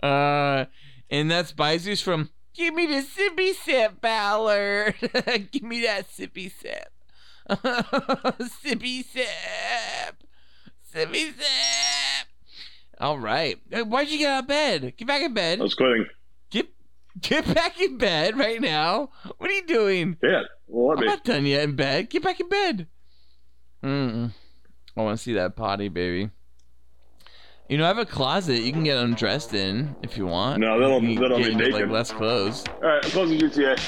S7: Uh, and that's Bizees from Give me the sippy sip, Ballard. <laughs> Give me that sippy sip. <laughs> sippy sip. Sippy sip. All right. Hey, Why'd you get out of bed? Get back in bed.
S4: I was quitting.
S7: Get get back in bed right now. What are you doing?
S4: Yeah. Well, let
S7: I'm <laughs>
S4: me.
S7: not done yet in bed. Get back in bed. Mm. I want to see that potty, baby. You know, I have a closet you can get undressed in if you want.
S4: No, that'll-
S7: You can
S4: that'll
S7: get
S4: be
S7: into, Like
S4: naked.
S7: less clothes.
S4: All right, I'm closing GTA.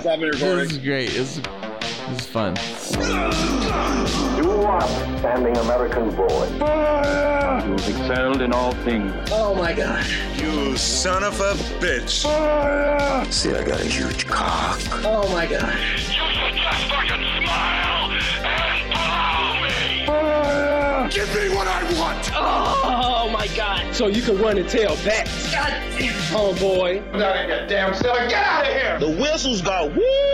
S4: Stop it recording.
S7: This is great. This is, this is fun.
S15: You are a standing American boy.
S16: You have excelled in all things.
S15: Oh my God.
S1: You son of a bitch.
S4: Ah,
S15: See, I got a huge cock.
S1: Oh my god.
S3: Give me what I want!
S1: Oh my god. So you can run and tail back. God damn. Oh boy.
S3: Get out of here, damn self! Get out of here! The whistles got woo!